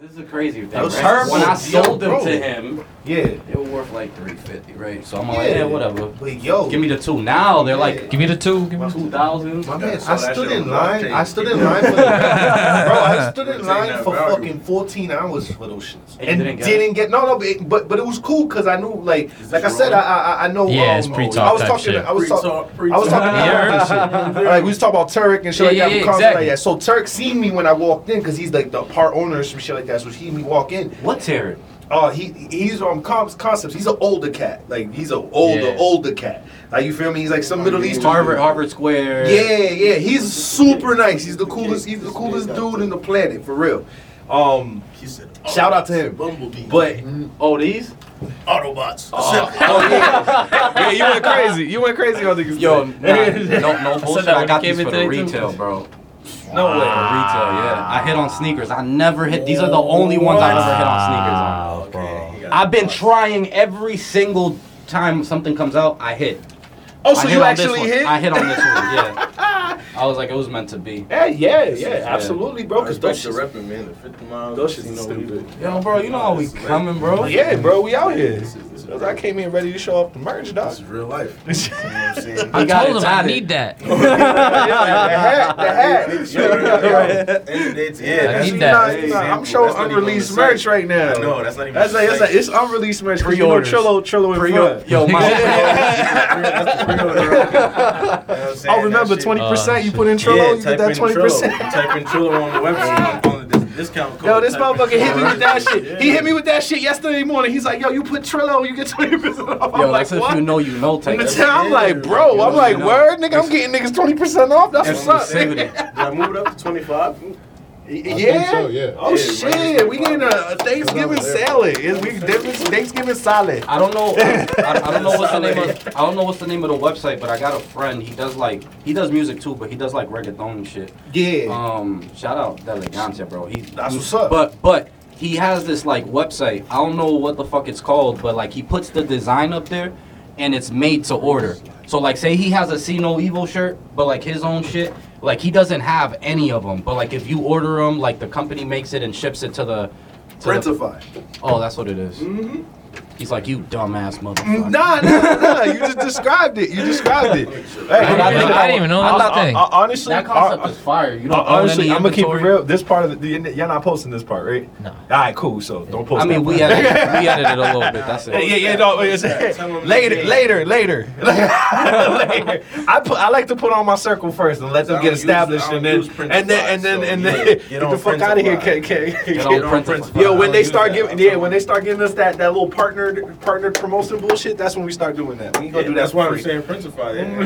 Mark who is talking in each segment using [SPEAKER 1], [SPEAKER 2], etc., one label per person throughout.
[SPEAKER 1] This is a crazy thing.
[SPEAKER 2] Those
[SPEAKER 1] right?
[SPEAKER 2] herbs
[SPEAKER 1] when I
[SPEAKER 2] are
[SPEAKER 1] sold them
[SPEAKER 2] dope,
[SPEAKER 1] to
[SPEAKER 2] bro.
[SPEAKER 1] him,
[SPEAKER 2] Yeah.
[SPEAKER 1] they were worth like three fifty, right? So I'm
[SPEAKER 2] Yeah.
[SPEAKER 1] like, yeah, whatever.
[SPEAKER 2] But yo,
[SPEAKER 1] Give me the two now. They're like
[SPEAKER 3] Give me the two. Give me the two.
[SPEAKER 1] two thousand.
[SPEAKER 2] My man,
[SPEAKER 4] So
[SPEAKER 2] I
[SPEAKER 4] that
[SPEAKER 2] stood
[SPEAKER 4] shit
[SPEAKER 2] in
[SPEAKER 4] was
[SPEAKER 2] line.
[SPEAKER 4] blockchain.
[SPEAKER 2] I stood in line for, bro. I stood in
[SPEAKER 4] Retain
[SPEAKER 2] line
[SPEAKER 4] that
[SPEAKER 2] for
[SPEAKER 4] value.
[SPEAKER 2] fucking fourteen hours for those shits,
[SPEAKER 1] And you
[SPEAKER 2] and
[SPEAKER 1] didn't
[SPEAKER 2] didn't,
[SPEAKER 1] get
[SPEAKER 2] get no, no. But it, but, but it was cool because I knew, like,
[SPEAKER 1] Is
[SPEAKER 2] like I
[SPEAKER 1] this
[SPEAKER 2] said, I
[SPEAKER 1] wrong?
[SPEAKER 2] I, I know.
[SPEAKER 3] Yeah, it's
[SPEAKER 2] um,
[SPEAKER 3] pre-talk
[SPEAKER 2] I was
[SPEAKER 3] type
[SPEAKER 2] talking.
[SPEAKER 3] shit.
[SPEAKER 2] I was talking. I was talking.
[SPEAKER 3] Yeah,
[SPEAKER 2] All right, we was talking about Turk and shit
[SPEAKER 3] Yeah,
[SPEAKER 2] like
[SPEAKER 3] yeah,
[SPEAKER 2] that.
[SPEAKER 3] yeah,
[SPEAKER 2] Yeah,
[SPEAKER 3] exactly.
[SPEAKER 2] like that. So Turk seen me when I walked in because he's like the part owner or some shit like that. So he me walk in.
[SPEAKER 1] What's here?
[SPEAKER 2] Oh, he he's from Comps Concepts. He's an older cat. Like he's an older
[SPEAKER 3] Yeah.
[SPEAKER 2] older cat. Like you feel me? He's like
[SPEAKER 4] Oh,
[SPEAKER 2] some Middle Eastern.
[SPEAKER 1] Harvard, Harvard Square.
[SPEAKER 2] Yeah, yeah, he's super nice. He's the coolest. He's the coolest dude in the planet for real. Um,
[SPEAKER 4] He said, "Oh,
[SPEAKER 2] shout out to him.
[SPEAKER 4] Bumblebee.
[SPEAKER 2] But
[SPEAKER 1] Oh, these?
[SPEAKER 4] Autobots.
[SPEAKER 2] oh yeah,
[SPEAKER 5] yeah, you went crazy. You went crazy on niggas.
[SPEAKER 1] Yo, nah, no, no bullshit.
[SPEAKER 3] that
[SPEAKER 1] I,
[SPEAKER 3] when
[SPEAKER 1] got
[SPEAKER 3] you came
[SPEAKER 1] these for
[SPEAKER 3] in
[SPEAKER 1] the
[SPEAKER 3] today, too.
[SPEAKER 1] retail, bro.
[SPEAKER 2] no
[SPEAKER 1] For
[SPEAKER 2] way.
[SPEAKER 1] retail, yeah. I hit on sneakers. I never hit. These are the only ones I ever hit on sneakers on.
[SPEAKER 3] Wow, bro.
[SPEAKER 1] I've been trying every single time something comes out, I hit.
[SPEAKER 2] Oh, so
[SPEAKER 1] I
[SPEAKER 2] you
[SPEAKER 1] on this
[SPEAKER 2] actually
[SPEAKER 1] one.
[SPEAKER 2] hit?
[SPEAKER 1] I hit on this one, yeah. I was like, it was meant to be.
[SPEAKER 2] Yeah, yeah, yeah, absolutely, bro.
[SPEAKER 4] Bro,
[SPEAKER 2] Cause those
[SPEAKER 4] cause that's the
[SPEAKER 2] shits,
[SPEAKER 4] repping, man. The 50 miles.
[SPEAKER 2] those shits
[SPEAKER 4] you know,
[SPEAKER 2] stupid.
[SPEAKER 1] Yo, bro, you know how we
[SPEAKER 4] This is
[SPEAKER 1] coming, bro.
[SPEAKER 2] Yeah, bro, we out here.
[SPEAKER 4] This is- this is-
[SPEAKER 2] 'Cause I came in ready to show off the merch, dog.
[SPEAKER 4] This is real life. You know what I'm saying?
[SPEAKER 1] I
[SPEAKER 3] I
[SPEAKER 1] got
[SPEAKER 3] told
[SPEAKER 1] it
[SPEAKER 3] him I
[SPEAKER 1] tatted.
[SPEAKER 3] need that.
[SPEAKER 4] Yeah,
[SPEAKER 3] need that.
[SPEAKER 2] I'm showing unreleased merch right now.
[SPEAKER 4] No, that's not even.
[SPEAKER 2] That's like, that's like it's
[SPEAKER 4] it's.
[SPEAKER 2] unreleased merch. 'cause You know
[SPEAKER 1] Pre-orders.
[SPEAKER 2] Trillo, Trillo in front.
[SPEAKER 1] Yo, my,
[SPEAKER 2] Oh, remember twenty percent
[SPEAKER 4] Uh,
[SPEAKER 2] you put in Trillo, you get that twenty percent.
[SPEAKER 4] Type in Trillo on the website on the dis- discount code.
[SPEAKER 2] Yo, this
[SPEAKER 4] Type in
[SPEAKER 2] motherfucker hit me with that shit.
[SPEAKER 4] Yeah.
[SPEAKER 2] He hit me with that shit yesterday morning. He's like, "Yo, you put Trillo, you get twenty percent off." I'm
[SPEAKER 1] yo,
[SPEAKER 2] like,
[SPEAKER 1] that's if
[SPEAKER 2] "What?"
[SPEAKER 1] you know, you know type.
[SPEAKER 2] I'm
[SPEAKER 1] That's-
[SPEAKER 2] like, "Bro," I'm like, "Word, nigga, I'm getting niggas twenty percent off." That's what's up. nigga.
[SPEAKER 4] Exclusivity. Did I move it up to twenty five?
[SPEAKER 2] Yeah.
[SPEAKER 6] so, yeah.
[SPEAKER 2] Oh
[SPEAKER 4] Yeah,
[SPEAKER 2] shit,
[SPEAKER 4] right.
[SPEAKER 2] we getting a- a Thanksgiving
[SPEAKER 6] Cause I was there.
[SPEAKER 2] salad. Is we Thanksgiving salad?
[SPEAKER 1] I don't know. I, I don't know what's the name of. I don't know what's the name of the website, but I got a friend. He does like he does music too, but he does like reggaeton and shit.
[SPEAKER 2] Yeah.
[SPEAKER 1] Um, shout out Delegancia, bro. He
[SPEAKER 2] That's what's up.
[SPEAKER 1] But but he has this like website. I don't know what the fuck it's called, but like he puts the design up there, and it's made to order. So like, say he has a See No Evil shirt, but like his own shit. Like he doesn't have any of them, but like if you order them, like the company makes it and ships it to the. To the
[SPEAKER 2] Printify.
[SPEAKER 1] oh, that's what it is. He's like you dumbass motherfucker.
[SPEAKER 2] Mm-hmm. Mm, Nah, nah, nah. You just described it. You described it. Hey,
[SPEAKER 3] I didn't- I didn't even know that was a thing.
[SPEAKER 2] Honestly,
[SPEAKER 1] That concept
[SPEAKER 2] uh,
[SPEAKER 1] is fire. You
[SPEAKER 2] uh,
[SPEAKER 1] don't own
[SPEAKER 2] honestly,
[SPEAKER 1] any
[SPEAKER 2] I'm gonna keep it
[SPEAKER 1] inventory.
[SPEAKER 2] real. This part of the, the y'all not posting this part, right?
[SPEAKER 3] No.
[SPEAKER 2] All right, cool. So don't
[SPEAKER 1] I
[SPEAKER 2] post.
[SPEAKER 1] mean,
[SPEAKER 2] that
[SPEAKER 1] we
[SPEAKER 2] part.
[SPEAKER 1] edited, we edited a little bit. That's it.
[SPEAKER 2] Yeah, yeah, yeah, no, it's,
[SPEAKER 4] Tell them
[SPEAKER 2] later,
[SPEAKER 4] again.
[SPEAKER 2] later, later, later. I put, I like to put on my circle first and let them
[SPEAKER 4] I
[SPEAKER 2] get
[SPEAKER 4] don't use-
[SPEAKER 2] established,
[SPEAKER 4] I don't
[SPEAKER 2] and then,
[SPEAKER 4] use print
[SPEAKER 2] and then, and
[SPEAKER 4] supplies,
[SPEAKER 2] then,
[SPEAKER 4] so
[SPEAKER 2] and
[SPEAKER 4] yeah,
[SPEAKER 2] then,
[SPEAKER 4] get
[SPEAKER 2] get
[SPEAKER 4] on
[SPEAKER 2] the fuck
[SPEAKER 4] print
[SPEAKER 2] out of here,
[SPEAKER 4] supplies.
[SPEAKER 1] Get
[SPEAKER 2] KK.
[SPEAKER 4] Get
[SPEAKER 1] on
[SPEAKER 4] on
[SPEAKER 1] principle.
[SPEAKER 4] principle.
[SPEAKER 2] Yo, when
[SPEAKER 4] I
[SPEAKER 2] they
[SPEAKER 4] don't
[SPEAKER 2] start
[SPEAKER 4] use
[SPEAKER 2] giving,
[SPEAKER 4] that.
[SPEAKER 2] yeah, when they start giving us that that little partnered partnered promotion bullshit, that's when we start doing that. We ain't gonna do that
[SPEAKER 4] That's why
[SPEAKER 2] for
[SPEAKER 4] I'm
[SPEAKER 2] free.
[SPEAKER 4] saying principal.
[SPEAKER 2] Yeah,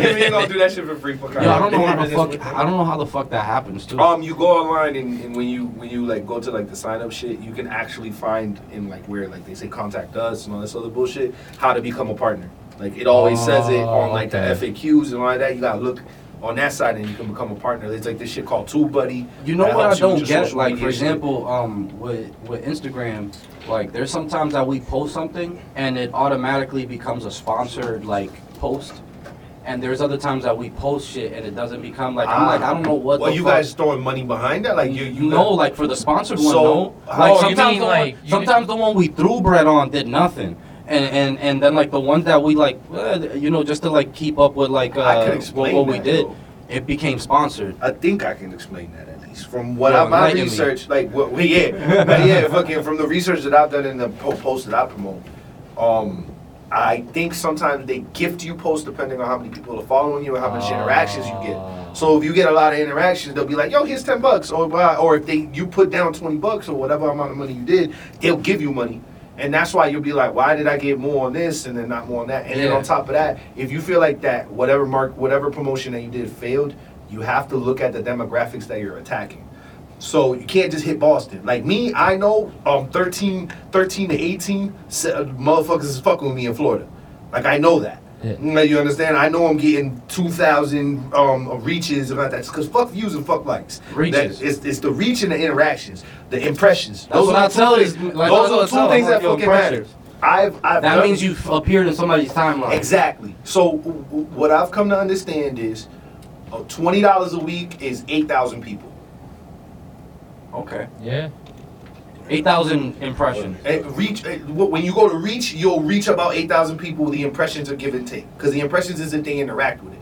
[SPEAKER 2] we ain't gonna do that shit for free. Fuck
[SPEAKER 1] Yo, I don't
[SPEAKER 2] outta
[SPEAKER 1] know
[SPEAKER 2] here.
[SPEAKER 1] how the fuck. I don't know how the fuck that happens too.
[SPEAKER 2] Um, you go online and, and when you when you like go to like the sign up shit, you can actually find in like where like they say contact us and all this other bullshit how to become a partner. Like it always says it on
[SPEAKER 1] Oh,
[SPEAKER 2] like the
[SPEAKER 3] okay.
[SPEAKER 2] FAQs and all that. You gotta look on that side and you can become a partner. It's like this shit called Tool Buddy.
[SPEAKER 1] you know
[SPEAKER 2] that
[SPEAKER 1] what I
[SPEAKER 2] helps you
[SPEAKER 1] don't
[SPEAKER 2] with your
[SPEAKER 1] get?
[SPEAKER 2] social
[SPEAKER 1] Like
[SPEAKER 2] media
[SPEAKER 1] for
[SPEAKER 2] shit.
[SPEAKER 1] example, um, with with Instagram, like there's sometimes that we post something and it automatically becomes a sponsored like post, and there's other times that we post shit and it doesn't become like I'm
[SPEAKER 2] Ah.
[SPEAKER 1] like I don't know what.
[SPEAKER 2] Well,
[SPEAKER 1] the
[SPEAKER 2] you
[SPEAKER 1] fuck-
[SPEAKER 2] guys throwing money behind that? Like you, you
[SPEAKER 1] know, like for the sponsored one,
[SPEAKER 2] So-
[SPEAKER 1] no.
[SPEAKER 2] Oh,
[SPEAKER 1] Like
[SPEAKER 3] you
[SPEAKER 1] sometimes,
[SPEAKER 3] mean,
[SPEAKER 1] the
[SPEAKER 3] like,
[SPEAKER 1] one,
[SPEAKER 3] you-
[SPEAKER 1] sometimes the one we threw bread on did nothing, and and and then like the ones that we like, uh, you know, just to like keep up with like
[SPEAKER 2] I can
[SPEAKER 1] uh, what,
[SPEAKER 2] explain
[SPEAKER 1] what we
[SPEAKER 2] that,
[SPEAKER 1] did,
[SPEAKER 2] though.
[SPEAKER 1] it became sponsored.
[SPEAKER 2] I think I can explain that at least from what
[SPEAKER 1] Yo,
[SPEAKER 2] I, my
[SPEAKER 1] enlighten me.
[SPEAKER 2] research, like what we yeah, but yeah, fucking from the research that I've done and the po- posts that I promote. Um, I think sometimes they gift you posts depending on how many people are following you and how much interactions you get. So if you get a lot of interactions, they'll be like, "Yo, here's ten bucks," or "Wow," or if they you put down twenty bucks or whatever amount of money you did, they'll give you money. And that's why you'll be like, why did I get more on this and then not more on that? And then
[SPEAKER 1] Yeah.
[SPEAKER 2] on top of that, if you feel like that whatever mark whatever promotion that you did failed, you have to look at the demographics that you're attacking. So you can't just hit Boston. Like me, I know um 13, 13 to 18 se- uh, motherfuckers is fucking with me in Florida. Like I know that.
[SPEAKER 3] Yeah.
[SPEAKER 2] Like, you understand? I know I'm getting 2,000 um, reaches about that. Because fuck views and fuck likes.
[SPEAKER 1] Reaches.
[SPEAKER 2] That- it's, it's the reach and the interactions, the impressions.
[SPEAKER 1] That's what
[SPEAKER 2] are
[SPEAKER 1] I
[SPEAKER 2] two
[SPEAKER 1] tell
[SPEAKER 2] things-
[SPEAKER 1] these- like, that's
[SPEAKER 2] those
[SPEAKER 1] what I
[SPEAKER 2] are
[SPEAKER 1] tell
[SPEAKER 2] two things
[SPEAKER 1] them,
[SPEAKER 2] that
[SPEAKER 1] like, yo,
[SPEAKER 2] fucking matter.
[SPEAKER 1] impressions.
[SPEAKER 2] I've, I've
[SPEAKER 1] That
[SPEAKER 2] done-
[SPEAKER 1] means you've appeared in somebody's timeline.
[SPEAKER 2] Exactly. So w- w- what I've come to understand is, uh, twenty dollars a week is eight thousand people.
[SPEAKER 1] Okay.
[SPEAKER 3] Yeah.
[SPEAKER 1] Eight thousand impression.
[SPEAKER 2] And reach eh, wh- when you go to reach, you'll reach about eight thousand people. The impressions are give and take because the impressions is if they interact with it,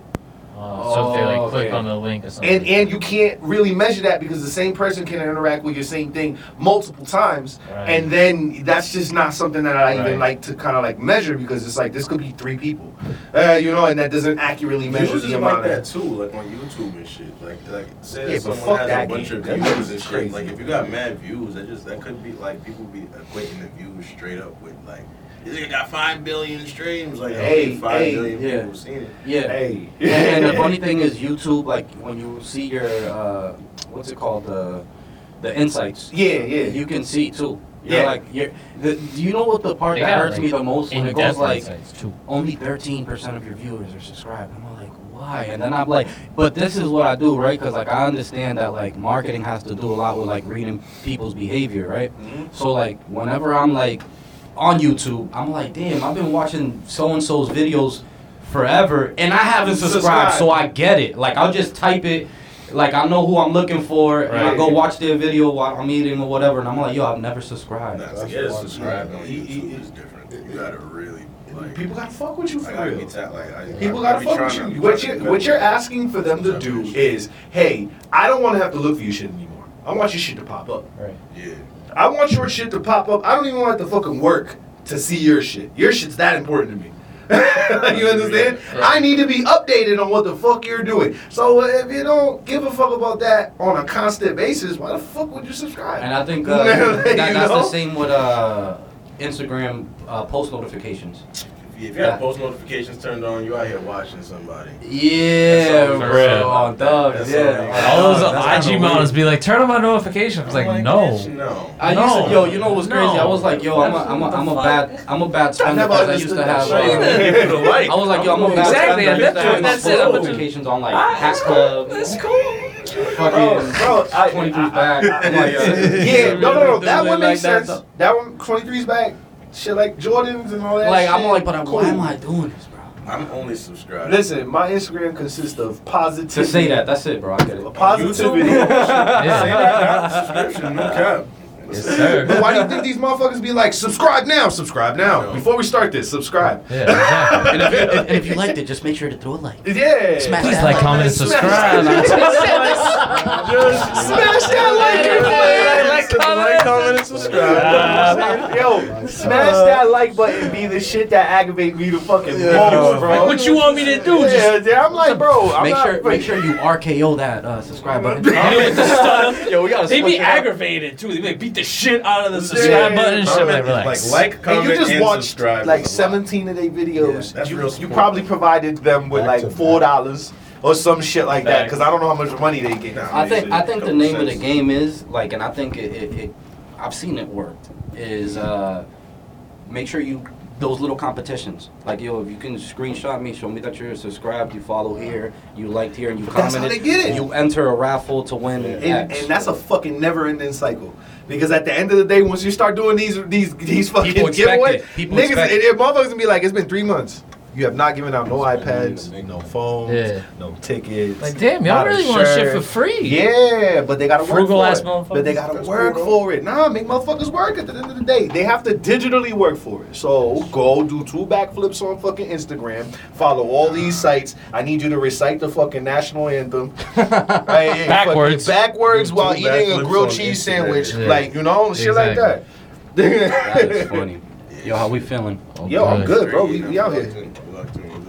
[SPEAKER 3] Oh, so if they
[SPEAKER 1] Oh,
[SPEAKER 3] like click
[SPEAKER 1] okay.
[SPEAKER 3] on the link or something.
[SPEAKER 2] and and you can't really measure that because the same person can interact with your same thing multiple times,
[SPEAKER 3] Right.
[SPEAKER 2] and then that's just not something that I even
[SPEAKER 3] Right.
[SPEAKER 2] like to kind of like measure because it's like this could be three people, uh, you know, and that doesn't accurately measure
[SPEAKER 4] Views is
[SPEAKER 2] the
[SPEAKER 4] like
[SPEAKER 2] amount.
[SPEAKER 4] that
[SPEAKER 2] of
[SPEAKER 4] too, like on YouTube and shit. Like, like say
[SPEAKER 2] Yeah,
[SPEAKER 4] if
[SPEAKER 2] but
[SPEAKER 4] someone
[SPEAKER 2] fuck
[SPEAKER 4] has
[SPEAKER 2] that
[SPEAKER 4] a bunch of
[SPEAKER 2] game. That
[SPEAKER 4] views
[SPEAKER 2] game
[SPEAKER 4] and
[SPEAKER 2] is
[SPEAKER 4] shit.
[SPEAKER 2] crazy.
[SPEAKER 4] Like, if you got mad views, that just that could be like people be equating the views straight up with like this nigga got five billion streams. Like,
[SPEAKER 2] Hey,
[SPEAKER 4] hey, five
[SPEAKER 2] hey,
[SPEAKER 4] billion
[SPEAKER 1] yeah.
[SPEAKER 4] people seen it.
[SPEAKER 1] Yeah.
[SPEAKER 2] Hey,
[SPEAKER 1] And, and the funny thing is YouTube, like when you see your uh, what's it called the the insights.
[SPEAKER 2] yeah, yeah.
[SPEAKER 1] You can see too. You're
[SPEAKER 2] Yeah.
[SPEAKER 1] like you're. The, do you know what the part
[SPEAKER 3] They
[SPEAKER 1] that
[SPEAKER 3] got,
[SPEAKER 1] hurts
[SPEAKER 3] like,
[SPEAKER 1] me the most when
[SPEAKER 3] in
[SPEAKER 1] it goes
[SPEAKER 3] depth
[SPEAKER 1] like
[SPEAKER 3] insights too.
[SPEAKER 1] only 13% of your viewers are subscribed. I'm like, why? And then I'm like, but this is what I do, right? Because like I understand that like marketing has to do a lot with like reading people's behavior, right? So like whenever I'm like on YouTube, I'm like, damn, I've been watching so and so's videos forever, and I haven't subscribed,
[SPEAKER 2] Subscribe.
[SPEAKER 1] so I get it. Like I'll just type it. Like I know who I'm looking for, and I
[SPEAKER 2] Right.
[SPEAKER 1] go watch their video while I'm eating or whatever, and I'm like, yo, I've never subscribed.
[SPEAKER 4] Nah, to get subscribed on
[SPEAKER 2] He- he-
[SPEAKER 4] YouTube is different. You gotta really like.
[SPEAKER 2] People gotta fuck with you for
[SPEAKER 4] I gotta
[SPEAKER 2] real.
[SPEAKER 4] be ta- like, I,
[SPEAKER 2] People
[SPEAKER 4] I
[SPEAKER 2] gotta
[SPEAKER 4] be
[SPEAKER 2] fuck with
[SPEAKER 4] trying to-
[SPEAKER 2] you. What
[SPEAKER 4] trying
[SPEAKER 2] you're,
[SPEAKER 4] to
[SPEAKER 2] what
[SPEAKER 4] better
[SPEAKER 2] you're
[SPEAKER 4] that.
[SPEAKER 2] asking for them to do is, hey, I don't want to have to look for your shit anymore. I want your shit to pop up.
[SPEAKER 3] Right.
[SPEAKER 4] Yeah.
[SPEAKER 2] I want your shit to pop up. I don't even want to fucking work to see your shit. Your shit's that important to me. you understand? I need to be updated on what the fuck you're doing. So uh, if you don't give a fuck about that on a constant basis, why the fuck would you subscribe?
[SPEAKER 1] And I think uh, that,
[SPEAKER 2] You
[SPEAKER 1] that's
[SPEAKER 2] know?
[SPEAKER 1] the same with uh, Instagram uh, post notifications.
[SPEAKER 4] If you, if you
[SPEAKER 1] Yeah.
[SPEAKER 4] have post notifications turned on, you out here watching somebody.
[SPEAKER 1] Yeah,
[SPEAKER 4] That's all
[SPEAKER 3] bro. real.
[SPEAKER 1] On
[SPEAKER 4] That's
[SPEAKER 1] Dubs,
[SPEAKER 4] all
[SPEAKER 1] Oh, yeah.
[SPEAKER 4] real.
[SPEAKER 1] On
[SPEAKER 3] All
[SPEAKER 1] Dubs,
[SPEAKER 3] those
[SPEAKER 1] Oh, that's kinda
[SPEAKER 3] IG
[SPEAKER 1] weird.
[SPEAKER 3] models be like, turn on my notifications. It's like,
[SPEAKER 4] I'm
[SPEAKER 3] no.
[SPEAKER 4] bitch, no.
[SPEAKER 1] I used to,
[SPEAKER 3] No.
[SPEAKER 1] yo, you know what's crazy? I was like, yo, I'm a, I'm a, I'm a bad, I'm a bad spender
[SPEAKER 2] never
[SPEAKER 1] because I used to
[SPEAKER 2] understood
[SPEAKER 1] have.
[SPEAKER 2] that shit.
[SPEAKER 1] Uh,
[SPEAKER 4] Give it a like.
[SPEAKER 1] I was like, yo, I'm a bad
[SPEAKER 3] Exactly,
[SPEAKER 1] spender. I used to
[SPEAKER 3] that's-
[SPEAKER 1] have my
[SPEAKER 3] that's
[SPEAKER 1] post
[SPEAKER 3] it. I'm a-
[SPEAKER 1] notifications on like Hack Club,
[SPEAKER 3] cool. Oh,
[SPEAKER 1] fucking
[SPEAKER 2] bro, I-
[SPEAKER 1] 23's back. I'm like,
[SPEAKER 2] yeah, no, no, no. That
[SPEAKER 3] Like
[SPEAKER 2] one makes
[SPEAKER 3] that,
[SPEAKER 2] sense. That one, 23's back. Shit like Jordans and all that.
[SPEAKER 1] Like
[SPEAKER 2] shit.
[SPEAKER 1] I'm like, but I'm-
[SPEAKER 2] Cool.
[SPEAKER 1] why am I doing this, bro?
[SPEAKER 4] I'm only subscribed.
[SPEAKER 2] Listen, my Instagram consists of positivity.
[SPEAKER 1] To say that, that's it, bro. I get it.
[SPEAKER 2] A
[SPEAKER 4] YouTube
[SPEAKER 2] positivity.
[SPEAKER 4] subscription, no cap.
[SPEAKER 3] Yes, sir.
[SPEAKER 2] But why do you think these motherfuckers be like, subscribe now, subscribe now?
[SPEAKER 4] No.
[SPEAKER 2] Before we start this, subscribe.
[SPEAKER 3] Yeah, exactly.
[SPEAKER 1] And if, and if you liked it, just make sure to throw a like.
[SPEAKER 2] Yeah.
[SPEAKER 1] Smash
[SPEAKER 3] Please
[SPEAKER 1] that
[SPEAKER 3] like, comment, and
[SPEAKER 2] Smash
[SPEAKER 3] subscribe.
[SPEAKER 2] Smash that like
[SPEAKER 3] Like,
[SPEAKER 2] button.
[SPEAKER 3] comment,
[SPEAKER 4] and subscribe.
[SPEAKER 2] Yo, smash that like button be the shit that aggravate me to fucking balls,
[SPEAKER 3] Like,
[SPEAKER 2] bro.
[SPEAKER 3] what you want me to do?
[SPEAKER 2] Yeah,
[SPEAKER 3] Just
[SPEAKER 2] yeah, I'm like, bro, I'm
[SPEAKER 1] Make
[SPEAKER 2] not
[SPEAKER 1] sure, make
[SPEAKER 2] fucking-
[SPEAKER 1] sure you RKO that uh, subscribe button. Yo, we gotta
[SPEAKER 3] they be
[SPEAKER 1] switch it up.
[SPEAKER 3] aggravated too. They be beat the shit out of the
[SPEAKER 2] Yeah.
[SPEAKER 3] subscribe button and shit. Like,
[SPEAKER 4] Comment
[SPEAKER 3] relax.
[SPEAKER 4] is Like, like,
[SPEAKER 2] And
[SPEAKER 4] comment,
[SPEAKER 2] you just
[SPEAKER 4] and
[SPEAKER 2] watched
[SPEAKER 4] subscribe.
[SPEAKER 2] like
[SPEAKER 4] is a lot.
[SPEAKER 2] 17 of their videos.
[SPEAKER 4] Yeah, that's
[SPEAKER 2] you,
[SPEAKER 4] real
[SPEAKER 2] you
[SPEAKER 4] support.
[SPEAKER 2] probably provided them with like four dollars or some shit like that because I don't know how much money they get.
[SPEAKER 4] Nah.
[SPEAKER 1] I think I think the name of the
[SPEAKER 4] Sense.
[SPEAKER 1] game is like, and I think it, it, it I've seen it work. Is uh, make sure you those little competitions. Like yo, if you can screenshot me, show me that you're subscribed, you follow here, you liked here, and you
[SPEAKER 2] that's how
[SPEAKER 1] commented.
[SPEAKER 2] they get it.
[SPEAKER 1] and you enter a raffle to win.
[SPEAKER 2] and,
[SPEAKER 1] X.
[SPEAKER 2] and that's a fucking never-ending cycle. Because at the end of the day, once you start doing these these these fucking
[SPEAKER 1] People expect
[SPEAKER 2] giveaways,
[SPEAKER 1] it. People
[SPEAKER 2] niggas,
[SPEAKER 1] expect
[SPEAKER 2] and, and motherfuckers gonna be like, it's been three months. You have not given out no iPads, no phones,
[SPEAKER 3] Yeah.
[SPEAKER 2] no tickets.
[SPEAKER 3] Like, damn, y'all
[SPEAKER 2] not a
[SPEAKER 3] really want shit
[SPEAKER 2] shirt.
[SPEAKER 3] for free.
[SPEAKER 2] Yeah, but they gotta work
[SPEAKER 3] Frugal
[SPEAKER 2] for
[SPEAKER 3] ass
[SPEAKER 2] it.
[SPEAKER 3] motherfuckers.
[SPEAKER 2] But they gotta
[SPEAKER 4] That's
[SPEAKER 2] work
[SPEAKER 4] cool,
[SPEAKER 2] for it. Nah, make motherfuckers work at the end of the day. They have to digitally work for it. So go do two backflips on fucking Instagram. Follow all these sites. I need you to recite the fucking national anthem. Hey, hey, fucking
[SPEAKER 3] Backwards.
[SPEAKER 2] backwards
[SPEAKER 4] Do
[SPEAKER 2] while
[SPEAKER 4] two
[SPEAKER 2] eating a
[SPEAKER 4] backflips
[SPEAKER 2] grilled
[SPEAKER 4] on
[SPEAKER 2] cheese
[SPEAKER 4] Instagram.
[SPEAKER 2] sandwich.
[SPEAKER 3] Yeah.
[SPEAKER 2] Like, you know, shit like
[SPEAKER 3] Exactly.
[SPEAKER 2] that.
[SPEAKER 1] that is funny. Yo, how we feeling?
[SPEAKER 3] Oh,
[SPEAKER 2] Yo, I'm
[SPEAKER 3] good.
[SPEAKER 2] good, bro. We, we out here.
[SPEAKER 4] here.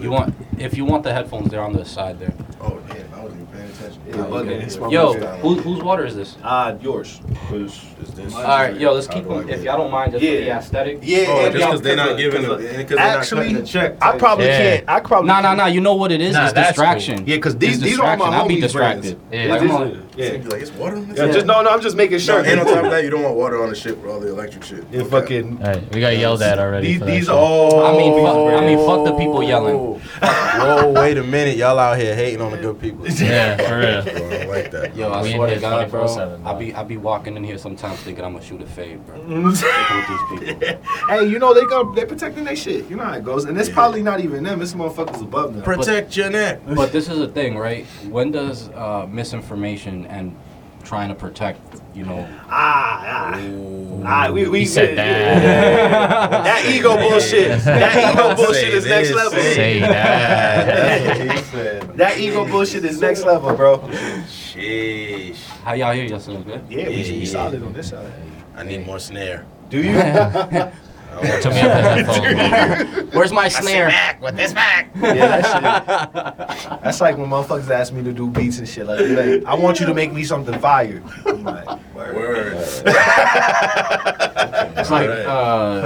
[SPEAKER 1] You want if you want the headphones, they're on the side there.
[SPEAKER 4] Oh damn, I wasn't even paying attention.
[SPEAKER 2] Yeah, bugging. It's my
[SPEAKER 1] Yo, who, whose water is this?
[SPEAKER 2] Ah, yours.
[SPEAKER 1] All right, yo, let's keep them if y'all don't mind, just for the
[SPEAKER 2] Yeah.
[SPEAKER 1] aesthetic.
[SPEAKER 2] Yeah,
[SPEAKER 4] Oh,
[SPEAKER 2] and
[SPEAKER 4] just because they're not giving
[SPEAKER 2] because
[SPEAKER 4] them, because they're not
[SPEAKER 2] uh, Actually,
[SPEAKER 4] cutting the check.
[SPEAKER 2] I probably
[SPEAKER 3] Yeah.
[SPEAKER 2] can't. I probably
[SPEAKER 1] No, no, no. You know what it is?
[SPEAKER 3] Nah,
[SPEAKER 1] it's
[SPEAKER 3] that's
[SPEAKER 1] distraction.
[SPEAKER 2] Yeah, because these
[SPEAKER 1] It's
[SPEAKER 2] these are all my
[SPEAKER 1] distraction. I'll be
[SPEAKER 2] homies.
[SPEAKER 1] distracted.
[SPEAKER 2] brands.
[SPEAKER 3] Yeah.
[SPEAKER 2] Yeah,
[SPEAKER 1] Like,
[SPEAKER 2] these
[SPEAKER 1] I'm
[SPEAKER 2] are-
[SPEAKER 1] like-
[SPEAKER 2] yeah.
[SPEAKER 4] Be like, it's water on this.
[SPEAKER 2] Yeah, just no, no. I'm just making
[SPEAKER 4] No,
[SPEAKER 2] sure.
[SPEAKER 4] and on top of that, you don't want water on the ship with all the electric shit.
[SPEAKER 2] Yeah,
[SPEAKER 4] Okay.
[SPEAKER 2] fucking.
[SPEAKER 3] All right, we got yelled at already.
[SPEAKER 2] These,
[SPEAKER 3] for that
[SPEAKER 2] these
[SPEAKER 3] shit.
[SPEAKER 2] all.
[SPEAKER 1] I mean, fuck, I mean, fuck the people yelling.
[SPEAKER 4] Whoa, Oh, wait a minute, y'all out here hating on the good people.
[SPEAKER 3] Yeah, for real.
[SPEAKER 4] Bro, I don't like that.
[SPEAKER 1] Yo, I
[SPEAKER 3] We in
[SPEAKER 1] swear to
[SPEAKER 3] here
[SPEAKER 1] God, bro.
[SPEAKER 3] 24/7,
[SPEAKER 1] I
[SPEAKER 3] bro.
[SPEAKER 1] be I be walking in here sometimes thinking I'm gonna shoot a fade, bro. with these people.
[SPEAKER 2] hey, you know they go, they protecting their shit. You know how it goes, and it's
[SPEAKER 4] Yeah.
[SPEAKER 2] probably not even them. It's motherfuckers above them.
[SPEAKER 4] Protect your neck.
[SPEAKER 1] But this is a thing, right? When does uh, misinformation and trying to protect, you know,
[SPEAKER 2] Ah, ah.
[SPEAKER 4] Ooh.
[SPEAKER 2] right, we, we
[SPEAKER 7] He said
[SPEAKER 2] yeah,
[SPEAKER 7] that.
[SPEAKER 2] yeah. That ego bullshit. That ego bullshit is next level.
[SPEAKER 7] Say that.
[SPEAKER 4] That's what he said.
[SPEAKER 2] That ego bullshit is next level, bro.
[SPEAKER 4] Sheesh.
[SPEAKER 1] How y'all hear yourselves, man?
[SPEAKER 2] Yeah, we should be
[SPEAKER 4] Yeah.
[SPEAKER 2] solid on this side.
[SPEAKER 4] I need more snare.
[SPEAKER 2] Do you?
[SPEAKER 7] It took me off that headphone.
[SPEAKER 1] Where's my snare?
[SPEAKER 4] back with this back.
[SPEAKER 2] Yeah, that shit. That's like when motherfuckers ask me to do beats and shit. Like, they like I want you to make me something fire. I'm like, word.
[SPEAKER 4] Words.
[SPEAKER 1] It's like,
[SPEAKER 4] Alright.
[SPEAKER 1] uh,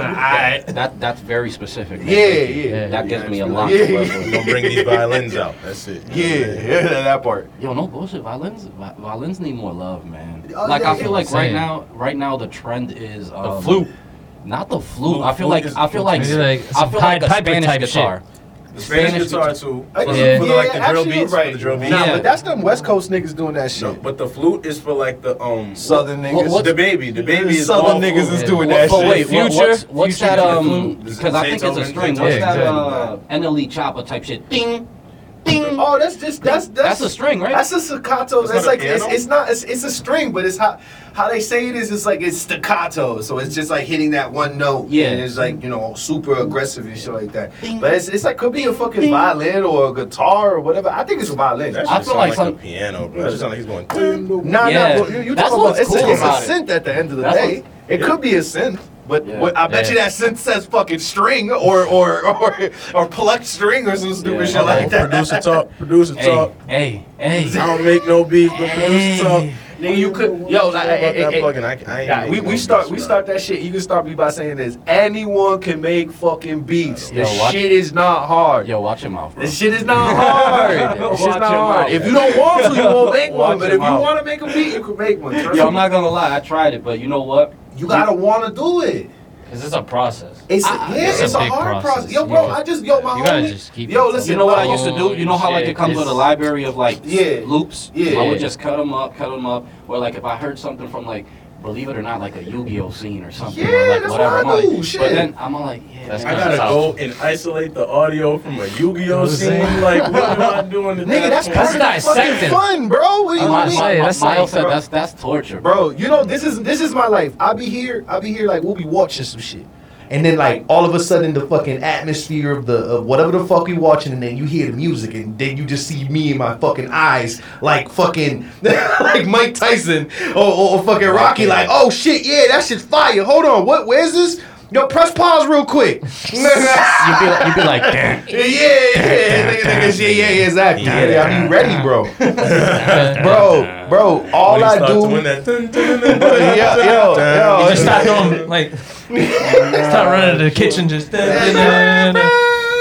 [SPEAKER 2] Alright.
[SPEAKER 1] that that's very specific. man.
[SPEAKER 2] Yeah, yeah,
[SPEAKER 1] That gives me a lot.
[SPEAKER 2] Yeah.
[SPEAKER 4] We're gonna bring these violins out. That's it.
[SPEAKER 2] yeah, yeah. That part.
[SPEAKER 1] Yo, no bullshit. Violins, vi- violins need more love, man.
[SPEAKER 2] Oh,
[SPEAKER 1] Like
[SPEAKER 2] yeah,
[SPEAKER 1] I feel
[SPEAKER 2] yeah.
[SPEAKER 1] like right
[SPEAKER 7] Same.
[SPEAKER 1] now, right now the trend is um,
[SPEAKER 7] The flute.
[SPEAKER 1] Not the flute. I feel
[SPEAKER 4] flute
[SPEAKER 1] like
[SPEAKER 4] is-
[SPEAKER 1] I feel like
[SPEAKER 7] Maybe like
[SPEAKER 1] I
[SPEAKER 7] some
[SPEAKER 1] feel
[SPEAKER 7] Pied
[SPEAKER 1] like a
[SPEAKER 7] Piper
[SPEAKER 1] Spanish
[SPEAKER 7] type
[SPEAKER 1] guitar.
[SPEAKER 4] The Spanish
[SPEAKER 1] Spanish
[SPEAKER 4] guitar
[SPEAKER 1] beats.
[SPEAKER 4] too.
[SPEAKER 2] I
[SPEAKER 4] For
[SPEAKER 2] just-
[SPEAKER 7] Yeah.
[SPEAKER 4] the- for the, like
[SPEAKER 2] yeah,
[SPEAKER 4] the drill
[SPEAKER 2] actually, you're
[SPEAKER 4] beats.
[SPEAKER 2] right.
[SPEAKER 4] For the drill beats.
[SPEAKER 2] Nah,
[SPEAKER 1] Yeah.
[SPEAKER 2] but that's them West Coast niggas doing that shit.
[SPEAKER 4] No, but the flute is for like the um
[SPEAKER 2] Southern niggas.
[SPEAKER 1] What-
[SPEAKER 4] The baby. The baby is
[SPEAKER 2] Southern
[SPEAKER 4] all
[SPEAKER 2] niggas
[SPEAKER 4] flute.
[SPEAKER 2] is
[SPEAKER 7] Yeah.
[SPEAKER 2] doing
[SPEAKER 1] What-
[SPEAKER 2] that
[SPEAKER 1] but
[SPEAKER 2] shit.
[SPEAKER 1] wait, what's
[SPEAKER 7] Future-
[SPEAKER 1] what's, what's
[SPEAKER 7] Future
[SPEAKER 1] that?
[SPEAKER 7] did the
[SPEAKER 1] Um,
[SPEAKER 4] flute.
[SPEAKER 1] because I think it's a
[SPEAKER 4] Beethoven,
[SPEAKER 1] string.
[SPEAKER 4] Beethoven.
[SPEAKER 1] What's
[SPEAKER 7] Yeah,
[SPEAKER 1] that?
[SPEAKER 7] exactly.
[SPEAKER 1] Uh, NLE chopper type shit. Ding, ding.
[SPEAKER 2] Oh, that's just that's
[SPEAKER 1] That's
[SPEAKER 2] that's,
[SPEAKER 1] a string, right?
[SPEAKER 2] That's a staccato. That's,
[SPEAKER 4] That's not a
[SPEAKER 2] like it's,
[SPEAKER 4] piano?
[SPEAKER 2] it's not it's, it's a string, but it's how how they say it is. It's like it's staccato, so it's just like hitting that one note.
[SPEAKER 1] Yeah.
[SPEAKER 2] and it's like you know super aggressive and shit like that. But it's it's like could be a fucking violin or a guitar or whatever. I think it's a violin.
[SPEAKER 4] That shit
[SPEAKER 1] I feel
[SPEAKER 4] sound
[SPEAKER 1] like
[SPEAKER 4] like,
[SPEAKER 1] some-
[SPEAKER 4] a piano, bro. That shit sound like he's going. "Dun, dun,
[SPEAKER 2] Nah,
[SPEAKER 1] Yeah.
[SPEAKER 2] nah, but you, you
[SPEAKER 1] That's
[SPEAKER 2] talking
[SPEAKER 1] what's
[SPEAKER 2] about it's,
[SPEAKER 1] cool
[SPEAKER 2] a, it's
[SPEAKER 1] about it.
[SPEAKER 2] a synth at the end of the
[SPEAKER 1] That's
[SPEAKER 2] day. It could be a synth. But
[SPEAKER 1] Yeah.
[SPEAKER 2] what, I bet
[SPEAKER 7] Yeah.
[SPEAKER 2] you that synth says fucking string or or or, or plucked string or some stupid
[SPEAKER 1] Yeah.
[SPEAKER 2] shit
[SPEAKER 4] dun."
[SPEAKER 2] like that.
[SPEAKER 4] Producer talk. Producer
[SPEAKER 1] Hey,
[SPEAKER 4] talk.
[SPEAKER 1] hey, hey.
[SPEAKER 4] I don't make no beats, but
[SPEAKER 1] Hey.
[SPEAKER 4] producer talk.
[SPEAKER 2] Nigga, you could yo. Like,
[SPEAKER 4] About
[SPEAKER 2] eh, eh,
[SPEAKER 4] that
[SPEAKER 2] eh,
[SPEAKER 4] fucking, I, I ain't
[SPEAKER 2] Yeah, we,
[SPEAKER 4] making
[SPEAKER 2] we
[SPEAKER 4] no
[SPEAKER 2] start
[SPEAKER 4] beats,
[SPEAKER 2] we
[SPEAKER 4] bro.
[SPEAKER 2] start that shit. You can start me by saying this. Anyone can make fucking beats.
[SPEAKER 1] Yo,
[SPEAKER 2] This
[SPEAKER 1] watch-
[SPEAKER 2] shit is not hard.
[SPEAKER 1] Yo, watch your mouth, bro.
[SPEAKER 2] This shit is not hard. This shit's
[SPEAKER 1] Watch
[SPEAKER 2] not
[SPEAKER 1] your
[SPEAKER 2] hard.
[SPEAKER 1] mouth.
[SPEAKER 2] If you don't want to, you won't make one.
[SPEAKER 1] Watch
[SPEAKER 2] But
[SPEAKER 1] your
[SPEAKER 2] if you
[SPEAKER 1] mouth.
[SPEAKER 2] want to make a beat, you can make one. Trust
[SPEAKER 1] Yo,
[SPEAKER 2] me.
[SPEAKER 1] I'm not gonna lie. I tried it, but you know what?
[SPEAKER 2] you gotta want to do it.
[SPEAKER 7] Cause it's a process.
[SPEAKER 2] It's a,
[SPEAKER 1] I-
[SPEAKER 2] yeah,
[SPEAKER 7] it's
[SPEAKER 2] it's,
[SPEAKER 7] a
[SPEAKER 2] a,
[SPEAKER 7] big
[SPEAKER 2] hard process.
[SPEAKER 7] process.
[SPEAKER 2] Yo, bro,
[SPEAKER 7] Yeah.
[SPEAKER 2] I just yo my
[SPEAKER 7] You gotta
[SPEAKER 2] homie-
[SPEAKER 7] just keep
[SPEAKER 2] Yo,
[SPEAKER 7] it.
[SPEAKER 2] listen,
[SPEAKER 1] You know what
[SPEAKER 2] my
[SPEAKER 1] I used to do? You know how like
[SPEAKER 7] Shit,
[SPEAKER 1] it comes with a
[SPEAKER 7] it's-
[SPEAKER 1] library of like
[SPEAKER 2] Yeah.
[SPEAKER 1] loops?
[SPEAKER 2] Yeah.
[SPEAKER 1] I would just cut them up, cut them up. Or like if I heard something from like, believe it or not, like a Yu-Gi-Oh scene or something.
[SPEAKER 2] Yeah,
[SPEAKER 1] or like
[SPEAKER 2] that's
[SPEAKER 1] whatever.
[SPEAKER 2] what I
[SPEAKER 1] I'm
[SPEAKER 2] do,
[SPEAKER 1] like-
[SPEAKER 2] shit.
[SPEAKER 1] But then I'm like, yeah,
[SPEAKER 7] That's
[SPEAKER 4] I
[SPEAKER 1] man.
[SPEAKER 7] kinda
[SPEAKER 4] gotta
[SPEAKER 7] tough.
[SPEAKER 4] go and isolate the audio from a Yu-Gi-Oh scene. Like, what am I doing? at
[SPEAKER 2] Nigga,
[SPEAKER 4] that
[SPEAKER 2] that's
[SPEAKER 4] point?
[SPEAKER 2] part of the fucking
[SPEAKER 7] dissecting.
[SPEAKER 2] fun, bro. What do you
[SPEAKER 1] My-
[SPEAKER 2] mean?
[SPEAKER 1] my-
[SPEAKER 7] Hey, that's
[SPEAKER 1] my- Miles
[SPEAKER 7] like-
[SPEAKER 1] said that's that's torture,
[SPEAKER 2] Bro, you know this is this is my life. I'll be here. I'll be here. Like we'll be watching some shit, and then like all of a sudden the fucking atmosphere of the of whatever the fuck we watching, and then you hear the music, and then you just see me in my fucking eyes, like fucking like Mike Tyson or, or, or fucking Rocky. Like oh shit, yeah, that shit's fire. Hold on, what? Where's this? Yo, press pause real quick. yeah,
[SPEAKER 7] You'd be like, you'd be like,
[SPEAKER 2] yeah, yeah, nigga, nigga, yeah, yeah, exactly. Yeah, I be ready, bro, bro, bro. All
[SPEAKER 4] When he
[SPEAKER 2] I
[SPEAKER 4] starts
[SPEAKER 2] do,
[SPEAKER 4] doing that, dun, dun, dun, dun,
[SPEAKER 2] yeah, yo,
[SPEAKER 7] Oh,
[SPEAKER 2] yo,
[SPEAKER 3] You just start Oh, doing like start running to the kitchen just uh,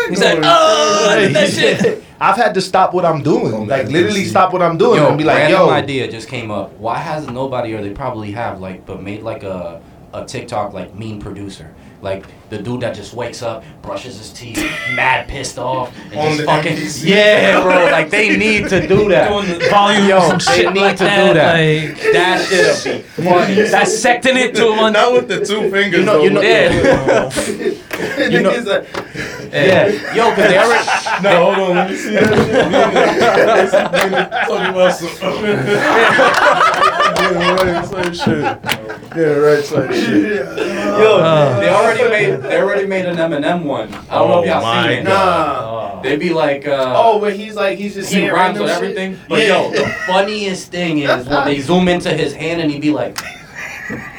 [SPEAKER 3] He's like, oh, I did that shit.
[SPEAKER 2] I've had to stop what I'm doing. Like literally stop what I'm doing
[SPEAKER 1] Yo,
[SPEAKER 2] and be like,
[SPEAKER 1] random
[SPEAKER 2] yo,
[SPEAKER 1] idea just came up. Why hasn't nobody, or they probably have, like, but made like a a TikTok like mean producer, like the dude that just wakes up, brushes his teeth, mad pissed off, and just fucking yeah, bro. Like they need to do that.
[SPEAKER 3] Doing the volume
[SPEAKER 1] Yo,
[SPEAKER 3] some
[SPEAKER 1] they
[SPEAKER 3] shit
[SPEAKER 1] need
[SPEAKER 3] like
[SPEAKER 1] to do
[SPEAKER 3] that,
[SPEAKER 1] that.
[SPEAKER 3] like
[SPEAKER 1] That shit'll be funny.
[SPEAKER 3] dissecting it to him.
[SPEAKER 4] Not with the two fingers.
[SPEAKER 1] know- you
[SPEAKER 4] though.
[SPEAKER 1] know-
[SPEAKER 3] Yeah.
[SPEAKER 2] you know, like,
[SPEAKER 1] Yeah, yo, because they already.
[SPEAKER 4] No, hold on. Let me see that. Talking about some. yeah, right. Same shit. Yeah, right. Same shit.
[SPEAKER 1] Yo,
[SPEAKER 2] Uh.
[SPEAKER 1] they already made they already made an Eminem one. I don't know if
[SPEAKER 4] Oh
[SPEAKER 1] y'all
[SPEAKER 4] my
[SPEAKER 1] seen it.
[SPEAKER 2] nah.
[SPEAKER 1] Nah. They be like, uh,
[SPEAKER 2] Oh, where he's like, he's just
[SPEAKER 1] he
[SPEAKER 2] saying
[SPEAKER 1] rhymes
[SPEAKER 2] random
[SPEAKER 1] with
[SPEAKER 2] shit?
[SPEAKER 1] everything. But yo, the funniest thing is when they zoom into his hand and he be like,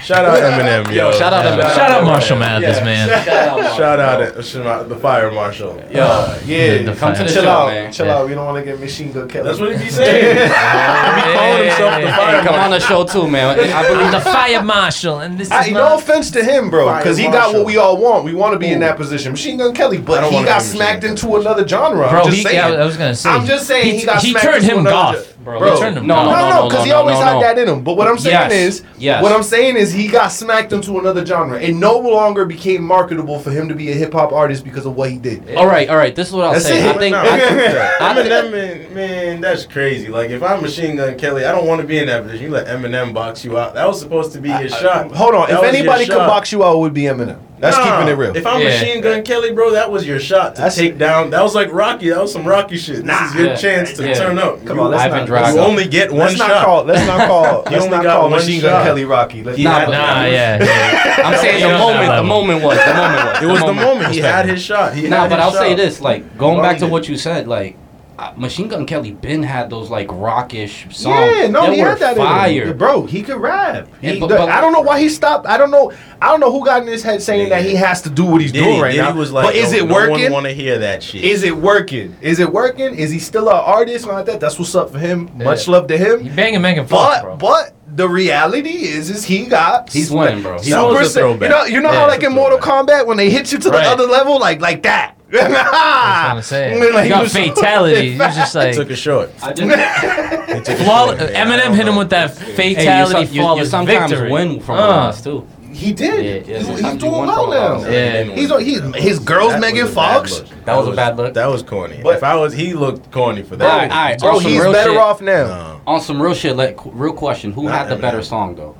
[SPEAKER 4] Shout out Eminem, yo.
[SPEAKER 7] shout out Eminem.
[SPEAKER 3] Shout out Marshall Mathers, man.
[SPEAKER 1] "Shut up, Mark."
[SPEAKER 4] Shout out uh, shout out the fire marshal.
[SPEAKER 1] Yo,
[SPEAKER 2] Yeah,
[SPEAKER 3] The
[SPEAKER 1] come to the
[SPEAKER 3] fire.
[SPEAKER 2] chill
[SPEAKER 1] show,
[SPEAKER 2] out,
[SPEAKER 1] man.
[SPEAKER 2] chill
[SPEAKER 3] Yeah.
[SPEAKER 2] out. We don't want to get machine gun killed.
[SPEAKER 4] That's what he be saying. he be calling himself the
[SPEAKER 1] Hey,
[SPEAKER 4] fire
[SPEAKER 1] come on
[SPEAKER 4] marshal.
[SPEAKER 1] the show too, man. I
[SPEAKER 3] I'm
[SPEAKER 1] believe
[SPEAKER 3] the fire marshal, and this is
[SPEAKER 2] I,
[SPEAKER 3] my
[SPEAKER 2] no offense to him, bro, because he got
[SPEAKER 4] Marshall.
[SPEAKER 2] what we all want. We want to be in that position, Machine Gun Kelly,
[SPEAKER 4] I
[SPEAKER 2] but
[SPEAKER 4] don't
[SPEAKER 2] he
[SPEAKER 4] wanna
[SPEAKER 2] got
[SPEAKER 4] be Machine
[SPEAKER 2] smacked
[SPEAKER 4] Gun
[SPEAKER 2] into another genre.
[SPEAKER 3] bro.
[SPEAKER 2] I'm just
[SPEAKER 3] He,
[SPEAKER 2] saying.
[SPEAKER 3] yeah, I was gonna say.
[SPEAKER 2] I'm just saying he,
[SPEAKER 3] he,
[SPEAKER 2] got
[SPEAKER 3] he
[SPEAKER 2] smacked
[SPEAKER 3] turned
[SPEAKER 2] into
[SPEAKER 3] him
[SPEAKER 2] another
[SPEAKER 3] goth,
[SPEAKER 2] gen-
[SPEAKER 3] bro.
[SPEAKER 2] Bro,
[SPEAKER 3] He turned him
[SPEAKER 1] no,
[SPEAKER 3] goth.
[SPEAKER 2] No, no, because he
[SPEAKER 1] no,
[SPEAKER 2] always
[SPEAKER 1] no,
[SPEAKER 2] had
[SPEAKER 1] no.
[SPEAKER 2] that in him. But what I'm saying
[SPEAKER 1] Yes,
[SPEAKER 2] is,
[SPEAKER 1] yes.
[SPEAKER 2] what I'm saying is, he got smacked into another genre. It no longer became marketable for him to be a hip hop artist because of what he did.
[SPEAKER 1] all right, all right. This is what I'll
[SPEAKER 2] That's
[SPEAKER 1] say.
[SPEAKER 2] it.
[SPEAKER 1] I think
[SPEAKER 4] Nah,
[SPEAKER 1] I, think-
[SPEAKER 4] I
[SPEAKER 1] I think-
[SPEAKER 4] Eminem, man, man, that's crazy. Like, if I'm Machine Gun Kelly, I don't want to be in that position. You let Eminem box you out. That was supposed to be his shot.
[SPEAKER 2] Hold on,
[SPEAKER 4] That
[SPEAKER 2] if
[SPEAKER 4] was your
[SPEAKER 2] anybody could
[SPEAKER 4] shot.
[SPEAKER 2] box you out, it would be Eminem. That's
[SPEAKER 4] Nah,
[SPEAKER 2] keeping it real.
[SPEAKER 4] If I'm
[SPEAKER 3] Yeah.
[SPEAKER 4] Machine Gun Kelly, bro, that was your shot to
[SPEAKER 2] That's-
[SPEAKER 4] take down. That was like Rocky. That was some Rocky shit. this is your
[SPEAKER 3] Yeah.
[SPEAKER 4] chance to
[SPEAKER 3] Yeah.
[SPEAKER 4] turn up.
[SPEAKER 2] Come
[SPEAKER 4] you,
[SPEAKER 2] on, let's
[SPEAKER 1] I've been
[SPEAKER 2] not-
[SPEAKER 1] driving.
[SPEAKER 4] you only get one
[SPEAKER 2] Let's
[SPEAKER 4] shot.
[SPEAKER 2] not call. Let's not call. Let's
[SPEAKER 4] only
[SPEAKER 2] not
[SPEAKER 4] got
[SPEAKER 2] call
[SPEAKER 4] one
[SPEAKER 2] Machine Gun
[SPEAKER 4] shot.
[SPEAKER 2] Kelly Rocky. Let's
[SPEAKER 1] Nah,
[SPEAKER 2] not-
[SPEAKER 1] but-
[SPEAKER 3] Nah, yeah. yeah.
[SPEAKER 1] I'm saying
[SPEAKER 3] You
[SPEAKER 1] the
[SPEAKER 3] know that
[SPEAKER 1] moment. The
[SPEAKER 3] level.
[SPEAKER 1] moment was. The moment was.
[SPEAKER 4] It was the moment. He had his shot. He
[SPEAKER 1] Nah,
[SPEAKER 4] had
[SPEAKER 1] but
[SPEAKER 4] his
[SPEAKER 1] I'll say
[SPEAKER 4] shot.
[SPEAKER 1] this: like going back to
[SPEAKER 4] Rounded.
[SPEAKER 1] what you said, like uh, Machine Gun Kelly Ben had those like rockish songs.
[SPEAKER 2] Yeah, no,
[SPEAKER 1] that
[SPEAKER 2] he
[SPEAKER 1] were
[SPEAKER 2] had that
[SPEAKER 1] fire.
[SPEAKER 2] in him. Bro, he could rap. He-
[SPEAKER 1] Yeah, but- but-
[SPEAKER 2] I don't know why he stopped. I don't know. I don't know who got in his head saying that he has to do what he's
[SPEAKER 4] Diddy,
[SPEAKER 2] doing right
[SPEAKER 4] Diddy
[SPEAKER 2] now.
[SPEAKER 4] was like,
[SPEAKER 2] but is
[SPEAKER 4] "Yo,
[SPEAKER 2] it
[SPEAKER 4] no
[SPEAKER 2] working?
[SPEAKER 4] one want to hear that shit.
[SPEAKER 2] Is it working? Is it working? Is he still an artist? Like that. That's what's up for him. Much
[SPEAKER 3] Yeah.
[SPEAKER 2] love to him.
[SPEAKER 3] He banging Megan Fox,
[SPEAKER 2] But
[SPEAKER 3] bro.
[SPEAKER 2] but the reality is is he got
[SPEAKER 1] He's winning, bro.
[SPEAKER 2] Super
[SPEAKER 4] was a
[SPEAKER 2] Sa-
[SPEAKER 4] throwback.
[SPEAKER 2] You know you know
[SPEAKER 3] Yeah,
[SPEAKER 2] how
[SPEAKER 3] it's
[SPEAKER 2] like
[SPEAKER 3] a
[SPEAKER 2] in Mortal Kombat when they hit you to
[SPEAKER 3] Right.
[SPEAKER 2] the other level like like that.
[SPEAKER 3] That's what I'm saying.
[SPEAKER 2] Like,
[SPEAKER 3] you
[SPEAKER 2] he
[SPEAKER 3] got
[SPEAKER 2] was-
[SPEAKER 3] fatalities. You just like
[SPEAKER 4] took a shot.
[SPEAKER 1] I just,
[SPEAKER 3] flawless- Eminem hit him with that
[SPEAKER 1] hey, you,
[SPEAKER 3] fatality.
[SPEAKER 1] some, you, you
[SPEAKER 3] flawless
[SPEAKER 1] sometimes
[SPEAKER 3] victory.
[SPEAKER 1] win from
[SPEAKER 3] Uh,
[SPEAKER 1] loss too.
[SPEAKER 2] He did.
[SPEAKER 1] Yeah, yeah,
[SPEAKER 2] He- he's
[SPEAKER 1] sometimes
[SPEAKER 2] doing
[SPEAKER 1] you won
[SPEAKER 2] well
[SPEAKER 1] from
[SPEAKER 2] now.
[SPEAKER 1] loss.
[SPEAKER 3] Yeah.
[SPEAKER 2] He's on- he's his girls
[SPEAKER 4] That
[SPEAKER 2] Megan
[SPEAKER 4] was a bad
[SPEAKER 2] Fox.
[SPEAKER 4] look.
[SPEAKER 1] That was a bad look.
[SPEAKER 4] That was corny.
[SPEAKER 2] But-
[SPEAKER 4] if I was, he looked corny for
[SPEAKER 1] All right,
[SPEAKER 4] that. Um,
[SPEAKER 1] all right,
[SPEAKER 2] Bro,
[SPEAKER 1] on some
[SPEAKER 2] he's
[SPEAKER 1] real
[SPEAKER 2] better
[SPEAKER 1] shit-
[SPEAKER 2] off now.
[SPEAKER 4] No.
[SPEAKER 3] Uh.
[SPEAKER 1] On some real shit, like qu- real question: Who
[SPEAKER 4] Not
[SPEAKER 1] had the
[SPEAKER 4] Eminem.
[SPEAKER 1] better song though?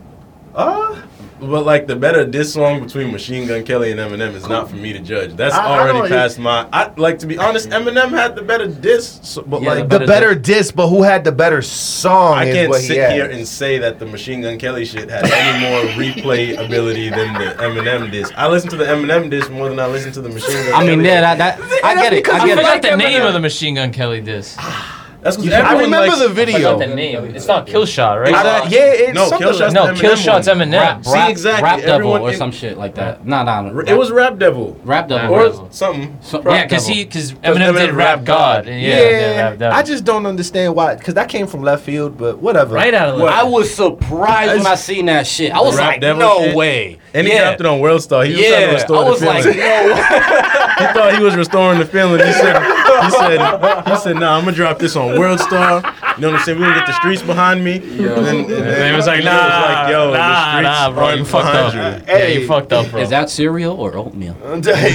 [SPEAKER 2] Uh,
[SPEAKER 4] But like the better diss song between Machine Gun Kelly and Eminem is not for me to judge. That's
[SPEAKER 2] I- I
[SPEAKER 4] already
[SPEAKER 2] don't-
[SPEAKER 4] past my. I like to be honest. Eminem had the better diss, so, but
[SPEAKER 3] Yeah,
[SPEAKER 4] like
[SPEAKER 2] the
[SPEAKER 3] Better
[SPEAKER 2] better disc, but who had the better song?
[SPEAKER 4] I
[SPEAKER 2] is
[SPEAKER 4] can't
[SPEAKER 2] what he
[SPEAKER 4] sit
[SPEAKER 2] had.
[SPEAKER 4] here and say that the Machine Gun Kelly shit had any more replay ability than the Eminem diss. I listen to the Eminem diss more than I listen to the Machine Gun.
[SPEAKER 1] I mean,
[SPEAKER 4] Kelly.
[SPEAKER 1] yeah, that, that I get it. I
[SPEAKER 3] I
[SPEAKER 1] get it.
[SPEAKER 3] forgot the name of the Machine Gun Kelly diss. I
[SPEAKER 4] that's because
[SPEAKER 2] I remember the
[SPEAKER 3] forgot
[SPEAKER 2] video.
[SPEAKER 3] the name. It's not Kill Shot,
[SPEAKER 2] I
[SPEAKER 3] right?
[SPEAKER 2] don't- yeah, it's
[SPEAKER 4] No,
[SPEAKER 2] something
[SPEAKER 4] Killshot's
[SPEAKER 2] like-
[SPEAKER 3] No,
[SPEAKER 4] Eminem
[SPEAKER 3] Kill Shot's
[SPEAKER 4] one.
[SPEAKER 3] Eminem.
[SPEAKER 4] See, exactly,
[SPEAKER 1] Rap Devil
[SPEAKER 4] everyone
[SPEAKER 1] or
[SPEAKER 4] in-
[SPEAKER 1] some shit like that. Nah, nah.
[SPEAKER 4] It was Rap Devil
[SPEAKER 1] Rap Devil.
[SPEAKER 3] Or-
[SPEAKER 1] Rap-
[SPEAKER 4] or something.
[SPEAKER 1] so-
[SPEAKER 3] Yeah,
[SPEAKER 1] Rap
[SPEAKER 3] because
[SPEAKER 1] Devil.
[SPEAKER 3] he because Eminem did Rap God. and Yeah,
[SPEAKER 2] Yeah,
[SPEAKER 3] yeah, Rap Devil.
[SPEAKER 2] I just don't understand why, because that came from left field, but whatever.
[SPEAKER 3] right out of
[SPEAKER 1] I
[SPEAKER 3] left.
[SPEAKER 1] was surprised when I seen that shit. I was
[SPEAKER 4] Rap
[SPEAKER 1] like,
[SPEAKER 4] Devil
[SPEAKER 1] no
[SPEAKER 4] shit?
[SPEAKER 1] way.
[SPEAKER 4] And he
[SPEAKER 1] yeah.
[SPEAKER 4] dropped it on World Star. He was trying to
[SPEAKER 1] yeah, I
[SPEAKER 4] restore
[SPEAKER 1] was
[SPEAKER 4] the feeling.
[SPEAKER 1] like, no.
[SPEAKER 4] He thought he was restoring the feeling. He said, he said, he said, nah, I'm gonna drop this on World Star. You know what I'm saying? We gonna get the streets behind me. And then, and then
[SPEAKER 3] And it was like,
[SPEAKER 4] Lil
[SPEAKER 3] nah, nah, nah, bro,
[SPEAKER 4] aren't
[SPEAKER 3] you fucked up.
[SPEAKER 4] behind
[SPEAKER 3] Yeah, you fucked up, bro.
[SPEAKER 1] Is that cereal or oatmeal?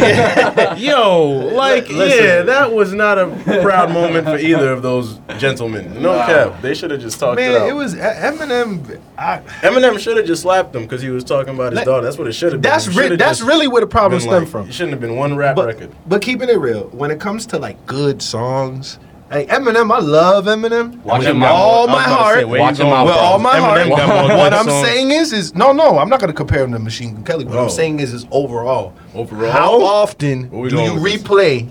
[SPEAKER 4] you. Yo, like, yeah, that was not a proud moment for either of those gentlemen. No cap, they should have just talked it out.
[SPEAKER 2] Man, it was E- Eminem. I,
[SPEAKER 4] Eminem should have just slapped him because he was talking about his
[SPEAKER 2] That-
[SPEAKER 4] daughter. That's what it should have been.
[SPEAKER 2] that's
[SPEAKER 4] It
[SPEAKER 2] re-
[SPEAKER 4] should've
[SPEAKER 2] that's
[SPEAKER 4] just
[SPEAKER 2] really where the problem
[SPEAKER 4] been
[SPEAKER 2] stemmed
[SPEAKER 4] like-
[SPEAKER 2] from.
[SPEAKER 4] It shouldn't have been one rap
[SPEAKER 2] But
[SPEAKER 4] record.
[SPEAKER 2] but keeping it real, when it comes to like good songs, like Eminem, I love Eminem.
[SPEAKER 1] Watch
[SPEAKER 2] with
[SPEAKER 1] your mouth.
[SPEAKER 2] all
[SPEAKER 4] I was
[SPEAKER 2] my
[SPEAKER 4] about to
[SPEAKER 2] heart.
[SPEAKER 4] say, where you
[SPEAKER 1] Watch your
[SPEAKER 4] going
[SPEAKER 1] mouth,
[SPEAKER 2] with
[SPEAKER 4] with
[SPEAKER 1] bro.
[SPEAKER 2] all my
[SPEAKER 4] Eminem
[SPEAKER 2] heart.
[SPEAKER 4] got more
[SPEAKER 2] What
[SPEAKER 4] good
[SPEAKER 2] I'm
[SPEAKER 4] songs.
[SPEAKER 2] saying is, is no, no. I'm not gonna compare him to Machine Gun Kelly. What
[SPEAKER 4] Oh.
[SPEAKER 2] I'm saying is, is overall.
[SPEAKER 4] Overall?
[SPEAKER 2] How often
[SPEAKER 4] Where we
[SPEAKER 2] do
[SPEAKER 4] going
[SPEAKER 2] you
[SPEAKER 4] with this?
[SPEAKER 2] replay?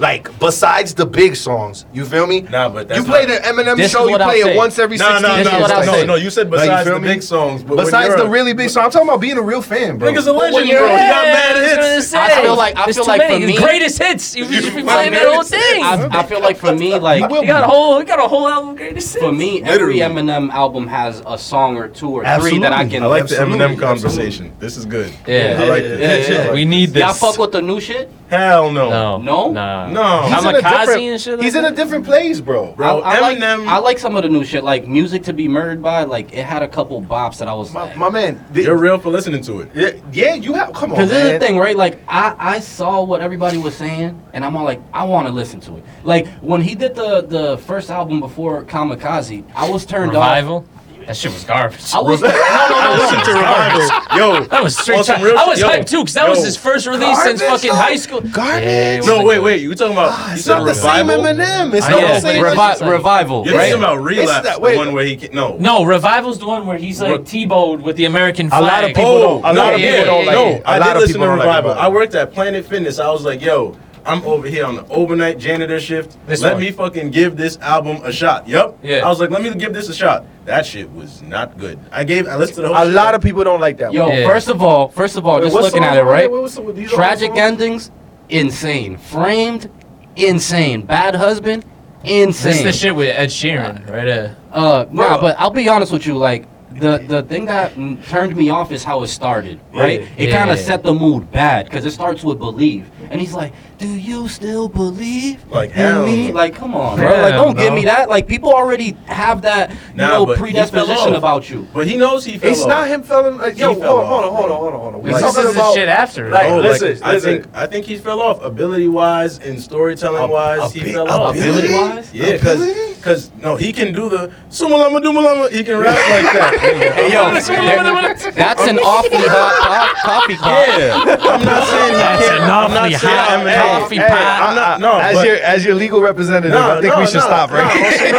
[SPEAKER 2] Like besides the big songs, you feel me?
[SPEAKER 4] Nah, but that's
[SPEAKER 2] you play
[SPEAKER 4] not-
[SPEAKER 2] the Eminem
[SPEAKER 1] This
[SPEAKER 2] show.
[SPEAKER 1] is
[SPEAKER 2] You
[SPEAKER 1] what I'll
[SPEAKER 2] play
[SPEAKER 1] say.
[SPEAKER 2] it once every
[SPEAKER 4] No,
[SPEAKER 2] six
[SPEAKER 4] no,
[SPEAKER 1] This is
[SPEAKER 4] no,
[SPEAKER 1] what I
[SPEAKER 4] no, no,
[SPEAKER 1] say.
[SPEAKER 4] no. You said
[SPEAKER 2] Like, you
[SPEAKER 4] besides
[SPEAKER 2] feel
[SPEAKER 4] the
[SPEAKER 2] me?
[SPEAKER 4] big songs, but when
[SPEAKER 2] Besides
[SPEAKER 4] you're
[SPEAKER 2] the
[SPEAKER 4] a-
[SPEAKER 2] really big songs, I'm talking about being a real fan, bro.
[SPEAKER 4] niggas a
[SPEAKER 2] When
[SPEAKER 4] legend,
[SPEAKER 2] you're-
[SPEAKER 4] bro. He got mad
[SPEAKER 3] that's what
[SPEAKER 4] hits.
[SPEAKER 3] I'm
[SPEAKER 1] I
[SPEAKER 3] saying.
[SPEAKER 1] feel like- I
[SPEAKER 3] There's
[SPEAKER 1] feel
[SPEAKER 3] too
[SPEAKER 1] like for
[SPEAKER 3] many.
[SPEAKER 1] me-
[SPEAKER 3] greatest hits. You should be
[SPEAKER 4] fucking
[SPEAKER 3] playing that whole
[SPEAKER 4] hits.
[SPEAKER 3] thing.
[SPEAKER 1] I, I feel like for me, like
[SPEAKER 2] will
[SPEAKER 3] We got a whole we got a whole album of greatest hits.
[SPEAKER 1] for me, every Eminem album has a song or two or three that I
[SPEAKER 2] Absolutely.
[SPEAKER 1] can.
[SPEAKER 4] I like the
[SPEAKER 2] Absolutely,
[SPEAKER 4] Eminem conversation. This is good.
[SPEAKER 3] Yeah.
[SPEAKER 4] I like this.
[SPEAKER 1] Yeah, yeah.
[SPEAKER 3] we need this.
[SPEAKER 1] Y'all fuck with the new shit?
[SPEAKER 4] Hell no.
[SPEAKER 3] no,
[SPEAKER 1] No?
[SPEAKER 3] nah.
[SPEAKER 4] No.
[SPEAKER 2] He's in a
[SPEAKER 3] Kamikaze
[SPEAKER 2] different-
[SPEAKER 3] and shit like
[SPEAKER 2] He's in a different place, bro.
[SPEAKER 4] Bro,
[SPEAKER 1] I, I
[SPEAKER 4] Oh, Eminem-
[SPEAKER 1] Like, I like some of the new shit, like music to be murdered by. Like it had a couple bops that I was
[SPEAKER 2] My,
[SPEAKER 1] like.
[SPEAKER 2] my man. the-
[SPEAKER 4] You're real for listening to it.
[SPEAKER 2] yeah, yeah, you have. Come on,
[SPEAKER 1] Cause this is the
[SPEAKER 2] man.
[SPEAKER 1] thing, right? Like I, I saw what everybody was saying, and I'm all like, I want to listen to it. Like when he did the the first album before Kamikaze, I was turned off.
[SPEAKER 3] Revival. That shit was garbage.
[SPEAKER 1] I was no, no, no, no.
[SPEAKER 4] Listen to Revival. Yo.
[SPEAKER 3] That was straight.
[SPEAKER 4] on some
[SPEAKER 3] time.
[SPEAKER 4] real
[SPEAKER 3] I was
[SPEAKER 4] shit. Yo,
[SPEAKER 3] hyped too, because that was
[SPEAKER 4] yo.
[SPEAKER 3] his first release since
[SPEAKER 2] Garbage,
[SPEAKER 3] fucking
[SPEAKER 2] dog.
[SPEAKER 3] high school.
[SPEAKER 2] Garbage.
[SPEAKER 3] it
[SPEAKER 4] No,
[SPEAKER 3] wasn't
[SPEAKER 4] wait,
[SPEAKER 3] good.
[SPEAKER 4] wait. You talking about? You
[SPEAKER 2] Ah, It's
[SPEAKER 4] said
[SPEAKER 2] not the same
[SPEAKER 4] Revival?
[SPEAKER 2] Eminem. It's
[SPEAKER 3] I
[SPEAKER 2] not
[SPEAKER 3] know,
[SPEAKER 2] the
[SPEAKER 3] but
[SPEAKER 2] same.
[SPEAKER 3] it's
[SPEAKER 2] Eminem.
[SPEAKER 1] Revi- revival,
[SPEAKER 4] You're
[SPEAKER 1] right?
[SPEAKER 4] talking about relapse,
[SPEAKER 2] that-
[SPEAKER 4] the
[SPEAKER 2] wait.
[SPEAKER 4] one where he can, no.
[SPEAKER 3] No, Revival's the one where he's like
[SPEAKER 4] Re-
[SPEAKER 3] T-bowed with the American
[SPEAKER 2] A
[SPEAKER 3] flag.
[SPEAKER 2] lot of people
[SPEAKER 4] Oh,
[SPEAKER 2] don't-
[SPEAKER 4] a lot of
[SPEAKER 3] yeah,
[SPEAKER 4] people don't
[SPEAKER 3] yeah,
[SPEAKER 4] like
[SPEAKER 3] yeah.
[SPEAKER 4] it. I
[SPEAKER 2] A lot
[SPEAKER 4] did
[SPEAKER 2] of
[SPEAKER 4] listen
[SPEAKER 2] people
[SPEAKER 4] to
[SPEAKER 2] don't like
[SPEAKER 4] Revival.
[SPEAKER 2] it.
[SPEAKER 4] I worked at Planet Fitness. I was like, yo, I'm over here on the overnight janitor shift.
[SPEAKER 3] This
[SPEAKER 4] let
[SPEAKER 3] one.
[SPEAKER 4] me fucking give this album a shot. Yep.
[SPEAKER 3] Yeah.
[SPEAKER 4] I was like, let me give this a shot. That shit was not good. I gave I listened to the whole
[SPEAKER 2] A
[SPEAKER 4] shit.
[SPEAKER 2] lot of people don't like that.
[SPEAKER 1] Yo,
[SPEAKER 2] one.
[SPEAKER 3] Yeah.
[SPEAKER 1] first of all, first of all,
[SPEAKER 2] Wait,
[SPEAKER 1] just
[SPEAKER 2] what
[SPEAKER 1] looking
[SPEAKER 2] song-
[SPEAKER 1] at it, right?
[SPEAKER 2] wait, what's the- these are all
[SPEAKER 1] Tragic
[SPEAKER 2] songs?
[SPEAKER 1] endings, insane. Framed, insane. Bad husband, insane.
[SPEAKER 3] This is the shit with Ed Sheeran, right? Uh,
[SPEAKER 1] Uh, nah,
[SPEAKER 4] Bruh.
[SPEAKER 1] but I'll be honest with you. Like the the thing that mm, turned me off is how it started. Right?
[SPEAKER 4] Yeah.
[SPEAKER 1] It
[SPEAKER 3] Yeah.
[SPEAKER 1] kind of set the mood bad because it starts with believe, and he's like, "Do you still believe
[SPEAKER 4] Like,
[SPEAKER 1] in
[SPEAKER 4] hell
[SPEAKER 1] me?"
[SPEAKER 4] no.
[SPEAKER 1] Like, come on, bro. Like,
[SPEAKER 3] Hell
[SPEAKER 1] don't give
[SPEAKER 3] no.
[SPEAKER 1] me that. Like, people already have that you
[SPEAKER 4] Nah,
[SPEAKER 1] know
[SPEAKER 4] but he fell
[SPEAKER 1] predisposition
[SPEAKER 4] off.
[SPEAKER 1] about you.
[SPEAKER 4] But he knows he fell
[SPEAKER 2] It's
[SPEAKER 4] off.
[SPEAKER 2] not him feeling. Like, yo, hold
[SPEAKER 4] He fell
[SPEAKER 2] on, hold
[SPEAKER 4] off,
[SPEAKER 2] on, hold
[SPEAKER 4] bro.
[SPEAKER 2] on, hold on, hold on. We're
[SPEAKER 3] this is
[SPEAKER 2] talking
[SPEAKER 3] the
[SPEAKER 2] about-
[SPEAKER 3] shit after.
[SPEAKER 2] like,
[SPEAKER 4] Oh,
[SPEAKER 3] bro.
[SPEAKER 4] like,
[SPEAKER 2] listen,
[SPEAKER 4] I
[SPEAKER 2] listen.
[SPEAKER 4] think I think he fell off ability wise and storytelling wise. He fell off.
[SPEAKER 1] Ability wise,
[SPEAKER 4] Yeah, because Cause no, he can do the sumalama dumalama. He can rap like that.
[SPEAKER 1] Hey, yo, that's an awfully hot co- coffee cup.
[SPEAKER 4] yeah, I'm not saying he
[SPEAKER 8] That's
[SPEAKER 4] can't. I'm not
[SPEAKER 8] awfully
[SPEAKER 4] saying
[SPEAKER 8] hot
[SPEAKER 4] I'm
[SPEAKER 8] coffee.
[SPEAKER 4] hey, I'm not. No,
[SPEAKER 9] as
[SPEAKER 4] but-
[SPEAKER 9] your as your legal representative,
[SPEAKER 4] No,
[SPEAKER 9] I think
[SPEAKER 4] no,
[SPEAKER 9] we should
[SPEAKER 4] no,
[SPEAKER 9] stop right
[SPEAKER 4] no, no shit,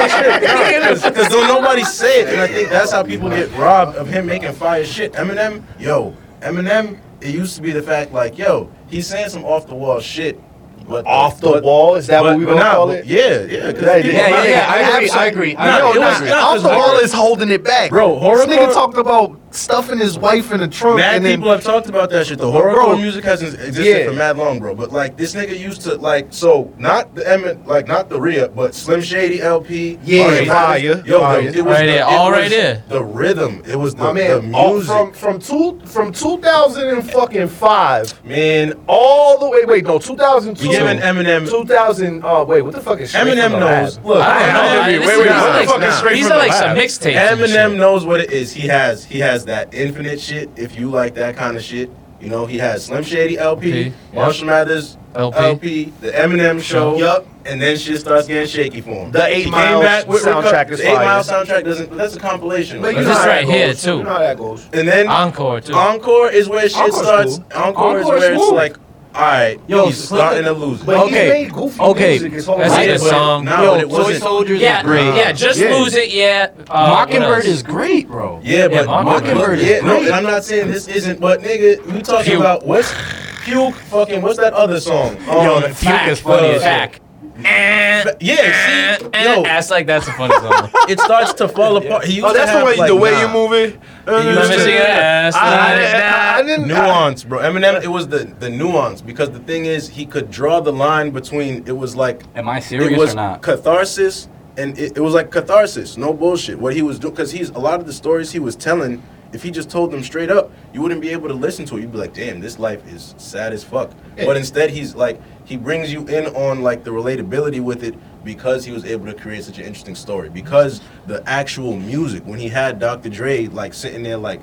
[SPEAKER 4] no, 'cause- Cause don't nobody say it, and I think that's how people get robbed of him making fire shit. Eminem, yo, Eminem. It used to be the fact like, yo, he's saying some off the wall shit. But
[SPEAKER 2] Off the
[SPEAKER 4] but-
[SPEAKER 2] wall? Is that what
[SPEAKER 4] but-
[SPEAKER 2] we
[SPEAKER 4] but
[SPEAKER 2] gonna
[SPEAKER 4] nah,
[SPEAKER 2] call it?
[SPEAKER 4] but- Yeah, yeah. 'cause
[SPEAKER 2] Yeah,
[SPEAKER 4] people-
[SPEAKER 1] Yeah, yeah, yeah. I agree. I
[SPEAKER 2] Absolutely.
[SPEAKER 1] agree. I
[SPEAKER 4] No,
[SPEAKER 1] agree.
[SPEAKER 10] No,
[SPEAKER 4] it
[SPEAKER 10] nah,
[SPEAKER 4] was- nah,
[SPEAKER 10] off the
[SPEAKER 4] it was
[SPEAKER 10] wall
[SPEAKER 4] horrible.
[SPEAKER 10] is holding it back.
[SPEAKER 4] Bro,
[SPEAKER 10] this
[SPEAKER 4] horrorcore-
[SPEAKER 10] nigga talked about stuffing his wife in a trunk
[SPEAKER 4] Mad
[SPEAKER 10] and then
[SPEAKER 4] people have talked about that shit. The horrorcore
[SPEAKER 10] Bro.
[SPEAKER 4] music hasn't existed
[SPEAKER 10] Yeah.
[SPEAKER 4] for mad long, bro. But like this nigga used to like so not the Emmett, like not the Rhea, but Slim Shady LP.
[SPEAKER 10] Yeah,
[SPEAKER 4] R.A.
[SPEAKER 10] fire,
[SPEAKER 4] Yo, bro,
[SPEAKER 10] fire.
[SPEAKER 4] it was
[SPEAKER 3] Right
[SPEAKER 4] the,
[SPEAKER 3] there,
[SPEAKER 4] it
[SPEAKER 3] all right
[SPEAKER 4] was
[SPEAKER 3] there.
[SPEAKER 4] The rhythm, it was the,
[SPEAKER 10] My
[SPEAKER 4] the
[SPEAKER 10] man,
[SPEAKER 2] All
[SPEAKER 4] music.
[SPEAKER 2] from from two from two thousand and fucking five
[SPEAKER 4] man,
[SPEAKER 2] all the way. Wait, no, two thousand two.
[SPEAKER 4] we giving Eminem.
[SPEAKER 2] Two thousand. Oh wait, what the fuck is straight
[SPEAKER 4] Eminem
[SPEAKER 2] from the
[SPEAKER 4] knows.
[SPEAKER 2] lab?
[SPEAKER 4] Look,
[SPEAKER 3] I don't know.
[SPEAKER 4] Eminem-
[SPEAKER 9] wait,
[SPEAKER 3] man. This
[SPEAKER 9] wait,
[SPEAKER 3] is
[SPEAKER 9] nah.
[SPEAKER 3] like-
[SPEAKER 9] Fucking straight
[SPEAKER 3] These
[SPEAKER 9] from
[SPEAKER 3] are
[SPEAKER 9] the
[SPEAKER 3] like some
[SPEAKER 9] lab.
[SPEAKER 3] mixtapes. and
[SPEAKER 4] Eminem
[SPEAKER 3] shit.
[SPEAKER 4] knows what it is. He has he has that infinite shit. If you like that kind of shit, you know he has Slim Shady LP,
[SPEAKER 3] LP,
[SPEAKER 4] Marshall Mathers
[SPEAKER 3] LP.
[SPEAKER 4] LP, the Eminem show.
[SPEAKER 10] Yup.
[SPEAKER 4] And then shit starts getting shaky for him.
[SPEAKER 2] The Eight
[SPEAKER 4] He
[SPEAKER 2] Mile
[SPEAKER 4] came back with
[SPEAKER 2] soundtrack
[SPEAKER 4] Reco-
[SPEAKER 2] is
[SPEAKER 4] the Eight
[SPEAKER 2] fire.
[SPEAKER 4] Mile soundtrack doesn't. That's a compilation.
[SPEAKER 2] But you
[SPEAKER 4] Like,
[SPEAKER 2] know
[SPEAKER 3] This
[SPEAKER 2] how
[SPEAKER 3] right
[SPEAKER 2] that
[SPEAKER 3] here,
[SPEAKER 2] goes.
[SPEAKER 3] too.
[SPEAKER 2] You know how that goes.
[SPEAKER 4] and then
[SPEAKER 3] Encore too.
[SPEAKER 4] encore is where shit
[SPEAKER 10] Encore's
[SPEAKER 4] starts.
[SPEAKER 10] cool.
[SPEAKER 4] Encore is
[SPEAKER 1] Encore's
[SPEAKER 4] where it's
[SPEAKER 1] smooth.
[SPEAKER 4] like, all right,
[SPEAKER 1] Yo,
[SPEAKER 4] he's
[SPEAKER 1] Slim-
[SPEAKER 4] starting to lose. it.
[SPEAKER 2] But
[SPEAKER 1] Okay.
[SPEAKER 2] He made goofy
[SPEAKER 1] Okay.
[SPEAKER 2] Music his whole
[SPEAKER 3] That's
[SPEAKER 2] life.
[SPEAKER 3] like
[SPEAKER 4] Yeah,
[SPEAKER 3] a
[SPEAKER 4] but-
[SPEAKER 3] song.
[SPEAKER 4] No, but it
[SPEAKER 1] Toy
[SPEAKER 4] wasn't.
[SPEAKER 1] Soldiers
[SPEAKER 3] yeah,
[SPEAKER 1] is great.
[SPEAKER 3] yeah, just
[SPEAKER 2] Yeah.
[SPEAKER 3] lose it. Yeah, uh, what
[SPEAKER 1] Mockingbird
[SPEAKER 3] else?
[SPEAKER 1] is great, bro.
[SPEAKER 4] Yeah, but
[SPEAKER 3] Mockingbird
[SPEAKER 4] Mockingbird.
[SPEAKER 1] is
[SPEAKER 4] Yeah, no,
[SPEAKER 1] great.
[SPEAKER 4] and I'm not saying this isn't, but nigga, you talking
[SPEAKER 3] Puke.
[SPEAKER 4] about what's puke? Fucking what's that other song?
[SPEAKER 1] the
[SPEAKER 4] Um,
[SPEAKER 1] Puke is
[SPEAKER 4] Fact,
[SPEAKER 1] funny
[SPEAKER 4] uh,
[SPEAKER 1] as shit.
[SPEAKER 3] back. Eh,
[SPEAKER 4] Yeah, see,
[SPEAKER 3] eh,
[SPEAKER 4] yo,
[SPEAKER 3] that's like that's a funny song.
[SPEAKER 4] it starts to fall apart. He used
[SPEAKER 10] Oh,
[SPEAKER 4] to
[SPEAKER 10] that's the
[SPEAKER 4] have,
[SPEAKER 10] way
[SPEAKER 4] like,
[SPEAKER 10] the way
[SPEAKER 4] nah.
[SPEAKER 10] you move it.
[SPEAKER 4] He
[SPEAKER 3] Let
[SPEAKER 4] used
[SPEAKER 3] me
[SPEAKER 4] to-
[SPEAKER 3] see your ass.
[SPEAKER 10] I- I- I didn't-
[SPEAKER 4] nuance, bro. Eminem, it was the the nuance because the thing is, he could draw the line between. It was like
[SPEAKER 1] Am I serious
[SPEAKER 4] it was
[SPEAKER 1] or not?
[SPEAKER 4] catharsis, and it, it was like catharsis. No bullshit. What he was doing because he's a lot of the stories he was telling. If he just told them straight up, you wouldn't be able to listen to it. You'd be like, "Damn, this life is sad as fuck." But instead, he's like, he brings you in on like the relatability with it because he was able to create such an interesting story. Because the actual music, when he had Dr. Dre like sitting there like,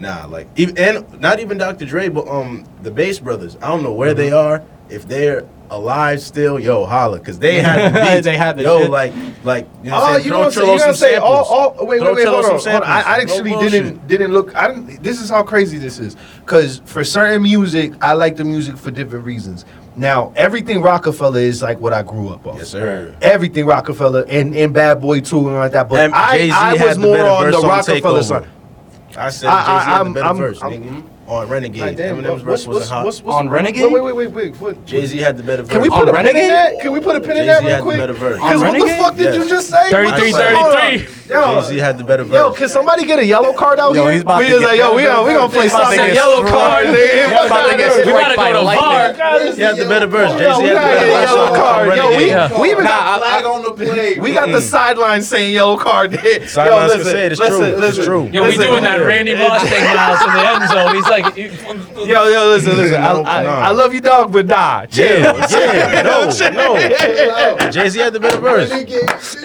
[SPEAKER 4] Nah, like even and not even Dr. Dre, but um the Bass Brothers. I don't know where they
[SPEAKER 1] Mm-hmm.
[SPEAKER 4] are. If they're alive still, yo, holla, cause they had the beats.
[SPEAKER 1] They had the
[SPEAKER 4] yo,
[SPEAKER 1] shit.
[SPEAKER 4] like like you know what
[SPEAKER 2] Oh,
[SPEAKER 4] I'm saying?
[SPEAKER 2] you
[SPEAKER 4] Throw
[SPEAKER 2] know what I'm saying? You
[SPEAKER 4] Trillo
[SPEAKER 2] know what I'm saying? All,
[SPEAKER 4] some samples.
[SPEAKER 2] all, oh, wait,
[SPEAKER 4] Throw
[SPEAKER 2] wait, wait,
[SPEAKER 4] Trillo
[SPEAKER 2] hold
[SPEAKER 4] some
[SPEAKER 2] on. Hold on. I, I
[SPEAKER 4] samples. No
[SPEAKER 2] actually
[SPEAKER 4] bullshit.
[SPEAKER 2] didn't didn't look. I didn't. This is how crazy this is. Cause for certain music, I like the music for different reasons. Now, everything Rockefeller is like what I grew up on.
[SPEAKER 4] Yes, sir.
[SPEAKER 2] Everything Rockefeller and, and Bad Boy too and like that. But
[SPEAKER 4] And
[SPEAKER 2] I,
[SPEAKER 4] Jay-Z
[SPEAKER 2] I
[SPEAKER 4] had
[SPEAKER 2] was
[SPEAKER 4] the
[SPEAKER 2] more
[SPEAKER 4] better
[SPEAKER 2] on
[SPEAKER 4] verse
[SPEAKER 2] the
[SPEAKER 4] on
[SPEAKER 2] Rockefeller
[SPEAKER 4] Takeover.
[SPEAKER 2] side.
[SPEAKER 4] I said
[SPEAKER 2] I-
[SPEAKER 4] Jay-Z had
[SPEAKER 2] I'm-
[SPEAKER 4] the better
[SPEAKER 2] I'm-
[SPEAKER 4] verse,
[SPEAKER 2] I'm-
[SPEAKER 4] nigga. On Renegade.
[SPEAKER 2] Like, damn, what-
[SPEAKER 4] Eminem's verse
[SPEAKER 2] what's-
[SPEAKER 4] wasn't hot.
[SPEAKER 2] what's- what's-
[SPEAKER 1] On Renegade?
[SPEAKER 2] Wait, wait, wait, wait, wait. what-
[SPEAKER 4] Jay-Z had the better verse.
[SPEAKER 2] Can we
[SPEAKER 1] On
[SPEAKER 2] put a pin in
[SPEAKER 1] Renegade?
[SPEAKER 2] that? Can we put a pin in that
[SPEAKER 4] Jay-Z
[SPEAKER 2] real
[SPEAKER 4] had the
[SPEAKER 2] quick?
[SPEAKER 4] better verse.
[SPEAKER 2] Because
[SPEAKER 1] On
[SPEAKER 2] what the
[SPEAKER 1] Renegade?
[SPEAKER 2] fuck did
[SPEAKER 4] Yeah.
[SPEAKER 2] you just say?
[SPEAKER 3] 33-33.
[SPEAKER 2] Yo,
[SPEAKER 4] Jay-Z had the better verse.
[SPEAKER 2] yo, can somebody get a yellow card out
[SPEAKER 1] Yo,
[SPEAKER 2] here?
[SPEAKER 1] he's about
[SPEAKER 2] we
[SPEAKER 1] to
[SPEAKER 2] just
[SPEAKER 1] get-
[SPEAKER 2] like, yo, we gonna we gonna play
[SPEAKER 1] He's about to
[SPEAKER 2] something.
[SPEAKER 1] get
[SPEAKER 2] yellow
[SPEAKER 1] thrown.
[SPEAKER 2] card, nigga.
[SPEAKER 1] He's about to get
[SPEAKER 3] We
[SPEAKER 1] struck
[SPEAKER 3] gotta
[SPEAKER 1] by
[SPEAKER 3] go to
[SPEAKER 1] lightning.
[SPEAKER 3] VAR.
[SPEAKER 4] He had the better verse.
[SPEAKER 2] Yo,
[SPEAKER 4] Jay-Z
[SPEAKER 2] we
[SPEAKER 4] had the
[SPEAKER 2] gotta get
[SPEAKER 4] better
[SPEAKER 2] a
[SPEAKER 4] verse.
[SPEAKER 2] yellow
[SPEAKER 4] on
[SPEAKER 2] card. Yo, we,
[SPEAKER 4] Renegade.
[SPEAKER 2] we even
[SPEAKER 1] Nah, I-
[SPEAKER 2] got flag
[SPEAKER 10] Flag on the play.
[SPEAKER 2] We got the
[SPEAKER 1] Mm.
[SPEAKER 2] sideline saying yellow card. Yo,
[SPEAKER 4] Sidelines can
[SPEAKER 2] listen,
[SPEAKER 4] say it, it's
[SPEAKER 2] listen,
[SPEAKER 4] true. It's
[SPEAKER 2] listen.
[SPEAKER 4] true.
[SPEAKER 3] Yo, we
[SPEAKER 2] Listen.
[SPEAKER 3] doing that Randy Moss thing now to the end zone. He's like, you-
[SPEAKER 2] Yo, yo, listen,
[SPEAKER 1] Mm.
[SPEAKER 2] listen. I,
[SPEAKER 4] No,
[SPEAKER 2] I,
[SPEAKER 4] nah.
[SPEAKER 2] I love you, dog, but nah. Chill.
[SPEAKER 4] Yeah, yeah, no, no. Jay Z had the better verse.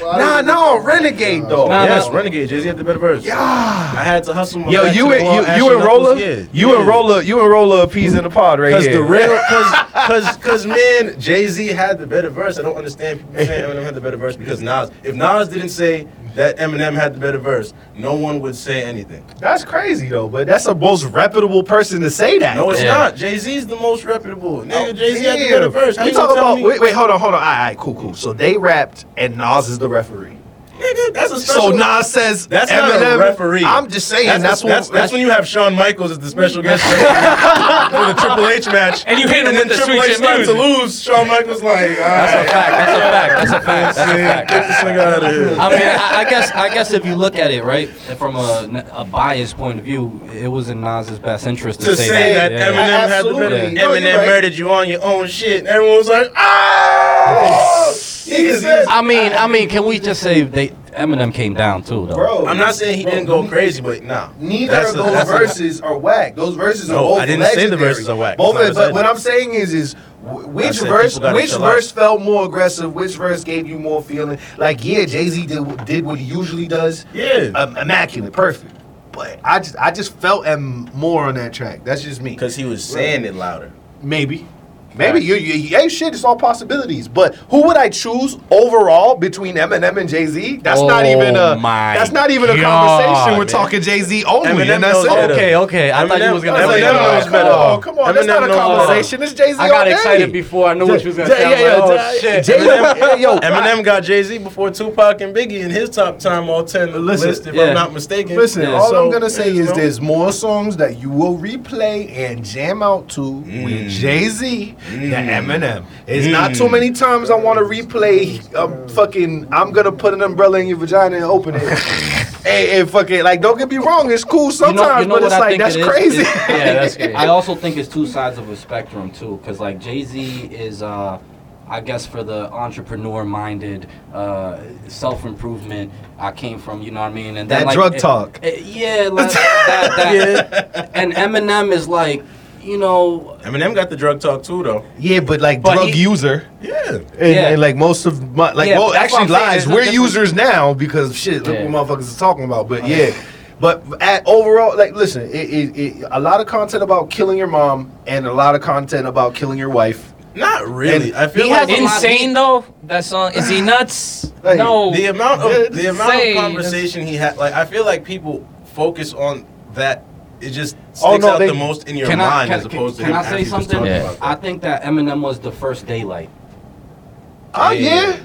[SPEAKER 2] Nah, no, renegade dog.
[SPEAKER 1] Nah,
[SPEAKER 4] yes,
[SPEAKER 1] nah.
[SPEAKER 4] Renegade. Jay Z had the better verse. Yeah, I had to hustle. My
[SPEAKER 2] Yo,
[SPEAKER 4] back
[SPEAKER 2] you
[SPEAKER 4] to the
[SPEAKER 2] and
[SPEAKER 4] wall,
[SPEAKER 2] you,
[SPEAKER 4] Ashley
[SPEAKER 2] you and
[SPEAKER 4] Knuckles,
[SPEAKER 2] Roller,
[SPEAKER 4] yeah,
[SPEAKER 2] you and
[SPEAKER 4] yeah.
[SPEAKER 2] Roller, you and Roller of peas in the pod right
[SPEAKER 4] Cause
[SPEAKER 2] here.
[SPEAKER 4] the real, cause, cause, cause, man, Jay Z had the better verse. I don't understand people saying Eminem had the better verse because Nas. If Nas didn't say that Eminem had the better verse, no one would say anything.
[SPEAKER 2] that's crazy though, but that's the most reputable person to say that.
[SPEAKER 4] No, it's
[SPEAKER 3] Yeah.
[SPEAKER 4] not. Jay Z's the most reputable. Nigga, Jay Z had the
[SPEAKER 2] Oh, Damn.
[SPEAKER 4] better verse. How
[SPEAKER 2] You
[SPEAKER 4] you gonna
[SPEAKER 2] talk
[SPEAKER 4] tell
[SPEAKER 2] about
[SPEAKER 4] me-
[SPEAKER 2] wait, wait, hold on, hold on. All right, all right, cool, cool. So they rapped, and Nas is the referee.
[SPEAKER 4] Nigga, that's
[SPEAKER 2] So
[SPEAKER 4] a special.
[SPEAKER 2] Nas says
[SPEAKER 4] That's not a
[SPEAKER 2] Eminem-
[SPEAKER 4] referee.
[SPEAKER 2] I'm just saying
[SPEAKER 4] That's,
[SPEAKER 2] that's,
[SPEAKER 4] that's,
[SPEAKER 2] what
[SPEAKER 4] that's, when you have Shawn Michaels as the special guest referee for the Triple H match,
[SPEAKER 3] And you hit him
[SPEAKER 4] and
[SPEAKER 3] with
[SPEAKER 4] then
[SPEAKER 3] the
[SPEAKER 4] Triple
[SPEAKER 3] sweet
[SPEAKER 4] H
[SPEAKER 3] shit
[SPEAKER 4] starts to
[SPEAKER 3] music.
[SPEAKER 4] lose. Shawn Michaels like, all
[SPEAKER 1] That's a
[SPEAKER 4] right,
[SPEAKER 1] fact. That's a fact. That's a fact. That's a fact.
[SPEAKER 4] get this nigga out of here.
[SPEAKER 1] I mean, I, I guess I guess if you look at it right from a, a biased point of view, it was in Nas's best interest to,
[SPEAKER 4] to say that
[SPEAKER 1] Yeah.
[SPEAKER 4] Eminem had the
[SPEAKER 2] Absolutely.
[SPEAKER 4] better.
[SPEAKER 2] Yeah. No, you're
[SPEAKER 4] Eminem
[SPEAKER 2] right.
[SPEAKER 4] murdered you on your own shit, and everyone was like, ah. Niggas is-
[SPEAKER 1] I mean, I mean, can we just say they Eminem came down too though?
[SPEAKER 2] bro.
[SPEAKER 4] I'm not saying he didn't go crazy, but nah.
[SPEAKER 2] Neither
[SPEAKER 4] That's
[SPEAKER 2] of
[SPEAKER 4] a-
[SPEAKER 2] those
[SPEAKER 4] that's a-
[SPEAKER 2] verses are whack. Those verses
[SPEAKER 4] No,
[SPEAKER 2] are both
[SPEAKER 4] I didn't say the
[SPEAKER 2] legendary.
[SPEAKER 4] verses are whack.
[SPEAKER 2] Both
[SPEAKER 4] That's
[SPEAKER 2] of-
[SPEAKER 4] what I
[SPEAKER 2] but
[SPEAKER 4] said.
[SPEAKER 2] what I'm saying is, is wh-
[SPEAKER 4] I
[SPEAKER 2] which
[SPEAKER 4] said
[SPEAKER 2] verse,
[SPEAKER 4] people gotta
[SPEAKER 2] which
[SPEAKER 4] chill out.
[SPEAKER 2] verse felt more aggressive? Which verse gave you more feeling? Like, yeah, Jay Z did, did what he usually does.
[SPEAKER 4] Yeah.
[SPEAKER 2] Um, immaculate, perfect. But I just, I just felt em more on that track. That's just me.
[SPEAKER 4] Because he was saying it louder.
[SPEAKER 2] Maybe. Maybe you, you, you- hey, shit, it's all possibilities. But who would I choose overall between Eminem and Jay Z? That's not even
[SPEAKER 1] Oh
[SPEAKER 2] a,
[SPEAKER 1] my
[SPEAKER 2] that's not even a
[SPEAKER 1] God,
[SPEAKER 2] conversation. We're
[SPEAKER 1] man.
[SPEAKER 2] talking Jay Z only,
[SPEAKER 4] Eminem
[SPEAKER 2] and that's
[SPEAKER 4] knows
[SPEAKER 2] it.
[SPEAKER 4] better.
[SPEAKER 3] Okay, okay. I thought you
[SPEAKER 4] Eminem-
[SPEAKER 3] was gonna
[SPEAKER 4] Eminem
[SPEAKER 3] say
[SPEAKER 4] knows
[SPEAKER 3] that.
[SPEAKER 4] better.
[SPEAKER 2] Come on, come on, that's
[SPEAKER 4] Eminem
[SPEAKER 2] not a
[SPEAKER 4] knows better.
[SPEAKER 2] conversation. It's Jay Z.
[SPEAKER 6] I got excited before. I knew what you was gonna say. I'm like, oh shit.
[SPEAKER 2] Jay Z, yo,
[SPEAKER 4] Eminem got Jay Z before Tupac and Biggie in his top time all ten
[SPEAKER 2] Listen,
[SPEAKER 4] list, if
[SPEAKER 1] yeah.
[SPEAKER 4] I'm not mistaken.
[SPEAKER 2] Listen,
[SPEAKER 1] Yeah,
[SPEAKER 2] all
[SPEAKER 4] so,
[SPEAKER 2] I'm gonna say
[SPEAKER 4] you
[SPEAKER 2] is
[SPEAKER 4] know.
[SPEAKER 2] there's more songs that you will replay and jam out to with Jay Z than Eminem. It's not too many times I want to replay. Um, fucking, I'm gonna put an umbrella in your vagina and open it. hey, hey, fuck it. Like, don't get me wrong, it's cool sometimes, but it's like that's
[SPEAKER 1] it is?
[SPEAKER 2] crazy.
[SPEAKER 1] It's- I
[SPEAKER 3] Yeah,
[SPEAKER 1] think-
[SPEAKER 3] that's crazy.
[SPEAKER 1] I also think it's two sides of a spectrum too, because like Jay Z is, uh, I guess, for the entrepreneur-minded, uh, self-improvement. I came from, you know what I mean, and then,
[SPEAKER 2] That
[SPEAKER 1] like,
[SPEAKER 2] drug
[SPEAKER 1] it-
[SPEAKER 2] talk.
[SPEAKER 1] it- Eh, yeah, like, that, that. and Eminem is like, you know,
[SPEAKER 4] Eminem got the drug talk too, though.
[SPEAKER 2] yeah, but like
[SPEAKER 3] But
[SPEAKER 2] drug
[SPEAKER 3] he-
[SPEAKER 2] user,
[SPEAKER 4] Yeah.
[SPEAKER 2] and,
[SPEAKER 1] Yeah.
[SPEAKER 2] and like most of my like,
[SPEAKER 1] Yeah,
[SPEAKER 2] well,
[SPEAKER 1] but that's what I'm saying,
[SPEAKER 2] actually, lies.
[SPEAKER 1] there's no
[SPEAKER 2] We're
[SPEAKER 1] difference.
[SPEAKER 2] users now because shit, look
[SPEAKER 1] Yeah.
[SPEAKER 2] what motherfuckers are talking about. But yeah, but at overall, like, listen, it, it, it, a lot of content about killing your mom and a lot of content about killing your wife.
[SPEAKER 4] Not really.
[SPEAKER 2] And
[SPEAKER 4] I feel
[SPEAKER 1] he
[SPEAKER 4] like
[SPEAKER 1] has a lot-
[SPEAKER 6] Insane though. That song. Is he nuts?
[SPEAKER 2] Hey,
[SPEAKER 6] no.
[SPEAKER 1] Oh,
[SPEAKER 4] the amount of the amount
[SPEAKER 6] Insane.
[SPEAKER 4] of conversation he had. Like I feel like people focus on that. It just sticks
[SPEAKER 2] Oh, no,
[SPEAKER 4] out
[SPEAKER 2] they-
[SPEAKER 4] the most in your
[SPEAKER 1] can I
[SPEAKER 4] mind
[SPEAKER 1] can,
[SPEAKER 4] as opposed
[SPEAKER 1] can,
[SPEAKER 4] to. him
[SPEAKER 1] I say
[SPEAKER 4] actually just
[SPEAKER 1] something?
[SPEAKER 4] talking
[SPEAKER 3] Yeah.
[SPEAKER 4] about
[SPEAKER 1] I think that Eminem was the first daylight.
[SPEAKER 2] Oh
[SPEAKER 4] Yeah.
[SPEAKER 2] yeah,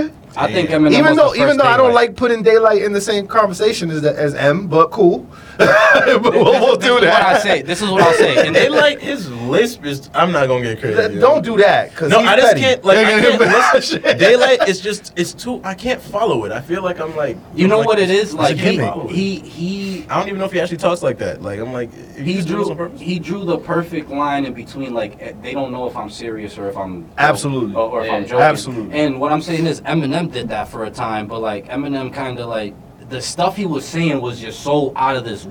[SPEAKER 2] yeah.
[SPEAKER 1] I think
[SPEAKER 4] Yeah.
[SPEAKER 1] Eminem. was
[SPEAKER 2] even
[SPEAKER 1] the
[SPEAKER 2] though
[SPEAKER 1] first
[SPEAKER 2] even though I don't
[SPEAKER 1] Daylight.
[SPEAKER 2] like putting daylight in the same conversation as the, as M, but cool. but we'll, we'll
[SPEAKER 1] This is
[SPEAKER 2] do
[SPEAKER 1] what I
[SPEAKER 2] that.
[SPEAKER 1] say. This is what I say.
[SPEAKER 4] that.
[SPEAKER 1] And
[SPEAKER 4] They like his lisp is. I'm not gonna get crazy.
[SPEAKER 2] Don't do that because
[SPEAKER 4] No,
[SPEAKER 2] he's
[SPEAKER 4] I just
[SPEAKER 2] petty.
[SPEAKER 4] can't. Like I can't listen.
[SPEAKER 2] Shit.
[SPEAKER 4] Daylight is just. It's too. I can't follow it. I feel like I'm like.
[SPEAKER 1] You know
[SPEAKER 4] like,
[SPEAKER 1] what it is?
[SPEAKER 4] I
[SPEAKER 1] Like
[SPEAKER 4] can't
[SPEAKER 1] he
[SPEAKER 4] follow it.
[SPEAKER 1] he he
[SPEAKER 4] I don't even know if he actually talks like that. Like I'm like. you
[SPEAKER 1] he
[SPEAKER 4] just do this
[SPEAKER 1] drew
[SPEAKER 4] on purpose?
[SPEAKER 1] he drew the perfect line in between like eh, they don't know if I'm serious or if I'm joking-
[SPEAKER 2] Absolutely.
[SPEAKER 1] or, or if I'm
[SPEAKER 6] Yeah.
[SPEAKER 1] joking.
[SPEAKER 2] Absolutely.
[SPEAKER 1] And what I'm saying is Eminem did that for a time, but like Eminem kind of like the stuff he was saying was just so out of this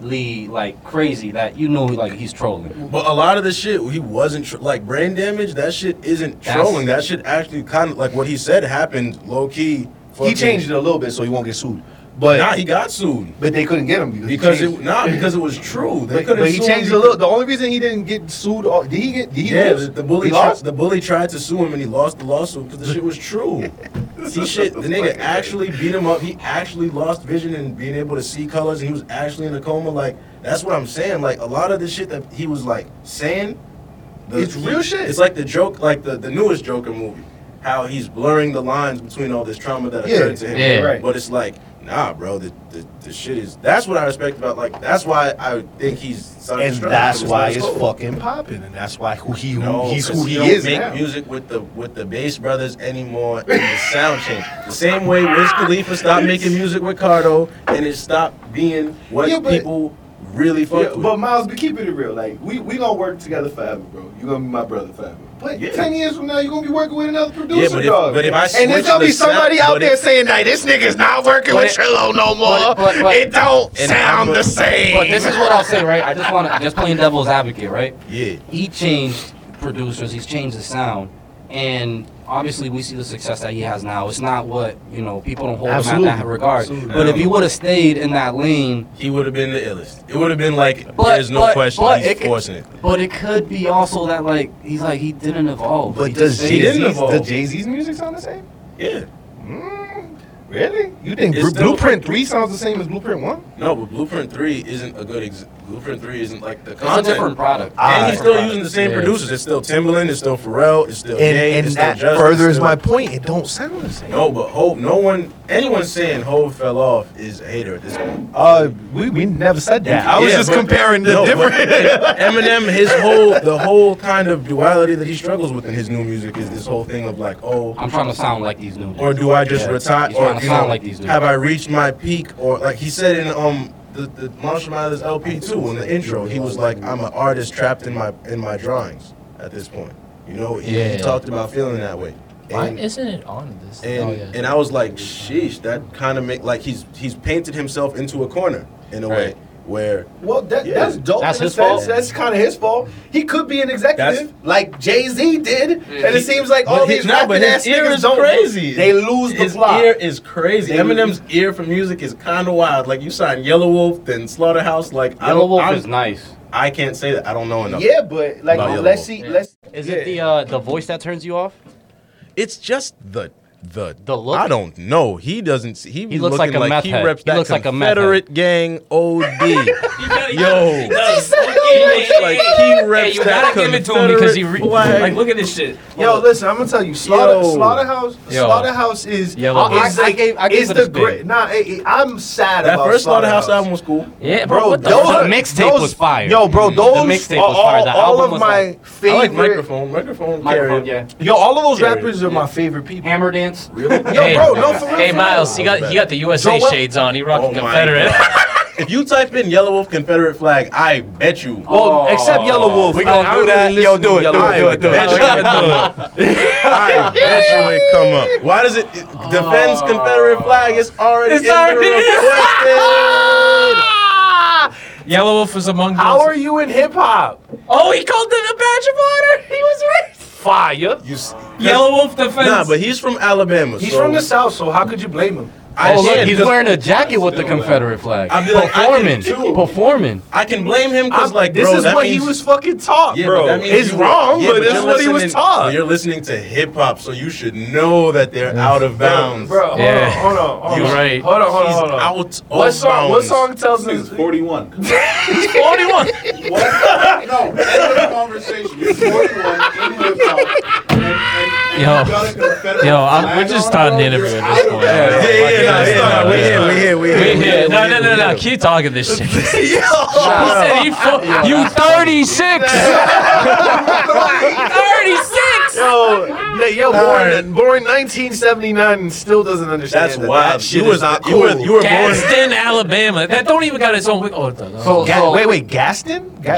[SPEAKER 1] worldly like crazy that you know like he's trolling.
[SPEAKER 4] But a lot of the shit he wasn't tr- like brain damage. That shit isn't
[SPEAKER 1] That's-
[SPEAKER 4] trolling. That shit actually kind of like what he said happened low key.
[SPEAKER 2] He changed it a little bit so he won't get sued, but
[SPEAKER 4] Nah, he got sued
[SPEAKER 2] but they couldn't get him
[SPEAKER 4] because
[SPEAKER 2] changed.
[SPEAKER 4] it nah because it was true. They
[SPEAKER 2] But,
[SPEAKER 4] could've
[SPEAKER 2] but he
[SPEAKER 4] sued
[SPEAKER 2] changed
[SPEAKER 4] him
[SPEAKER 2] a little. The only reason he didn't get sued, all, did he get? Did he
[SPEAKER 4] yeah,
[SPEAKER 2] lose?
[SPEAKER 4] the, the bully
[SPEAKER 2] He
[SPEAKER 4] tried,
[SPEAKER 2] lost?
[SPEAKER 4] the bully tried to sue him and he lost the lawsuit because the shit was true. he shit, the nigga actually beat him up. He actually lost vision and being able to see colors, and he was actually in a coma. Like that's what I'm saying. Like a lot of the shit that he was like saying, the-
[SPEAKER 2] It's real shit.
[SPEAKER 4] It's like the joke, like the the newest Joker movie, how he's blurring the lines between all this trauma that
[SPEAKER 2] Yeah,
[SPEAKER 4] occurred to him.
[SPEAKER 3] yeah.
[SPEAKER 2] right.
[SPEAKER 4] But it's like. Nah, bro, the, the, the shit is. That's what I respect about. Like, that's why I think he's. Sonic
[SPEAKER 2] and
[SPEAKER 4] Strike,
[SPEAKER 2] that's
[SPEAKER 4] because
[SPEAKER 2] why
[SPEAKER 4] not
[SPEAKER 2] it's
[SPEAKER 4] cold.
[SPEAKER 2] fucking popping, and that's why who he who,
[SPEAKER 4] No,
[SPEAKER 2] he's who
[SPEAKER 4] 'cause
[SPEAKER 2] he
[SPEAKER 4] you don't
[SPEAKER 2] is
[SPEAKER 4] Make
[SPEAKER 2] now.
[SPEAKER 4] music with the with the bass brothers anymore, and the sound change. The same way Wiz Khalifa stopped making music with Cardo, and it stopped being what
[SPEAKER 2] Yeah, but-
[SPEAKER 4] people really fuck
[SPEAKER 11] Yeah,
[SPEAKER 4] with.
[SPEAKER 11] but Miles, be keeping it real. Like we we gonna work together forever, bro. You gonna be my brother forever. But
[SPEAKER 4] Yeah.
[SPEAKER 11] ten years from now, you gonna be working with another producer,
[SPEAKER 4] yeah, but if,
[SPEAKER 11] dog.
[SPEAKER 4] but if I
[SPEAKER 2] and there's
[SPEAKER 4] switch
[SPEAKER 2] gonna
[SPEAKER 4] the
[SPEAKER 2] be somebody
[SPEAKER 4] sound,
[SPEAKER 2] out
[SPEAKER 4] but
[SPEAKER 2] there
[SPEAKER 4] if-
[SPEAKER 2] saying, "Nah, this nigga's not working
[SPEAKER 6] But
[SPEAKER 2] with
[SPEAKER 6] it-
[SPEAKER 2] Trillo no more.
[SPEAKER 6] but- but- but-
[SPEAKER 2] it don't
[SPEAKER 4] And
[SPEAKER 2] sound
[SPEAKER 4] I'm a-
[SPEAKER 2] the same."
[SPEAKER 1] But this is what I'll say, right? I just want to just playing devil's advocate, right?
[SPEAKER 4] Yeah,
[SPEAKER 1] he changed producers, he's changed the sound, and obviously we see the success that he has now. It's not what you know people don't hold him at that
[SPEAKER 2] Absolutely.
[SPEAKER 1] regard. But if he would have stayed in that lane,
[SPEAKER 4] he would have been the illest. It would have been like
[SPEAKER 1] But-
[SPEAKER 4] there's no
[SPEAKER 1] but-
[SPEAKER 4] question
[SPEAKER 1] but
[SPEAKER 4] he's
[SPEAKER 1] it could-
[SPEAKER 4] forcing it.
[SPEAKER 1] but it could be also that like he's like he didn't evolve.
[SPEAKER 2] But
[SPEAKER 1] He
[SPEAKER 2] does
[SPEAKER 1] just
[SPEAKER 4] he
[SPEAKER 2] Jay
[SPEAKER 1] stayed-
[SPEAKER 4] didn't
[SPEAKER 2] Z's
[SPEAKER 4] evolve.
[SPEAKER 2] does Jay Z's music sound the same?
[SPEAKER 4] Yeah,
[SPEAKER 11] Mm,
[SPEAKER 2] Really? You think
[SPEAKER 4] It's
[SPEAKER 2] Blu-
[SPEAKER 4] still-
[SPEAKER 2] Blueprint Three sounds the same as Blueprint One?
[SPEAKER 4] no, but Blueprint Three isn't a good. Ex- Blueprint Three isn't like the
[SPEAKER 1] It's a
[SPEAKER 4] content.
[SPEAKER 1] different Ah, product.
[SPEAKER 4] and he's
[SPEAKER 1] It's a
[SPEAKER 4] still
[SPEAKER 1] different
[SPEAKER 4] using the same
[SPEAKER 6] Yeah.
[SPEAKER 4] producers. It's still Timbaland. It's still Pharrell. It's still
[SPEAKER 2] And,
[SPEAKER 4] Ye,
[SPEAKER 2] and
[SPEAKER 4] it's still
[SPEAKER 2] that
[SPEAKER 4] Justice, it's
[SPEAKER 2] furthers
[SPEAKER 4] still-
[SPEAKER 2] my point. It don't sound the same.
[SPEAKER 4] No, but Hove, no one, anyone saying Hove fell off is a hater at this point.
[SPEAKER 2] Uh, we, we never said that. I was
[SPEAKER 4] Yeah,
[SPEAKER 2] just
[SPEAKER 4] but-
[SPEAKER 2] comparing the
[SPEAKER 4] No, but
[SPEAKER 2] different.
[SPEAKER 4] Eminem, his whole, the whole kind of duality that he struggles with in his new music is this whole thing of like, oh,
[SPEAKER 1] I'm trying to sound like these new.
[SPEAKER 4] or
[SPEAKER 1] dudes.
[SPEAKER 4] do I just
[SPEAKER 1] Yeah,
[SPEAKER 4] retire?
[SPEAKER 1] he's
[SPEAKER 4] Or
[SPEAKER 1] trying to
[SPEAKER 4] you
[SPEAKER 1] sound
[SPEAKER 4] know,
[SPEAKER 1] like these dudes.
[SPEAKER 4] have I reached my peak? Or like he said in um the, the Marshall Mathers LP too in the intro, he was like, I'm an artist trapped in my in my drawings at this point. You know, he, he
[SPEAKER 6] Yeah.
[SPEAKER 4] talked about feeling that way.
[SPEAKER 6] Why
[SPEAKER 4] And-
[SPEAKER 6] isn't it on this?
[SPEAKER 4] and
[SPEAKER 6] oh, yeah.
[SPEAKER 4] and I was like, sheesh, that kind of make like he's he's painted himself into a corner in a way
[SPEAKER 6] Right.
[SPEAKER 4] where
[SPEAKER 11] well, that,
[SPEAKER 4] Yeah.
[SPEAKER 11] that's dope.
[SPEAKER 6] That's
[SPEAKER 11] in a
[SPEAKER 6] his fault.
[SPEAKER 11] sense. That's kind of his fault. He could be an executive
[SPEAKER 4] That's-
[SPEAKER 11] like Jay Z did, and
[SPEAKER 4] He-
[SPEAKER 11] it seems like
[SPEAKER 4] but
[SPEAKER 11] all
[SPEAKER 4] his-
[SPEAKER 11] these
[SPEAKER 4] nah, but
[SPEAKER 11] rapping
[SPEAKER 4] his
[SPEAKER 11] ass
[SPEAKER 4] ear is
[SPEAKER 11] niggas don't.
[SPEAKER 4] crazy.
[SPEAKER 11] They lose the
[SPEAKER 4] his
[SPEAKER 11] plot.
[SPEAKER 4] ear is crazy.
[SPEAKER 11] They-
[SPEAKER 4] Eminem's ear for music is kind of wild. Like you signed Yellow Wolf, then Slaughterhouse. Like I
[SPEAKER 1] Yellow
[SPEAKER 4] don't,
[SPEAKER 1] Wolf
[SPEAKER 4] I'm-
[SPEAKER 1] is nice.
[SPEAKER 4] I can't say that. I don't know enough.
[SPEAKER 11] yeah, but like
[SPEAKER 4] Not Yellow
[SPEAKER 11] let's
[SPEAKER 4] Wolf.
[SPEAKER 11] see,
[SPEAKER 6] Yeah.
[SPEAKER 11] let's
[SPEAKER 1] Is it the uh, the voice that turns you off?
[SPEAKER 4] It's just the the
[SPEAKER 1] The look?
[SPEAKER 4] I don't know. He doesn't. see- He, be
[SPEAKER 1] looks like
[SPEAKER 4] looking
[SPEAKER 1] a meth
[SPEAKER 4] he
[SPEAKER 1] head.
[SPEAKER 4] reps
[SPEAKER 1] He
[SPEAKER 4] that
[SPEAKER 1] looks like a meth head.
[SPEAKER 4] Confederate gang OD. Yo,
[SPEAKER 3] Hey, hey,
[SPEAKER 4] like
[SPEAKER 3] hey,
[SPEAKER 4] he
[SPEAKER 3] hey,
[SPEAKER 4] reps
[SPEAKER 3] you
[SPEAKER 4] that
[SPEAKER 3] gotta give it to him because he
[SPEAKER 4] Confederate
[SPEAKER 3] re-
[SPEAKER 4] flag.
[SPEAKER 3] like look at this shit.
[SPEAKER 2] Yo, listen, I'm gonna tell you, Slaughter,
[SPEAKER 4] Yo.
[SPEAKER 2] Slaughterhouse,
[SPEAKER 12] Yo.
[SPEAKER 2] Slaughterhouse is
[SPEAKER 12] Yo, I-
[SPEAKER 1] I-
[SPEAKER 2] is,
[SPEAKER 1] I
[SPEAKER 2] like-
[SPEAKER 1] gave- I gave
[SPEAKER 2] is
[SPEAKER 1] it a
[SPEAKER 2] the
[SPEAKER 1] spin.
[SPEAKER 2] great. Nah, it, it- I'm sad
[SPEAKER 4] That
[SPEAKER 2] about
[SPEAKER 4] first Slaughterhouse
[SPEAKER 2] Slaughterhouse
[SPEAKER 4] album was cool.
[SPEAKER 3] Yeah, bro.
[SPEAKER 2] Bro,
[SPEAKER 3] what the
[SPEAKER 2] those
[SPEAKER 1] The
[SPEAKER 2] are-
[SPEAKER 1] mixtape
[SPEAKER 2] those-
[SPEAKER 1] was fire.
[SPEAKER 2] Yo, bro, those
[SPEAKER 1] Mm, mixtape
[SPEAKER 2] are
[SPEAKER 1] was fire.
[SPEAKER 2] all,
[SPEAKER 1] The
[SPEAKER 2] all
[SPEAKER 1] album
[SPEAKER 2] of
[SPEAKER 1] was
[SPEAKER 2] my
[SPEAKER 1] like-
[SPEAKER 4] I
[SPEAKER 2] favorite.
[SPEAKER 4] like microphone. Microphone.
[SPEAKER 1] Microphone,
[SPEAKER 4] carrier.
[SPEAKER 1] yeah.
[SPEAKER 2] Yo, all of those
[SPEAKER 4] Carrier,
[SPEAKER 2] rappers are my favorite people.
[SPEAKER 1] Hammer dance.
[SPEAKER 2] Yo,
[SPEAKER 3] Hey,
[SPEAKER 2] bro, no, for real.
[SPEAKER 3] hey
[SPEAKER 2] for
[SPEAKER 3] Miles, he
[SPEAKER 4] Oh,
[SPEAKER 3] got
[SPEAKER 4] man.
[SPEAKER 3] he got the USA
[SPEAKER 2] So what-
[SPEAKER 3] shades on. He rocking
[SPEAKER 4] Oh my
[SPEAKER 3] Confederate.
[SPEAKER 4] If you type in Yellow Wolf Confederate flag, I bet you. Oh,
[SPEAKER 2] real. Well,
[SPEAKER 1] Oh,
[SPEAKER 2] except Yellow Wolf.
[SPEAKER 1] We gonna
[SPEAKER 2] I- I
[SPEAKER 1] do that?
[SPEAKER 2] really
[SPEAKER 1] Yo,
[SPEAKER 2] listen to
[SPEAKER 1] do it, do
[SPEAKER 2] Yellow
[SPEAKER 1] it, do
[SPEAKER 2] Wolf.
[SPEAKER 1] it, do it.
[SPEAKER 4] Bet you I bet you it come up. Why does it, it defends
[SPEAKER 2] Oh.
[SPEAKER 4] Confederate flag? It's already
[SPEAKER 3] It's
[SPEAKER 4] in the
[SPEAKER 3] already-
[SPEAKER 4] requested.
[SPEAKER 3] Yellow Wolf was among
[SPEAKER 2] How are
[SPEAKER 3] those.
[SPEAKER 2] you in hip hop?
[SPEAKER 3] Oh, he called it a badge of honor. He was right. Fire.
[SPEAKER 4] You s-
[SPEAKER 3] Yellow Wolf defense.
[SPEAKER 4] Nah, but he's from Alabama.
[SPEAKER 2] He's
[SPEAKER 4] so
[SPEAKER 2] from the South, so how could you blame him?
[SPEAKER 4] I
[SPEAKER 1] oh, look,
[SPEAKER 4] can,
[SPEAKER 1] he's
[SPEAKER 4] 'cause
[SPEAKER 1] wearing a jacket with the Confederate flag.
[SPEAKER 4] I feel like I
[SPEAKER 1] performing,
[SPEAKER 4] did too.
[SPEAKER 1] performing.
[SPEAKER 4] I can blame him because,
[SPEAKER 2] I'm
[SPEAKER 4] like,
[SPEAKER 2] like, this
[SPEAKER 4] bro,
[SPEAKER 2] is
[SPEAKER 4] that
[SPEAKER 2] what
[SPEAKER 4] means-
[SPEAKER 2] he was fucking taught,
[SPEAKER 4] Yeah,
[SPEAKER 2] bro.
[SPEAKER 4] but that means
[SPEAKER 2] It's
[SPEAKER 4] you-
[SPEAKER 2] wrong,
[SPEAKER 4] yeah,
[SPEAKER 2] but this is
[SPEAKER 4] you're
[SPEAKER 2] what he was
[SPEAKER 4] listening- but
[SPEAKER 2] taught.
[SPEAKER 4] You're listening to hip hop, so you should know that they're out of bounds.
[SPEAKER 2] Bro, hold
[SPEAKER 3] Yeah.
[SPEAKER 2] on, hold on, hold
[SPEAKER 3] You
[SPEAKER 2] on.
[SPEAKER 3] right.
[SPEAKER 2] Hold on, hold
[SPEAKER 4] He's
[SPEAKER 2] on, hold on.
[SPEAKER 4] out of
[SPEAKER 2] What song? What
[SPEAKER 4] bounds.
[SPEAKER 2] song tells
[SPEAKER 10] This is
[SPEAKER 2] us?
[SPEAKER 10] 41.
[SPEAKER 3] only one.
[SPEAKER 10] No, end of the conversation. You're 41 in hip hop. and- and- and
[SPEAKER 3] Yo.
[SPEAKER 10] you got a Confederate
[SPEAKER 3] Yo, I'm-
[SPEAKER 10] flag
[SPEAKER 3] we're just
[SPEAKER 10] on,
[SPEAKER 3] starting the
[SPEAKER 10] bro.
[SPEAKER 3] interview
[SPEAKER 10] You're
[SPEAKER 3] at this
[SPEAKER 10] out of
[SPEAKER 3] point.
[SPEAKER 4] Yeah,
[SPEAKER 10] bounds.
[SPEAKER 4] yeah, yeah, yeah, yeah,
[SPEAKER 13] we
[SPEAKER 4] yeah.
[SPEAKER 13] here, we here, we
[SPEAKER 3] We
[SPEAKER 13] here.
[SPEAKER 3] here. No, no, no, no. Keep talking this shit. He said he fo- you 36. 36.
[SPEAKER 2] Yo, yeah, yo, born, in born 1979 and still doesn't understand.
[SPEAKER 4] That's
[SPEAKER 2] that
[SPEAKER 4] wild.
[SPEAKER 2] That shit
[SPEAKER 4] you was
[SPEAKER 2] is not
[SPEAKER 4] you
[SPEAKER 2] cool.
[SPEAKER 4] were you were born.
[SPEAKER 3] Gadsden, Alabama. That don't even got its own. Oh, it does.
[SPEAKER 1] So,
[SPEAKER 2] Ga-
[SPEAKER 1] so-
[SPEAKER 2] wait, wait, Gaston? Ga-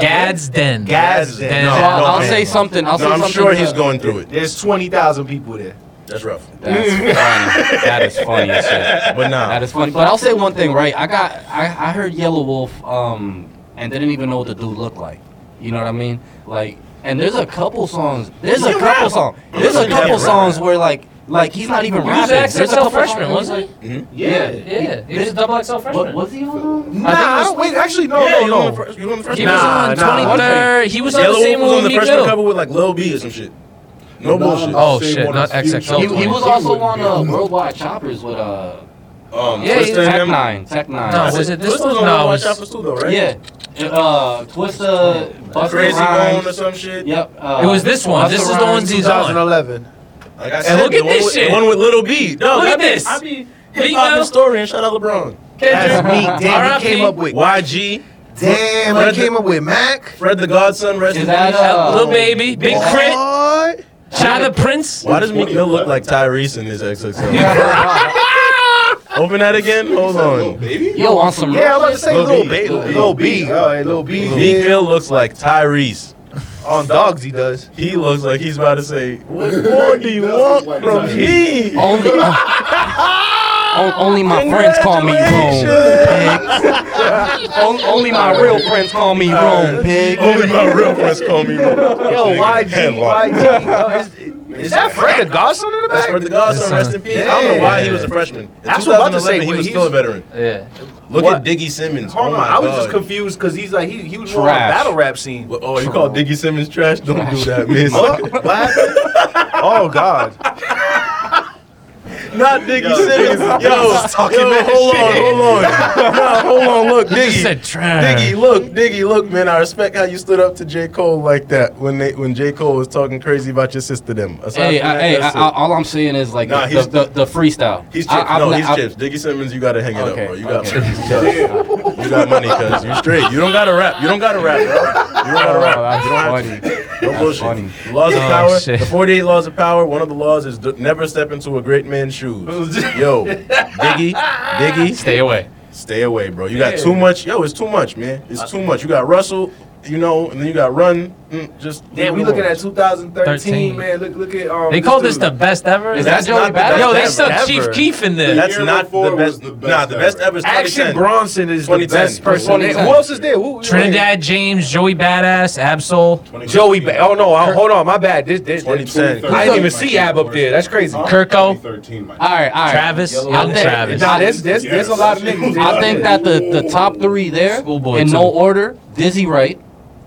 [SPEAKER 2] Gadsden.
[SPEAKER 3] Gadsden. Gadsden.
[SPEAKER 1] so
[SPEAKER 3] No,
[SPEAKER 1] I'll, I'll
[SPEAKER 4] man.
[SPEAKER 1] say something. I'll
[SPEAKER 4] No,
[SPEAKER 1] say
[SPEAKER 4] I'm
[SPEAKER 1] something
[SPEAKER 4] sure he's
[SPEAKER 1] that-
[SPEAKER 4] going through it.
[SPEAKER 2] There's 20,000 people there.
[SPEAKER 4] That's rough.
[SPEAKER 1] That's funny. that is funny as shit.
[SPEAKER 4] But nah,
[SPEAKER 1] That is funny. But I'll say one thing, right? I got I, I heard Yellow Wolf um and didn't even know what the dude looked like. You know what I mean? Like and there's a couple songs. There's a couple songs. There's a
[SPEAKER 4] Yeah,
[SPEAKER 1] couple
[SPEAKER 4] rap.
[SPEAKER 1] sonix where like like he's not even
[SPEAKER 3] He was
[SPEAKER 1] rapping.
[SPEAKER 3] an
[SPEAKER 1] There's a
[SPEAKER 3] XXL
[SPEAKER 1] couple
[SPEAKER 3] freshman,
[SPEAKER 1] songs-
[SPEAKER 3] wasn't
[SPEAKER 4] Hmm?
[SPEAKER 2] Yeah.
[SPEAKER 3] he? Yeah, he was a double XL
[SPEAKER 1] What
[SPEAKER 3] freshman.
[SPEAKER 1] was he on?
[SPEAKER 2] Nah, I don't, wait, actually, no,
[SPEAKER 4] yeah, you
[SPEAKER 2] no,
[SPEAKER 4] on the
[SPEAKER 2] no.
[SPEAKER 4] first- you on the first
[SPEAKER 3] He
[SPEAKER 4] one.
[SPEAKER 3] was
[SPEAKER 2] Nah,
[SPEAKER 3] on
[SPEAKER 2] nah.
[SPEAKER 3] 23rd. He was on the
[SPEAKER 4] Yellow Wolf
[SPEAKER 3] same
[SPEAKER 4] was
[SPEAKER 3] one
[SPEAKER 4] on the
[SPEAKER 3] with
[SPEAKER 4] first one
[SPEAKER 3] Meek
[SPEAKER 4] cover with like Lil B or some shit. No bullshit.
[SPEAKER 3] Oh, shit, not XXL.
[SPEAKER 1] He, he was also on uh, Worldwide Choppers with uh
[SPEAKER 4] Um,
[SPEAKER 3] Yeah,
[SPEAKER 4] Twista
[SPEAKER 3] he-
[SPEAKER 4] and
[SPEAKER 1] Tech
[SPEAKER 4] them-
[SPEAKER 1] Nine. Tech Nine.
[SPEAKER 3] No, was it this
[SPEAKER 4] Twista's
[SPEAKER 3] one? No,
[SPEAKER 4] on Wild
[SPEAKER 3] it was-
[SPEAKER 4] Choppers too, though, right?
[SPEAKER 1] Yeah. Uh, Twista, Busta
[SPEAKER 4] Crazy
[SPEAKER 1] Rhymes.
[SPEAKER 4] Bone or some shit.
[SPEAKER 1] Yep. Uh,
[SPEAKER 3] It was this one. This
[SPEAKER 1] Busta
[SPEAKER 3] is the
[SPEAKER 1] Rhymes.
[SPEAKER 3] ones he's on.
[SPEAKER 2] 2011.
[SPEAKER 4] Like I said,
[SPEAKER 3] look
[SPEAKER 4] the
[SPEAKER 3] at
[SPEAKER 4] one
[SPEAKER 3] this
[SPEAKER 4] with-
[SPEAKER 3] shit.
[SPEAKER 4] The one with Little B. No,
[SPEAKER 3] Look at
[SPEAKER 4] I be-
[SPEAKER 3] this.
[SPEAKER 4] I be
[SPEAKER 3] Meek
[SPEAKER 4] hip hop
[SPEAKER 3] Mill.
[SPEAKER 4] historian. Shout out LeBron.
[SPEAKER 2] That's
[SPEAKER 3] Kendrick.
[SPEAKER 2] me. Damn,
[SPEAKER 3] RIP.
[SPEAKER 2] he came up with.
[SPEAKER 4] YG,
[SPEAKER 2] Damn, he came up with Mac.
[SPEAKER 4] Fred the Godson, rest
[SPEAKER 1] Is
[SPEAKER 4] in
[SPEAKER 1] that,
[SPEAKER 4] peace.
[SPEAKER 1] uh,
[SPEAKER 3] Lil Baby, Big Crit,
[SPEAKER 2] What?
[SPEAKER 3] China Prince.
[SPEAKER 4] Why does Meek Mill look like Tyrese in his XXL? Open that again. Hold on. Meek
[SPEAKER 1] Yo, on some
[SPEAKER 2] Yeah, I'm about to say Lil
[SPEAKER 4] Lil B.
[SPEAKER 2] B.
[SPEAKER 4] Lil B.
[SPEAKER 2] Lil B. All right, Lil B. Yeah.
[SPEAKER 4] Mill looks like Tyrese.
[SPEAKER 2] On dogs, he does.
[SPEAKER 4] He looks like he's about to say, "What more do you want from me?"
[SPEAKER 1] Only, on- only my friends call me Rome. On- only my real friends call me Rome, pig.
[SPEAKER 4] Uh, Only my real friends call me.
[SPEAKER 2] Yo,
[SPEAKER 4] Yo,
[SPEAKER 2] YG, YG. yo, is, is that Fred the Godson in the
[SPEAKER 4] That's Fred
[SPEAKER 2] back?
[SPEAKER 4] the Godson, rest in peace. I don't know why he was a freshman. In
[SPEAKER 2] That's what I'm about to say,
[SPEAKER 4] 2011, he
[SPEAKER 2] wait,
[SPEAKER 4] was
[SPEAKER 2] he's-
[SPEAKER 4] still a veteran.
[SPEAKER 3] Yeah.
[SPEAKER 4] Look
[SPEAKER 2] What?
[SPEAKER 4] at Diggy Simmons.
[SPEAKER 2] Hold
[SPEAKER 4] oh
[SPEAKER 2] on,
[SPEAKER 4] my
[SPEAKER 2] I was
[SPEAKER 4] God.
[SPEAKER 2] just confused because he's like he he was more on the
[SPEAKER 1] Trash.
[SPEAKER 2] battle rap scene.
[SPEAKER 4] Well, Oh, you call Diggy Simmons trash? Don't do that, man.
[SPEAKER 2] What? What? oh God!
[SPEAKER 4] Not Diggy Simmons. Yo, yo hold on, hold on. Nah, hold on. Look,
[SPEAKER 3] He
[SPEAKER 4] Diggy.
[SPEAKER 3] said trash.
[SPEAKER 4] Diggy, look, Diggy, look, man. I respect how you stood up to J. Cole like that when they when J. Cole was talking crazy about your sister. Them. Aside
[SPEAKER 1] Hey,
[SPEAKER 4] from
[SPEAKER 1] I,
[SPEAKER 4] that,
[SPEAKER 1] hey, I,
[SPEAKER 4] that's
[SPEAKER 1] I,
[SPEAKER 4] it.
[SPEAKER 1] all I'm saying is like
[SPEAKER 4] Nah,
[SPEAKER 1] the,
[SPEAKER 4] he's-
[SPEAKER 1] the, the freestyle.
[SPEAKER 4] He's chips.
[SPEAKER 1] I- I'm
[SPEAKER 4] no,
[SPEAKER 1] not-
[SPEAKER 4] he's
[SPEAKER 1] I'm-
[SPEAKER 4] chips. Diggy Simmons, you gotta hang it
[SPEAKER 1] Okay,
[SPEAKER 4] up, bro. You got
[SPEAKER 1] okay.
[SPEAKER 4] money. you got money, cuz you straight. You don't gotta rap. You don't gotta rap, bro. You don't gotta
[SPEAKER 1] Oh,
[SPEAKER 4] rap.
[SPEAKER 1] that's
[SPEAKER 4] you don't have to.
[SPEAKER 1] funny.
[SPEAKER 4] No bullshit.
[SPEAKER 1] funny.
[SPEAKER 4] The Laws of
[SPEAKER 3] Oh,
[SPEAKER 4] power.
[SPEAKER 3] shit.
[SPEAKER 4] The 48 laws of power. One of the laws is d- never step into a great man's shoes. Yo, Diggy, Diggy,
[SPEAKER 3] Stay away.
[SPEAKER 4] stay away, bro. You got too much. Yo, it's too much, man. It's too much. You got Russell, you know, and then you got Run. Mm, just
[SPEAKER 2] Damn, we
[SPEAKER 4] leave it
[SPEAKER 2] looking
[SPEAKER 4] alone.
[SPEAKER 2] at 2013,
[SPEAKER 3] 13.
[SPEAKER 2] man. Look, look at um.
[SPEAKER 3] They call this
[SPEAKER 2] dude.
[SPEAKER 3] the best ever.
[SPEAKER 1] Is
[SPEAKER 4] That's
[SPEAKER 1] that Joey
[SPEAKER 4] not the
[SPEAKER 1] Badass?
[SPEAKER 4] best
[SPEAKER 3] Yo, they
[SPEAKER 4] ever.
[SPEAKER 3] stuck Chief
[SPEAKER 2] ever.
[SPEAKER 3] Keef in there.
[SPEAKER 4] That's
[SPEAKER 10] year
[SPEAKER 4] not the
[SPEAKER 10] before was
[SPEAKER 4] best. Nah,
[SPEAKER 10] the best
[SPEAKER 4] the best
[SPEAKER 10] ever.
[SPEAKER 4] ever. is
[SPEAKER 2] Action
[SPEAKER 4] 2010.
[SPEAKER 2] Bronson is the
[SPEAKER 4] 2010.
[SPEAKER 2] best person. there.
[SPEAKER 1] 2010.
[SPEAKER 2] Who else is there? Who, who-
[SPEAKER 3] Trinidad James, Joey Badass, Absol,
[SPEAKER 2] Joey. Ba- oh no! I- hold on, my bad. This, this, this
[SPEAKER 4] 2010.
[SPEAKER 2] I didn't even see Ab up there. That's crazy.
[SPEAKER 3] Kirko,
[SPEAKER 10] 2013, my
[SPEAKER 1] All right, all right.
[SPEAKER 3] Travis,
[SPEAKER 1] I
[SPEAKER 3] Young
[SPEAKER 1] think-
[SPEAKER 3] Travis.
[SPEAKER 2] Nah, there's there's there's a lot of niggas.
[SPEAKER 1] I think that the, the top three there,
[SPEAKER 3] Schoolboy
[SPEAKER 1] in
[SPEAKER 3] too.
[SPEAKER 1] no order, Dizzy Wright,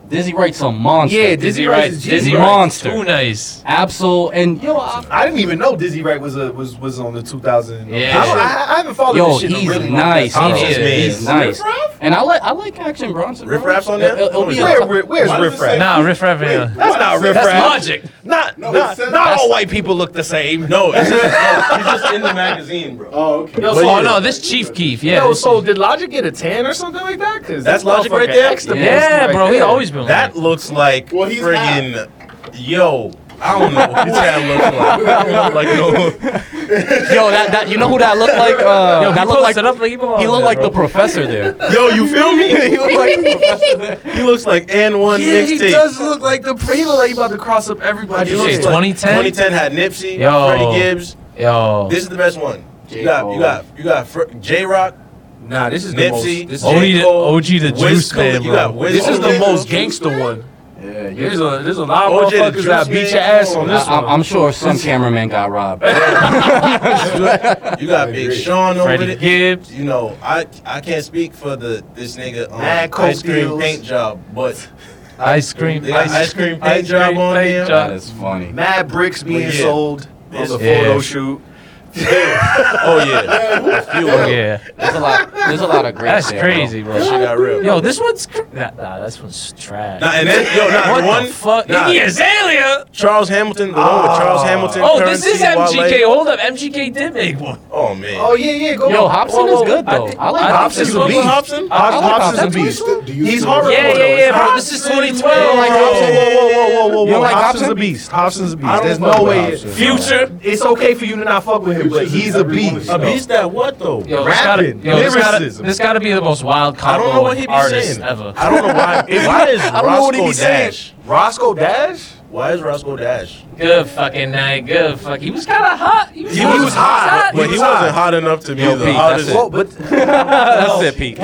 [SPEAKER 1] Dizzy Wright's a monster.
[SPEAKER 2] Yeah,
[SPEAKER 3] Dizzy
[SPEAKER 2] Dizzy
[SPEAKER 3] Wright,
[SPEAKER 2] Wright is
[SPEAKER 3] Dizzy
[SPEAKER 1] genius.
[SPEAKER 3] Wright's
[SPEAKER 1] Monster.
[SPEAKER 3] too nice.
[SPEAKER 1] Absol and yo, I-
[SPEAKER 2] I didn't even know Dizzy Wright was a, was was on the 2000.
[SPEAKER 3] Yeah.
[SPEAKER 2] I, don't- I, I haven't followed
[SPEAKER 1] yo,
[SPEAKER 2] this shit. in a
[SPEAKER 1] he's
[SPEAKER 2] really long time.
[SPEAKER 1] nice.
[SPEAKER 4] time.
[SPEAKER 1] He
[SPEAKER 3] Honest
[SPEAKER 1] is.
[SPEAKER 4] man.
[SPEAKER 1] He's nice. And I like I like Action Bronson.
[SPEAKER 4] Riff
[SPEAKER 1] bro.
[SPEAKER 4] Raff's on there?
[SPEAKER 1] It'll- it'll be
[SPEAKER 2] Where,
[SPEAKER 1] a-
[SPEAKER 2] where, where's
[SPEAKER 10] Why does it
[SPEAKER 2] Riff Raff?
[SPEAKER 10] say-
[SPEAKER 3] Nah, riff raff. ain't on.
[SPEAKER 2] That's not Riff
[SPEAKER 3] That's
[SPEAKER 2] Raff.
[SPEAKER 3] logic.
[SPEAKER 2] Not,
[SPEAKER 10] No,
[SPEAKER 2] not,
[SPEAKER 10] it says-
[SPEAKER 2] not all white people look the same.
[SPEAKER 4] No, it's just, no, he's just in the magazine, bro.
[SPEAKER 10] Oh, okay.
[SPEAKER 2] Yo,
[SPEAKER 3] Oh
[SPEAKER 2] yeah.
[SPEAKER 3] no, this Chief Keef. Yeah.
[SPEAKER 2] Yo,
[SPEAKER 3] this-
[SPEAKER 2] so did Logic get a tan or something like that? Cause
[SPEAKER 4] That's
[SPEAKER 2] this
[SPEAKER 4] Logic right
[SPEAKER 2] motherfucker
[SPEAKER 4] there?
[SPEAKER 2] extra nasty
[SPEAKER 3] yeah,
[SPEAKER 2] right
[SPEAKER 3] bro. He
[SPEAKER 2] there.
[SPEAKER 3] always been.
[SPEAKER 4] Oh, That looks like
[SPEAKER 10] Well, he's
[SPEAKER 4] friggin' yo. I don't know what that looks like. like no,
[SPEAKER 1] Yo, that, that you know who that looked like? Uh,
[SPEAKER 3] Yo, he
[SPEAKER 1] that
[SPEAKER 3] looked
[SPEAKER 1] looked like
[SPEAKER 3] it up like he belongs.
[SPEAKER 1] he looked
[SPEAKER 3] there,
[SPEAKER 1] like
[SPEAKER 3] bro.
[SPEAKER 1] the professor there.
[SPEAKER 4] yo, you feel me? he looks like he looks like N one mixtape.
[SPEAKER 2] look like the he look like he about to cross up everybody.
[SPEAKER 4] He
[SPEAKER 3] Shit,
[SPEAKER 4] looks like-
[SPEAKER 3] 2010?
[SPEAKER 4] 2010 had Nipsey,
[SPEAKER 3] Yo.
[SPEAKER 4] Freddie Gibbs.
[SPEAKER 3] Yo.
[SPEAKER 4] This is the best one. You got, you got, you got Fr- J Rock,
[SPEAKER 2] Nah, this is
[SPEAKER 4] Nipsey,
[SPEAKER 2] the most. This,
[SPEAKER 3] OG,
[SPEAKER 4] J.
[SPEAKER 3] the,
[SPEAKER 4] Cole,
[SPEAKER 3] OG the
[SPEAKER 4] Wiz
[SPEAKER 3] juice
[SPEAKER 4] Khalifa.
[SPEAKER 3] man,
[SPEAKER 4] You
[SPEAKER 3] bro.
[SPEAKER 4] got Wiz
[SPEAKER 2] this is
[SPEAKER 4] Khalifa.
[SPEAKER 2] the most gangster one. Yeah, there's a there's a lot
[SPEAKER 4] OJ
[SPEAKER 2] of
[SPEAKER 4] the
[SPEAKER 2] motherfuckers that
[SPEAKER 4] Juice
[SPEAKER 2] beat your
[SPEAKER 4] Man.
[SPEAKER 2] ass on this
[SPEAKER 1] I,
[SPEAKER 2] one.
[SPEAKER 1] I'm sure some cameraman got robbed.
[SPEAKER 4] You got Big Sean over
[SPEAKER 3] Freddie
[SPEAKER 4] there.
[SPEAKER 3] Gibbs.
[SPEAKER 4] You know, I I can't speak for the this nigga um,
[SPEAKER 2] Mad Coke
[SPEAKER 4] ice cream
[SPEAKER 2] deals.
[SPEAKER 4] paint job, but
[SPEAKER 3] Ice cream.
[SPEAKER 4] they got ice cream paint
[SPEAKER 3] ice
[SPEAKER 4] job
[SPEAKER 3] cream
[SPEAKER 4] on
[SPEAKER 3] paint
[SPEAKER 4] there.
[SPEAKER 1] That
[SPEAKER 3] job.
[SPEAKER 1] is funny.
[SPEAKER 2] Mad bricks being
[SPEAKER 4] Yeah.
[SPEAKER 2] sold on
[SPEAKER 4] This-
[SPEAKER 2] the photo
[SPEAKER 3] Yeah.
[SPEAKER 2] shoot.
[SPEAKER 4] oh yeah, a few of them.
[SPEAKER 3] Yeah.
[SPEAKER 1] There's a lot. There's a lot of great.
[SPEAKER 3] That's
[SPEAKER 1] there, bro.
[SPEAKER 3] crazy,
[SPEAKER 4] That shit
[SPEAKER 3] bro.
[SPEAKER 4] got real.
[SPEAKER 3] Yo, this one's. Cr- nah, nah, this one's trash.
[SPEAKER 4] Nah, and then yo, nah,
[SPEAKER 3] what
[SPEAKER 4] the one
[SPEAKER 3] the fuck?
[SPEAKER 4] nah,
[SPEAKER 3] Iggy Azalea.
[SPEAKER 4] Charles Hamilton, the one with Charles Hamilton.
[SPEAKER 3] Oh, this is
[SPEAKER 4] Currency, Wale.
[SPEAKER 3] MGK. Hold up, MGK did make one.
[SPEAKER 4] Oh man,
[SPEAKER 2] Oh yeah, yeah, go.
[SPEAKER 1] Yo, Hobson
[SPEAKER 3] Whoa, whoa,
[SPEAKER 1] is good
[SPEAKER 3] I
[SPEAKER 1] though. I,
[SPEAKER 3] think-
[SPEAKER 1] like
[SPEAKER 3] I-
[SPEAKER 1] Hobson.
[SPEAKER 4] Hobson's
[SPEAKER 3] Hobson's
[SPEAKER 4] a
[SPEAKER 3] a Hobson?
[SPEAKER 4] beast.
[SPEAKER 2] Hob- Hobson's a
[SPEAKER 10] Do you
[SPEAKER 2] beast.
[SPEAKER 10] still- do you
[SPEAKER 2] He's
[SPEAKER 10] still-
[SPEAKER 2] horrible.
[SPEAKER 3] Yeah, yeah, yeah, bro. This is
[SPEAKER 4] Oh,
[SPEAKER 2] Whoa,
[SPEAKER 3] 2012.
[SPEAKER 2] whoa, whoa, whoa,
[SPEAKER 1] You
[SPEAKER 2] whoa,
[SPEAKER 1] don't
[SPEAKER 2] whoa.
[SPEAKER 1] like
[SPEAKER 2] Hobson's
[SPEAKER 1] Hobson?
[SPEAKER 2] a beast. Hobson's a
[SPEAKER 4] I
[SPEAKER 2] beast.
[SPEAKER 4] don't
[SPEAKER 2] There's
[SPEAKER 4] fuck
[SPEAKER 2] no
[SPEAKER 4] with
[SPEAKER 2] way.
[SPEAKER 4] Hobson.
[SPEAKER 3] Future.
[SPEAKER 2] It's okay for you to not fuck with him, but he's a beast.
[SPEAKER 4] a beast at what though?
[SPEAKER 3] Yo, this gotta,
[SPEAKER 2] Rapping.
[SPEAKER 3] yo, this, gotta,
[SPEAKER 2] Lyricism.
[SPEAKER 3] this gotta be the most wild
[SPEAKER 4] I
[SPEAKER 3] combo
[SPEAKER 4] don't know what he be
[SPEAKER 3] artist
[SPEAKER 4] saying.
[SPEAKER 3] ever.
[SPEAKER 4] I don't know why. why is
[SPEAKER 2] don't know what he be
[SPEAKER 4] Roscoe
[SPEAKER 2] saying.
[SPEAKER 4] Dash?
[SPEAKER 2] Roscoe Dash?
[SPEAKER 4] Why is Roscoe Dash?
[SPEAKER 3] Good fucking night. Good fuck. He was kind of hot. He was,
[SPEAKER 4] He was
[SPEAKER 2] hot,
[SPEAKER 4] But he,
[SPEAKER 2] was
[SPEAKER 4] wasn't hot. enough to be
[SPEAKER 1] Yo,
[SPEAKER 4] the
[SPEAKER 1] Pete,
[SPEAKER 4] hottest.
[SPEAKER 1] that's it.
[SPEAKER 2] Whoa, but
[SPEAKER 1] That's it, Pete.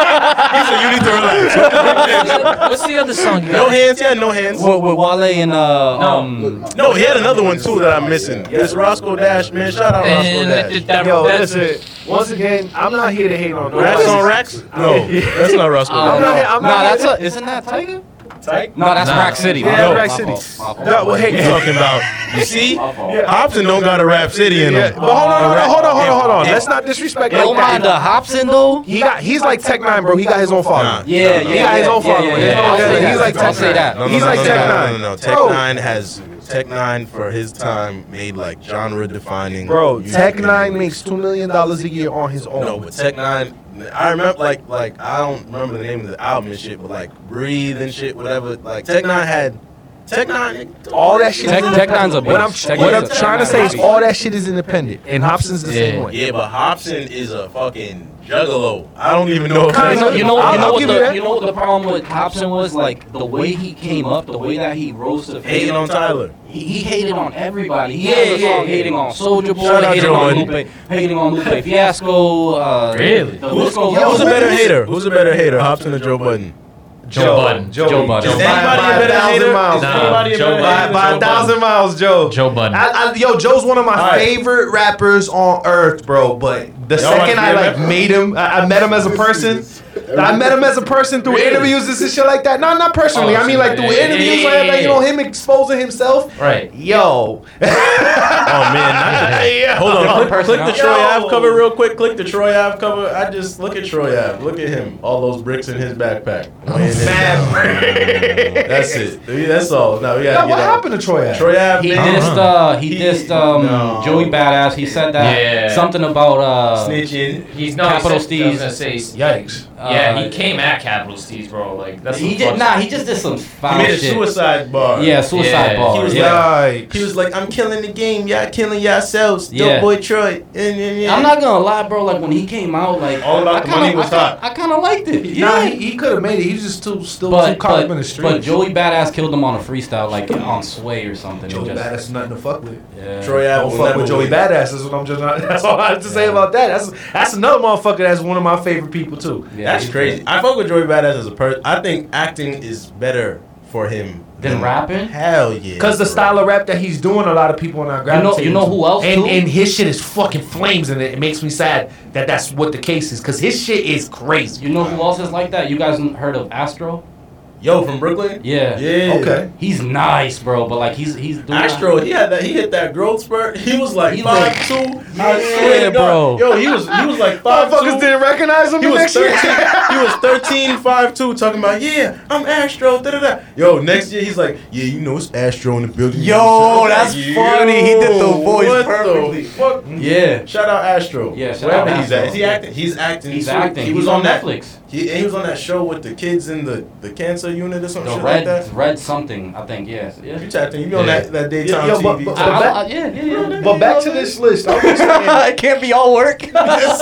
[SPEAKER 4] you need to relax.
[SPEAKER 3] What's the other song? You
[SPEAKER 4] No
[SPEAKER 3] got?
[SPEAKER 4] hands, yeah, no hands.
[SPEAKER 1] With, with Wale and uh, um,
[SPEAKER 4] No, he had another one too that I'm missing. This Roscoe Dash, man. Shout out Roscoe
[SPEAKER 3] And
[SPEAKER 4] Dash.
[SPEAKER 3] that- that-
[SPEAKER 2] yo,
[SPEAKER 3] that's-
[SPEAKER 2] listen. Once again, I'm not here to hate on
[SPEAKER 4] Racks on
[SPEAKER 2] nobody.
[SPEAKER 4] racks? No, that's not Roscoe
[SPEAKER 1] I don't
[SPEAKER 2] I'm not
[SPEAKER 4] Dash.
[SPEAKER 1] know.
[SPEAKER 2] here- I'm
[SPEAKER 1] nah,
[SPEAKER 2] not
[SPEAKER 1] that's
[SPEAKER 2] here-
[SPEAKER 1] a, isn't that Tiger?
[SPEAKER 2] Tiger?
[SPEAKER 1] No, that's
[SPEAKER 3] Nah.
[SPEAKER 1] Rack City.
[SPEAKER 2] Yeah,
[SPEAKER 1] My fault,
[SPEAKER 2] Rack
[SPEAKER 1] my
[SPEAKER 2] City.
[SPEAKER 1] fault, my fault.
[SPEAKER 2] No, well, hey,
[SPEAKER 4] You talking about? You see, Hobson don't got a rap city in
[SPEAKER 2] Yeah,
[SPEAKER 4] him.
[SPEAKER 2] but hold on, hold on, hold on, hold on, hold on. Let's not disrespect
[SPEAKER 1] Don't
[SPEAKER 2] like that.
[SPEAKER 1] mind the Hobson though.
[SPEAKER 2] He got, he's like Tech Nine, bro. He got his own following.
[SPEAKER 4] Nah.
[SPEAKER 1] Yeah, yeah,
[SPEAKER 2] he got his
[SPEAKER 1] yeah,
[SPEAKER 2] own
[SPEAKER 1] yeah,
[SPEAKER 2] following.
[SPEAKER 1] yeah, yeah.
[SPEAKER 2] There's no-
[SPEAKER 1] I'll say
[SPEAKER 2] he's
[SPEAKER 1] that.
[SPEAKER 2] like
[SPEAKER 1] I'll
[SPEAKER 2] Tech
[SPEAKER 1] say
[SPEAKER 2] Nine.
[SPEAKER 1] that.
[SPEAKER 4] No, no,
[SPEAKER 2] He's
[SPEAKER 4] no,
[SPEAKER 2] like
[SPEAKER 4] no,
[SPEAKER 2] Tech
[SPEAKER 4] no,
[SPEAKER 2] Nine.
[SPEAKER 4] No, no, no. Tech
[SPEAKER 2] Bro.
[SPEAKER 4] Nine has Tech Nine for his time made like genre defining.
[SPEAKER 2] Bro, Tech Nine makes two million dollars a year on his own.
[SPEAKER 4] No, but Tech Nine. I remember like like I don't remember the name of the album and shit, but like Breathe and shit, whatever. Like Tech Nine had Tech Nine.
[SPEAKER 2] all that shit.
[SPEAKER 1] Tech-
[SPEAKER 2] is
[SPEAKER 1] Tech Nine's a
[SPEAKER 2] independent.
[SPEAKER 1] beast.
[SPEAKER 2] What
[SPEAKER 1] Tech
[SPEAKER 2] I'm, what I'm
[SPEAKER 1] Nine's a-
[SPEAKER 2] trying to say is
[SPEAKER 1] Tech Nine's a
[SPEAKER 2] all that shit is independent, and Hobson's the same
[SPEAKER 3] Yeah.
[SPEAKER 2] way.
[SPEAKER 4] Yeah, but Hobson is a fucking juggalo. I don't even know. If
[SPEAKER 1] You
[SPEAKER 2] Kinda,
[SPEAKER 1] know, you know,
[SPEAKER 2] I'll-
[SPEAKER 1] you know
[SPEAKER 2] I'll
[SPEAKER 1] what
[SPEAKER 2] give you
[SPEAKER 1] the
[SPEAKER 2] that.
[SPEAKER 1] you know what the problem with Hobson was like the way he came up, the way that he rose to fame.
[SPEAKER 4] hating on Tyler.
[SPEAKER 1] He, he hated on everybody. He
[SPEAKER 3] Yeah,
[SPEAKER 1] had a
[SPEAKER 3] yeah,
[SPEAKER 1] song
[SPEAKER 3] yeah.
[SPEAKER 1] hating on Soldier Boy,
[SPEAKER 4] Shout out
[SPEAKER 1] hating
[SPEAKER 4] to
[SPEAKER 1] on
[SPEAKER 4] Jordan.
[SPEAKER 1] Lupe, hating on Lupe Fiasco. Uh,
[SPEAKER 3] Really?
[SPEAKER 1] The list goes
[SPEAKER 4] Who's a
[SPEAKER 1] on.
[SPEAKER 4] better hater? Who's a better hater, Hobson or Joe Budden?
[SPEAKER 3] Joe Budden.
[SPEAKER 1] Joe Budden.
[SPEAKER 4] Is
[SPEAKER 1] Joe
[SPEAKER 4] anybody
[SPEAKER 2] by
[SPEAKER 4] a better
[SPEAKER 2] thousand
[SPEAKER 4] hater?
[SPEAKER 2] miles.
[SPEAKER 4] Is
[SPEAKER 3] Nah,
[SPEAKER 4] anybody a
[SPEAKER 3] Joe
[SPEAKER 4] better
[SPEAKER 3] Budden.
[SPEAKER 4] hater?
[SPEAKER 2] By, by
[SPEAKER 3] Joe
[SPEAKER 2] a thousand
[SPEAKER 3] Budden.
[SPEAKER 2] miles, Joe.
[SPEAKER 3] Joe Budden.
[SPEAKER 2] I, I, yo, Joe's one of my
[SPEAKER 4] right.
[SPEAKER 2] favorite rappers on earth, bro. But the
[SPEAKER 4] Y'all
[SPEAKER 2] second
[SPEAKER 4] my
[SPEAKER 2] I like
[SPEAKER 4] favorite rapper?
[SPEAKER 2] made him, I, I met him as a person. I met him as a person through interviews and shit like that. Not not personally.
[SPEAKER 3] Oh,
[SPEAKER 2] I mean,
[SPEAKER 3] so-
[SPEAKER 2] like through
[SPEAKER 3] yeah, yeah,
[SPEAKER 2] interviews,
[SPEAKER 3] yeah,
[SPEAKER 2] like,
[SPEAKER 3] yeah,
[SPEAKER 2] like, you know,
[SPEAKER 3] yeah.
[SPEAKER 2] him exposing himself.
[SPEAKER 3] Right.
[SPEAKER 2] Yo,
[SPEAKER 4] Oh man, I- I- hold on. Click, click the
[SPEAKER 1] Yo.
[SPEAKER 4] Troy Ave cover real quick. Click the Troy Ave cover. I just look at Troy Ave. Look at him. All those bricks in his backpack. Weighing it down. That's it. That's all. Now we
[SPEAKER 2] Now,
[SPEAKER 4] gotta
[SPEAKER 2] what
[SPEAKER 4] get out.
[SPEAKER 2] happened to Troy? Ave?
[SPEAKER 4] Troy Ave.
[SPEAKER 1] He
[SPEAKER 3] Uh-huh.
[SPEAKER 4] man.
[SPEAKER 1] dissed. Uh, he
[SPEAKER 4] He-
[SPEAKER 1] dissed um,
[SPEAKER 4] No.
[SPEAKER 1] Joey Badass. He said that
[SPEAKER 3] Yeah.
[SPEAKER 1] something about uh,
[SPEAKER 4] snitching.
[SPEAKER 3] He's not
[SPEAKER 1] Capital
[SPEAKER 3] Steez. I was
[SPEAKER 1] Steez.
[SPEAKER 3] gonna say, he's-
[SPEAKER 2] Yikes.
[SPEAKER 3] yeah,
[SPEAKER 1] Uh,
[SPEAKER 3] he came at Capital Steez, bro. Like that's
[SPEAKER 1] He
[SPEAKER 3] what
[SPEAKER 1] did
[SPEAKER 3] fucks-
[SPEAKER 1] nah. He just did some
[SPEAKER 4] He
[SPEAKER 1] foul
[SPEAKER 4] made a
[SPEAKER 1] shit.
[SPEAKER 4] suicide bar.
[SPEAKER 1] Yeah, suicide
[SPEAKER 3] Yeah.
[SPEAKER 1] bar.
[SPEAKER 4] He was
[SPEAKER 1] yeah.
[SPEAKER 2] Yikes.
[SPEAKER 4] He was like, I'm killing the game. Y'all killing yourselves. Dope
[SPEAKER 1] Yeah.
[SPEAKER 4] boy Troy. Yeah, yeah, yeah.
[SPEAKER 1] I'm not gonna lie, bro. Like when he came out, like
[SPEAKER 4] All about
[SPEAKER 1] I
[SPEAKER 4] the
[SPEAKER 1] kinda,
[SPEAKER 4] money was
[SPEAKER 1] I kinda,
[SPEAKER 4] hot.
[SPEAKER 1] I kind of liked it. Yeah.
[SPEAKER 2] Nah, he, he could have made it. He's just too still
[SPEAKER 1] but,
[SPEAKER 2] too caught
[SPEAKER 1] but,
[SPEAKER 2] up in the
[SPEAKER 1] but
[SPEAKER 2] streets.
[SPEAKER 1] Joey Badass killed him on a freestyle, like on Sway or something. It just-
[SPEAKER 2] Badass is nothing to fuck with.
[SPEAKER 1] yeah.
[SPEAKER 4] Troy Ave.
[SPEAKER 2] Don't
[SPEAKER 4] will
[SPEAKER 2] fuck
[SPEAKER 4] never
[SPEAKER 2] with Joey
[SPEAKER 4] win.
[SPEAKER 2] Badass. That's what I'm just. Not, that's all I have to say about that. That's that's another motherfucker. That's one of my favorite people too.
[SPEAKER 1] Yeah,
[SPEAKER 4] That's
[SPEAKER 1] he-
[SPEAKER 4] crazy. I fuck with Joey Badass as a person. I think acting is better for him
[SPEAKER 1] Than rapping?
[SPEAKER 4] Hell yeah.
[SPEAKER 2] Cause the
[SPEAKER 4] bro.
[SPEAKER 2] style of rap that he's doing, a lot of people are
[SPEAKER 1] You
[SPEAKER 2] not
[SPEAKER 1] know,
[SPEAKER 2] gravitating.
[SPEAKER 1] you know
[SPEAKER 2] to.
[SPEAKER 1] who else?
[SPEAKER 2] And
[SPEAKER 1] too?
[SPEAKER 2] and his shit is fucking flames, and it, it makes me sad that that's what the case is. Cause his shit is crazy.
[SPEAKER 1] you know who else is like that? You guys n- heard of Astro?
[SPEAKER 4] Yo, from Brooklyn.
[SPEAKER 1] Yeah.
[SPEAKER 4] Yeah.
[SPEAKER 14] Okay.
[SPEAKER 1] He's nice, bro, but like he's he's doing
[SPEAKER 4] Astro, he had that. He hit that growth spurt. He was like
[SPEAKER 1] He
[SPEAKER 4] five
[SPEAKER 1] like-
[SPEAKER 4] two. I swear to
[SPEAKER 3] bro.
[SPEAKER 4] God. Yo, he was he was like five
[SPEAKER 2] Motherfuckers
[SPEAKER 4] two.
[SPEAKER 2] didn't recognize him
[SPEAKER 4] He
[SPEAKER 2] the
[SPEAKER 4] was
[SPEAKER 2] next year.
[SPEAKER 4] 13, he was 13, 5, 2, talking about, yeah, I'm Astro, da da da. Yo, next year he's like, yeah, you know it's Astro in the building.
[SPEAKER 14] Yo,
[SPEAKER 4] I'm
[SPEAKER 14] that's funny. He did the voice
[SPEAKER 4] what
[SPEAKER 14] perfectly.
[SPEAKER 4] The fuck?
[SPEAKER 1] Yeah.
[SPEAKER 4] Shout out Astro.
[SPEAKER 1] Yeah, shout
[SPEAKER 4] Wherever
[SPEAKER 1] out
[SPEAKER 4] he's
[SPEAKER 1] Astro.
[SPEAKER 4] at. Is he acting? He's acting.
[SPEAKER 1] He's
[SPEAKER 4] too.
[SPEAKER 1] acting.
[SPEAKER 4] He
[SPEAKER 1] He's
[SPEAKER 4] was
[SPEAKER 1] on
[SPEAKER 4] on that-
[SPEAKER 1] Netflix.
[SPEAKER 4] He, and he was on that show with the kids in the, the cancer unit or
[SPEAKER 2] Oh,
[SPEAKER 4] some
[SPEAKER 1] The
[SPEAKER 4] shit
[SPEAKER 1] red
[SPEAKER 4] like that.
[SPEAKER 1] red something, I think. Yeah. Yeah.
[SPEAKER 4] You tapped in. You be on
[SPEAKER 3] Yeah.
[SPEAKER 4] that, that daytime
[SPEAKER 2] yo, but-
[SPEAKER 4] TV.
[SPEAKER 2] but-
[SPEAKER 1] I,
[SPEAKER 4] talk.
[SPEAKER 1] I, I, yeah, yeah, yeah.
[SPEAKER 2] But back to this list. I was saying-
[SPEAKER 15] it can't be all work.
[SPEAKER 4] yes,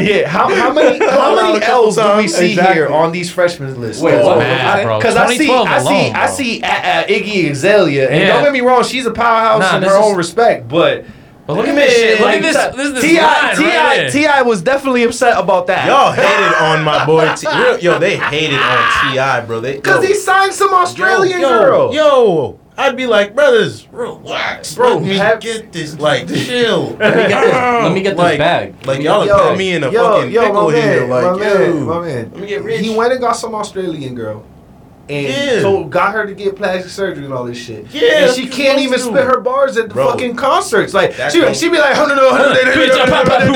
[SPEAKER 2] yeah, how, how many how
[SPEAKER 4] Hold on a
[SPEAKER 2] many
[SPEAKER 4] couple
[SPEAKER 2] L's do we
[SPEAKER 4] times.
[SPEAKER 2] see
[SPEAKER 4] Exactly.
[SPEAKER 2] here on these freshmen lists?
[SPEAKER 1] Wait, what?
[SPEAKER 3] Bad, bro.
[SPEAKER 2] Because I see,
[SPEAKER 3] 2012
[SPEAKER 2] I see,
[SPEAKER 3] alone,
[SPEAKER 2] I
[SPEAKER 3] bro.
[SPEAKER 2] see uh, uh, Iggy Azalea, and
[SPEAKER 3] Yeah.
[SPEAKER 2] don't get me wrong, she's a powerhouse
[SPEAKER 3] Nah,
[SPEAKER 2] in
[SPEAKER 3] this
[SPEAKER 2] her
[SPEAKER 3] is-
[SPEAKER 2] own respect, but.
[SPEAKER 3] But look at this shit. Look at this. This is this
[SPEAKER 2] Ti
[SPEAKER 3] line right here.
[SPEAKER 2] Ti Ti was definitely upset about that.
[SPEAKER 4] Y'all hated on my boy T. real- Yo, they hated on Ti, bro. They
[SPEAKER 2] Because
[SPEAKER 4] yo.
[SPEAKER 2] he signed some Australian
[SPEAKER 4] yo,
[SPEAKER 2] girl.
[SPEAKER 4] Yo, I'd be like, brothers, relax,
[SPEAKER 2] Bro,
[SPEAKER 4] bro. Let me
[SPEAKER 2] have-
[SPEAKER 4] get this, like, chill.
[SPEAKER 1] Let me get this, let me get this
[SPEAKER 4] Like-
[SPEAKER 1] bag.
[SPEAKER 4] Like y'all
[SPEAKER 2] Yo,
[SPEAKER 4] are putting me in a fucking pickle here. Like,
[SPEAKER 2] my
[SPEAKER 4] yo,
[SPEAKER 2] man, my man.
[SPEAKER 4] let me get rich.
[SPEAKER 2] He went and got some Australian girl. And
[SPEAKER 4] Yeah.
[SPEAKER 2] told, got her to get plastic surgery and all this shit.
[SPEAKER 4] Yeah,
[SPEAKER 2] and
[SPEAKER 4] that's
[SPEAKER 2] she
[SPEAKER 4] what
[SPEAKER 2] can't
[SPEAKER 4] you
[SPEAKER 2] even
[SPEAKER 4] supposed
[SPEAKER 2] spit
[SPEAKER 4] to.
[SPEAKER 2] her bars at the
[SPEAKER 4] Bro.
[SPEAKER 2] fucking concerts. Like
[SPEAKER 4] That's
[SPEAKER 2] she
[SPEAKER 4] dope.
[SPEAKER 2] she be like, hundred no, hundred. I'm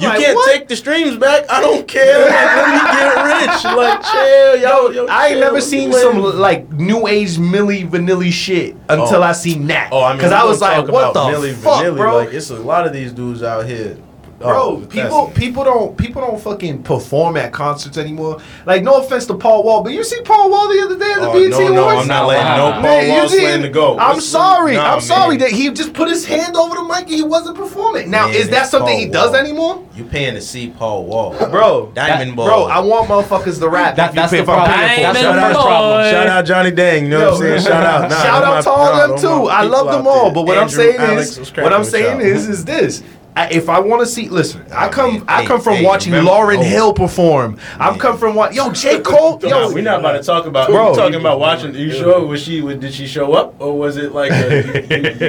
[SPEAKER 4] you
[SPEAKER 2] like,
[SPEAKER 4] can't
[SPEAKER 2] what?
[SPEAKER 4] take the streams back. I don't care. Like, let me get rich. Like, chill, yo, yo.
[SPEAKER 2] I ain't
[SPEAKER 4] chill.
[SPEAKER 2] never
[SPEAKER 4] Let
[SPEAKER 2] seen
[SPEAKER 4] me
[SPEAKER 2] some
[SPEAKER 4] live.
[SPEAKER 2] like new age Millie Vanilli shit until
[SPEAKER 4] Oh.
[SPEAKER 2] I seen that.
[SPEAKER 4] Oh, I mean,
[SPEAKER 2] because
[SPEAKER 4] we
[SPEAKER 2] I
[SPEAKER 4] gonna
[SPEAKER 2] was like,
[SPEAKER 4] talk
[SPEAKER 2] what the
[SPEAKER 4] about Milli
[SPEAKER 2] fuck,
[SPEAKER 4] Vanilli,
[SPEAKER 2] bro?
[SPEAKER 4] Like, it's a lot of these dudes out here.
[SPEAKER 2] Bro,
[SPEAKER 4] Oh,
[SPEAKER 2] people people don't people don't fucking perform at concerts anymore. Like no offense to Paul Wall, but you see Paul Wall the other day at the
[SPEAKER 4] Oh,
[SPEAKER 2] BET
[SPEAKER 4] no, no,
[SPEAKER 2] Awards?
[SPEAKER 4] I'm not letting
[SPEAKER 1] Nah,
[SPEAKER 4] no
[SPEAKER 1] nah.
[SPEAKER 4] Paul
[SPEAKER 2] Man, you
[SPEAKER 4] Wall
[SPEAKER 2] see-
[SPEAKER 4] slam to go.
[SPEAKER 2] I'm
[SPEAKER 4] Let's-
[SPEAKER 2] sorry.
[SPEAKER 4] nah,
[SPEAKER 2] I'm
[SPEAKER 4] man.
[SPEAKER 2] sorry that he just put his hand over the mic and he wasn't performing. Now,
[SPEAKER 4] Man,
[SPEAKER 2] is that
[SPEAKER 4] it's
[SPEAKER 2] something
[SPEAKER 4] Paul
[SPEAKER 2] he does
[SPEAKER 4] Wall.
[SPEAKER 2] anymore?
[SPEAKER 4] You paying to see Paul Wall,
[SPEAKER 2] Bro,
[SPEAKER 4] Diamond
[SPEAKER 2] that-
[SPEAKER 4] Ball.
[SPEAKER 2] Bro, I want motherfuckers to rap.
[SPEAKER 1] That-
[SPEAKER 2] if you
[SPEAKER 1] that's
[SPEAKER 2] pay-
[SPEAKER 1] the
[SPEAKER 2] if I'm
[SPEAKER 1] problem.
[SPEAKER 2] paying for it.
[SPEAKER 1] Diamond
[SPEAKER 4] Shout out,
[SPEAKER 1] Ball.
[SPEAKER 4] problem. Shout out Johnny Dang. You know what I'm
[SPEAKER 2] Yo.
[SPEAKER 4] saying? Shout out. Nah,
[SPEAKER 2] Shout
[SPEAKER 4] don't
[SPEAKER 2] out
[SPEAKER 4] mind-
[SPEAKER 2] to all
[SPEAKER 4] nah,
[SPEAKER 2] them
[SPEAKER 4] don't
[SPEAKER 2] too.
[SPEAKER 4] mind
[SPEAKER 2] I
[SPEAKER 4] people
[SPEAKER 2] love them
[SPEAKER 4] out
[SPEAKER 2] all,
[SPEAKER 4] there.
[SPEAKER 2] but what
[SPEAKER 4] Andrew,
[SPEAKER 2] I'm saying
[SPEAKER 4] Alex, what's
[SPEAKER 2] is,
[SPEAKER 4] cracking
[SPEAKER 2] what I'm
[SPEAKER 4] with
[SPEAKER 2] saying
[SPEAKER 4] y'all?
[SPEAKER 2] is, is this. I, if I want to see, listen. I
[SPEAKER 4] Nah,
[SPEAKER 2] come,
[SPEAKER 4] man,
[SPEAKER 2] I
[SPEAKER 4] hey,
[SPEAKER 2] come from
[SPEAKER 4] hey,
[SPEAKER 2] watching
[SPEAKER 4] remember-
[SPEAKER 2] Lauren
[SPEAKER 4] oh.
[SPEAKER 2] Hill perform. I'm come from what? Yo, J Cole.
[SPEAKER 4] Nah,
[SPEAKER 2] Yo,
[SPEAKER 4] we're not about to talk about.
[SPEAKER 2] Bro.
[SPEAKER 4] We're talking about watching. You sure was she? Was, did she show up or was it like? A, you-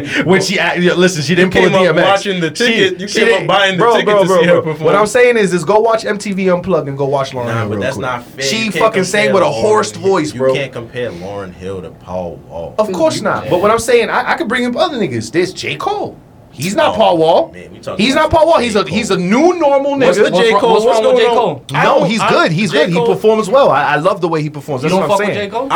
[SPEAKER 4] you- you-
[SPEAKER 2] when she act- yeah, listen, she didn't
[SPEAKER 4] came
[SPEAKER 2] pull a
[SPEAKER 4] up
[SPEAKER 2] DMX.
[SPEAKER 4] watching the ticket. You came
[SPEAKER 2] didn't-
[SPEAKER 4] up buying the ticket to see her perform.
[SPEAKER 2] What I'm saying is, is go watch MTV Unplugged and go watch Lauren
[SPEAKER 4] Nah,
[SPEAKER 2] Hill.
[SPEAKER 4] but
[SPEAKER 2] real
[SPEAKER 4] that's
[SPEAKER 2] quick.
[SPEAKER 4] not fair.
[SPEAKER 2] She
[SPEAKER 4] You can't
[SPEAKER 2] fucking sang
[SPEAKER 4] compare
[SPEAKER 2] with a
[SPEAKER 4] Lauryn
[SPEAKER 2] hoarse
[SPEAKER 4] Hill-
[SPEAKER 2] voice, bro.
[SPEAKER 4] You can't compare Lauren Hill to Paul Wall.
[SPEAKER 2] Of course not. But what I'm saying, I, I could bring up other niggas. This J Cole. He's not Paul Wall.
[SPEAKER 4] Oh, man, we talking
[SPEAKER 2] he's not
[SPEAKER 4] about
[SPEAKER 2] Paul Wall. He's a
[SPEAKER 4] J.
[SPEAKER 2] he's a new normal nigga.
[SPEAKER 4] What's the J
[SPEAKER 1] wrong-
[SPEAKER 4] Cole?
[SPEAKER 1] what's wrong with
[SPEAKER 4] going
[SPEAKER 1] J.
[SPEAKER 4] on?
[SPEAKER 1] Cole?
[SPEAKER 4] I
[SPEAKER 2] no,
[SPEAKER 4] don't-
[SPEAKER 2] he's
[SPEAKER 4] I-
[SPEAKER 2] good. He's
[SPEAKER 4] J.
[SPEAKER 2] good.
[SPEAKER 4] Cole-
[SPEAKER 2] He performs well. I, I love the way he performs.
[SPEAKER 1] You
[SPEAKER 2] That's
[SPEAKER 1] don't
[SPEAKER 2] what
[SPEAKER 1] fuck
[SPEAKER 2] I'm
[SPEAKER 1] with J.
[SPEAKER 2] saying.
[SPEAKER 1] Cole?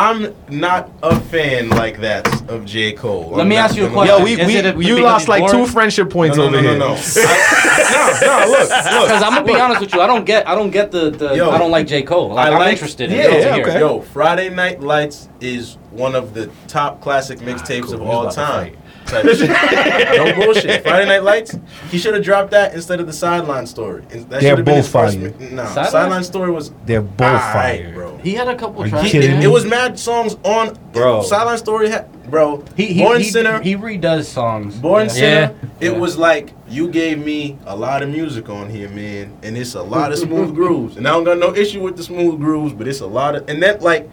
[SPEAKER 4] I'm not a fan like that of J Cole.
[SPEAKER 1] Let
[SPEAKER 4] I'm
[SPEAKER 1] me
[SPEAKER 4] not
[SPEAKER 1] ask you a
[SPEAKER 4] gonna-
[SPEAKER 1] question.
[SPEAKER 2] Yo, we,
[SPEAKER 1] Is it a-
[SPEAKER 2] we you
[SPEAKER 1] because
[SPEAKER 2] lost
[SPEAKER 1] he's
[SPEAKER 2] like
[SPEAKER 1] boring?
[SPEAKER 2] two friendship points
[SPEAKER 4] No,
[SPEAKER 2] over
[SPEAKER 4] no, no,
[SPEAKER 2] here.
[SPEAKER 4] no, no. I- no, no, look, look.
[SPEAKER 1] Because I'm gonna be honest with you, I don't get, I don't get the, the
[SPEAKER 4] Yo.
[SPEAKER 1] I don't like J Cole. Like,
[SPEAKER 4] I
[SPEAKER 1] I'm
[SPEAKER 4] like-
[SPEAKER 1] interested in
[SPEAKER 2] yeah,
[SPEAKER 1] it.
[SPEAKER 2] yeah,
[SPEAKER 1] here.
[SPEAKER 2] okay.
[SPEAKER 4] Yo, Friday Night Lights is one of the top classic mixtapes of all time. Type shit. no bullshit. Friday Night Lights. He should have dropped that instead of the sideline story. And That
[SPEAKER 14] They're
[SPEAKER 4] should've been his
[SPEAKER 14] both
[SPEAKER 4] first
[SPEAKER 14] fire.
[SPEAKER 4] mi- Nah,
[SPEAKER 1] Sideline?
[SPEAKER 4] sideline? story was
[SPEAKER 14] They're both
[SPEAKER 4] alright,
[SPEAKER 14] fire.
[SPEAKER 4] bro.
[SPEAKER 1] He had a couple
[SPEAKER 14] Are you
[SPEAKER 1] tracks.
[SPEAKER 4] He-
[SPEAKER 14] kidding
[SPEAKER 1] yeah.
[SPEAKER 14] me?
[SPEAKER 4] it was mad songs on
[SPEAKER 14] Bro.
[SPEAKER 4] Sideline story, ha- bro.
[SPEAKER 1] He he,
[SPEAKER 4] Born
[SPEAKER 1] he,
[SPEAKER 4] Sinner,
[SPEAKER 1] he redoes songs. Yeah.
[SPEAKER 4] Born Sinner,
[SPEAKER 1] Yeah.
[SPEAKER 4] it was like you gave me a lot of music on here, man, and it's a lot of smooth grooves. And I don't got no issue with the smooth grooves, but it's a lot of and that like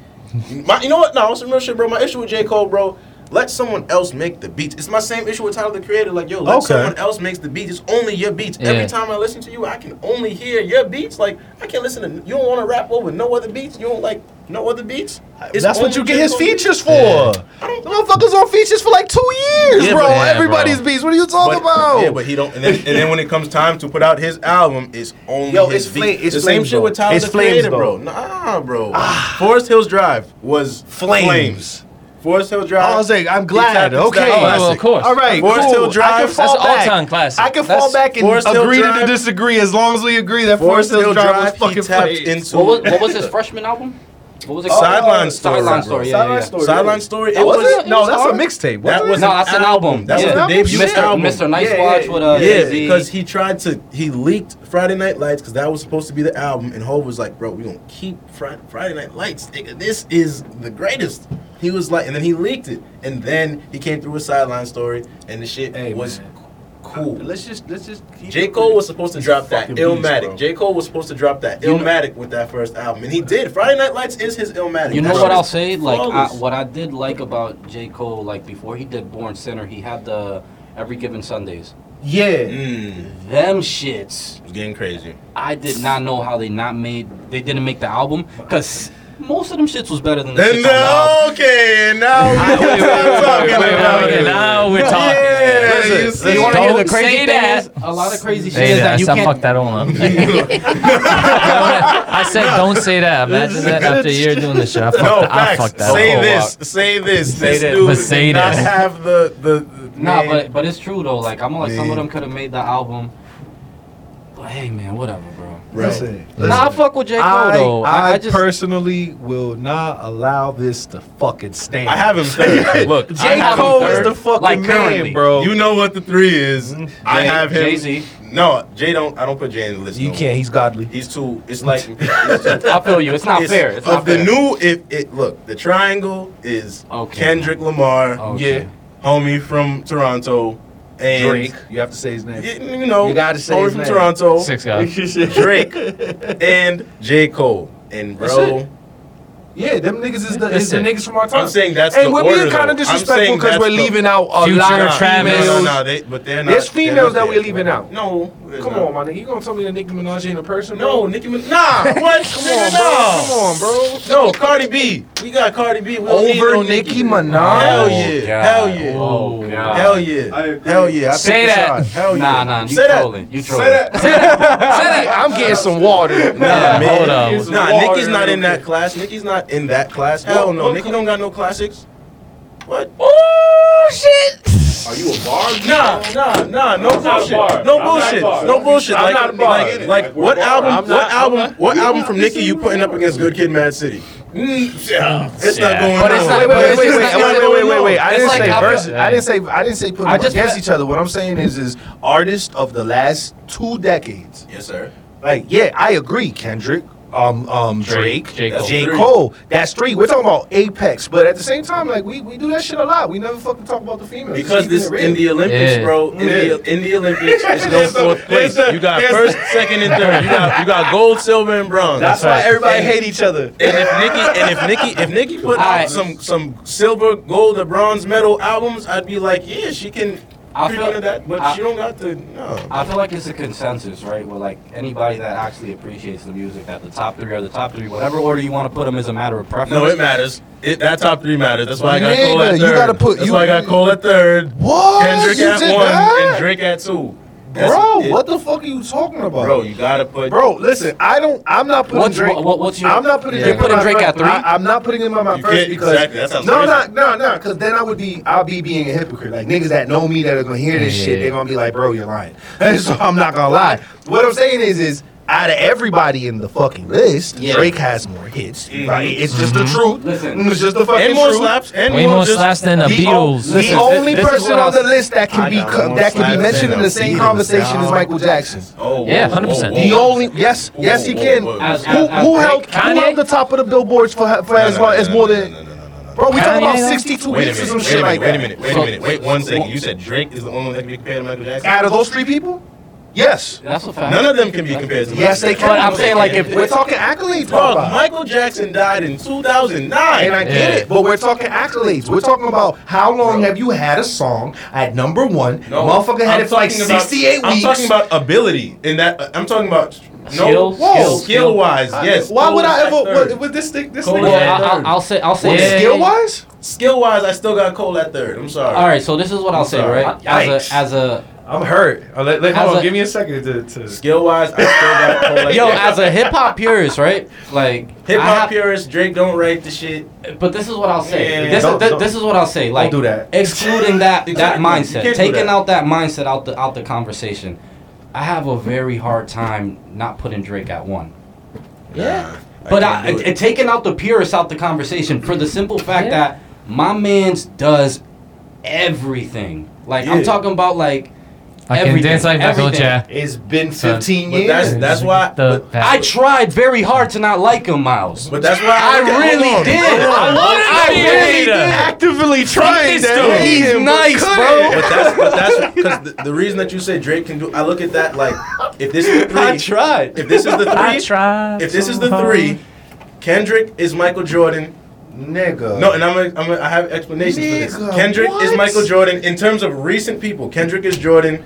[SPEAKER 4] my you know what? No, some real shit, bro. My issue with J. Cole, bro, let someone else make the beats. It's my same issue with Tyler the Creator. Like, yo, let
[SPEAKER 14] Okay.
[SPEAKER 4] someone else makes the beats. It's only your beats.
[SPEAKER 3] Yeah.
[SPEAKER 4] Every time I listen to you, I can only hear your beats. Like, I can't listen to you don't want to rap over no other beats. You don't like no other beats. It's
[SPEAKER 14] That's what
[SPEAKER 4] only
[SPEAKER 14] you get
[SPEAKER 4] J.
[SPEAKER 14] his
[SPEAKER 4] Cole beats.
[SPEAKER 14] features for.
[SPEAKER 4] I don't-
[SPEAKER 14] The motherfuckers on features for like two years,
[SPEAKER 4] Yeah,
[SPEAKER 14] bro.
[SPEAKER 4] but- yeah,
[SPEAKER 3] bro.
[SPEAKER 14] Everybody's beats. What are you talking about?
[SPEAKER 4] Yeah, but he don't. And then, and then when it comes time to put out his album, it's only
[SPEAKER 2] Yo,
[SPEAKER 4] his
[SPEAKER 2] it's
[SPEAKER 4] beat.
[SPEAKER 2] fla- it's
[SPEAKER 4] the same
[SPEAKER 2] flames,
[SPEAKER 4] shit
[SPEAKER 2] though.
[SPEAKER 4] with Tyler
[SPEAKER 2] It's
[SPEAKER 4] the
[SPEAKER 2] flames,
[SPEAKER 4] Creator,
[SPEAKER 2] though.
[SPEAKER 4] bro. Nah, bro. Forest Hills Drive was flames.
[SPEAKER 14] Flames.
[SPEAKER 4] Forest Hill Drive.
[SPEAKER 14] I was like, I'm
[SPEAKER 4] He tapped
[SPEAKER 14] glad.
[SPEAKER 4] into that
[SPEAKER 14] Okay.
[SPEAKER 4] classic.
[SPEAKER 3] well, Oh, of course.
[SPEAKER 14] All right.
[SPEAKER 4] Forest Hill
[SPEAKER 14] Cool. I can
[SPEAKER 4] Drive.
[SPEAKER 14] fall
[SPEAKER 3] That's an
[SPEAKER 14] back.
[SPEAKER 3] all-time classic.
[SPEAKER 14] I can
[SPEAKER 3] That's-
[SPEAKER 14] fall back and
[SPEAKER 4] Forest Hill
[SPEAKER 14] agree to
[SPEAKER 4] Drive-
[SPEAKER 14] disagree as long as we agree that
[SPEAKER 4] Forest Hill Drive.
[SPEAKER 14] was fucking
[SPEAKER 4] he tapped
[SPEAKER 14] flames.
[SPEAKER 4] into
[SPEAKER 1] What was what was his freshman album? What was it? called? Oh,
[SPEAKER 4] Sideline Story.
[SPEAKER 1] Sideline
[SPEAKER 4] bro.
[SPEAKER 1] Story. Yeah, yeah, yeah.
[SPEAKER 4] Sideline Story. It
[SPEAKER 14] Was
[SPEAKER 4] was.
[SPEAKER 14] it? No,
[SPEAKER 1] was
[SPEAKER 14] that's a
[SPEAKER 1] hard.
[SPEAKER 14] mixtape.
[SPEAKER 4] That
[SPEAKER 14] wasn't
[SPEAKER 4] was
[SPEAKER 1] No, that's an album.
[SPEAKER 4] That
[SPEAKER 1] Yeah.
[SPEAKER 4] was the debut
[SPEAKER 1] Mr.
[SPEAKER 4] album.
[SPEAKER 1] Mr. Nice
[SPEAKER 2] Yeah, yeah,
[SPEAKER 1] Watch with uh,
[SPEAKER 4] Yeah,
[SPEAKER 1] Jay-Z.
[SPEAKER 4] because he tried to he leaked Friday Night Lights because that was supposed to be the album, and Hov was like, "Bro, we gonna keep Friday, Friday Night Lights. Nigga. This is the greatest." He was like, and then he leaked it, and then he came through with Sideline Story, and the shit
[SPEAKER 2] Hey,
[SPEAKER 4] was
[SPEAKER 2] man.
[SPEAKER 4] cool.
[SPEAKER 2] Let's just let's just. keep
[SPEAKER 4] J
[SPEAKER 2] it
[SPEAKER 4] Cole
[SPEAKER 2] real.
[SPEAKER 4] was supposed to drop that
[SPEAKER 2] fucking beast,
[SPEAKER 4] Illmatic.
[SPEAKER 2] bro.
[SPEAKER 4] J Cole was supposed to drop that
[SPEAKER 1] You know-
[SPEAKER 4] Illmatic with that first album, and he did. Friday Night Lights is his Illmatic.
[SPEAKER 1] You know
[SPEAKER 4] That
[SPEAKER 1] what
[SPEAKER 4] shit
[SPEAKER 1] I'll
[SPEAKER 4] is
[SPEAKER 1] say? Like I,
[SPEAKER 4] flawless.
[SPEAKER 1] what I did like about J. Cole, like before he did Born Sinner, he had the Every Given Sundays.
[SPEAKER 2] Yeah.
[SPEAKER 4] Mm,
[SPEAKER 1] Them shits,
[SPEAKER 4] it's getting crazy.
[SPEAKER 1] I did not know how they not made. They didn't make the album because Most of them shits was better than the
[SPEAKER 4] And
[SPEAKER 1] shits on the album.
[SPEAKER 4] now, okay, and now
[SPEAKER 3] Wait, wait, wait, wait,
[SPEAKER 4] we're
[SPEAKER 3] wait,
[SPEAKER 4] talking
[SPEAKER 3] wait,
[SPEAKER 4] about
[SPEAKER 3] wait,
[SPEAKER 4] it.
[SPEAKER 3] Now we're talking.
[SPEAKER 4] Yeah,
[SPEAKER 3] Listen,
[SPEAKER 4] you
[SPEAKER 3] you
[SPEAKER 4] see,
[SPEAKER 3] wanna hear the
[SPEAKER 1] Don't
[SPEAKER 3] crazy
[SPEAKER 1] say
[SPEAKER 3] thing
[SPEAKER 1] that.
[SPEAKER 3] is-
[SPEAKER 1] a lot of crazy shit
[SPEAKER 3] Say
[SPEAKER 1] is
[SPEAKER 3] that.
[SPEAKER 1] that you
[SPEAKER 3] I said, fuck
[SPEAKER 1] can't.
[SPEAKER 3] that all up. I said, don't say that. Imagine that after a year doing this shit. I fucked,
[SPEAKER 4] No,
[SPEAKER 3] that- I
[SPEAKER 4] facts.
[SPEAKER 3] fucked that
[SPEAKER 4] Say
[SPEAKER 3] up.
[SPEAKER 4] this. Say this. This
[SPEAKER 3] this.
[SPEAKER 4] dude
[SPEAKER 3] But
[SPEAKER 4] did
[SPEAKER 3] say
[SPEAKER 4] not
[SPEAKER 3] this.
[SPEAKER 4] have the the. the
[SPEAKER 1] Nah,
[SPEAKER 4] man.
[SPEAKER 1] but but it's true though. Like I'm like some
[SPEAKER 4] Man.
[SPEAKER 1] of them could have made the album. But hey man, whatever, bro.
[SPEAKER 4] Right.
[SPEAKER 1] Nah, I fuck with J Cole
[SPEAKER 2] I,
[SPEAKER 1] though.
[SPEAKER 2] I,
[SPEAKER 1] I, I just
[SPEAKER 2] personally will not allow this to fucking stand.
[SPEAKER 4] I have him third. Look, I
[SPEAKER 2] J.
[SPEAKER 4] have him
[SPEAKER 2] Cole is
[SPEAKER 4] third.
[SPEAKER 2] the fucking
[SPEAKER 1] Like, currently.
[SPEAKER 2] man, bro.
[SPEAKER 4] You know what the three is. I have him.
[SPEAKER 1] Jay Z.
[SPEAKER 4] No, Jay don't. I don't put Jay in the list.
[SPEAKER 2] You
[SPEAKER 4] no.
[SPEAKER 2] can't. He's godly.
[SPEAKER 4] He's too. It's like it's too
[SPEAKER 1] I feel you. It's not
[SPEAKER 4] It's-
[SPEAKER 1] fair. It's
[SPEAKER 4] of
[SPEAKER 1] not
[SPEAKER 4] the
[SPEAKER 1] fair.
[SPEAKER 4] new, if it look, the triangle is
[SPEAKER 1] Okay.
[SPEAKER 4] Kendrick Lamar,
[SPEAKER 1] Okay.
[SPEAKER 4] homie from Toronto, and
[SPEAKER 2] Drake. You have to say his name.
[SPEAKER 4] y- you know,
[SPEAKER 2] You gotta say
[SPEAKER 4] homie
[SPEAKER 2] his
[SPEAKER 4] from
[SPEAKER 2] name.
[SPEAKER 4] Toronto,
[SPEAKER 3] Six guys.
[SPEAKER 4] Drake, and J Cole, and bro,
[SPEAKER 2] Yeah, them niggas is the, is the
[SPEAKER 3] Listen,
[SPEAKER 2] niggas from our time.
[SPEAKER 4] I'm saying that's
[SPEAKER 2] and
[SPEAKER 4] the
[SPEAKER 2] we're
[SPEAKER 4] order.
[SPEAKER 2] being kind
[SPEAKER 4] though.
[SPEAKER 2] of
[SPEAKER 4] I'm
[SPEAKER 2] disrespectful
[SPEAKER 4] saying
[SPEAKER 2] because
[SPEAKER 4] that's
[SPEAKER 2] we're
[SPEAKER 4] the-
[SPEAKER 2] leaving out a
[SPEAKER 3] Future,
[SPEAKER 2] lot
[SPEAKER 4] Nah,
[SPEAKER 2] of
[SPEAKER 4] nah,
[SPEAKER 3] Travis.
[SPEAKER 2] females.
[SPEAKER 4] No, no, no, they, but they're not.
[SPEAKER 2] There's
[SPEAKER 4] they're
[SPEAKER 2] females
[SPEAKER 4] not
[SPEAKER 2] that
[SPEAKER 4] there.
[SPEAKER 2] we're leaving out.
[SPEAKER 4] No, they're
[SPEAKER 2] Come
[SPEAKER 4] not.
[SPEAKER 2] on, my nigga. You gonna tell me that Nicki Minaj ain't a person?
[SPEAKER 4] No,
[SPEAKER 2] bro?
[SPEAKER 4] Nicki Minaj. Nah, what? Come on,
[SPEAKER 2] come
[SPEAKER 4] no.
[SPEAKER 2] on, bro.
[SPEAKER 4] No, Cardi B. We got Cardi B. We don't need
[SPEAKER 2] Over
[SPEAKER 4] no
[SPEAKER 2] Nicki Minaj?
[SPEAKER 4] Hell yeah. Hell yeah.
[SPEAKER 1] Oh, God.
[SPEAKER 4] Hell yeah.
[SPEAKER 10] I agree.
[SPEAKER 4] Hell yeah. I take
[SPEAKER 3] Say
[SPEAKER 4] the
[SPEAKER 3] that.
[SPEAKER 4] shot. Hell
[SPEAKER 1] Nah,
[SPEAKER 4] yeah.
[SPEAKER 1] nah, you
[SPEAKER 4] Say that.
[SPEAKER 1] trolling. You
[SPEAKER 10] Say
[SPEAKER 1] trolling.
[SPEAKER 10] that. Say
[SPEAKER 2] I'm getting some water.
[SPEAKER 4] Nah,
[SPEAKER 3] Yeah,
[SPEAKER 4] man.
[SPEAKER 3] hold on.
[SPEAKER 4] Nah,
[SPEAKER 10] Water
[SPEAKER 4] Nicki's not
[SPEAKER 10] and
[SPEAKER 4] in that class. Nicki's not in that class. Hell
[SPEAKER 10] Well,
[SPEAKER 4] no.
[SPEAKER 10] well,
[SPEAKER 4] Nicki
[SPEAKER 10] come-
[SPEAKER 4] don't got no classics. What?
[SPEAKER 10] Are you a bar?
[SPEAKER 4] Nah, nah, nah, no
[SPEAKER 10] I'm not a
[SPEAKER 4] bullshit,
[SPEAKER 10] bar.
[SPEAKER 4] no
[SPEAKER 10] I'm not a
[SPEAKER 4] bullshit,
[SPEAKER 10] bar.
[SPEAKER 4] no bullshit.
[SPEAKER 10] I'm
[SPEAKER 4] Like,
[SPEAKER 10] not a bar.
[SPEAKER 4] like, like,
[SPEAKER 10] Like, we're
[SPEAKER 4] what
[SPEAKER 10] a bar.
[SPEAKER 4] album?
[SPEAKER 10] I'm
[SPEAKER 4] what
[SPEAKER 10] not-
[SPEAKER 4] album?
[SPEAKER 10] I'm not-
[SPEAKER 4] what
[SPEAKER 10] we
[SPEAKER 4] album
[SPEAKER 10] not-
[SPEAKER 4] from
[SPEAKER 10] we
[SPEAKER 4] Nicki you
[SPEAKER 10] not-
[SPEAKER 4] putting up against Good Kid, Mad City? Mm, yeah. It's not
[SPEAKER 3] Yeah.
[SPEAKER 4] going
[SPEAKER 1] But it's
[SPEAKER 4] on.
[SPEAKER 1] not-
[SPEAKER 2] Wait, wait, wait, wait,
[SPEAKER 4] It's
[SPEAKER 2] wait,
[SPEAKER 4] not
[SPEAKER 2] wait,
[SPEAKER 4] going
[SPEAKER 2] wait, wait, wait.
[SPEAKER 4] on.
[SPEAKER 2] I didn't
[SPEAKER 1] It's
[SPEAKER 2] say
[SPEAKER 1] like-
[SPEAKER 2] versus. I didn't say. I didn't say put
[SPEAKER 1] I
[SPEAKER 2] them
[SPEAKER 1] just-
[SPEAKER 2] against each other. What I'm saying is, is artists of the last two decades.
[SPEAKER 4] Yes, sir.
[SPEAKER 2] Like, yeah, I agree, Kendrick. Um, um, Drake,
[SPEAKER 3] J. Cole.
[SPEAKER 2] J.
[SPEAKER 4] Three.
[SPEAKER 2] Cole. That's three. We're talking about apex, but at the same time, like we, we do that shit a lot. We never fucking talk about the females.
[SPEAKER 4] Because
[SPEAKER 2] Keep
[SPEAKER 4] this
[SPEAKER 2] it real.
[SPEAKER 4] in the Olympics,
[SPEAKER 3] Yeah.
[SPEAKER 4] bro. In the in the Olympics, it's no There's a- fourth place. there's a- You got there's a- first, second, and third. You got you got gold, silver, and bronze.
[SPEAKER 2] that's why everybody
[SPEAKER 4] And-
[SPEAKER 2] hate each other.
[SPEAKER 4] And if Nikki and if Nikki if Nikki put out
[SPEAKER 1] Alright.
[SPEAKER 4] some some silver, gold, or bronze medal albums, I'd be like, yeah, she can.
[SPEAKER 1] I
[SPEAKER 4] creep
[SPEAKER 1] feel-
[SPEAKER 4] under that, but
[SPEAKER 1] I-
[SPEAKER 4] she don't got to. No.
[SPEAKER 1] I feel like it's a consensus, right? Where like anybody that actually appreciates the music, that the top three are the top three, whatever order you want to put them is a matter of preference.
[SPEAKER 4] No, it matters. It, that top three matters. That's why I got
[SPEAKER 2] Nigga,
[SPEAKER 4] Cole at third.
[SPEAKER 2] you gotta put-
[SPEAKER 4] That's
[SPEAKER 2] you-
[SPEAKER 4] why I got Cole at third,
[SPEAKER 2] What?
[SPEAKER 4] Kendrick
[SPEAKER 2] You
[SPEAKER 4] at
[SPEAKER 2] did
[SPEAKER 4] one,
[SPEAKER 2] that?
[SPEAKER 4] and Drake at two. That's
[SPEAKER 2] bro,
[SPEAKER 4] it.
[SPEAKER 2] what the fuck are you talking about?
[SPEAKER 4] Bro, you gotta put.
[SPEAKER 2] Bro, listen, I don't. I'm not putting
[SPEAKER 1] What's-
[SPEAKER 2] Drake.
[SPEAKER 1] what- what's your-
[SPEAKER 2] I'm not putting
[SPEAKER 1] You're
[SPEAKER 2] Drake. on
[SPEAKER 1] putting
[SPEAKER 2] my
[SPEAKER 1] Drake
[SPEAKER 2] fir-
[SPEAKER 1] at three?
[SPEAKER 2] I, am not putting him on my
[SPEAKER 4] You
[SPEAKER 2] first
[SPEAKER 4] can't-
[SPEAKER 2] because
[SPEAKER 4] exactly, that sounds
[SPEAKER 2] no,
[SPEAKER 4] crazy.
[SPEAKER 2] no, no, no. Because then I would be, I'll be being a hypocrite. Like niggas that know me that are gonna hear this shit,
[SPEAKER 3] Yeah.
[SPEAKER 2] they're gonna be like, bro, you're lying. so I'm not gonna lie. What I'm saying is, is out of everybody in the fucking list,
[SPEAKER 1] Yeah. Mm-hmm.
[SPEAKER 2] Drake has more hits.
[SPEAKER 4] Mhm.
[SPEAKER 2] Right? It's just the truth.
[SPEAKER 1] Listen.
[SPEAKER 2] it's just the fucking
[SPEAKER 4] and more
[SPEAKER 2] truth.
[SPEAKER 4] slaps. And
[SPEAKER 3] Way
[SPEAKER 4] more
[SPEAKER 3] more
[SPEAKER 4] just-
[SPEAKER 3] slaps than the
[SPEAKER 2] The, o-
[SPEAKER 3] Beatles.
[SPEAKER 2] the
[SPEAKER 1] Listen,
[SPEAKER 2] only
[SPEAKER 1] this- this is
[SPEAKER 2] person
[SPEAKER 1] what
[SPEAKER 2] on
[SPEAKER 1] I-
[SPEAKER 2] the list that
[SPEAKER 4] I
[SPEAKER 2] can be
[SPEAKER 4] got
[SPEAKER 2] co-
[SPEAKER 4] more
[SPEAKER 2] that can
[SPEAKER 4] slaps
[SPEAKER 2] be mentioned
[SPEAKER 4] than
[SPEAKER 2] in the
[SPEAKER 4] the
[SPEAKER 2] same
[SPEAKER 4] Beatles,
[SPEAKER 2] conversation as
[SPEAKER 4] dog.
[SPEAKER 2] Michael Jackson.
[SPEAKER 4] Oh, whoa,
[SPEAKER 3] Yeah,
[SPEAKER 4] whoa,
[SPEAKER 3] 100%.
[SPEAKER 4] whoa,
[SPEAKER 2] The
[SPEAKER 4] whoa.
[SPEAKER 2] only yes, yes, he
[SPEAKER 4] whoa,
[SPEAKER 2] can.
[SPEAKER 4] whoa.
[SPEAKER 1] As-
[SPEAKER 2] Who,
[SPEAKER 1] as-
[SPEAKER 2] who
[SPEAKER 1] as-
[SPEAKER 2] held
[SPEAKER 3] Kanye?
[SPEAKER 2] who held the top of the billboards for for as
[SPEAKER 4] No, no,
[SPEAKER 2] long
[SPEAKER 4] no,
[SPEAKER 2] as
[SPEAKER 4] no,
[SPEAKER 2] more
[SPEAKER 4] no,
[SPEAKER 2] than
[SPEAKER 4] no, no, no, no, no.
[SPEAKER 2] bro? We talking about
[SPEAKER 3] Kanye?
[SPEAKER 2] sixty two
[SPEAKER 4] Wait a
[SPEAKER 2] weeks or
[SPEAKER 4] minute.
[SPEAKER 2] some
[SPEAKER 4] Wait a
[SPEAKER 2] shit like
[SPEAKER 4] minute. Wait a
[SPEAKER 2] that.
[SPEAKER 4] minute. Wait a minute. Wait one second. You said Drake is the only one that can be compared to Michael Jackson.
[SPEAKER 2] Out of those three people, yes,
[SPEAKER 1] That's a fact.
[SPEAKER 4] None of them can be compared to.
[SPEAKER 2] yes, they can.
[SPEAKER 1] But I'm saying, like, if-
[SPEAKER 2] we're talking accolades,
[SPEAKER 4] Dog,
[SPEAKER 2] Papa.
[SPEAKER 4] Michael Jackson died in 2009.
[SPEAKER 2] And I get
[SPEAKER 3] Yeah.
[SPEAKER 2] it, but we're talking accolades. We're talking about how long have you had a song at number one? Motherfucker had it for like
[SPEAKER 4] talking about-
[SPEAKER 2] 68
[SPEAKER 4] I'm
[SPEAKER 2] weeks.
[SPEAKER 4] talking about ability. In that, uh, I'm talking about no,
[SPEAKER 3] Skill,
[SPEAKER 4] whoa,
[SPEAKER 3] skill,
[SPEAKER 4] skill wise. Yes.
[SPEAKER 2] Why would I ever?
[SPEAKER 4] Cole at
[SPEAKER 2] With,
[SPEAKER 4] third.
[SPEAKER 2] with this thing, this
[SPEAKER 4] Cole
[SPEAKER 2] thing,
[SPEAKER 1] Well,
[SPEAKER 4] at
[SPEAKER 1] I,
[SPEAKER 4] third.
[SPEAKER 1] I'll, I'll say. I'll say.
[SPEAKER 3] What,
[SPEAKER 1] this.
[SPEAKER 2] skill wise.
[SPEAKER 4] Skill wise, I still got Cole at third. I'm sorry.
[SPEAKER 1] All right, so this is what I'll say,
[SPEAKER 4] sorry.
[SPEAKER 1] right? As
[SPEAKER 2] Yikes.
[SPEAKER 1] a as a
[SPEAKER 2] I'm hurt. Uh, let- let-
[SPEAKER 1] As a-
[SPEAKER 2] me a second to. to
[SPEAKER 4] Skill wise, I still got Cole at
[SPEAKER 1] yo,
[SPEAKER 4] third.
[SPEAKER 1] as a hip hop purist, right? Like
[SPEAKER 4] Hip
[SPEAKER 1] I
[SPEAKER 4] hop
[SPEAKER 1] have-
[SPEAKER 4] purist, Drake don't write the shit.
[SPEAKER 1] But this is what I'll say.
[SPEAKER 4] Yeah, yeah,
[SPEAKER 1] this,
[SPEAKER 2] don't-
[SPEAKER 1] thi-
[SPEAKER 2] don't-
[SPEAKER 1] this is what I'll say. Like
[SPEAKER 2] do that.
[SPEAKER 1] excluding that that
[SPEAKER 4] Exactly. You
[SPEAKER 1] mindset,
[SPEAKER 4] can't do
[SPEAKER 1] taking
[SPEAKER 4] that.
[SPEAKER 1] out that mindset out the out the conversation. I have a very hard time not putting Drake at one.
[SPEAKER 4] Yeah.
[SPEAKER 1] But I, I, taking out the purist out the conversation for the simple fact
[SPEAKER 3] Yeah.
[SPEAKER 1] that my man's does everything. Like I'm
[SPEAKER 4] Yeah.
[SPEAKER 1] talking about like
[SPEAKER 3] I can
[SPEAKER 1] everything,
[SPEAKER 3] dance like Michael
[SPEAKER 1] everything.
[SPEAKER 3] Jackson.
[SPEAKER 2] It's been
[SPEAKER 3] Son.
[SPEAKER 2] 15
[SPEAKER 4] But
[SPEAKER 2] years.
[SPEAKER 4] that's that's why.
[SPEAKER 3] The
[SPEAKER 4] but,
[SPEAKER 1] I tried very hard to not like him, Miles.
[SPEAKER 4] but that's why
[SPEAKER 1] I
[SPEAKER 4] look at-
[SPEAKER 1] really
[SPEAKER 4] hold on,
[SPEAKER 1] did.
[SPEAKER 4] hold on.
[SPEAKER 1] I wanted
[SPEAKER 3] I
[SPEAKER 1] to be a
[SPEAKER 3] really
[SPEAKER 1] hater.
[SPEAKER 2] actively trying
[SPEAKER 3] this dude.
[SPEAKER 2] hate
[SPEAKER 1] He's
[SPEAKER 2] him, but
[SPEAKER 1] nice,
[SPEAKER 2] couldn't.
[SPEAKER 1] bro.
[SPEAKER 4] But that's but that's because the, the reason that you say Drake can do. I look at that like if this is the three.
[SPEAKER 1] I tried.
[SPEAKER 4] If this is the
[SPEAKER 3] I
[SPEAKER 4] three.
[SPEAKER 3] tried.
[SPEAKER 4] If this
[SPEAKER 3] so
[SPEAKER 4] is the
[SPEAKER 3] hard.
[SPEAKER 4] three, Kendrick is Michael Jordan.
[SPEAKER 2] Nigga.
[SPEAKER 4] No, and I'm, a, I'm a, I have explanations for
[SPEAKER 2] Nigga,
[SPEAKER 4] this. Kendrick is
[SPEAKER 2] what?
[SPEAKER 4] Michael Jordan in terms of recent people. Kendrick is Jordan.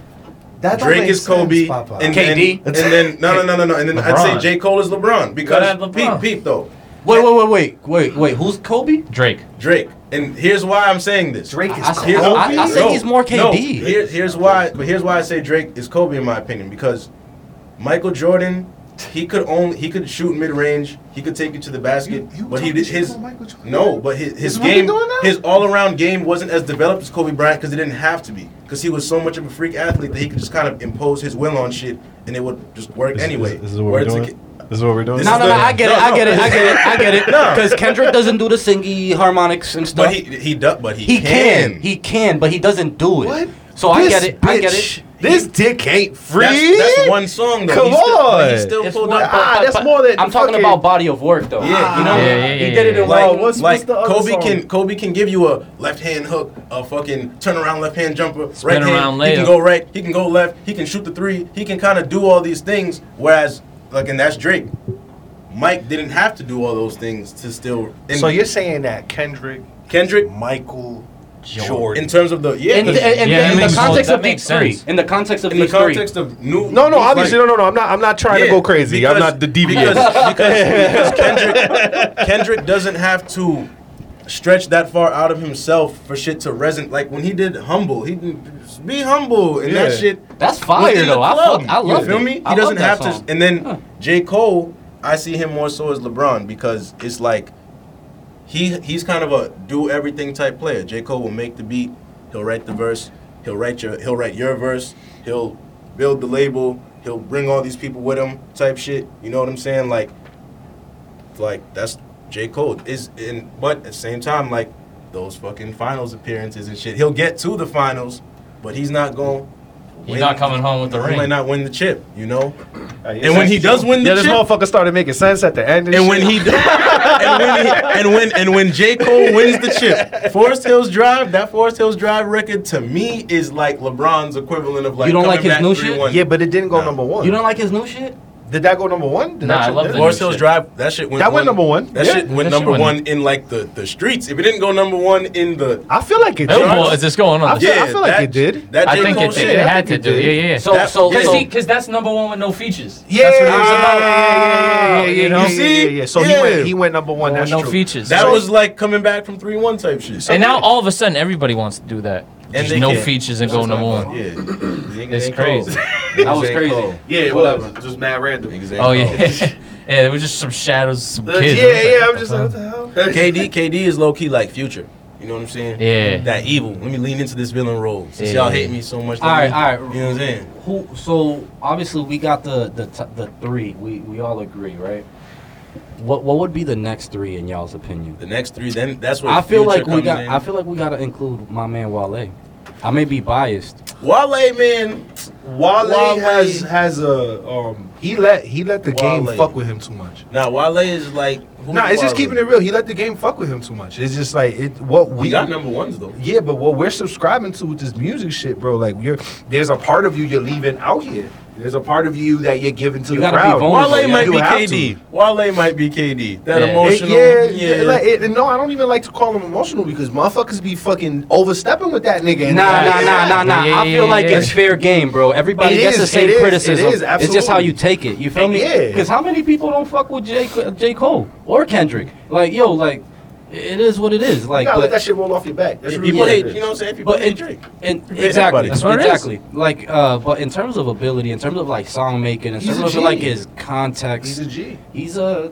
[SPEAKER 2] that don't
[SPEAKER 4] Drake
[SPEAKER 2] make
[SPEAKER 4] is
[SPEAKER 2] sense,
[SPEAKER 4] Kobe.
[SPEAKER 2] Papa.
[SPEAKER 4] and
[SPEAKER 1] KD.
[SPEAKER 4] Then, and then no no no no no. And then I'd say
[SPEAKER 3] LeBron.
[SPEAKER 4] J Cole is LeBron
[SPEAKER 3] Gotta have
[SPEAKER 4] because
[SPEAKER 3] LeBron.
[SPEAKER 4] peep peep though.
[SPEAKER 1] Wait, wait, wait, wait, wait, wait. Who's Kobe?
[SPEAKER 6] Drake.
[SPEAKER 4] Drake. And here's why I'm saying this.
[SPEAKER 11] Drake is
[SPEAKER 1] I
[SPEAKER 11] cold.
[SPEAKER 1] said-
[SPEAKER 4] Here's-
[SPEAKER 1] I- I say
[SPEAKER 4] no,
[SPEAKER 1] he's more
[SPEAKER 4] no.
[SPEAKER 1] KD.
[SPEAKER 4] Here- here's why, but here's why I say Drake is Kobe in my opinion because Michael Jordan, he could only he could shoot mid range, he could take it to the basket,
[SPEAKER 10] You- you
[SPEAKER 4] but he
[SPEAKER 10] talking
[SPEAKER 4] did
[SPEAKER 10] shit
[SPEAKER 4] his
[SPEAKER 10] about Michael Jordan?
[SPEAKER 4] no, but his, his
[SPEAKER 10] what we
[SPEAKER 4] game,
[SPEAKER 10] doing now?
[SPEAKER 4] his all around game wasn't as developed as Kobe Bryant because it didn't have to be because he was so much of a freak athlete that he could just kind of impose his will on shit and it would just work anyway.
[SPEAKER 16] This, is what
[SPEAKER 4] Where
[SPEAKER 16] we're
[SPEAKER 4] it's a
[SPEAKER 16] doing.
[SPEAKER 4] ki-
[SPEAKER 16] This is what we're doing.
[SPEAKER 4] This
[SPEAKER 1] No,
[SPEAKER 4] is
[SPEAKER 1] no,
[SPEAKER 4] the-
[SPEAKER 1] no. I get
[SPEAKER 4] no,
[SPEAKER 1] it. I
[SPEAKER 4] no,
[SPEAKER 1] get it. I
[SPEAKER 4] this
[SPEAKER 1] get it. I get it.
[SPEAKER 4] No.
[SPEAKER 1] Because Kendrick doesn't do the singy harmonics and stuff.
[SPEAKER 4] But he he does, but he,
[SPEAKER 1] He
[SPEAKER 4] can.
[SPEAKER 1] can. He can, but he doesn't do it.
[SPEAKER 2] What?
[SPEAKER 1] So I get it. I get it.
[SPEAKER 2] This dick ain't free.
[SPEAKER 4] that's, that's one song though.
[SPEAKER 2] Come
[SPEAKER 4] he still, but He
[SPEAKER 2] on.
[SPEAKER 4] still
[SPEAKER 1] It's
[SPEAKER 4] pulled
[SPEAKER 1] one-
[SPEAKER 4] up.
[SPEAKER 2] Ah, that's more than
[SPEAKER 1] I'm talking
[SPEAKER 2] fucking-
[SPEAKER 1] about body of work, though.
[SPEAKER 4] Yeah,
[SPEAKER 1] you know,
[SPEAKER 6] yeah, yeah,
[SPEAKER 1] he
[SPEAKER 6] yeah,
[SPEAKER 1] did it in
[SPEAKER 6] yeah.
[SPEAKER 1] like,
[SPEAKER 4] Like,
[SPEAKER 1] writing.
[SPEAKER 2] what's-
[SPEAKER 4] like
[SPEAKER 2] the other
[SPEAKER 4] Kobe
[SPEAKER 2] song?
[SPEAKER 4] can Kobe can give you a left hand hook, a fucking turn around left hand jumper,
[SPEAKER 6] Spin
[SPEAKER 4] right
[SPEAKER 6] around
[SPEAKER 4] hand. He can
[SPEAKER 6] layup.
[SPEAKER 4] go right, he can go left, he can shoot the three, he can kind of do all these things. Whereas, like, and that's Drake. Mike didn't have to do all those things to still. and
[SPEAKER 2] So you're saying that Kendrick,
[SPEAKER 4] Kendrick,
[SPEAKER 2] Michael,
[SPEAKER 4] in
[SPEAKER 2] Jordan.
[SPEAKER 4] terms of the yeah,
[SPEAKER 1] in,
[SPEAKER 4] 'cause
[SPEAKER 1] the- in,
[SPEAKER 6] Yeah,
[SPEAKER 1] the-
[SPEAKER 6] that
[SPEAKER 1] in
[SPEAKER 6] makes
[SPEAKER 1] the context
[SPEAKER 6] sense. That
[SPEAKER 1] of these
[SPEAKER 6] makes
[SPEAKER 1] three.
[SPEAKER 6] sense.
[SPEAKER 1] In the context of
[SPEAKER 4] in the
[SPEAKER 1] these three.
[SPEAKER 4] context of new.
[SPEAKER 2] No, no,
[SPEAKER 4] like-
[SPEAKER 2] obviously, no, no, no. I'm not. I'm not trying to
[SPEAKER 4] Yeah,
[SPEAKER 2] go crazy. I'm
[SPEAKER 4] because-
[SPEAKER 2] not the deviant.
[SPEAKER 4] Because, because, because Kendrick, Kendrick doesn't have to stretch that far out of himself for shit to resonate. Like when he did Humble, he didn't be humble and that
[SPEAKER 16] Yeah.
[SPEAKER 4] shit.
[SPEAKER 1] That's fire,
[SPEAKER 4] within the
[SPEAKER 1] though. I,
[SPEAKER 4] club.
[SPEAKER 1] fuck, I love
[SPEAKER 4] You feel
[SPEAKER 1] it.
[SPEAKER 4] me? He
[SPEAKER 1] I love
[SPEAKER 4] doesn't
[SPEAKER 1] that
[SPEAKER 4] have
[SPEAKER 1] song.
[SPEAKER 4] to. And then J. Cole, I see him more so as LeBron because it's like he he's kind of a do everything type player. J. Cole will make the beat, he'll write the verse, he'll write your he'll write your verse, he'll build the label, he'll bring all these people with him type shit. You know what I'm saying? Like like that's J. Cole. Is in but at the same time, like those fucking finals appearances and shit. He'll get to the finals, but he's not going
[SPEAKER 6] He's not coming home with the
[SPEAKER 4] he might
[SPEAKER 6] ring.
[SPEAKER 4] not win the chip, you know. And when he does win the
[SPEAKER 2] yeah, this
[SPEAKER 4] chip,
[SPEAKER 2] motherfucker started making sense at the end. And,
[SPEAKER 4] and when
[SPEAKER 2] shit.
[SPEAKER 4] he do- and when he, and when and when J Cole wins the chip, Forest Hills Drive, that Forest Hills Drive record to me is like LeBron's equivalent of like
[SPEAKER 1] You don't like his new
[SPEAKER 4] new
[SPEAKER 1] shit?
[SPEAKER 2] yeah, but it didn't go
[SPEAKER 4] Nah.
[SPEAKER 2] number one.
[SPEAKER 1] You don't like his new shit?
[SPEAKER 2] did that go number one? Did
[SPEAKER 6] Nah,
[SPEAKER 2] that
[SPEAKER 6] I
[SPEAKER 2] shit
[SPEAKER 6] love
[SPEAKER 2] did?
[SPEAKER 6] the new
[SPEAKER 4] Forest Hills
[SPEAKER 6] shit.
[SPEAKER 4] Drive, that shit went
[SPEAKER 2] That went number one.
[SPEAKER 4] That
[SPEAKER 6] Yeah,
[SPEAKER 4] shit went
[SPEAKER 6] that shit
[SPEAKER 4] number
[SPEAKER 6] went-
[SPEAKER 4] one in like the the streets. If it didn't go number one in the
[SPEAKER 2] I feel like it.
[SPEAKER 6] Billboard is
[SPEAKER 2] did.
[SPEAKER 6] just going
[SPEAKER 2] I
[SPEAKER 6] on. the-
[SPEAKER 2] feel,
[SPEAKER 4] yeah,
[SPEAKER 2] I feel like
[SPEAKER 4] that-
[SPEAKER 2] it did.
[SPEAKER 4] that
[SPEAKER 6] I
[SPEAKER 4] J
[SPEAKER 6] think
[SPEAKER 4] Cole
[SPEAKER 6] it
[SPEAKER 4] shit,
[SPEAKER 6] did. It
[SPEAKER 4] that
[SPEAKER 6] had to
[SPEAKER 2] it
[SPEAKER 6] do.
[SPEAKER 2] did.
[SPEAKER 6] Yeah, yeah.
[SPEAKER 1] So,
[SPEAKER 4] That-
[SPEAKER 1] so,
[SPEAKER 4] yeah.
[SPEAKER 6] Cause,
[SPEAKER 1] so,
[SPEAKER 6] see, 'cause that's number one with no features.
[SPEAKER 2] Yeah,
[SPEAKER 6] That's what it was about.
[SPEAKER 2] yeah, yeah, yeah, yeah,
[SPEAKER 6] you know?
[SPEAKER 2] yeah, yeah, yeah. So he
[SPEAKER 4] Yeah.
[SPEAKER 2] went. He went number one.
[SPEAKER 6] With
[SPEAKER 2] That's
[SPEAKER 6] no
[SPEAKER 2] true.
[SPEAKER 6] features.
[SPEAKER 4] That
[SPEAKER 6] So-
[SPEAKER 4] was like coming back from three one type shit.
[SPEAKER 6] And now all of a sudden everybody wants to do that.
[SPEAKER 4] And
[SPEAKER 6] Just
[SPEAKER 4] they
[SPEAKER 6] no
[SPEAKER 4] can't.
[SPEAKER 6] features and go number one.
[SPEAKER 4] Yeah,
[SPEAKER 6] It's
[SPEAKER 4] it's
[SPEAKER 6] crazy.
[SPEAKER 1] that was crazy.
[SPEAKER 11] Yeah, whatever. Just mad random.
[SPEAKER 6] Oh yeah, yeah. There was just some shadows, some
[SPEAKER 11] Uh,
[SPEAKER 6] kids.
[SPEAKER 11] yeah, yeah. I'm just like, what the hell?
[SPEAKER 4] KD, KD is low key like Future. You know what I'm saying?
[SPEAKER 6] Yeah.
[SPEAKER 4] That evil. Let me lean into this villain role. Since
[SPEAKER 6] Yeah.
[SPEAKER 4] y'all hate me so much. let
[SPEAKER 1] All right,
[SPEAKER 4] me-
[SPEAKER 1] all right.
[SPEAKER 4] You know what I'm saying?
[SPEAKER 1] Who? So obviously we got the the t- the three. We we all agree, right? What what would be the next three in y'all's opinion?
[SPEAKER 4] The next three, then that's where
[SPEAKER 1] I feel
[SPEAKER 4] Future
[SPEAKER 1] like we
[SPEAKER 4] comes
[SPEAKER 1] got.
[SPEAKER 4] in.
[SPEAKER 1] I feel like we gotta include my man Wale. I may be biased.
[SPEAKER 4] Wale, man.
[SPEAKER 2] Wale,
[SPEAKER 4] Wale-
[SPEAKER 2] has has a um. He let he let the
[SPEAKER 4] Wale.
[SPEAKER 2] game fuck with him too much.
[SPEAKER 4] Nah, Wale is like. who
[SPEAKER 2] Nah,
[SPEAKER 4] is
[SPEAKER 2] it's just
[SPEAKER 4] Wale?
[SPEAKER 2] keeping it real. He let the game fuck with him too much. It's just like it. What we
[SPEAKER 4] We got number ones though.
[SPEAKER 2] Yeah, but what we're subscribing to with this music shit, bro, like you're there's a part of you you're leaving out here. There's a part of you that you're giving to
[SPEAKER 1] You
[SPEAKER 2] the
[SPEAKER 1] gotta be
[SPEAKER 2] crowd.
[SPEAKER 1] vulnerable.
[SPEAKER 4] Wale
[SPEAKER 1] Yeah,
[SPEAKER 4] might
[SPEAKER 2] you
[SPEAKER 4] be
[SPEAKER 2] have
[SPEAKER 4] KD. Wale might be KD. That
[SPEAKER 6] Yeah.
[SPEAKER 2] It-
[SPEAKER 4] emotional.
[SPEAKER 2] yeah, yeah. Like, it, no, I don't even like to call him emotional because motherfuckers be fucking overstepping with that nigga.
[SPEAKER 1] Nah,
[SPEAKER 2] and-
[SPEAKER 1] nah, nah, nah, nah.
[SPEAKER 6] Yeah, yeah,
[SPEAKER 1] I feel
[SPEAKER 6] yeah,
[SPEAKER 1] like
[SPEAKER 6] yeah.
[SPEAKER 1] it's fair game, bro. Everybody
[SPEAKER 2] It
[SPEAKER 1] gets the
[SPEAKER 2] is,
[SPEAKER 1] same
[SPEAKER 2] it is, it
[SPEAKER 1] criticism.
[SPEAKER 2] is,
[SPEAKER 1] it's just how
[SPEAKER 2] absolutely.
[SPEAKER 1] you take it. You feel me?
[SPEAKER 2] Yeah.
[SPEAKER 1] Because how many people don't fuck with J. Co- J. Cole or Kendrick? Like yo, like it is what it is.
[SPEAKER 2] You
[SPEAKER 1] Like,
[SPEAKER 2] gotta let
[SPEAKER 1] but
[SPEAKER 2] that shit roll off your back. That's
[SPEAKER 4] If
[SPEAKER 2] really
[SPEAKER 4] people
[SPEAKER 2] what
[SPEAKER 4] hate.
[SPEAKER 2] it
[SPEAKER 4] You
[SPEAKER 2] is.
[SPEAKER 4] know what I'm saying? People
[SPEAKER 1] But
[SPEAKER 4] hate
[SPEAKER 1] in,
[SPEAKER 4] Drake.
[SPEAKER 1] in,
[SPEAKER 4] Yeah,
[SPEAKER 1] exactly,
[SPEAKER 4] everybody. That's
[SPEAKER 6] what it is.
[SPEAKER 1] exactly. Like, uh, but in terms of ability, in terms of like song making, in
[SPEAKER 2] He's
[SPEAKER 1] terms
[SPEAKER 2] a
[SPEAKER 1] of like
[SPEAKER 2] G.
[SPEAKER 1] his context,
[SPEAKER 2] He's a G.
[SPEAKER 1] he's a.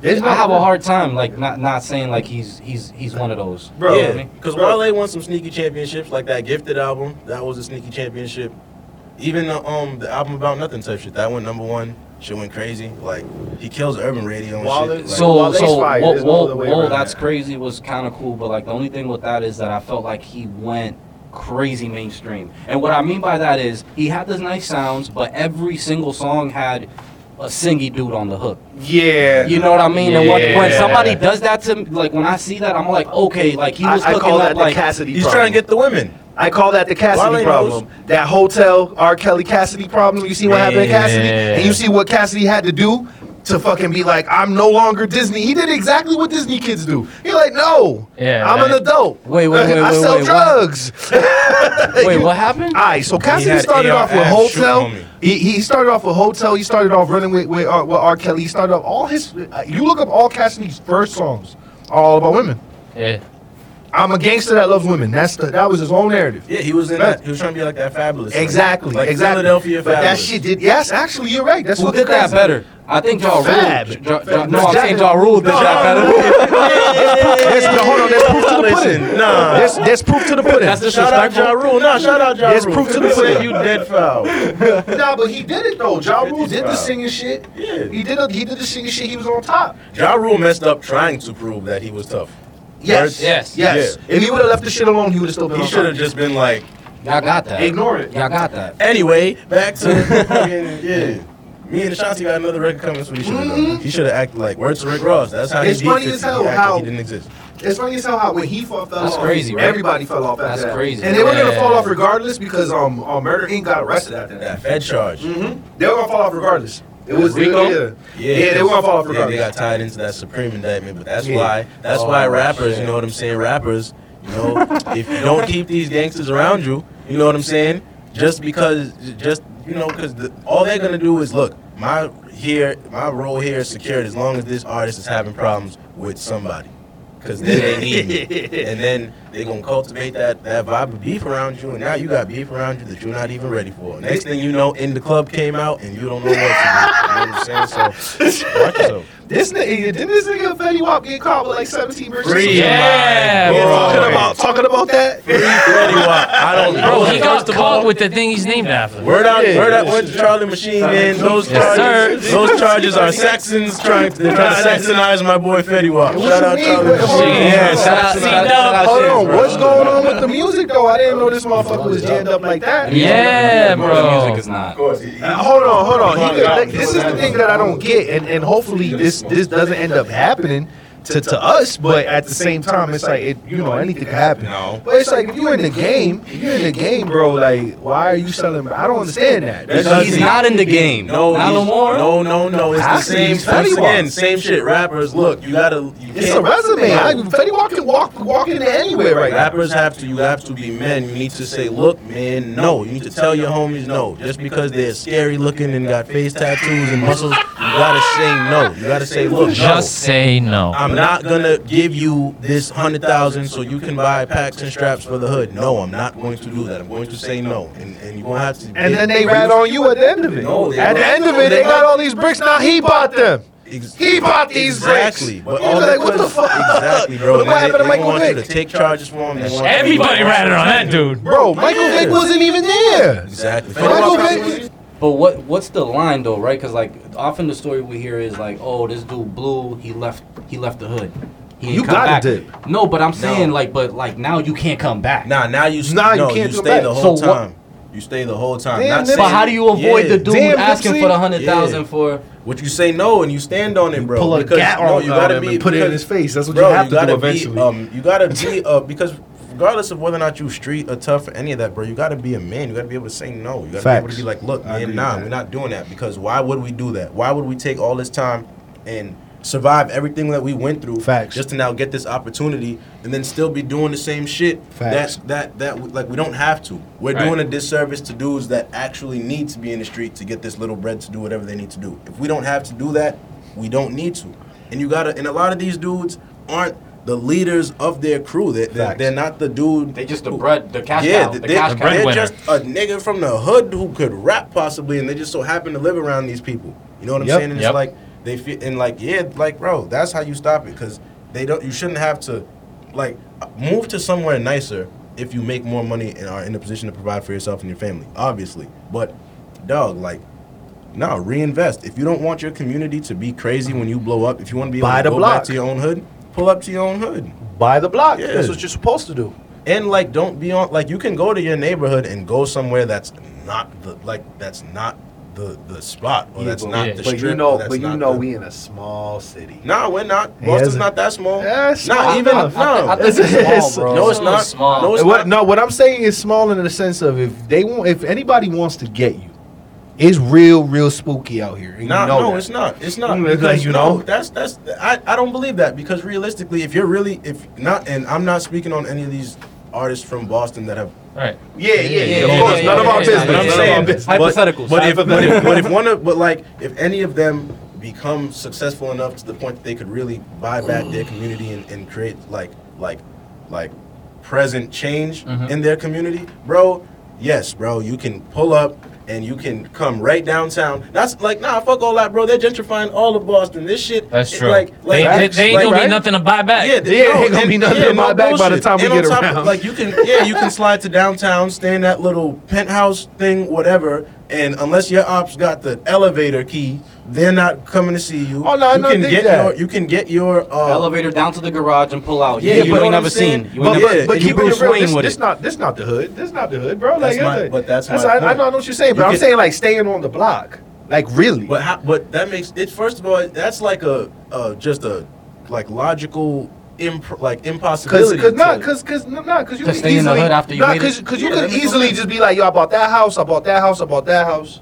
[SPEAKER 2] There's
[SPEAKER 1] I
[SPEAKER 2] no-
[SPEAKER 1] have a hard time like not not saying like he's he's he's one of those.
[SPEAKER 2] Bro.
[SPEAKER 1] You know what I
[SPEAKER 4] Yeah,
[SPEAKER 1] mean?
[SPEAKER 4] because
[SPEAKER 2] Bro.
[SPEAKER 4] Wale won some sneaky championships, like that Gifted album. That was a sneaky championship. Even the, um the album about nothing type shit that went number one. Shit went crazy. Like he kills urban radio and
[SPEAKER 2] Wale-
[SPEAKER 4] shit. Like,
[SPEAKER 1] So
[SPEAKER 2] Wale's
[SPEAKER 1] so
[SPEAKER 2] fire.
[SPEAKER 1] whoa
[SPEAKER 2] There's no
[SPEAKER 1] whoa,
[SPEAKER 2] other way
[SPEAKER 1] whoa
[SPEAKER 2] around
[SPEAKER 1] that's
[SPEAKER 4] that.
[SPEAKER 1] crazy was kind of cool, but like the only thing with that is that I felt like he went crazy mainstream. And what I mean by that is he had those nice sounds, but every single song had a singy dude on the hook.
[SPEAKER 2] Yeah.
[SPEAKER 1] You know what I mean? And when, when
[SPEAKER 6] Yeah.
[SPEAKER 1] somebody does that to me, like when I see that, I'm like, okay, like he was
[SPEAKER 2] I, I
[SPEAKER 1] cooking
[SPEAKER 2] call that
[SPEAKER 1] up
[SPEAKER 2] the
[SPEAKER 1] like.
[SPEAKER 2] Cassidy
[SPEAKER 4] he's
[SPEAKER 2] problem.
[SPEAKER 4] trying to get the women.
[SPEAKER 2] I call that the Cassidy
[SPEAKER 4] Wale
[SPEAKER 2] problem. That hotel R. Kelly Cassidy problem. You see what happened to Cassidy?
[SPEAKER 6] Yeah.
[SPEAKER 2] And you see what Cassidy had to do? to fucking be like, I'm no longer Disney. He did exactly what Disney kids do. You're like, no,
[SPEAKER 6] Yeah,
[SPEAKER 2] I'm an
[SPEAKER 6] right.
[SPEAKER 2] adult.
[SPEAKER 1] Wait, wait, wait,
[SPEAKER 2] I
[SPEAKER 1] wait,
[SPEAKER 2] sell
[SPEAKER 1] wait, what-
[SPEAKER 2] drugs.
[SPEAKER 1] Wait, what happened?
[SPEAKER 2] All right, so Cassidy
[SPEAKER 4] had
[SPEAKER 2] started off with
[SPEAKER 4] AR-F shoot
[SPEAKER 2] hotel.
[SPEAKER 4] on me.
[SPEAKER 2] He, he started off with hotel. He started off running with with, uh, with R. Kelly. He started off all his. Uh, you look up all Cassidy's first songs, are all about women.
[SPEAKER 6] Yeah.
[SPEAKER 2] I'm a gangster that loves women. That's the that was his whole narrative.
[SPEAKER 4] Yeah, he was in that. He was trying to be like that fabulous. like-
[SPEAKER 2] Exactly,
[SPEAKER 4] Like
[SPEAKER 2] exactly.
[SPEAKER 4] Philadelphia
[SPEAKER 2] but that
[SPEAKER 4] fabulous.
[SPEAKER 2] shit did. Yes, actually, you're right. That's
[SPEAKER 1] Who
[SPEAKER 2] what
[SPEAKER 1] did that
[SPEAKER 2] Cassidy-
[SPEAKER 1] better? I think Ja Rule.
[SPEAKER 2] Fab.
[SPEAKER 1] Ja, Ja- no, I'm saying Ja Rule did
[SPEAKER 2] No,
[SPEAKER 1] that
[SPEAKER 2] no,
[SPEAKER 1] better.
[SPEAKER 2] There's, no, hold on, there's proof to the
[SPEAKER 4] Listen,
[SPEAKER 2] pudding.
[SPEAKER 4] nah.
[SPEAKER 2] Uh, There's, there's proof to the pudding.
[SPEAKER 6] That's the
[SPEAKER 4] Shout out Ja Rule. Nah, shout out Ja Rule.
[SPEAKER 2] There's proof to the
[SPEAKER 4] He said
[SPEAKER 2] pudding.
[SPEAKER 4] You dead foul.
[SPEAKER 2] nah, but he did it though. Ja Rule did the singing shit.
[SPEAKER 4] Yeah.
[SPEAKER 2] He did. A, he did the singing shit. He was on top.
[SPEAKER 4] Ja Rule messed up trying to prove that he was tough.
[SPEAKER 2] Yes.
[SPEAKER 6] Yes.
[SPEAKER 2] Yes. If he would have left the shit alone, he would have still been.
[SPEAKER 4] He
[SPEAKER 2] on
[SPEAKER 4] should
[SPEAKER 2] top.
[SPEAKER 4] have just been like,
[SPEAKER 1] Y'all got that.
[SPEAKER 2] Ignore it.
[SPEAKER 1] Y'all got that.
[SPEAKER 4] anyway, back to fucking- yeah. Me and Ashanti got another record coming, so he should have done. He should have acted like words to Rick Ross. That's how
[SPEAKER 2] It's
[SPEAKER 4] he beat
[SPEAKER 2] funny
[SPEAKER 4] 50.
[SPEAKER 2] as hell
[SPEAKER 4] He acted
[SPEAKER 2] how-
[SPEAKER 4] he didn't exist.
[SPEAKER 2] It's funny as hell how when he fell, fell
[SPEAKER 1] That's
[SPEAKER 2] off,
[SPEAKER 1] crazy, right?
[SPEAKER 2] everybody fell off. after
[SPEAKER 1] That's
[SPEAKER 2] that.
[SPEAKER 1] crazy.
[SPEAKER 2] And they were gonna
[SPEAKER 6] Yeah.
[SPEAKER 2] fall off regardless because um, uh, Murder Inc. got arrested after that.
[SPEAKER 4] That Fed charge.
[SPEAKER 2] They were gonna fall off regardless. It was
[SPEAKER 1] Rico?
[SPEAKER 2] Yeah.
[SPEAKER 4] Yeah,
[SPEAKER 2] Mm. Yeah, they were gonna fall off
[SPEAKER 4] Yeah, they
[SPEAKER 2] regardless.
[SPEAKER 4] got tied into that Supreme indictment, but that's
[SPEAKER 2] Yeah.
[SPEAKER 4] why that's
[SPEAKER 1] Oh,
[SPEAKER 4] why rappers, you know what I'm saying? Rappers, you know, if you don't keep these gangsters around you, you know what I'm saying? Just because, just you know, because the, all they're gonna do is look. My here, my role here is secured as long as this artist is having problems with somebody, because then they need me, and then they gonna cultivate that that vibe of beef around you, and now you got beef around you that you're not even ready for. Next thing you know, in the club came out, and you don't know what to do. You know what I'm saying? So watch yourself.
[SPEAKER 2] This nigga, didn't this nigga Fetty Wap get caught with like 17 verses?
[SPEAKER 4] Free
[SPEAKER 6] Yeah,
[SPEAKER 4] my
[SPEAKER 2] Yeah,
[SPEAKER 4] bro.
[SPEAKER 2] talking about talking about that.
[SPEAKER 4] Free Freddy Watt. I don't
[SPEAKER 6] Bro,
[SPEAKER 4] know.
[SPEAKER 6] he got caught with the thing he's named after.
[SPEAKER 4] Word out, word out, word to Charlie Machine, man. Those
[SPEAKER 6] Yes,
[SPEAKER 4] charges,
[SPEAKER 6] sir.
[SPEAKER 4] those charges are Saxons trying to, they're trying to Saxonize my boy Fetty Wap.
[SPEAKER 2] What
[SPEAKER 4] Shout
[SPEAKER 2] you
[SPEAKER 4] out
[SPEAKER 2] mean?
[SPEAKER 4] Charlie
[SPEAKER 2] Wait, hold
[SPEAKER 4] Machine.
[SPEAKER 2] on.
[SPEAKER 4] Yeah,
[SPEAKER 2] Hold
[SPEAKER 4] shout
[SPEAKER 6] on.
[SPEAKER 4] out, shout out,
[SPEAKER 6] C-Dub.
[SPEAKER 4] shout out
[SPEAKER 2] Hold
[SPEAKER 4] Shiz,
[SPEAKER 2] on,
[SPEAKER 4] bro.
[SPEAKER 2] what's going on with the music though? I didn't know this motherfucker was jammed up like that.
[SPEAKER 6] Yeah,
[SPEAKER 1] Music
[SPEAKER 6] bro.
[SPEAKER 1] is not.
[SPEAKER 2] Uh, hold on, hold on. He could- this is the thing that I don't get, and, and hopefully this this doesn't end up happening to, to us. But at the same time, it's like it, you know anything could happen.
[SPEAKER 4] No.
[SPEAKER 2] But it's like if you're in the game, if you're in the game, bro. Like why are you selling? I don't understand that.
[SPEAKER 4] That's
[SPEAKER 2] Because
[SPEAKER 1] He's not in the game.
[SPEAKER 4] No,
[SPEAKER 1] not no
[SPEAKER 4] he's-
[SPEAKER 1] more.
[SPEAKER 4] no, no, no. It's the
[SPEAKER 2] Actually,
[SPEAKER 4] same.
[SPEAKER 2] he's Fetty
[SPEAKER 4] Once again,
[SPEAKER 2] Wap.
[SPEAKER 4] same shit. Rappers, look, you gotta. You
[SPEAKER 2] It's
[SPEAKER 4] can't-
[SPEAKER 2] a resume. I, Fetty Walk can walk walk into anywhere right now.
[SPEAKER 4] Rappers have to. You have to be men. You need to say, look, man, no. You need to tell your homies no. Just because they're scary looking and got face tattoos and muscles, you gotta say no. You gotta say, look, no.
[SPEAKER 6] Just say no.
[SPEAKER 4] I'm not gonna give you this hundred thousand so you can buy packs and straps for the hood. No, I'm not going to do that. I'm going to say no, and, and you're gonna have to.
[SPEAKER 2] And then they rat on you at the end of it.
[SPEAKER 4] No, they
[SPEAKER 2] at the
[SPEAKER 4] rat-
[SPEAKER 2] end of it, they got all these bricks. Now he bought them.
[SPEAKER 4] Ex-
[SPEAKER 2] He bought these bricks.
[SPEAKER 4] Exactly. But
[SPEAKER 2] You
[SPEAKER 4] all
[SPEAKER 2] be like,
[SPEAKER 4] because-
[SPEAKER 2] what the fuck?
[SPEAKER 4] Exactly, bro.
[SPEAKER 2] Look
[SPEAKER 4] And
[SPEAKER 2] what
[SPEAKER 4] then
[SPEAKER 2] happened to
[SPEAKER 4] they, they
[SPEAKER 2] Michael
[SPEAKER 4] want you to
[SPEAKER 2] Vick.
[SPEAKER 4] take charges for him. They want you to-
[SPEAKER 6] Everybody ratted on that dude.
[SPEAKER 2] Bro, Michael Vick wasn't even there.
[SPEAKER 4] Exactly.
[SPEAKER 2] Michael Vick.
[SPEAKER 1] But what what's the line though, right? Because like often the story we hear is like, oh, this dude blew. He left. He left the hood. He ain't
[SPEAKER 2] You
[SPEAKER 1] come
[SPEAKER 2] gotta
[SPEAKER 1] back.
[SPEAKER 2] dip.
[SPEAKER 1] No, but I'm saying like, but like now you can't come back.
[SPEAKER 4] Nah, now you
[SPEAKER 2] Nah, you
[SPEAKER 4] no,
[SPEAKER 2] can't
[SPEAKER 4] you
[SPEAKER 2] do it
[SPEAKER 4] stay
[SPEAKER 2] back.
[SPEAKER 4] the whole
[SPEAKER 1] So what-
[SPEAKER 4] time. You stay the whole time.
[SPEAKER 2] Damn,
[SPEAKER 4] Not
[SPEAKER 2] nigga.
[SPEAKER 4] saying-
[SPEAKER 1] But how do you avoid
[SPEAKER 4] Yeah.
[SPEAKER 1] the dude
[SPEAKER 2] Damn,
[SPEAKER 1] asking
[SPEAKER 2] Nipsey.
[SPEAKER 1] for the hundred thousand
[SPEAKER 4] Yeah.
[SPEAKER 1] for?
[SPEAKER 4] What you say no and you stand on it, bro.
[SPEAKER 2] Pull a
[SPEAKER 4] Because,
[SPEAKER 2] gat
[SPEAKER 4] no,
[SPEAKER 2] on
[SPEAKER 4] you gotta
[SPEAKER 2] him
[SPEAKER 4] be
[SPEAKER 2] and put it in
[SPEAKER 4] because-
[SPEAKER 2] his face. That's what
[SPEAKER 4] bro,
[SPEAKER 2] you have to do
[SPEAKER 4] be,
[SPEAKER 2] eventually.
[SPEAKER 4] um, you gotta be, uh, because regardless of whether or not you street or tough or any of that, bro, you gotta be a man. You gotta be able to say no. You gotta be able
[SPEAKER 2] Facts.
[SPEAKER 4] to be like, look,
[SPEAKER 10] agree
[SPEAKER 4] man,
[SPEAKER 10] with
[SPEAKER 4] nah,
[SPEAKER 10] that.
[SPEAKER 4] we're not doing that because why would we do that? Why would we take all this time and survive everything that we went through
[SPEAKER 2] Facts.
[SPEAKER 4] just to now get this opportunity and then still be doing the same shit
[SPEAKER 2] Facts.
[SPEAKER 4] that that that we- like we don't have to we're
[SPEAKER 6] Right.
[SPEAKER 4] doing a disservice to dudes that actually need to be in the street to get this little bread to do whatever they need to do if we don't have to do that we don't need to and you gotta and a lot of these dudes aren't the leaders of their crew they're, they're,
[SPEAKER 2] Facts.
[SPEAKER 4] they're not the dude
[SPEAKER 1] They just the
[SPEAKER 4] who-
[SPEAKER 1] bread, the cash
[SPEAKER 4] yeah,
[SPEAKER 1] cow, the
[SPEAKER 4] they,
[SPEAKER 1] cash cow.
[SPEAKER 4] are
[SPEAKER 6] breadwinner.
[SPEAKER 4] just a nigga from the hood who could rap possibly, and they just so happen to live around these people. You know what I'm
[SPEAKER 2] Yep.
[SPEAKER 4] saying? And
[SPEAKER 6] Yep.
[SPEAKER 4] it's like they feel and like yeah, like bro, that's how you stop it because they don't. You shouldn't have to like move to somewhere nicer if you make more money and are in a position to provide for yourself and your family, obviously. But dog, like. No, reinvest. If you don't want your community to be crazy when you blow up, if you want to be able
[SPEAKER 2] Buy
[SPEAKER 4] to
[SPEAKER 2] the
[SPEAKER 4] go
[SPEAKER 2] block.
[SPEAKER 4] back to your own hood, pull up to your own hood.
[SPEAKER 2] Buy the block.
[SPEAKER 4] Yeah.
[SPEAKER 2] That's what you're supposed to do.
[SPEAKER 4] And like, don't be on. Like, you can go to your neighborhood and go somewhere that's not the like that's not the the spot or that's not
[SPEAKER 6] yeah.
[SPEAKER 4] the
[SPEAKER 11] But
[SPEAKER 4] strip.
[SPEAKER 11] you
[SPEAKER 4] or
[SPEAKER 11] know,
[SPEAKER 4] that's
[SPEAKER 11] but you
[SPEAKER 4] not
[SPEAKER 11] know,
[SPEAKER 4] the-
[SPEAKER 11] we in a small city.
[SPEAKER 4] Nah, we're not.
[SPEAKER 2] He
[SPEAKER 4] Boston's
[SPEAKER 2] hasn't.
[SPEAKER 4] not that small.
[SPEAKER 2] That's
[SPEAKER 4] not
[SPEAKER 2] small
[SPEAKER 4] even.
[SPEAKER 2] enough.
[SPEAKER 4] No,
[SPEAKER 1] I think it's small, bro.
[SPEAKER 4] no,
[SPEAKER 6] It's
[SPEAKER 4] it's
[SPEAKER 6] so
[SPEAKER 4] not.
[SPEAKER 6] small.
[SPEAKER 4] No, it's
[SPEAKER 2] What,
[SPEAKER 4] not.
[SPEAKER 2] no, what I'm saying is small in the sense of if they want, if anybody wants to get you,
[SPEAKER 17] It's real, real spooky out here. and you
[SPEAKER 4] Nah,
[SPEAKER 17] know
[SPEAKER 4] no,
[SPEAKER 17] that.
[SPEAKER 4] it's not. It's not
[SPEAKER 17] Mm, because
[SPEAKER 4] because
[SPEAKER 17] you
[SPEAKER 4] you know
[SPEAKER 17] know.
[SPEAKER 4] that's that's I, I don't believe that because realistically, if you're really if not, and I'm not speaking on any of these artists from Boston that have.
[SPEAKER 3] right.
[SPEAKER 2] Yeah, yeah, yeah.
[SPEAKER 3] yeah,
[SPEAKER 2] Of course,
[SPEAKER 3] yeah,
[SPEAKER 2] none of
[SPEAKER 3] yeah,
[SPEAKER 2] our
[SPEAKER 3] yeah,
[SPEAKER 2] business.
[SPEAKER 4] but I'm
[SPEAKER 2] None of our
[SPEAKER 4] saying,
[SPEAKER 2] business.
[SPEAKER 4] but-
[SPEAKER 18] Hypotheticals,
[SPEAKER 4] But if, but,
[SPEAKER 18] hypotheticals.
[SPEAKER 4] if, but if one of but like if any of them become successful enough to the point that they could really buy back their community and, and create like like like present change
[SPEAKER 3] Mm-hmm.
[SPEAKER 4] in their community, bro. Yes, bro, you can pull up and you can come right downtown. That's like nah, fuck all that, bro. They're gentrifying all of Boston. This shit.
[SPEAKER 3] That's
[SPEAKER 4] it-
[SPEAKER 3] true.
[SPEAKER 4] Like,
[SPEAKER 3] they,
[SPEAKER 4] like
[SPEAKER 3] they, they ain't
[SPEAKER 4] like-
[SPEAKER 3] gonna
[SPEAKER 17] right?
[SPEAKER 3] be nothing to buy back.
[SPEAKER 4] yeah, th-
[SPEAKER 17] Yeah, ain't gonna be nothing to buy back by the time we
[SPEAKER 4] And on
[SPEAKER 17] get
[SPEAKER 4] top of-
[SPEAKER 17] around.
[SPEAKER 4] like you can, yeah, you can slide to downtown, stay in that little penthouse thing, whatever. And unless your ops got the elevator key, they're not coming to see you.
[SPEAKER 17] Oh, no, I
[SPEAKER 4] you
[SPEAKER 17] don't
[SPEAKER 4] can
[SPEAKER 17] think
[SPEAKER 4] get
[SPEAKER 17] that.
[SPEAKER 4] your, you can get your uh,
[SPEAKER 1] Elevator down to the garage and pull out.
[SPEAKER 4] Yeah,
[SPEAKER 1] Yeah,
[SPEAKER 4] but
[SPEAKER 1] you
[SPEAKER 4] what
[SPEAKER 1] ain't
[SPEAKER 4] I'm
[SPEAKER 1] never
[SPEAKER 4] saying-
[SPEAKER 1] seen. You
[SPEAKER 4] but-
[SPEAKER 1] ain't never.
[SPEAKER 4] but- but
[SPEAKER 1] you
[SPEAKER 4] keep
[SPEAKER 1] been
[SPEAKER 4] it
[SPEAKER 1] swinging
[SPEAKER 2] this,
[SPEAKER 1] with
[SPEAKER 2] this
[SPEAKER 1] it.
[SPEAKER 2] not this not the hood. This not the hood, bro.
[SPEAKER 4] That's
[SPEAKER 2] Like,
[SPEAKER 4] my-
[SPEAKER 2] like-
[SPEAKER 4] but that's my
[SPEAKER 2] I, I
[SPEAKER 4] point.
[SPEAKER 2] know I know what you're saying, but
[SPEAKER 4] You
[SPEAKER 2] I'm
[SPEAKER 4] can-
[SPEAKER 2] saying like staying on the block, like really.
[SPEAKER 4] But how, but that makes it. First of all, that's like a uh, just a like logical imp- like
[SPEAKER 2] Cause,
[SPEAKER 4] impossibility.
[SPEAKER 2] cause not,
[SPEAKER 4] to-
[SPEAKER 2] cause, cause, no, nah, cause you
[SPEAKER 1] To
[SPEAKER 2] could
[SPEAKER 1] stay in the
[SPEAKER 2] easily,
[SPEAKER 1] hood after you
[SPEAKER 2] nah,
[SPEAKER 1] made
[SPEAKER 2] cause,
[SPEAKER 1] it?
[SPEAKER 2] cause you
[SPEAKER 4] Yeah,
[SPEAKER 2] could
[SPEAKER 4] that makes
[SPEAKER 2] easily
[SPEAKER 4] sense.
[SPEAKER 2] just be like, yo, I bought that house, I bought that house, I bought that house,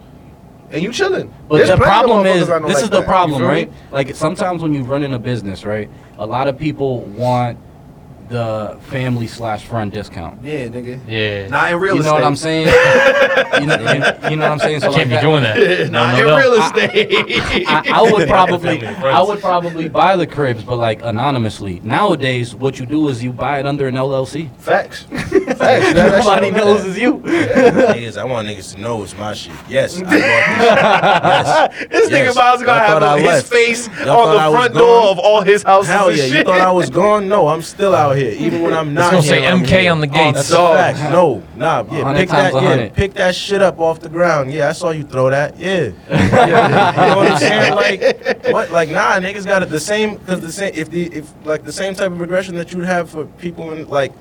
[SPEAKER 2] and you chilling.
[SPEAKER 1] But
[SPEAKER 2] There's
[SPEAKER 1] the
[SPEAKER 2] plenty of
[SPEAKER 1] problem
[SPEAKER 2] motherfuckers
[SPEAKER 1] is,
[SPEAKER 2] I know
[SPEAKER 1] this
[SPEAKER 2] like
[SPEAKER 1] is the
[SPEAKER 2] that.
[SPEAKER 1] problem,
[SPEAKER 2] You feel me?
[SPEAKER 1] right? Like sometimes when you run in a business, right, a lot of people want the family slash friend discount.
[SPEAKER 2] Yeah, nigga.
[SPEAKER 3] Yeah.
[SPEAKER 2] Not in real
[SPEAKER 1] You
[SPEAKER 2] estate.
[SPEAKER 1] know what I'm saying? you, know, you know what I'm saying? So like
[SPEAKER 3] Can't be
[SPEAKER 1] that-
[SPEAKER 3] doing that.
[SPEAKER 2] Not
[SPEAKER 3] No,
[SPEAKER 2] in
[SPEAKER 3] no, no.
[SPEAKER 2] real estate.
[SPEAKER 1] I, I would probably, I would probably buy the cribs, but like anonymously. Nowadays, what you do is you buy it under an LLC.
[SPEAKER 2] Facts.
[SPEAKER 17] Facts, that- that shit-
[SPEAKER 1] Nobody knows it's you.
[SPEAKER 4] Niggas, I want niggas to know it's my shit. Yes, I bought this. Yes,
[SPEAKER 2] This
[SPEAKER 4] yes.
[SPEAKER 2] nigga Miles
[SPEAKER 4] Y'all
[SPEAKER 2] gonna have
[SPEAKER 4] thought I
[SPEAKER 2] his
[SPEAKER 4] left.
[SPEAKER 2] face
[SPEAKER 4] Y'all
[SPEAKER 2] on
[SPEAKER 4] thought I
[SPEAKER 2] the
[SPEAKER 4] was
[SPEAKER 2] front
[SPEAKER 4] gone?
[SPEAKER 2] door of all his houses
[SPEAKER 4] Hell
[SPEAKER 2] and
[SPEAKER 4] yeah!
[SPEAKER 2] shit.
[SPEAKER 4] You thought I was gone? No, I'm still out here, even when I'm not.
[SPEAKER 3] gonna say
[SPEAKER 4] here, I'm
[SPEAKER 3] MK
[SPEAKER 4] here.
[SPEAKER 3] on the gates.
[SPEAKER 4] Oh, That's
[SPEAKER 2] Dog.
[SPEAKER 4] a fact. No, nah, yeah,
[SPEAKER 1] 100
[SPEAKER 4] pick
[SPEAKER 1] times
[SPEAKER 4] that, yeah,
[SPEAKER 1] 100.
[SPEAKER 4] pick that shit up off the ground. Yeah, I saw you throw that. Yeah, you know what I'm saying? Like, what? Like, nah, niggas got it the same because the same if the if like the same type of regression that you'd have for people in like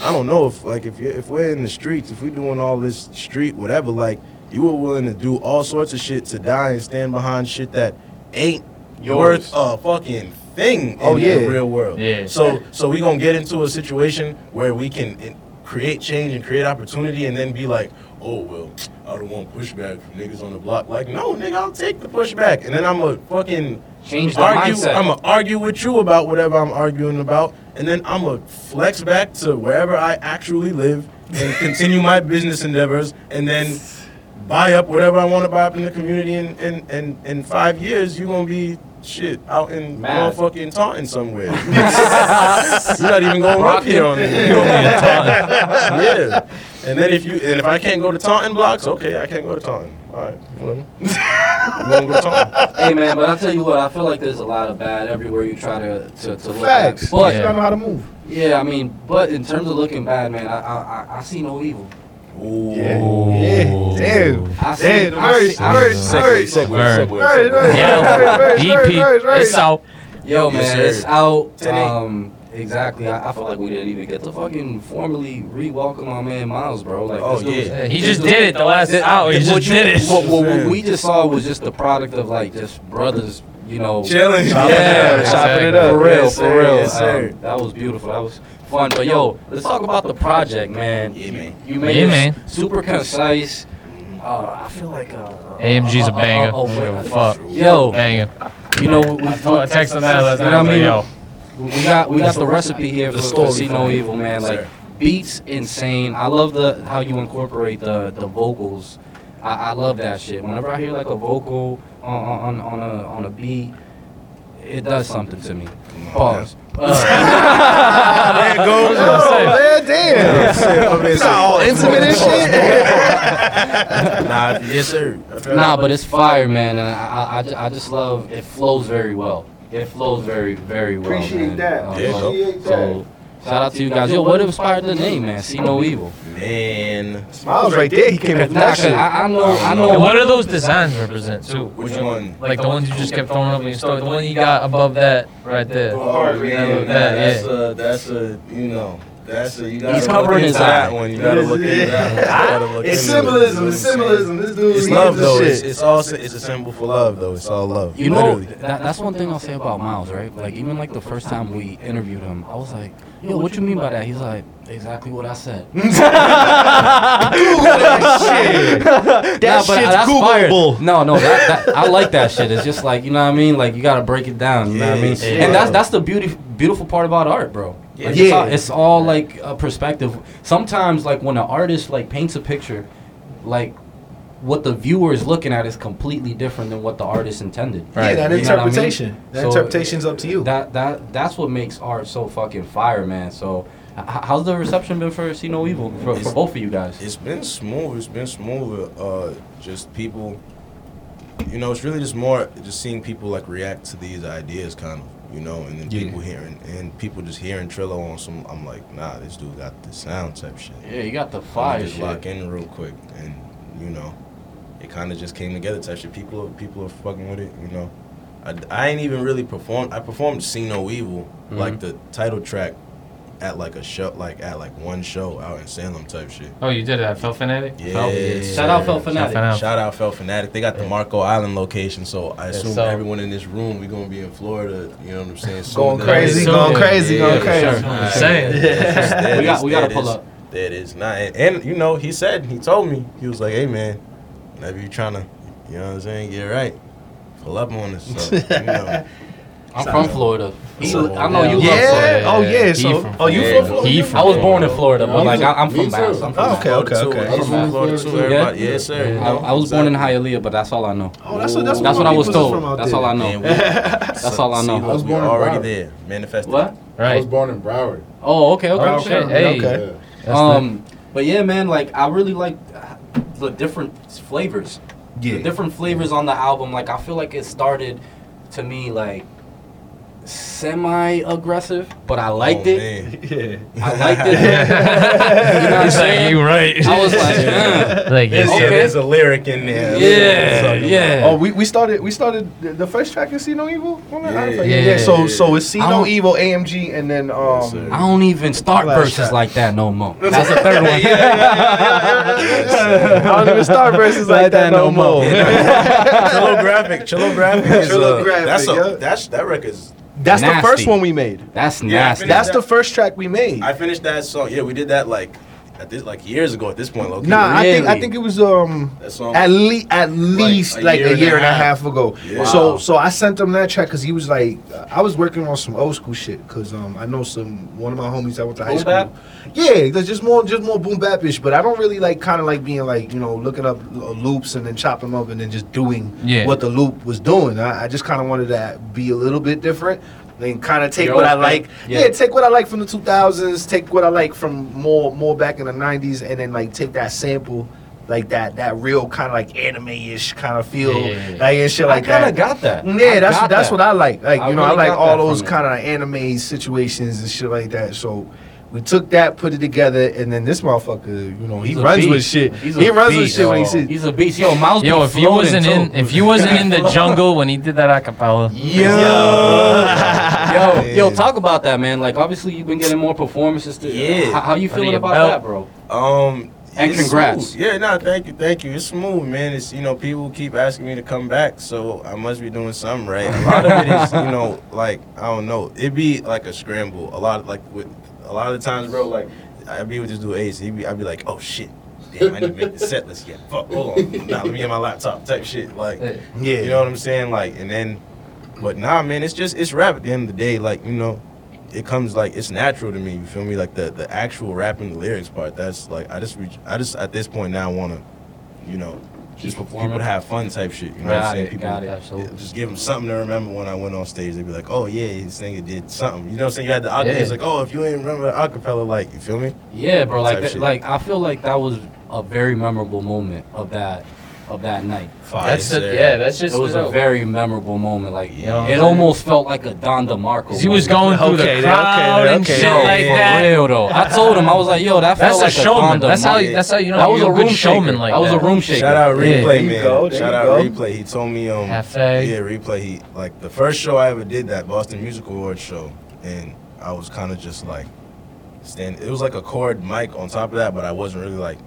[SPEAKER 4] I don't know if like if you if we're in the streets, if we're doing all this street whatever, like you were willing to do all sorts of shit to die and stand behind shit that ain't
[SPEAKER 2] Yours.
[SPEAKER 4] worth a fucking thing
[SPEAKER 2] Oh,
[SPEAKER 4] in
[SPEAKER 2] yeah.
[SPEAKER 4] the real world.
[SPEAKER 3] Yeah.
[SPEAKER 4] So so we gonna get into a situation where we can in, create change and create opportunity, and then be like, oh well, I don't want pushback from niggas on the block. Like no nigga, I'll take the pushback, and then I'm a fucking
[SPEAKER 1] Change the
[SPEAKER 4] argue,
[SPEAKER 1] mindset.
[SPEAKER 4] I'm going to argue with you about whatever I'm arguing about, and then I'm going to flex back to wherever I actually live and continue my business endeavors, and then buy up whatever I want to buy up in the community. And in, in, in five years, you're going to be shit out in
[SPEAKER 1] Mad.
[SPEAKER 4] motherfucking Taunton somewhere. you're not even going to up here on it. You're gonna be in Taunton. yeah. And then if you and if I can't go to Taunton blocks, okay, I can't go to Taunton. All right, whatever. you won't go to Taunton.
[SPEAKER 1] hey man, but I tell you what, I feel like there's a lot of bad everywhere you try to to, to look
[SPEAKER 2] Facts.
[SPEAKER 1] at. But
[SPEAKER 2] You
[SPEAKER 1] yeah.
[SPEAKER 2] gotta know how to move.
[SPEAKER 1] I mean, but in terms of looking bad, man, I I, I, I see no evil.
[SPEAKER 2] Yeah. Damn.
[SPEAKER 1] I see, I
[SPEAKER 2] Damn.
[SPEAKER 1] see,
[SPEAKER 2] Merge.
[SPEAKER 1] I-
[SPEAKER 2] Merge.
[SPEAKER 4] Segue, segue,
[SPEAKER 3] Word.
[SPEAKER 2] Merge. Merge.
[SPEAKER 3] Yeah.
[SPEAKER 2] Merge. Merge. Merge.
[SPEAKER 3] EP.
[SPEAKER 2] Merge.
[SPEAKER 3] It's out.
[SPEAKER 1] yo
[SPEAKER 4] Yes,
[SPEAKER 1] man,
[SPEAKER 4] sir.
[SPEAKER 1] it's out.
[SPEAKER 4] 10-8.
[SPEAKER 1] Um, exactly. I, I feel like we didn't even get to fucking formally re-welcome my man Miles, bro. Like,
[SPEAKER 4] Oh,
[SPEAKER 1] this dude
[SPEAKER 4] yeah.
[SPEAKER 1] was-
[SPEAKER 3] Yeah, He just did it the last hour. He
[SPEAKER 1] what
[SPEAKER 3] just
[SPEAKER 1] you-
[SPEAKER 3] did it.
[SPEAKER 1] What, what, what we just saw was just the product of like just brothers, you know.
[SPEAKER 4] Chilling.
[SPEAKER 1] Yeah,
[SPEAKER 3] chopping it up.
[SPEAKER 1] For real,
[SPEAKER 4] Yes,
[SPEAKER 1] for
[SPEAKER 4] sir,
[SPEAKER 1] real.
[SPEAKER 4] yes, sir.
[SPEAKER 1] Um, that was beautiful. That was fun. But yo, let's talk about the project, man.
[SPEAKER 4] Yeah, man.
[SPEAKER 1] You made
[SPEAKER 3] Yeah,
[SPEAKER 1] it
[SPEAKER 3] man.
[SPEAKER 1] super concise. Uh, I feel like uh,
[SPEAKER 3] AMG's a
[SPEAKER 1] uh, uh,
[SPEAKER 3] banger.
[SPEAKER 1] uh, uh,
[SPEAKER 3] Oh,
[SPEAKER 1] wait.
[SPEAKER 3] fuck.
[SPEAKER 1] Yo,
[SPEAKER 3] Banger.
[SPEAKER 1] you know we,
[SPEAKER 3] I told- I texted him that last night. I was like, yo.
[SPEAKER 1] we got we got the recipe here for, for
[SPEAKER 4] story
[SPEAKER 1] see
[SPEAKER 4] for
[SPEAKER 1] no
[SPEAKER 4] it.
[SPEAKER 1] evil, man. Like
[SPEAKER 4] Sir.
[SPEAKER 1] beats insane. I love the how you incorporate the the vocals. I, I love that shit. Whenever I hear like a vocal on on, on a on a beat, it does something to me. Pause. Uh,
[SPEAKER 4] There it goes.
[SPEAKER 3] I was gonna say.
[SPEAKER 2] Oh, Man, damn.
[SPEAKER 4] It's
[SPEAKER 2] It's not all intimate and shit.
[SPEAKER 4] Nah, yes, sir.
[SPEAKER 1] nah, but it's fire, man. And I, I- I, ju- I just love it flows very well. It flows very very well.
[SPEAKER 2] Appreciate
[SPEAKER 1] man.
[SPEAKER 2] that.
[SPEAKER 1] Uh,
[SPEAKER 4] There you go.
[SPEAKER 2] Appreciate that.
[SPEAKER 1] So shout out to you guys. Yo, what inspired the name, man? See no evil.
[SPEAKER 4] Man.
[SPEAKER 2] Miles right there. He came up with
[SPEAKER 1] Nah,
[SPEAKER 2] that
[SPEAKER 1] 'cause
[SPEAKER 2] shit.
[SPEAKER 1] I, I know, I know.
[SPEAKER 3] And what do those designs represent too?
[SPEAKER 4] Which one?
[SPEAKER 3] Like the ones you just kept throwing up in your store. The one you got above that right there.
[SPEAKER 4] Oh,
[SPEAKER 3] yeah,
[SPEAKER 4] man,
[SPEAKER 3] yeah.
[SPEAKER 4] that's a, that's a, you know, That's you
[SPEAKER 1] gotta He's covering look his into eye. that
[SPEAKER 4] one. You
[SPEAKER 10] gotta look into
[SPEAKER 4] that one.
[SPEAKER 11] It's symbolism. It's symbolism. This dude.
[SPEAKER 4] It's
[SPEAKER 11] he
[SPEAKER 4] love
[SPEAKER 11] into
[SPEAKER 4] though.
[SPEAKER 11] shit.
[SPEAKER 4] It's, it's all. sy- It's a symbol for love though. It's all love.
[SPEAKER 1] You know,
[SPEAKER 4] Literally.
[SPEAKER 1] that, that's one thing I'll say about Miles, right? Like, even like the first time we interviewed him, I was like, yo, what you mean by that? He's like, exactly what I said.
[SPEAKER 6] That
[SPEAKER 1] but, uh,
[SPEAKER 6] shit's
[SPEAKER 1] that's fire.
[SPEAKER 6] Googleable.
[SPEAKER 1] No, no, that, that, I like that shit. It's just like you know what I mean. Like you gotta break it down. You know what I mean.
[SPEAKER 4] Yeah,
[SPEAKER 1] And
[SPEAKER 4] yeah.
[SPEAKER 1] that's that's the beauty, beautiful part about art, bro. Like, it's,
[SPEAKER 11] Yeah.
[SPEAKER 1] all, it's all like a perspective. Sometimes, like when an artist like paints a picture, like what the viewer is looking at is completely different than what the artist intended.
[SPEAKER 2] Yeah, that
[SPEAKER 1] You know what I mean?
[SPEAKER 2] interpretation. That
[SPEAKER 1] So,
[SPEAKER 2] interpretation's up to you.
[SPEAKER 1] That that that's what makes art so fucking fire, man. So, h- how's the reception been for See No Evil for, for both of you guys?
[SPEAKER 4] It's been smooth. It's been smooth. Uh, just people, you know, it's really just more just seeing people like react to these ideas, kind of, you know, and then people hearing and people just hearing Trillo on some. I'm like, nah, this dude got the sound type shit.
[SPEAKER 1] yeah, you got the
[SPEAKER 4] Let me
[SPEAKER 1] fire
[SPEAKER 4] Just
[SPEAKER 1] shit.
[SPEAKER 4] lock in real quick, and you know, it kind of just came together. Type shit. People, people are fucking with it. You know, I, I ain't even really performed. I performed "See No Evil," like
[SPEAKER 1] Mm-hmm.
[SPEAKER 4] the title track, at like a show, like at like one show out in Salem type shit.
[SPEAKER 3] Oh, you did it at Phil Fanatic?
[SPEAKER 4] Yeah.
[SPEAKER 1] Fel- Shout out Fel Fanatic.
[SPEAKER 3] Fel Fanatic.
[SPEAKER 4] Shout out Fell Fanatic. They got the Marco Island location, so I assume
[SPEAKER 3] so-
[SPEAKER 4] everyone in this room we gonna be in Florida. You know what I'm saying? soon.
[SPEAKER 2] Going
[SPEAKER 4] That-
[SPEAKER 2] crazy,
[SPEAKER 3] So-
[SPEAKER 2] going crazy, going
[SPEAKER 4] for
[SPEAKER 2] crazy.
[SPEAKER 3] sure. I'm saying.
[SPEAKER 4] It's- that
[SPEAKER 1] We got-
[SPEAKER 4] is-
[SPEAKER 1] we gotta
[SPEAKER 4] that
[SPEAKER 1] pull
[SPEAKER 4] is-
[SPEAKER 1] up.
[SPEAKER 4] That is not, and, and, you know, he said he told me he was like, "Hey man, whenever you trying to, you know what I'm saying, get right, pull up on us." So, you know,
[SPEAKER 1] I'm from Florida. He,
[SPEAKER 4] So-
[SPEAKER 1] I know you
[SPEAKER 2] Yeah.
[SPEAKER 1] love Florida.
[SPEAKER 2] Oh, yeah,
[SPEAKER 3] He
[SPEAKER 2] so-
[SPEAKER 3] from
[SPEAKER 2] oh, you
[SPEAKER 4] from
[SPEAKER 3] Florida.
[SPEAKER 4] Florida?
[SPEAKER 3] He
[SPEAKER 4] I
[SPEAKER 3] from
[SPEAKER 1] I was born in
[SPEAKER 3] Florida.
[SPEAKER 1] Florida, but
[SPEAKER 4] Me
[SPEAKER 1] like
[SPEAKER 4] too.
[SPEAKER 1] I, I'm
[SPEAKER 4] Me
[SPEAKER 1] from
[SPEAKER 4] too.
[SPEAKER 1] Bass. I'm from
[SPEAKER 2] Oh, okay, okay,
[SPEAKER 4] Florida, too.
[SPEAKER 2] okay.
[SPEAKER 4] He's from Florida too.
[SPEAKER 1] Yeah.
[SPEAKER 4] Everybody, yeah, sir. you
[SPEAKER 1] I,
[SPEAKER 4] know,
[SPEAKER 1] I was born in
[SPEAKER 4] exactly.
[SPEAKER 1] Hialeah, but that's all I know.
[SPEAKER 2] Oh, that's what that's,
[SPEAKER 1] That's
[SPEAKER 2] what
[SPEAKER 1] what I was
[SPEAKER 2] people's is
[SPEAKER 1] told.
[SPEAKER 2] From out
[SPEAKER 1] That's
[SPEAKER 2] there.
[SPEAKER 1] all I
[SPEAKER 4] Man, we-
[SPEAKER 1] know. That's all I know.
[SPEAKER 4] See,
[SPEAKER 1] I
[SPEAKER 4] look,
[SPEAKER 1] was
[SPEAKER 4] we
[SPEAKER 10] born in
[SPEAKER 4] already
[SPEAKER 10] Broward.
[SPEAKER 4] there, manifested.
[SPEAKER 1] What?
[SPEAKER 10] I was
[SPEAKER 3] Right.
[SPEAKER 10] born in Broward.
[SPEAKER 1] Oh, okay, okay.
[SPEAKER 3] Oh, shit. Hey.
[SPEAKER 2] Okay.
[SPEAKER 3] That's
[SPEAKER 1] Um, but yeah, man, like I really like uh, the different flavors.
[SPEAKER 2] Yeah.
[SPEAKER 1] The different flavors on the album. Like I feel like it started to me like semi aggressive, but I liked
[SPEAKER 4] Oh,
[SPEAKER 1] it.
[SPEAKER 4] man.
[SPEAKER 2] Yeah.
[SPEAKER 1] I liked it. you know what I'm
[SPEAKER 3] He's like,
[SPEAKER 1] saying?
[SPEAKER 3] you right.
[SPEAKER 1] I was like, "Uh."
[SPEAKER 3] like,
[SPEAKER 4] There's,
[SPEAKER 1] Okay.
[SPEAKER 4] there's a lyric in there.
[SPEAKER 1] yeah,
[SPEAKER 4] Something.
[SPEAKER 1] yeah.
[SPEAKER 2] Oh, we, we started we started the- the first track is See No Evil. on that? yeah,
[SPEAKER 4] Yeah.
[SPEAKER 2] yeah,
[SPEAKER 3] Yeah.
[SPEAKER 2] So so it's See
[SPEAKER 1] I
[SPEAKER 2] No
[SPEAKER 1] don't-
[SPEAKER 2] Evil, AMG, and then um.
[SPEAKER 4] sir.
[SPEAKER 1] I don't even start
[SPEAKER 2] Last
[SPEAKER 1] verses
[SPEAKER 2] shot.
[SPEAKER 1] like that no more. That's the third one.
[SPEAKER 2] I don't even start verses like that no more.
[SPEAKER 4] Chillographic, Chillographic. is, uh,
[SPEAKER 2] Chillographic,
[SPEAKER 4] That's
[SPEAKER 2] yeah.
[SPEAKER 4] a that's that record's.
[SPEAKER 2] That's the
[SPEAKER 1] Nasty.
[SPEAKER 2] first one we made.
[SPEAKER 1] That's
[SPEAKER 4] Yeah, I
[SPEAKER 1] nasty.
[SPEAKER 4] finished
[SPEAKER 2] That's
[SPEAKER 4] that-
[SPEAKER 2] the first track we made.
[SPEAKER 4] I finished that song. Yeah, we did that like at this like years ago at this point. Loki.
[SPEAKER 2] Nah, I think I
[SPEAKER 1] Really?
[SPEAKER 2] think it was um
[SPEAKER 4] that song.
[SPEAKER 2] at least at least
[SPEAKER 4] a
[SPEAKER 2] like,
[SPEAKER 4] year
[SPEAKER 2] a
[SPEAKER 4] and
[SPEAKER 2] year
[SPEAKER 4] a
[SPEAKER 2] and a
[SPEAKER 4] half.
[SPEAKER 2] half, ago.
[SPEAKER 4] Yeah.
[SPEAKER 1] Wow.
[SPEAKER 2] So so I sent him that track because he was like I was working on some old school shit because um I know some one of my homies I went to high
[SPEAKER 1] Boom
[SPEAKER 2] school.
[SPEAKER 1] bap?
[SPEAKER 2] Yeah, that's just more just more boom bapish, but I don't really like kind of like being like you know looking up l- loops and then chopping them up and then just doing
[SPEAKER 3] Yeah.
[SPEAKER 2] what the loop was doing. I, I just kind of wanted to be a little bit different. And kind of take
[SPEAKER 1] Your
[SPEAKER 2] what
[SPEAKER 1] own
[SPEAKER 2] I
[SPEAKER 1] thing.
[SPEAKER 2] like,
[SPEAKER 1] Yeah.
[SPEAKER 2] yeah, take what I like from the 2000s, take what I like from more more back in the 90s, and then like take that sample, like that that real kind of like anime-ish kind of feel,
[SPEAKER 3] Yeah, yeah, yeah.
[SPEAKER 2] like and shit
[SPEAKER 1] I
[SPEAKER 2] like
[SPEAKER 1] kind of
[SPEAKER 2] that.
[SPEAKER 1] got that.
[SPEAKER 2] yeah, that's that's what I like. Like
[SPEAKER 1] I
[SPEAKER 2] you know,
[SPEAKER 1] really
[SPEAKER 2] I like
[SPEAKER 1] got
[SPEAKER 2] all
[SPEAKER 1] that
[SPEAKER 2] those
[SPEAKER 1] from
[SPEAKER 2] kind of anime situations and shit like that. So. We took that, put it together, and then this motherfucker, you know, he
[SPEAKER 1] He's a
[SPEAKER 2] runs with
[SPEAKER 1] beast.
[SPEAKER 2] shit.
[SPEAKER 1] He's a
[SPEAKER 2] He runs with
[SPEAKER 1] beast,
[SPEAKER 2] shit when he
[SPEAKER 1] yo.
[SPEAKER 2] sits.
[SPEAKER 1] He's a beast. Yo, Miles.
[SPEAKER 3] Yo,
[SPEAKER 1] be
[SPEAKER 3] if you wasn't
[SPEAKER 1] floating,
[SPEAKER 3] in
[SPEAKER 1] too.
[SPEAKER 3] if you wasn't in the jungle when he did that acapella,
[SPEAKER 1] yo, yo, talk about that, man. Like, obviously, you've been getting more performances. To,
[SPEAKER 4] Yeah.
[SPEAKER 1] How, how you
[SPEAKER 3] Under
[SPEAKER 1] feeling
[SPEAKER 3] your
[SPEAKER 1] about
[SPEAKER 3] belt.
[SPEAKER 1] that, bro?
[SPEAKER 4] Um,
[SPEAKER 1] And
[SPEAKER 4] it's
[SPEAKER 1] congrats.
[SPEAKER 4] smooth. Yeah, no, thank you, thank you. It's smooth, man. It's you know people keep asking me to come back, so I must be doing something right. A lot of it is you know like I don't know. It be like a scramble. A lot of like with a lot of the times, bro. Like I'd be with this dude Ace. He be I'd be like, oh shit. Damn, I need to make the set list yet. Fuck, hold on. Nah, let me get my laptop type shit. Like,
[SPEAKER 2] Yeah.
[SPEAKER 4] you know what I'm saying? Like, and then, but nah, man, it's just, it's rap at the end of the day. Like, you know, it comes like it's natural to me. You feel me? Like the the actual rapping the lyrics part. That's like I just reach, I just at this point now want to, you know, just for people
[SPEAKER 1] performing.
[SPEAKER 4] to have fun type shit. You know what I'm
[SPEAKER 1] Got
[SPEAKER 4] saying?
[SPEAKER 1] it.
[SPEAKER 4] people
[SPEAKER 1] Got it.
[SPEAKER 4] yeah, just give them something to remember when I went on stage. They'd be like, oh yeah, this nigga did something. You know what I'm saying? You had the acapella.
[SPEAKER 3] Yeah.
[SPEAKER 4] It's like, oh, if you ain't remember the acapella, like you feel me?
[SPEAKER 1] Yeah, bro. Like,
[SPEAKER 4] Type
[SPEAKER 1] that,
[SPEAKER 4] shit.
[SPEAKER 1] like I feel like that was a very memorable moment of that, of that night.
[SPEAKER 4] Fire,
[SPEAKER 3] that's
[SPEAKER 4] sir.
[SPEAKER 3] the, yeah, that's just
[SPEAKER 1] It was
[SPEAKER 3] the-
[SPEAKER 1] a very memorable moment. Like,
[SPEAKER 4] You know what I'm
[SPEAKER 1] it
[SPEAKER 4] saying?
[SPEAKER 1] almost felt like a Don DeMarco.
[SPEAKER 3] He was
[SPEAKER 1] moment.
[SPEAKER 3] going through
[SPEAKER 2] Okay, okay,
[SPEAKER 3] the crowd
[SPEAKER 2] okay,
[SPEAKER 3] and
[SPEAKER 2] okay.
[SPEAKER 3] shit
[SPEAKER 1] Yo,
[SPEAKER 3] like
[SPEAKER 1] for
[SPEAKER 3] that.
[SPEAKER 1] real though. I told him I was like, yo, that
[SPEAKER 3] That's
[SPEAKER 1] felt like
[SPEAKER 3] a showman.
[SPEAKER 1] Don
[SPEAKER 3] that's how.
[SPEAKER 1] DeMarco.
[SPEAKER 3] That's how you know
[SPEAKER 1] that was
[SPEAKER 3] you're
[SPEAKER 1] a
[SPEAKER 3] a good
[SPEAKER 1] room
[SPEAKER 3] showman
[SPEAKER 1] shaker.
[SPEAKER 3] like
[SPEAKER 1] that was
[SPEAKER 3] that.
[SPEAKER 1] a room shaker.
[SPEAKER 4] Shout out
[SPEAKER 3] Yeah.
[SPEAKER 4] replay
[SPEAKER 2] There you
[SPEAKER 4] man.
[SPEAKER 2] go, there
[SPEAKER 4] Shout
[SPEAKER 2] you
[SPEAKER 4] out
[SPEAKER 2] go.
[SPEAKER 4] replay. He told me um
[SPEAKER 3] Cafe.
[SPEAKER 4] Yeah, replay. He like the first show I ever did that Boston Music Awards show, and I was kind of just like, stand. It was like a cord mic on top of that, but I wasn't really like.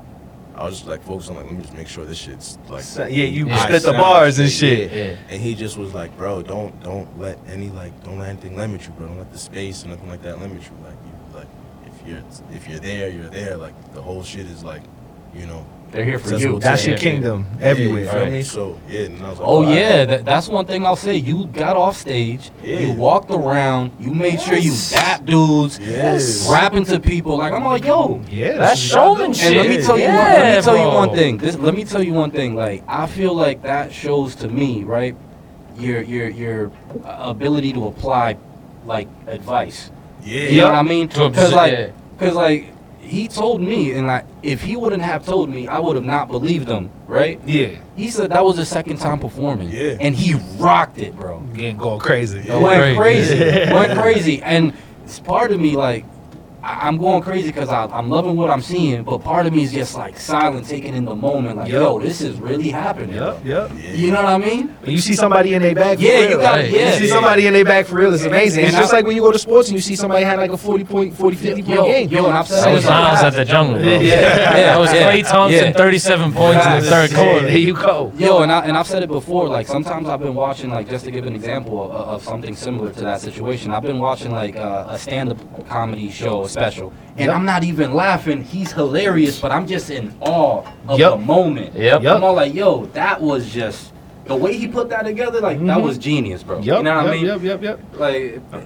[SPEAKER 4] I was just like focused on like let me just make sure this shit's like.
[SPEAKER 3] yeah, you
[SPEAKER 4] Yeah,
[SPEAKER 3] split the
[SPEAKER 4] sound
[SPEAKER 3] bars and
[SPEAKER 4] straight,
[SPEAKER 3] shit. Yeah.
[SPEAKER 4] And he just was like, bro, don't don't let any like don't let anything limit you, bro. Don't let the space or nothing like that limit you. Like you like if you're if you're there, you're there. Like the whole shit is like, you know.
[SPEAKER 1] They're here for
[SPEAKER 4] accessible
[SPEAKER 1] you.
[SPEAKER 4] to
[SPEAKER 6] That's your
[SPEAKER 4] everybody.
[SPEAKER 6] kingdom
[SPEAKER 4] Yeah,
[SPEAKER 6] everywhere.
[SPEAKER 4] you feel me? So yeah, and I was like,
[SPEAKER 1] Oh
[SPEAKER 4] all right.
[SPEAKER 1] yeah, that, that's one thing I'll say. You got off stage,
[SPEAKER 4] Yeah.
[SPEAKER 1] you walked around, you made sure you dap dudes,
[SPEAKER 4] Yes.
[SPEAKER 1] rapping to people. Like I'm like, yo,
[SPEAKER 2] Yeah,
[SPEAKER 6] That's showmanship.
[SPEAKER 1] And let me tell you one,
[SPEAKER 6] Yeah,
[SPEAKER 1] let me tell you
[SPEAKER 6] bro.
[SPEAKER 1] one thing. This let me tell you one thing. Like I feel like that shows to me, right? Your your your ability to apply like advice.
[SPEAKER 4] Yeah.
[SPEAKER 1] You know what I mean?
[SPEAKER 3] To
[SPEAKER 1] Because
[SPEAKER 3] observe-
[SPEAKER 1] like,
[SPEAKER 3] yeah.
[SPEAKER 1] because like he told me, and like if he wouldn't have told me, I would have not believed him, right?
[SPEAKER 2] yeah.
[SPEAKER 1] He said that was his second time performing,
[SPEAKER 4] Yeah.
[SPEAKER 1] and he rocked it, bro.
[SPEAKER 2] Getting going crazy.
[SPEAKER 1] It went
[SPEAKER 3] crazy.
[SPEAKER 1] crazy. went crazy. And it's part of me, like, I- I'm going crazy because I'm loving what I'm seeing, but part of me is just like silent, taking in the moment, like,
[SPEAKER 2] Yup.
[SPEAKER 1] yo, this is really happening.
[SPEAKER 2] Yep, yep.
[SPEAKER 4] Yeah.
[SPEAKER 1] You know what I mean?
[SPEAKER 2] When you see somebody in their bag, for
[SPEAKER 1] Yeah, you
[SPEAKER 2] real,
[SPEAKER 1] got-
[SPEAKER 2] like,
[SPEAKER 1] yeah.
[SPEAKER 2] You see somebody in their bag for real, it's amazing. It's
[SPEAKER 1] And
[SPEAKER 2] just
[SPEAKER 1] I-
[SPEAKER 2] like when you go to sports and you see somebody had like a 40 point, 40, 50 point
[SPEAKER 1] Yo,
[SPEAKER 2] game.
[SPEAKER 1] yo, and I've said
[SPEAKER 3] I was
[SPEAKER 1] Yeah.
[SPEAKER 3] miles at the jungle, bro.
[SPEAKER 2] Yeah.
[SPEAKER 3] That was
[SPEAKER 1] Yeah.
[SPEAKER 3] Clay Thompson,
[SPEAKER 1] Yeah.
[SPEAKER 3] 37 points in the third
[SPEAKER 1] Facts.
[SPEAKER 2] There
[SPEAKER 3] quarter.
[SPEAKER 2] you go.
[SPEAKER 1] Yo, and, I, and I've said it before, like, sometimes I've been watching, like, just to give an example of, of something similar to that situation, I've been watching, like, uh, a stand up comedy show, a special, and
[SPEAKER 2] Yup.
[SPEAKER 1] I'm not even laughing. He's hilarious, but I'm just in awe of
[SPEAKER 2] Yup.
[SPEAKER 1] the moment.
[SPEAKER 3] Yep.
[SPEAKER 2] Yup.
[SPEAKER 1] I'm all like, yo, that was just the way he put that together. Like that
[SPEAKER 2] Mhm.
[SPEAKER 1] was genius, bro.
[SPEAKER 2] Yep,
[SPEAKER 1] you know what
[SPEAKER 2] yep,
[SPEAKER 1] I mean?
[SPEAKER 2] yep, yep, yep.
[SPEAKER 1] Like uh,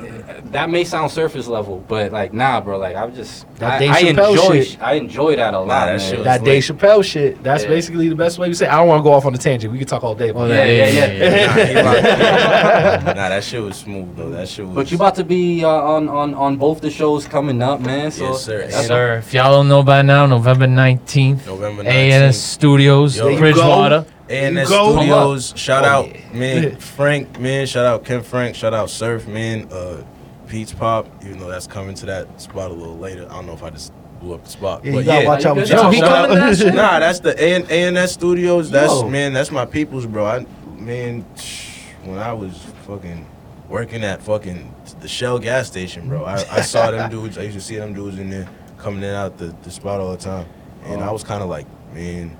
[SPEAKER 1] that may sound surface level, but like nah, bro. Like I'm just
[SPEAKER 2] That
[SPEAKER 1] I,
[SPEAKER 2] Dave
[SPEAKER 1] I
[SPEAKER 2] Chappelle
[SPEAKER 1] enjoy
[SPEAKER 2] shit.
[SPEAKER 1] I enjoy that a lot.
[SPEAKER 4] that
[SPEAKER 1] man.
[SPEAKER 4] shit was-
[SPEAKER 2] That Dave Chappelle shit. That's
[SPEAKER 1] Yeah. Oh,
[SPEAKER 2] basically the best way to say. it. I don't want to go off on a tangent. We could talk all day. about
[SPEAKER 1] yeah,
[SPEAKER 2] that.
[SPEAKER 1] yeah,
[SPEAKER 3] yeah,
[SPEAKER 1] yeah.
[SPEAKER 4] nah, that shit was smooth though. That shit was.
[SPEAKER 1] But you about to be uh, on on on both the shows coming up, man. So
[SPEAKER 4] Yes, sir.
[SPEAKER 1] that's-
[SPEAKER 3] Sir, if y'all don't know by now, November 19th,
[SPEAKER 4] November 19th.
[SPEAKER 3] ANS Studios,
[SPEAKER 4] Yo. There you
[SPEAKER 3] Bridgewater.
[SPEAKER 4] A&S
[SPEAKER 2] You go.
[SPEAKER 4] Studios, shout
[SPEAKER 2] Oh,
[SPEAKER 4] out,
[SPEAKER 2] yeah.
[SPEAKER 4] man, Frank, man, shout out Ken Frank, shout out Surf, man, uh, Peach Pop, even though that's coming to that spot a little later. I don't know if I just blew up the spot,
[SPEAKER 2] Yeah,
[SPEAKER 4] but
[SPEAKER 2] you gotta
[SPEAKER 4] yeah.
[SPEAKER 2] watch out. with
[SPEAKER 1] Yo,
[SPEAKER 2] your
[SPEAKER 1] he
[SPEAKER 2] shout
[SPEAKER 1] coming
[SPEAKER 2] out.
[SPEAKER 1] to that shit?
[SPEAKER 4] nah, that's the A and S Studios. That's
[SPEAKER 1] Yo.
[SPEAKER 4] man, that's my people's, bro. I man, when I was fucking working at fucking the Shell gas station, bro, I, I saw them dudes. I used to see them dudes in there coming in and out the, the spot all the time, and I was kind of like, man,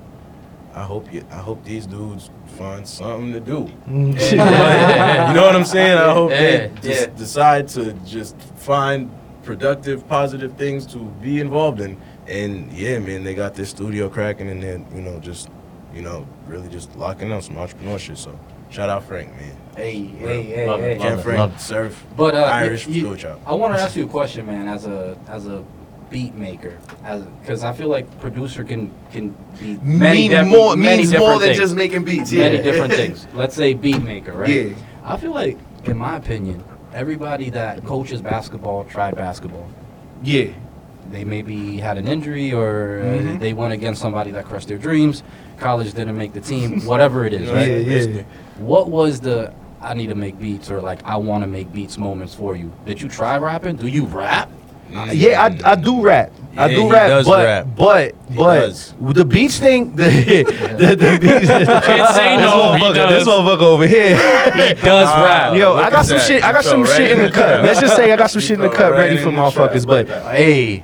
[SPEAKER 4] I hope you, I hope these dudes find something to do. you know what I'm saying? I hope
[SPEAKER 3] Yeah.
[SPEAKER 4] they just
[SPEAKER 1] Yeah.
[SPEAKER 4] decide to just find productive, positive things to be involved in. And yeah, man, they got this studio cracking and then, you know, just, you know, really just locking up some entrepreneurship. So shout out Frank, man.
[SPEAKER 1] hey, hey, hey,
[SPEAKER 3] Love it,
[SPEAKER 1] hey.
[SPEAKER 3] love
[SPEAKER 4] Ken
[SPEAKER 3] it,
[SPEAKER 4] Frank,
[SPEAKER 3] love it.
[SPEAKER 4] Surf,
[SPEAKER 1] But uh,
[SPEAKER 4] Irish,
[SPEAKER 1] you-
[SPEAKER 4] go job.
[SPEAKER 1] I want to ask you a question, man. As a as a beat maker, as because I feel like producer can can be many
[SPEAKER 11] Mean
[SPEAKER 1] different-
[SPEAKER 11] more
[SPEAKER 1] many
[SPEAKER 11] means
[SPEAKER 1] different
[SPEAKER 11] more than
[SPEAKER 1] things.
[SPEAKER 11] just making beats. Yeah.
[SPEAKER 1] many different things. Let's say beat maker, right?
[SPEAKER 11] Yeah.
[SPEAKER 1] I feel like, in my opinion, everybody that coaches basketball tried basketball.
[SPEAKER 11] Yeah.
[SPEAKER 1] They maybe had an injury or uh,
[SPEAKER 11] Mhm.
[SPEAKER 1] they went against somebody that crushed their dreams. College didn't make the team. Whatever it is, right?
[SPEAKER 2] yeah.
[SPEAKER 1] What was the I need to make beats or like I want to make beats moments for you? Did you try rapping? Do you rap?
[SPEAKER 2] Uh, Yeah, I, I do rap. I
[SPEAKER 4] Yeah,
[SPEAKER 2] do
[SPEAKER 4] he
[SPEAKER 2] rap,
[SPEAKER 4] does
[SPEAKER 2] but
[SPEAKER 4] rap.
[SPEAKER 2] but
[SPEAKER 4] He
[SPEAKER 2] but
[SPEAKER 4] does.
[SPEAKER 2] the beach thing, the the, the beach.
[SPEAKER 3] Can't say
[SPEAKER 2] this
[SPEAKER 3] no, he
[SPEAKER 2] motherfucker,
[SPEAKER 3] does.
[SPEAKER 2] this motherfucker over here.
[SPEAKER 3] He does
[SPEAKER 4] Uh,
[SPEAKER 3] rap.
[SPEAKER 2] Yo,
[SPEAKER 4] look
[SPEAKER 2] I
[SPEAKER 4] at
[SPEAKER 2] got some
[SPEAKER 4] that.
[SPEAKER 2] shit. I got
[SPEAKER 4] You
[SPEAKER 2] some
[SPEAKER 4] fell
[SPEAKER 2] shit
[SPEAKER 4] right
[SPEAKER 2] in the
[SPEAKER 4] in
[SPEAKER 2] cut.
[SPEAKER 4] there.
[SPEAKER 2] Let's just say I got some shit in the
[SPEAKER 4] fell
[SPEAKER 2] cut
[SPEAKER 4] right
[SPEAKER 2] ready
[SPEAKER 4] in
[SPEAKER 2] for
[SPEAKER 4] the trap.
[SPEAKER 2] motherfuckers. But
[SPEAKER 1] Hey,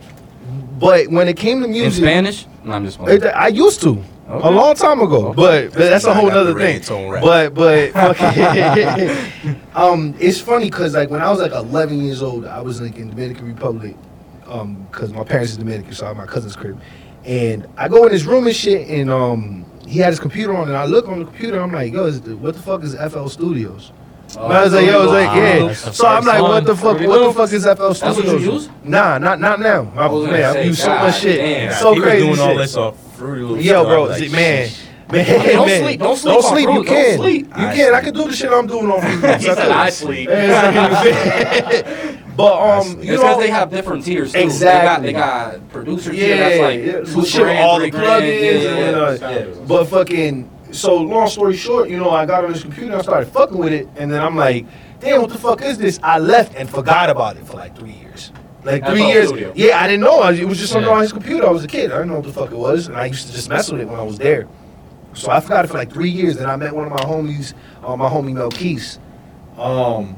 [SPEAKER 2] but when it came to
[SPEAKER 1] in
[SPEAKER 2] music,
[SPEAKER 1] Spanish? No, I'm just
[SPEAKER 2] It,
[SPEAKER 1] playing.
[SPEAKER 2] I used to a
[SPEAKER 1] Okay.
[SPEAKER 2] long time ago, but, but that's a whole
[SPEAKER 4] I got
[SPEAKER 2] nother
[SPEAKER 4] the
[SPEAKER 2] thing.
[SPEAKER 4] reggaeton rap.
[SPEAKER 2] But but fucking- um, it's funny because like when I was like 11 years old, I was like in Dominican Republic, um, because my parents is Dominican, so I had my cousin's crib, and I go in his room and shit, and um, he had his computer on, and I look on the computer, I'm like, yo, is the, what the fuck is FL Studios?
[SPEAKER 1] Oh,
[SPEAKER 2] And I was like, yo, I was like, yeah.
[SPEAKER 3] That's the
[SPEAKER 2] So I'm
[SPEAKER 3] first
[SPEAKER 2] like, what
[SPEAKER 3] one.
[SPEAKER 2] the fuck?
[SPEAKER 3] Pretty
[SPEAKER 2] What the
[SPEAKER 3] dope.
[SPEAKER 2] fuck is FL Studios?
[SPEAKER 1] That's what you use?
[SPEAKER 2] Nah, not not now. I,
[SPEAKER 1] was gonna
[SPEAKER 2] man, I
[SPEAKER 1] say,
[SPEAKER 2] use so much
[SPEAKER 1] God
[SPEAKER 2] shit.
[SPEAKER 1] damn.
[SPEAKER 2] So
[SPEAKER 4] he
[SPEAKER 2] crazy.
[SPEAKER 4] was doing all
[SPEAKER 2] shit.
[SPEAKER 4] this off Fruity Loops.
[SPEAKER 2] Yo,
[SPEAKER 4] so I'm
[SPEAKER 2] bro,
[SPEAKER 4] like,
[SPEAKER 2] see, man. Man,
[SPEAKER 1] don't
[SPEAKER 2] man.
[SPEAKER 1] sleep- don't sleep
[SPEAKER 2] Don't
[SPEAKER 1] on
[SPEAKER 2] sleep.
[SPEAKER 1] fruit,
[SPEAKER 2] You
[SPEAKER 1] don't
[SPEAKER 2] can.
[SPEAKER 1] sleep.
[SPEAKER 2] You
[SPEAKER 4] I
[SPEAKER 2] can. I
[SPEAKER 4] sleep.
[SPEAKER 2] can do the shit I'm doing on fruit. Loops.
[SPEAKER 1] he said
[SPEAKER 2] I
[SPEAKER 1] I
[SPEAKER 2] could.
[SPEAKER 1] sleep.
[SPEAKER 2] But
[SPEAKER 4] I
[SPEAKER 2] um,
[SPEAKER 4] sleep.
[SPEAKER 2] you
[SPEAKER 1] It's because
[SPEAKER 2] know,
[SPEAKER 1] they have different tiers too.
[SPEAKER 2] Exactly.
[SPEAKER 1] They got, they got producer tier
[SPEAKER 2] yeah,
[SPEAKER 1] that's like
[SPEAKER 2] yeah,
[SPEAKER 1] two
[SPEAKER 2] shit, with
[SPEAKER 1] grand,
[SPEAKER 2] all
[SPEAKER 1] three
[SPEAKER 2] the
[SPEAKER 1] grand,
[SPEAKER 2] plugins
[SPEAKER 1] yeah,
[SPEAKER 2] and
[SPEAKER 1] yeah,
[SPEAKER 2] whatnot. But fucking, so long story short, you know, I got on this computer, I started fucking with it, and then I'm like, damn, what the fuck is this? I left and forgot about it for like three years. Like
[SPEAKER 1] That's
[SPEAKER 2] three
[SPEAKER 1] all
[SPEAKER 2] years.
[SPEAKER 1] studio.
[SPEAKER 2] Yeah, I didn't know. I- It was just something
[SPEAKER 3] Yeah.
[SPEAKER 2] on his computer. I was a kid. I didn't know what the fuck it was, and I used to just mess with it when I was there. So I forgot it for like three years. Then I met one of my homies, uh, my homie Mel Keese. Um,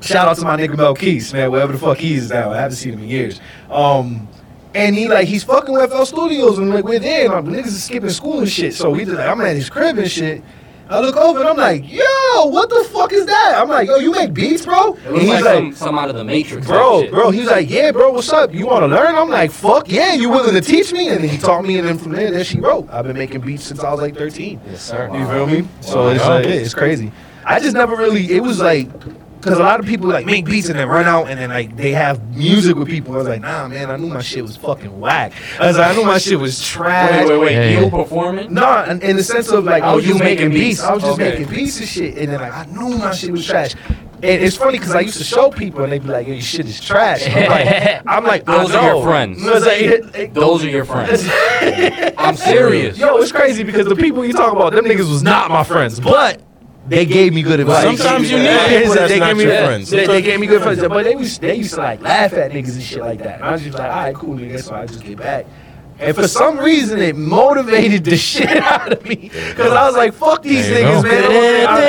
[SPEAKER 2] Shout out to my nigga Mel Keys, man, wherever the fuck he is now. I haven't seen him in years. Um, and he like he's fucking with FL Studios, and like we're there, and my niggas is skipping school and shit. So we just like I'm at his crib and shit. I look over and I'm like, yo, what the fuck is that? I'm like, yo, you make beats, bro?
[SPEAKER 1] It
[SPEAKER 2] And
[SPEAKER 1] looks
[SPEAKER 2] he's
[SPEAKER 1] like,
[SPEAKER 2] like,
[SPEAKER 1] some, some out of the Matrix. type
[SPEAKER 2] bro,
[SPEAKER 1] shit.
[SPEAKER 2] bro. He's like, yeah, bro, what's up? You want to learn? I'm like, fuck yeah, you willing to teach me? And he taught me, and then from there, that she wrote. I've been making beats since I was like 13.
[SPEAKER 6] Yes, sir.
[SPEAKER 2] You feel me? So it's
[SPEAKER 6] Wow.
[SPEAKER 2] like, yeah, it's crazy. I just never really. It was like, cause a lot of people like make beats and then run out and then like they have music with people. I was like, nah, man, I knew my shit was fucking whack. I was like, I knew my shit was trash.
[SPEAKER 1] Wait, wait, wait.
[SPEAKER 6] Yeah, yeah.
[SPEAKER 1] You performing?
[SPEAKER 2] Nah, in, in the sense of like, I
[SPEAKER 1] Oh,
[SPEAKER 2] was
[SPEAKER 1] you
[SPEAKER 2] just making
[SPEAKER 1] making
[SPEAKER 2] beats. I was just
[SPEAKER 1] beats. Okay.
[SPEAKER 2] making beats and shit. And then like, I knew my shit was trash. And it's funny because I used to show people and they'd be like, yo, your shit is trash. I'm like, I'm like
[SPEAKER 1] Those
[SPEAKER 2] I
[SPEAKER 1] are your
[SPEAKER 2] know.
[SPEAKER 1] friends.
[SPEAKER 2] I was like, it- it-
[SPEAKER 1] Those are your friends. I'm serious.
[SPEAKER 2] Yo, it's crazy because the people you talk about, them niggas was not my friends, but they gave me good advice.
[SPEAKER 4] Sometimes you need
[SPEAKER 2] Yeah,
[SPEAKER 4] people
[SPEAKER 2] it's like
[SPEAKER 4] that's
[SPEAKER 2] they
[SPEAKER 4] not
[SPEAKER 2] gave me
[SPEAKER 4] your
[SPEAKER 2] yeah,
[SPEAKER 4] friends.
[SPEAKER 2] They, they gave me good friends, but they used they used to like laugh at niggas and shit like that. And I was just like, all right, cool, nigga. So I just get back. And for some reason, it motivated the shit out of me because I was like, "Fuck these
[SPEAKER 4] There you
[SPEAKER 2] niggas,
[SPEAKER 4] go.
[SPEAKER 2] man." I'm like,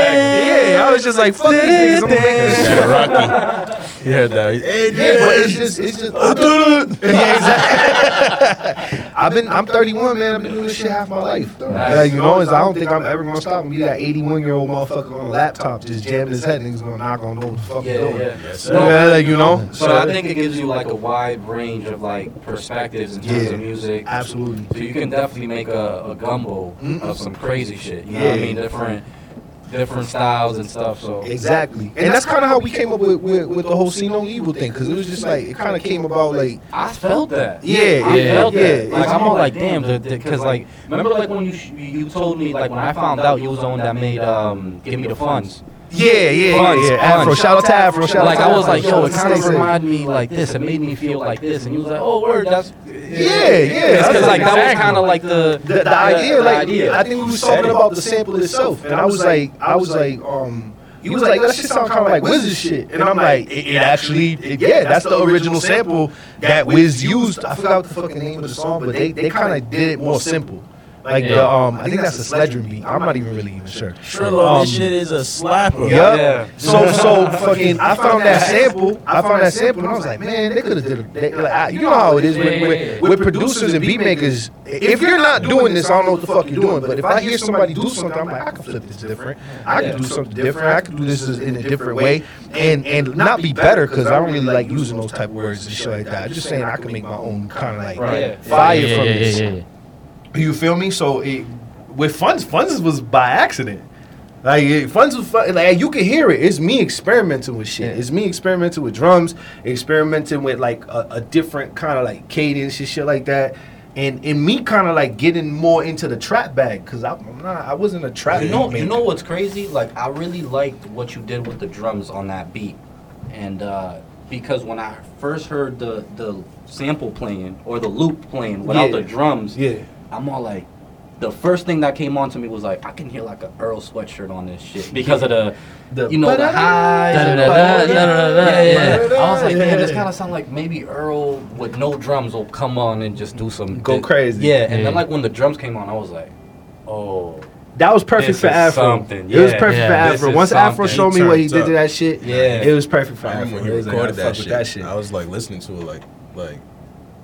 [SPEAKER 2] yeah, I was just like, "Fuck these niggas." I'm like,
[SPEAKER 4] Yeah, Rocky. You heard that? Hey,
[SPEAKER 2] yeah, but it's just, it's just. yeah, exactly. I've been, I'm 31, man. I've been doing this shit half my life.
[SPEAKER 1] Nice.
[SPEAKER 2] Like, you know, it's- I don't think I'm ever gonna stop and be that 81 year old motherfucker on a laptop just jamming his head. Niggas gonna knock on over the fucking
[SPEAKER 1] Yeah,
[SPEAKER 2] door.
[SPEAKER 1] yeah.
[SPEAKER 4] Yes,
[SPEAKER 1] No,
[SPEAKER 2] Yeah, like, you know.
[SPEAKER 1] But I think it gives you like a wide range of like perspectives in terms
[SPEAKER 2] Yeah.
[SPEAKER 1] of music.
[SPEAKER 2] absolutely.
[SPEAKER 1] So you can definitely make a, a gumbo of some crazy shit. You know what I
[SPEAKER 2] Yeah.
[SPEAKER 1] mean? Different different styles and stuff. So
[SPEAKER 2] Exactly, and that's kind of how we came up with, with with the whole "See No Evil" thing, because it was just like it kind of came about like
[SPEAKER 1] I felt that.
[SPEAKER 2] yeah,
[SPEAKER 1] I
[SPEAKER 2] yeah,
[SPEAKER 1] felt
[SPEAKER 2] yeah.
[SPEAKER 1] that. Like
[SPEAKER 2] It's
[SPEAKER 1] I'm all like, damn, because like remember like when you sh- you told me like when I found out you was the one that made um give me the funds.
[SPEAKER 2] Yeah, yeah,
[SPEAKER 1] Buns,
[SPEAKER 2] yeah. Afro,
[SPEAKER 1] buns.
[SPEAKER 2] shout out to Afro. Shout
[SPEAKER 1] like
[SPEAKER 2] out to
[SPEAKER 1] I was
[SPEAKER 2] Afro.
[SPEAKER 1] like,
[SPEAKER 2] Shout
[SPEAKER 1] yo,
[SPEAKER 2] out
[SPEAKER 1] it
[SPEAKER 2] to
[SPEAKER 1] kind
[SPEAKER 2] Stay
[SPEAKER 1] of
[SPEAKER 2] Safe.
[SPEAKER 1] reminded me like this. It made me feel like this, and you was like, oh word, that's
[SPEAKER 2] Yeah, yeah.
[SPEAKER 1] Because like that was
[SPEAKER 2] Exactly.
[SPEAKER 1] kind of like the
[SPEAKER 2] the, the idea,
[SPEAKER 1] the
[SPEAKER 2] like
[SPEAKER 1] idea.
[SPEAKER 2] I think we was talking about the sample itself, and I was like, I was like, um, you was like, that shit sound kind of like Wiz's shit, and I'm like, it, it actually, it- yeah, that's the original sample that Wiz used. I forgot what the fucking name of the song, but they they kind of did it more simple. Like the um, I think that's a sledgerum beat. I'm not even really even sure.
[SPEAKER 4] Trillo,
[SPEAKER 2] Um,
[SPEAKER 4] this shit is a slapper.
[SPEAKER 2] Yup.
[SPEAKER 1] Yeah.
[SPEAKER 2] So so fucking. I found that sample. I found that sample, and I was like, man, they could have did. a- They, like, I, you know how it is with, with, with producers and beat makers. If you're not doing this, I don't know what the fuck you're doing. But if I hear somebody do something, I'm like, I can flip this different. I can do something different. I can do this in a different way, and and not be better because I don't really like using those type of words and shit like that. I'm just saying I can make my own kind of like
[SPEAKER 1] Right.
[SPEAKER 2] fire
[SPEAKER 6] yeah,
[SPEAKER 2] from
[SPEAKER 6] yeah,
[SPEAKER 2] this.
[SPEAKER 6] yeah, yeah.
[SPEAKER 2] You feel me? So it, with funds, funds was by accident. Like it, funds was fun, like you can hear it. It's me experimenting with shit. It's me experimenting with drums, experimenting with like a, a different kind of like cadence and shit like that. And and me kind of like getting more into the trap bag because I'm not. I wasn't a trap.
[SPEAKER 1] You know,
[SPEAKER 2] beat
[SPEAKER 1] you
[SPEAKER 2] maker.
[SPEAKER 1] know what's crazy? Like I really liked what you did with the drums on that beat, and uh, because when I first heard the the sample playing or the loop playing without
[SPEAKER 2] Yeah.
[SPEAKER 1] the drums,
[SPEAKER 2] Yeah.
[SPEAKER 1] I'm all like. The first thing that came on to me was like I can hear like a Earl sweatshirt on this shit because of the,
[SPEAKER 2] The-
[SPEAKER 1] you know the highs. and the-
[SPEAKER 6] Da-da-da-da, da-da-da-da,
[SPEAKER 1] yeah, yeah.
[SPEAKER 2] yeah.
[SPEAKER 1] I was like, man, this kind of sound like maybe Earl with no drums will come on and just do some
[SPEAKER 2] Go crazy.
[SPEAKER 1] Yeah, and
[SPEAKER 6] Yeah.
[SPEAKER 1] then like when the drums came on, I was like, oh,
[SPEAKER 2] That was perfect
[SPEAKER 1] This
[SPEAKER 2] for
[SPEAKER 1] is
[SPEAKER 2] Afro.
[SPEAKER 1] something.
[SPEAKER 2] it was
[SPEAKER 1] Yeah,
[SPEAKER 2] perfect
[SPEAKER 6] yeah.
[SPEAKER 2] for
[SPEAKER 1] This
[SPEAKER 2] Afro.
[SPEAKER 1] is
[SPEAKER 2] Once Afro
[SPEAKER 1] something.
[SPEAKER 2] showed me
[SPEAKER 4] He
[SPEAKER 2] what he
[SPEAKER 4] turned
[SPEAKER 2] did to
[SPEAKER 4] up.
[SPEAKER 2] that shit,
[SPEAKER 1] Yeah.
[SPEAKER 2] it was perfect for
[SPEAKER 4] I remember
[SPEAKER 2] Afro.
[SPEAKER 4] when he
[SPEAKER 2] It was like, I
[SPEAKER 4] recorded that
[SPEAKER 2] fuck
[SPEAKER 4] shit,
[SPEAKER 2] with that shit.
[SPEAKER 4] I was like listening to it, like, like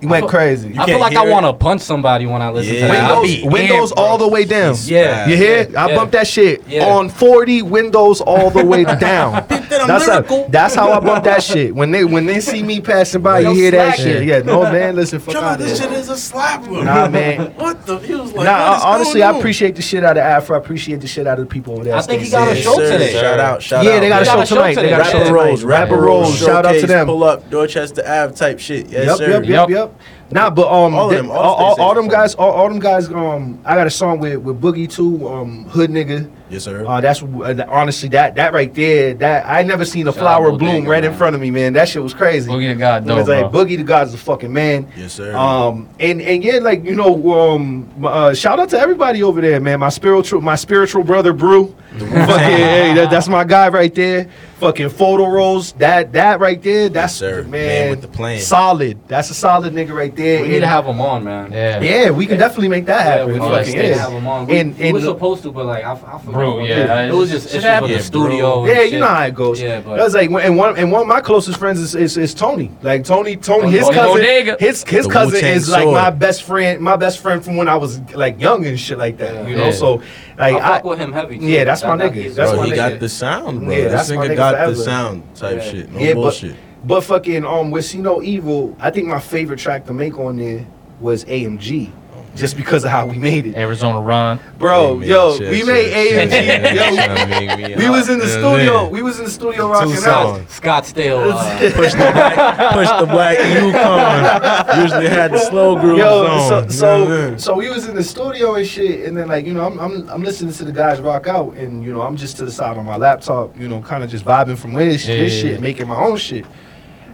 [SPEAKER 2] He went crazy.
[SPEAKER 1] I
[SPEAKER 4] can't
[SPEAKER 1] feel like I
[SPEAKER 4] hear it.
[SPEAKER 1] want to punch somebody when I listen
[SPEAKER 4] Yeah.
[SPEAKER 1] to that. I'll
[SPEAKER 2] Windows,
[SPEAKER 1] be
[SPEAKER 2] windows
[SPEAKER 1] amped,
[SPEAKER 2] all
[SPEAKER 1] bro.
[SPEAKER 2] the way down.
[SPEAKER 1] Yeah.
[SPEAKER 2] You hear? I
[SPEAKER 1] Yeah.
[SPEAKER 2] bumped that shit
[SPEAKER 1] Yeah.
[SPEAKER 2] on 40 windows all the way down. that's, how, that's how I bump that shit. When they when they see me passing by, you hear that shit. Yeah, no man, listen, fuck
[SPEAKER 4] John,
[SPEAKER 2] out
[SPEAKER 4] this
[SPEAKER 2] of
[SPEAKER 4] shit is a slapper.
[SPEAKER 2] Nah, man.
[SPEAKER 4] What the? He was like,
[SPEAKER 2] Nah,
[SPEAKER 4] what is
[SPEAKER 2] I- honestly,
[SPEAKER 4] going
[SPEAKER 2] I
[SPEAKER 4] on?
[SPEAKER 2] appreciate the shit out of Afro. I appreciate the shit out of the people over there.
[SPEAKER 1] I
[SPEAKER 2] at
[SPEAKER 1] think he
[SPEAKER 2] Stay
[SPEAKER 1] got a
[SPEAKER 2] Safe.
[SPEAKER 1] show
[SPEAKER 4] sir.
[SPEAKER 1] today.
[SPEAKER 4] Shout out, shout
[SPEAKER 2] Yeah,
[SPEAKER 4] out.
[SPEAKER 2] they got a
[SPEAKER 1] They
[SPEAKER 2] show
[SPEAKER 1] got a show
[SPEAKER 2] tonight. They got a
[SPEAKER 1] today. Rapper
[SPEAKER 2] show
[SPEAKER 4] Rapper
[SPEAKER 2] tonight.
[SPEAKER 4] Rose, Rapper Rose.
[SPEAKER 2] Shout out to
[SPEAKER 4] Showcase,
[SPEAKER 2] them.
[SPEAKER 4] Pull up, Dorchester Ave type shit. Yes,
[SPEAKER 2] Yep,
[SPEAKER 4] sir.
[SPEAKER 2] yep, yep, yep. Nah, but um,
[SPEAKER 4] All of
[SPEAKER 2] they-
[SPEAKER 4] them, all
[SPEAKER 2] all, all,
[SPEAKER 4] Stay
[SPEAKER 2] all
[SPEAKER 4] Safe.
[SPEAKER 2] them guys, all, all them guys. Um, I got a song with with Boogie too. Um, Hood nigga.
[SPEAKER 4] Yes, sir.
[SPEAKER 2] Uh, that's uh, honestly that that right there. That I never seen a
[SPEAKER 6] Shout
[SPEAKER 2] flower
[SPEAKER 6] out
[SPEAKER 2] bloom
[SPEAKER 6] Bodega,
[SPEAKER 2] right in
[SPEAKER 6] man.
[SPEAKER 2] front of me, man. That shit was crazy.
[SPEAKER 6] Boogie to God,
[SPEAKER 2] It
[SPEAKER 6] dope,
[SPEAKER 2] was like
[SPEAKER 6] bro.
[SPEAKER 2] Boogie the God's a fucking man.
[SPEAKER 4] yes, sir.
[SPEAKER 2] Um and and yeah, like you know, um, uh, shout out to everybody over there, man. My spiritual, my spiritual brother Brew. Fucking, hey, that, that's my guy right there. Fucking photo rolls. That that right there. That's
[SPEAKER 4] sir.
[SPEAKER 2] man,
[SPEAKER 4] Man with the plan.
[SPEAKER 2] Solid. That's a solid nigga right there.
[SPEAKER 1] We need
[SPEAKER 2] And-
[SPEAKER 1] to have him on, man.
[SPEAKER 6] Yeah.
[SPEAKER 2] yeah, we can definitely make that
[SPEAKER 1] Yeah,
[SPEAKER 2] happen.
[SPEAKER 1] we
[SPEAKER 2] Fucking
[SPEAKER 1] fucking need to
[SPEAKER 2] yes.
[SPEAKER 1] have him on. We,
[SPEAKER 2] And-
[SPEAKER 1] we
[SPEAKER 2] and
[SPEAKER 1] were
[SPEAKER 2] look-
[SPEAKER 1] supposed to, but like I, I forgot.
[SPEAKER 3] Bro,
[SPEAKER 1] what-
[SPEAKER 3] yeah,
[SPEAKER 1] it was just
[SPEAKER 3] shit
[SPEAKER 1] issues with
[SPEAKER 3] happens,
[SPEAKER 1] the studio.
[SPEAKER 2] Yeah,
[SPEAKER 1] and
[SPEAKER 2] you
[SPEAKER 1] shit.
[SPEAKER 2] know how it goes.
[SPEAKER 1] Yeah,
[SPEAKER 2] Yeah,
[SPEAKER 1] but-
[SPEAKER 2] that's like and one and one of my closest friends is is, is Tony. Like Tony, Tony, his
[SPEAKER 1] Tony
[SPEAKER 2] cousin,
[SPEAKER 3] Bodega.
[SPEAKER 2] his his
[SPEAKER 4] The
[SPEAKER 2] cousin
[SPEAKER 4] Wu-Tang
[SPEAKER 2] is like
[SPEAKER 4] Sword.
[SPEAKER 2] my best friend, my best friend from when I was like young and shit like that.
[SPEAKER 1] Yeah.
[SPEAKER 2] You know,
[SPEAKER 6] Yeah.
[SPEAKER 2] so like
[SPEAKER 1] I
[SPEAKER 2] I,
[SPEAKER 1] fuck with him heavy. too.
[SPEAKER 2] Yeah, that's my
[SPEAKER 1] That- that
[SPEAKER 2] nigga.
[SPEAKER 1] is-
[SPEAKER 2] That's
[SPEAKER 4] bro,
[SPEAKER 2] my
[SPEAKER 4] he
[SPEAKER 2] nigga.
[SPEAKER 4] got the sound, bro.
[SPEAKER 2] Yeah,
[SPEAKER 4] this
[SPEAKER 2] that's my
[SPEAKER 4] nigga
[SPEAKER 2] nigga
[SPEAKER 4] got
[SPEAKER 2] forever.
[SPEAKER 4] the sound type
[SPEAKER 1] Yeah.
[SPEAKER 4] shit. No
[SPEAKER 2] yeah,
[SPEAKER 4] bullshit.
[SPEAKER 2] but but fucking um with See No Evil, I think my favorite track to make on there was AMG, just because of how we made it,
[SPEAKER 6] Arizona Ron.
[SPEAKER 2] bro.
[SPEAKER 4] Amen.
[SPEAKER 2] yo,
[SPEAKER 4] Shit,
[SPEAKER 2] we
[SPEAKER 4] shit,
[SPEAKER 2] made
[SPEAKER 4] shit, shit.
[SPEAKER 2] AMG. yo,
[SPEAKER 4] Tryna make me
[SPEAKER 2] we
[SPEAKER 4] hot.
[SPEAKER 2] was in the
[SPEAKER 4] You know what I'm
[SPEAKER 2] studio.
[SPEAKER 4] saying?
[SPEAKER 2] We was in the studio rocking out.
[SPEAKER 1] Scott- Scottsdale. uh,
[SPEAKER 4] push the black, push the black EU on. Usually had the slow grooves
[SPEAKER 2] Yo, so
[SPEAKER 4] on. You know what I'm
[SPEAKER 2] so,
[SPEAKER 4] saying?
[SPEAKER 2] so we was in the studio and shit, and then like you know I'm, I'm I'm listening to the guys rock out, and you know I'm just to the side on my laptop, you know, kind of just vibing from this,
[SPEAKER 6] Yeah,
[SPEAKER 2] this
[SPEAKER 6] yeah,
[SPEAKER 2] shit,
[SPEAKER 6] yeah.
[SPEAKER 2] making my own shit.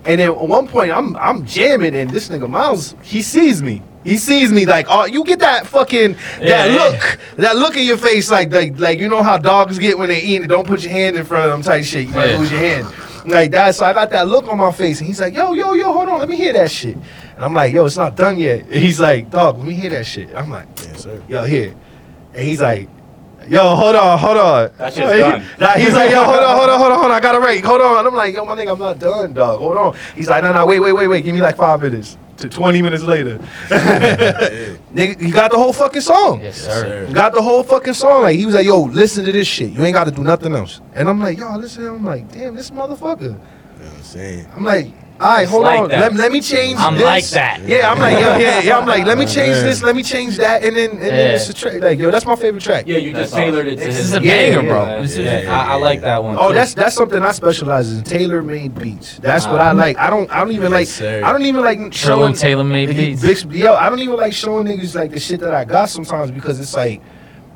[SPEAKER 2] And then at one point I'm I'm jamming, and this nigga Miles he sees me. He sees me like, oh, you get that fucking
[SPEAKER 6] Yeah,
[SPEAKER 2] that
[SPEAKER 6] yeah.
[SPEAKER 2] look, that look in your face, like like like you know how dogs get when they eat, don't put your hand in front of them type shit. You might
[SPEAKER 6] Yeah.
[SPEAKER 2] lose your hand. Like that, so I got that look on my face, and he's like, "Yo, yo, yo, hold on, let me hear that shit." And I'm like, "Yo, it's not done yet." And he's like, "Dog, let me hear that shit." I'm like,
[SPEAKER 4] Yes, sir.
[SPEAKER 2] "Yo, here," and he's like, "Yo, hold on, hold on."
[SPEAKER 1] That shit's done.
[SPEAKER 2] Nah, he's like, "Yo, hold on, hold on, hold on, hold on, I got it right, hold on." And I'm like, "Yo, my nigga, I'm not done, dog, hold on." He's like, "No, no, wait, wait, wait, wait, give me like five minutes." To 20 minutes later, nigga, he got the whole fucking song.
[SPEAKER 6] Yes,
[SPEAKER 4] Yes,
[SPEAKER 6] sir.
[SPEAKER 4] sir.
[SPEAKER 2] Got the whole fucking song. Like he was like, "Yo, listen to this shit. You ain't got to do nothing else." And I'm like, "Yo, listen." I'm like, "Damn, this motherfucker."
[SPEAKER 4] You know what I'm saying?
[SPEAKER 2] I'm like, all right, hold
[SPEAKER 1] like
[SPEAKER 2] on.
[SPEAKER 1] that.
[SPEAKER 2] Let, let me change
[SPEAKER 6] I'm
[SPEAKER 2] this.
[SPEAKER 6] like that.
[SPEAKER 2] Yeah, I'm like, yo, yeah, yeah. I'm like, let me change
[SPEAKER 4] man.
[SPEAKER 2] this, let me change that, and then and
[SPEAKER 6] Yeah.
[SPEAKER 2] then it's a track. Like, yo, that's my favorite track.
[SPEAKER 1] Yeah, you
[SPEAKER 6] That's
[SPEAKER 1] just tailored it to
[SPEAKER 6] This
[SPEAKER 1] his.
[SPEAKER 6] is a
[SPEAKER 1] Yeah,
[SPEAKER 6] banger,
[SPEAKER 1] yeah,
[SPEAKER 6] bro.
[SPEAKER 1] yeah.
[SPEAKER 6] This is-
[SPEAKER 1] Yeah,
[SPEAKER 4] yeah,
[SPEAKER 1] I, I
[SPEAKER 4] yeah.
[SPEAKER 1] like that one.
[SPEAKER 2] Oh,
[SPEAKER 1] too.
[SPEAKER 2] that's that's something I specialize in. Tailor made beats. That's what I like. I don't I don't even
[SPEAKER 4] Yes,
[SPEAKER 2] like
[SPEAKER 4] sir.
[SPEAKER 2] I don't even like
[SPEAKER 6] Trill
[SPEAKER 2] showing
[SPEAKER 6] and Taylor made beats.
[SPEAKER 2] Bitch, yo, I don't even like showing niggas like the shit that I got sometimes because it's like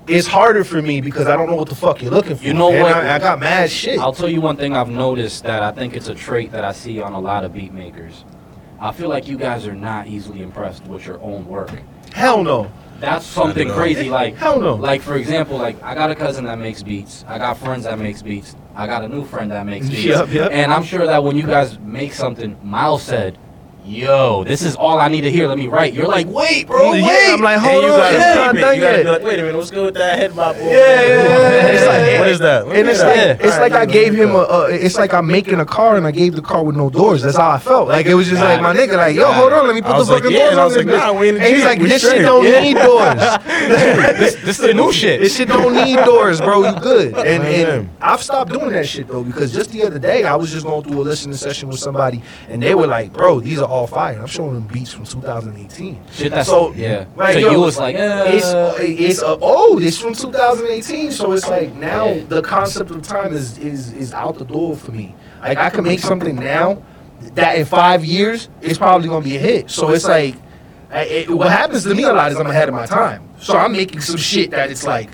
[SPEAKER 2] it's harder for me because I don't know what the fuck you're looking for.
[SPEAKER 1] You know
[SPEAKER 2] And
[SPEAKER 1] what?
[SPEAKER 2] I, I got mad shit.
[SPEAKER 1] I'll tell you one thing I've noticed that I think it's a trait that I see on a lot of beat makers. I feel like you guys are not easily impressed with your own work.
[SPEAKER 2] Hell no.
[SPEAKER 1] That's something
[SPEAKER 4] all.
[SPEAKER 1] crazy. Like
[SPEAKER 2] Hell no.
[SPEAKER 1] Like for example, like I got a cousin that makes beats. I got friends that makes beats. I got a new friend that makes beats.
[SPEAKER 2] Yup, yup.
[SPEAKER 1] And I'm sure that when you guys make something, Miles said, "Yo, this is all I need to hear. Let me write." You're like, "Wait, bro,
[SPEAKER 2] Yeah,
[SPEAKER 1] wait."
[SPEAKER 2] I'm like, hold
[SPEAKER 4] and you
[SPEAKER 2] on,
[SPEAKER 4] gotta
[SPEAKER 2] it's not
[SPEAKER 4] peep it.
[SPEAKER 2] done
[SPEAKER 4] You gotta
[SPEAKER 2] yet.
[SPEAKER 4] be like, wait a minute, what's good with that head bop? Yeah,
[SPEAKER 2] yeah,
[SPEAKER 4] It's like,
[SPEAKER 2] yeah.
[SPEAKER 4] what is that?
[SPEAKER 2] And it's like it's like I gave him a, a it's like I'm making a car and I gave the car with no doors. That's how I felt. Like it was just like my nigga, like yo, hold on, let me put
[SPEAKER 4] I
[SPEAKER 2] the
[SPEAKER 4] was like,
[SPEAKER 2] fucking
[SPEAKER 4] yeah,
[SPEAKER 2] doors
[SPEAKER 4] and I was
[SPEAKER 2] on
[SPEAKER 4] like,
[SPEAKER 2] this.
[SPEAKER 4] nah,
[SPEAKER 2] bitch.
[SPEAKER 4] we in the
[SPEAKER 2] And he's
[SPEAKER 4] gym.
[SPEAKER 2] like,
[SPEAKER 4] We
[SPEAKER 2] this shit
[SPEAKER 4] straight.
[SPEAKER 2] don't
[SPEAKER 4] Yeah.
[SPEAKER 2] need doors.
[SPEAKER 3] This, this is the new shit.
[SPEAKER 2] This shit don't need doors, bro. You good? And,
[SPEAKER 4] Yeah.
[SPEAKER 2] and I've stopped doing that shit though because just the other day I was just going through a listening session with somebody and they were like, bro, these are all fire. I'm showing them beats from 2018.
[SPEAKER 1] Shit, that's
[SPEAKER 2] So,
[SPEAKER 1] yeah.
[SPEAKER 2] like,
[SPEAKER 1] so
[SPEAKER 2] yo,
[SPEAKER 1] you was like, uh,
[SPEAKER 2] it's it's uh, old. It's from 2018, so it's like now the concept of time is is is out the door for me. Like I can make something now that in five years it's probably gonna be a hit. So it's like I- it, what happens to me a lot is I'm ahead of my time. So I'm making some shit that it's like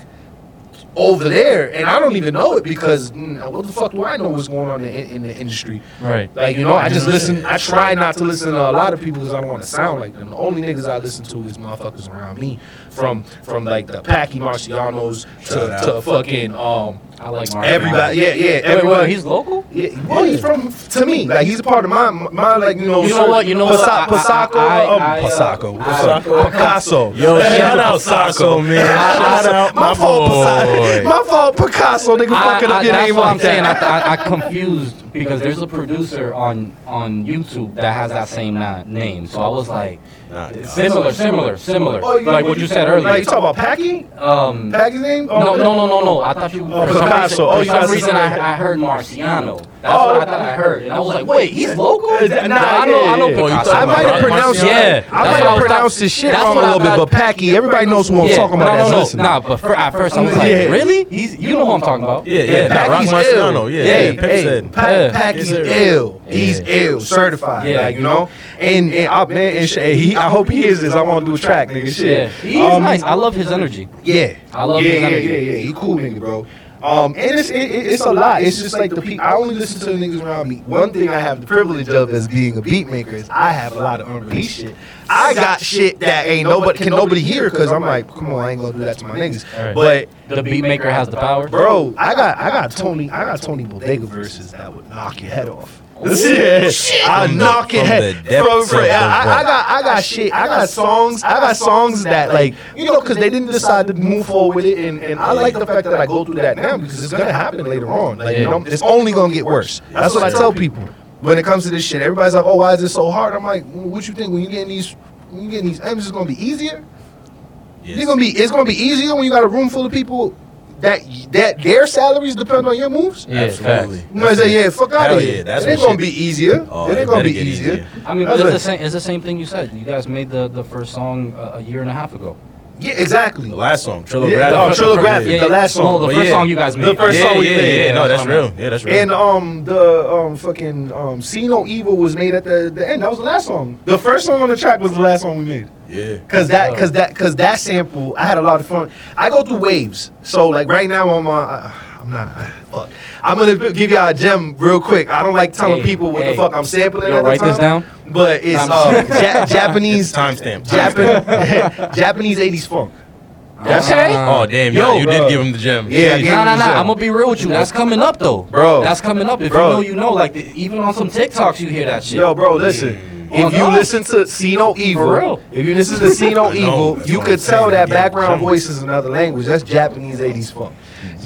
[SPEAKER 2] over there, and I don't even know it because mm, what the fuck do I know what's going on in, in the industry?
[SPEAKER 6] Right.
[SPEAKER 2] Like you know, I just listen. I try not to listen to a lot of people because I don't want to sound like them. The only niggas I listen to is motherfuckers around me, from from like the Packy Marcianos
[SPEAKER 4] Shout
[SPEAKER 2] to,
[SPEAKER 4] out.
[SPEAKER 2] to fucking um
[SPEAKER 1] I like Mark
[SPEAKER 2] everybody. Yeah, yeah,
[SPEAKER 6] Wait,
[SPEAKER 2] everybody.
[SPEAKER 6] wait, he's local?
[SPEAKER 2] yeah, well, he's from to me. Like he's a part of my my like you know.
[SPEAKER 1] You know what? You know what? I- I-
[SPEAKER 2] Pasaco. Um,
[SPEAKER 1] I- I, uh,
[SPEAKER 2] Pasaco.
[SPEAKER 1] I-
[SPEAKER 2] Picasso.
[SPEAKER 4] Yo, shout out Sako, man. Shout out my,
[SPEAKER 2] My fault, Picasso.
[SPEAKER 4] boy.
[SPEAKER 2] My fault, Picasso. Nigga,
[SPEAKER 1] I-
[SPEAKER 2] fucking
[SPEAKER 1] I-
[SPEAKER 2] up your
[SPEAKER 1] that's
[SPEAKER 2] name
[SPEAKER 1] what
[SPEAKER 2] like
[SPEAKER 1] I'm saying. I,
[SPEAKER 2] that.
[SPEAKER 1] I, I confused because there's a producer on on YouTube that has that same na- name. So I was like,
[SPEAKER 4] Nah, nah.
[SPEAKER 1] similar, similar, similar.
[SPEAKER 2] Oh, you-
[SPEAKER 1] like what you said earlier.
[SPEAKER 2] Like you talking about Packy?
[SPEAKER 1] um,
[SPEAKER 2] Packy's name? Oh,
[SPEAKER 1] no, no, no, no, no. I thought you.
[SPEAKER 2] Oh,
[SPEAKER 1] for some
[SPEAKER 2] Picasso.
[SPEAKER 1] reason,
[SPEAKER 2] Oh,
[SPEAKER 1] for
[SPEAKER 2] you
[SPEAKER 1] some
[SPEAKER 2] guys-
[SPEAKER 1] reason I, I heard Marciano. That's
[SPEAKER 2] Oh.
[SPEAKER 1] what I thought I heard, and I was like, wait, he's local.
[SPEAKER 2] Is that-
[SPEAKER 1] Nah,
[SPEAKER 2] nah,
[SPEAKER 1] I know,
[SPEAKER 2] yeah,
[SPEAKER 1] I know.
[SPEAKER 2] yeah.
[SPEAKER 4] Oh, you
[SPEAKER 1] Picasso.
[SPEAKER 4] talking
[SPEAKER 2] I might have
[SPEAKER 4] Marciano?
[SPEAKER 2] pronounced
[SPEAKER 6] Yeah,
[SPEAKER 2] I
[SPEAKER 1] that's
[SPEAKER 2] might
[SPEAKER 1] what I
[SPEAKER 2] have
[SPEAKER 1] was
[SPEAKER 2] pronounced
[SPEAKER 1] thought-
[SPEAKER 2] this shit
[SPEAKER 1] that's
[SPEAKER 2] wrong a
[SPEAKER 1] what I
[SPEAKER 2] little bit,
[SPEAKER 1] thought-
[SPEAKER 2] but Packy, everybody knows who I'm talking about.
[SPEAKER 1] no,
[SPEAKER 2] that's
[SPEAKER 1] no, no.
[SPEAKER 2] listening.
[SPEAKER 1] Nah, but fir- at first I was like,
[SPEAKER 2] Yeah.
[SPEAKER 1] really? He's, you know who I'm talking about?
[SPEAKER 4] Yeah, yeah, nah, Rock
[SPEAKER 2] Packy's ill.
[SPEAKER 4] Marciano. Yeah, yeah,
[SPEAKER 2] hey,
[SPEAKER 4] Pimp
[SPEAKER 2] hey,
[SPEAKER 4] said.
[SPEAKER 2] Pa-
[SPEAKER 6] Yeah.
[SPEAKER 2] Packy's
[SPEAKER 4] Yes, sir.
[SPEAKER 2] ill. He's ill, certified.
[SPEAKER 1] Yeah.
[SPEAKER 2] like, you know. And and I, man, and sh- and he, I hope he is this. I want to do a track, nigga.
[SPEAKER 1] Yeah,
[SPEAKER 2] Shit.
[SPEAKER 1] he's
[SPEAKER 2] Um,
[SPEAKER 1] nice. I love his energy.
[SPEAKER 2] Yeah.
[SPEAKER 1] I love
[SPEAKER 2] yeah,
[SPEAKER 1] his
[SPEAKER 2] yeah,
[SPEAKER 1] energy.
[SPEAKER 2] yeah, yeah. He cool, nigga, bro. Um, and it's, it, it- it's a lot. It's just like the people. I only listen to the niggas around me. One thing I have the privilege of as being a beat maker is I have a lot of unreleased shit. I got shit that ain't nobody can nobody hear because I'm like, come on, I ain't gonna do that to my niggas.
[SPEAKER 6] Alright.
[SPEAKER 2] But
[SPEAKER 1] The beat maker has the power.
[SPEAKER 2] bro, I got I got Tony I got Tony Bodega verses that would knock your head off. Yeah, I knock your
[SPEAKER 4] From
[SPEAKER 2] head
[SPEAKER 4] the depths
[SPEAKER 2] from, from,
[SPEAKER 4] of the
[SPEAKER 2] I, I- I
[SPEAKER 4] vault.
[SPEAKER 2] got I got shit. I got songs. I got songs that like you know because they didn't decide to move forward with it, and, and I like the fact that I go through that now because it's gonna happen later on. Like you
[SPEAKER 6] Yeah.
[SPEAKER 2] know, it's only gonna get worse. That's what I tell people when it comes to this shit. Everybody's like, oh, why is it so hard? I'm like, "Well, what you think when you getting these when you getting these M's, it's gonna be easier. It's gonna be it's gonna be easier when you got a room full of people that that their salaries depend on your moves.
[SPEAKER 6] Yeah,
[SPEAKER 4] Absolutely.
[SPEAKER 2] You might say, yeah, fuck out
[SPEAKER 4] Hell
[SPEAKER 2] of here.
[SPEAKER 4] yeah, that's
[SPEAKER 2] it ain't
[SPEAKER 4] what
[SPEAKER 2] gonna
[SPEAKER 4] shit-
[SPEAKER 2] be easier.
[SPEAKER 4] Oh,
[SPEAKER 2] it
[SPEAKER 4] it
[SPEAKER 2] ain't gonna
[SPEAKER 4] better
[SPEAKER 2] be
[SPEAKER 4] get
[SPEAKER 2] easier.
[SPEAKER 4] easier.
[SPEAKER 1] I mean,
[SPEAKER 2] That's
[SPEAKER 1] but it's
[SPEAKER 2] it.
[SPEAKER 1] the same. It's the same thing you said. You guys made the the first song a, a year and a half ago.
[SPEAKER 2] Yeah, exactly.
[SPEAKER 4] The last song, Trillo
[SPEAKER 2] Yeah,
[SPEAKER 4] Graphic.
[SPEAKER 2] oh, Trillo Graphic,
[SPEAKER 1] Yeah,
[SPEAKER 2] the last
[SPEAKER 1] yeah.
[SPEAKER 2] song.
[SPEAKER 1] No, the
[SPEAKER 4] But
[SPEAKER 1] first
[SPEAKER 4] yeah.
[SPEAKER 1] song you guys made. Um, Yeah,
[SPEAKER 4] yeah, yeah, yeah, yeah, no, that's
[SPEAKER 1] my bad.
[SPEAKER 4] real. Yeah, that's real.
[SPEAKER 2] And um the um fucking um See No Evil was made at the, the end. That was the last song. The first song on the track was the last song we made.
[SPEAKER 4] yeah.
[SPEAKER 2] Cause that cause that cause that sample, I had a lot of fun. I go through waves. So like right now I'm on uh, I'm not fuck. I'm gonna give y'all a gem real quick. I don't like telling
[SPEAKER 1] Hey,
[SPEAKER 2] people what
[SPEAKER 1] hey.
[SPEAKER 2] the fuck I'm sampling.
[SPEAKER 1] Yo,
[SPEAKER 2] at the
[SPEAKER 1] write this
[SPEAKER 2] time,
[SPEAKER 1] down?
[SPEAKER 2] But it's
[SPEAKER 1] I'm
[SPEAKER 2] uh, ja- Japanese
[SPEAKER 4] Timestamp.
[SPEAKER 2] Japan, Japanese 80s funk. That's
[SPEAKER 1] Okay.
[SPEAKER 4] Oh damn,
[SPEAKER 2] Yo,
[SPEAKER 4] yo, you
[SPEAKER 2] bro.
[SPEAKER 4] did give him the gem.
[SPEAKER 2] Yeah,
[SPEAKER 1] Nah,
[SPEAKER 2] I
[SPEAKER 1] nah,
[SPEAKER 2] Yeah.
[SPEAKER 1] nah. I'm gonna be real with you. That's coming up though,
[SPEAKER 2] Bro.
[SPEAKER 1] That's coming up. If
[SPEAKER 2] Bro.
[SPEAKER 1] you know, you know. Like the, even on some TikToks, you hear that shit.
[SPEAKER 2] Yo, bro, listen. If you listen to See No
[SPEAKER 1] For
[SPEAKER 2] Evil,
[SPEAKER 1] real.
[SPEAKER 2] if you listen to See No
[SPEAKER 4] I know,
[SPEAKER 2] Evil,
[SPEAKER 4] that's
[SPEAKER 2] you
[SPEAKER 4] what
[SPEAKER 2] could
[SPEAKER 4] I'm saying.
[SPEAKER 2] tell that
[SPEAKER 4] Yeah,
[SPEAKER 2] background
[SPEAKER 4] yeah.
[SPEAKER 2] voice is another language. That's Japanese 80s funk.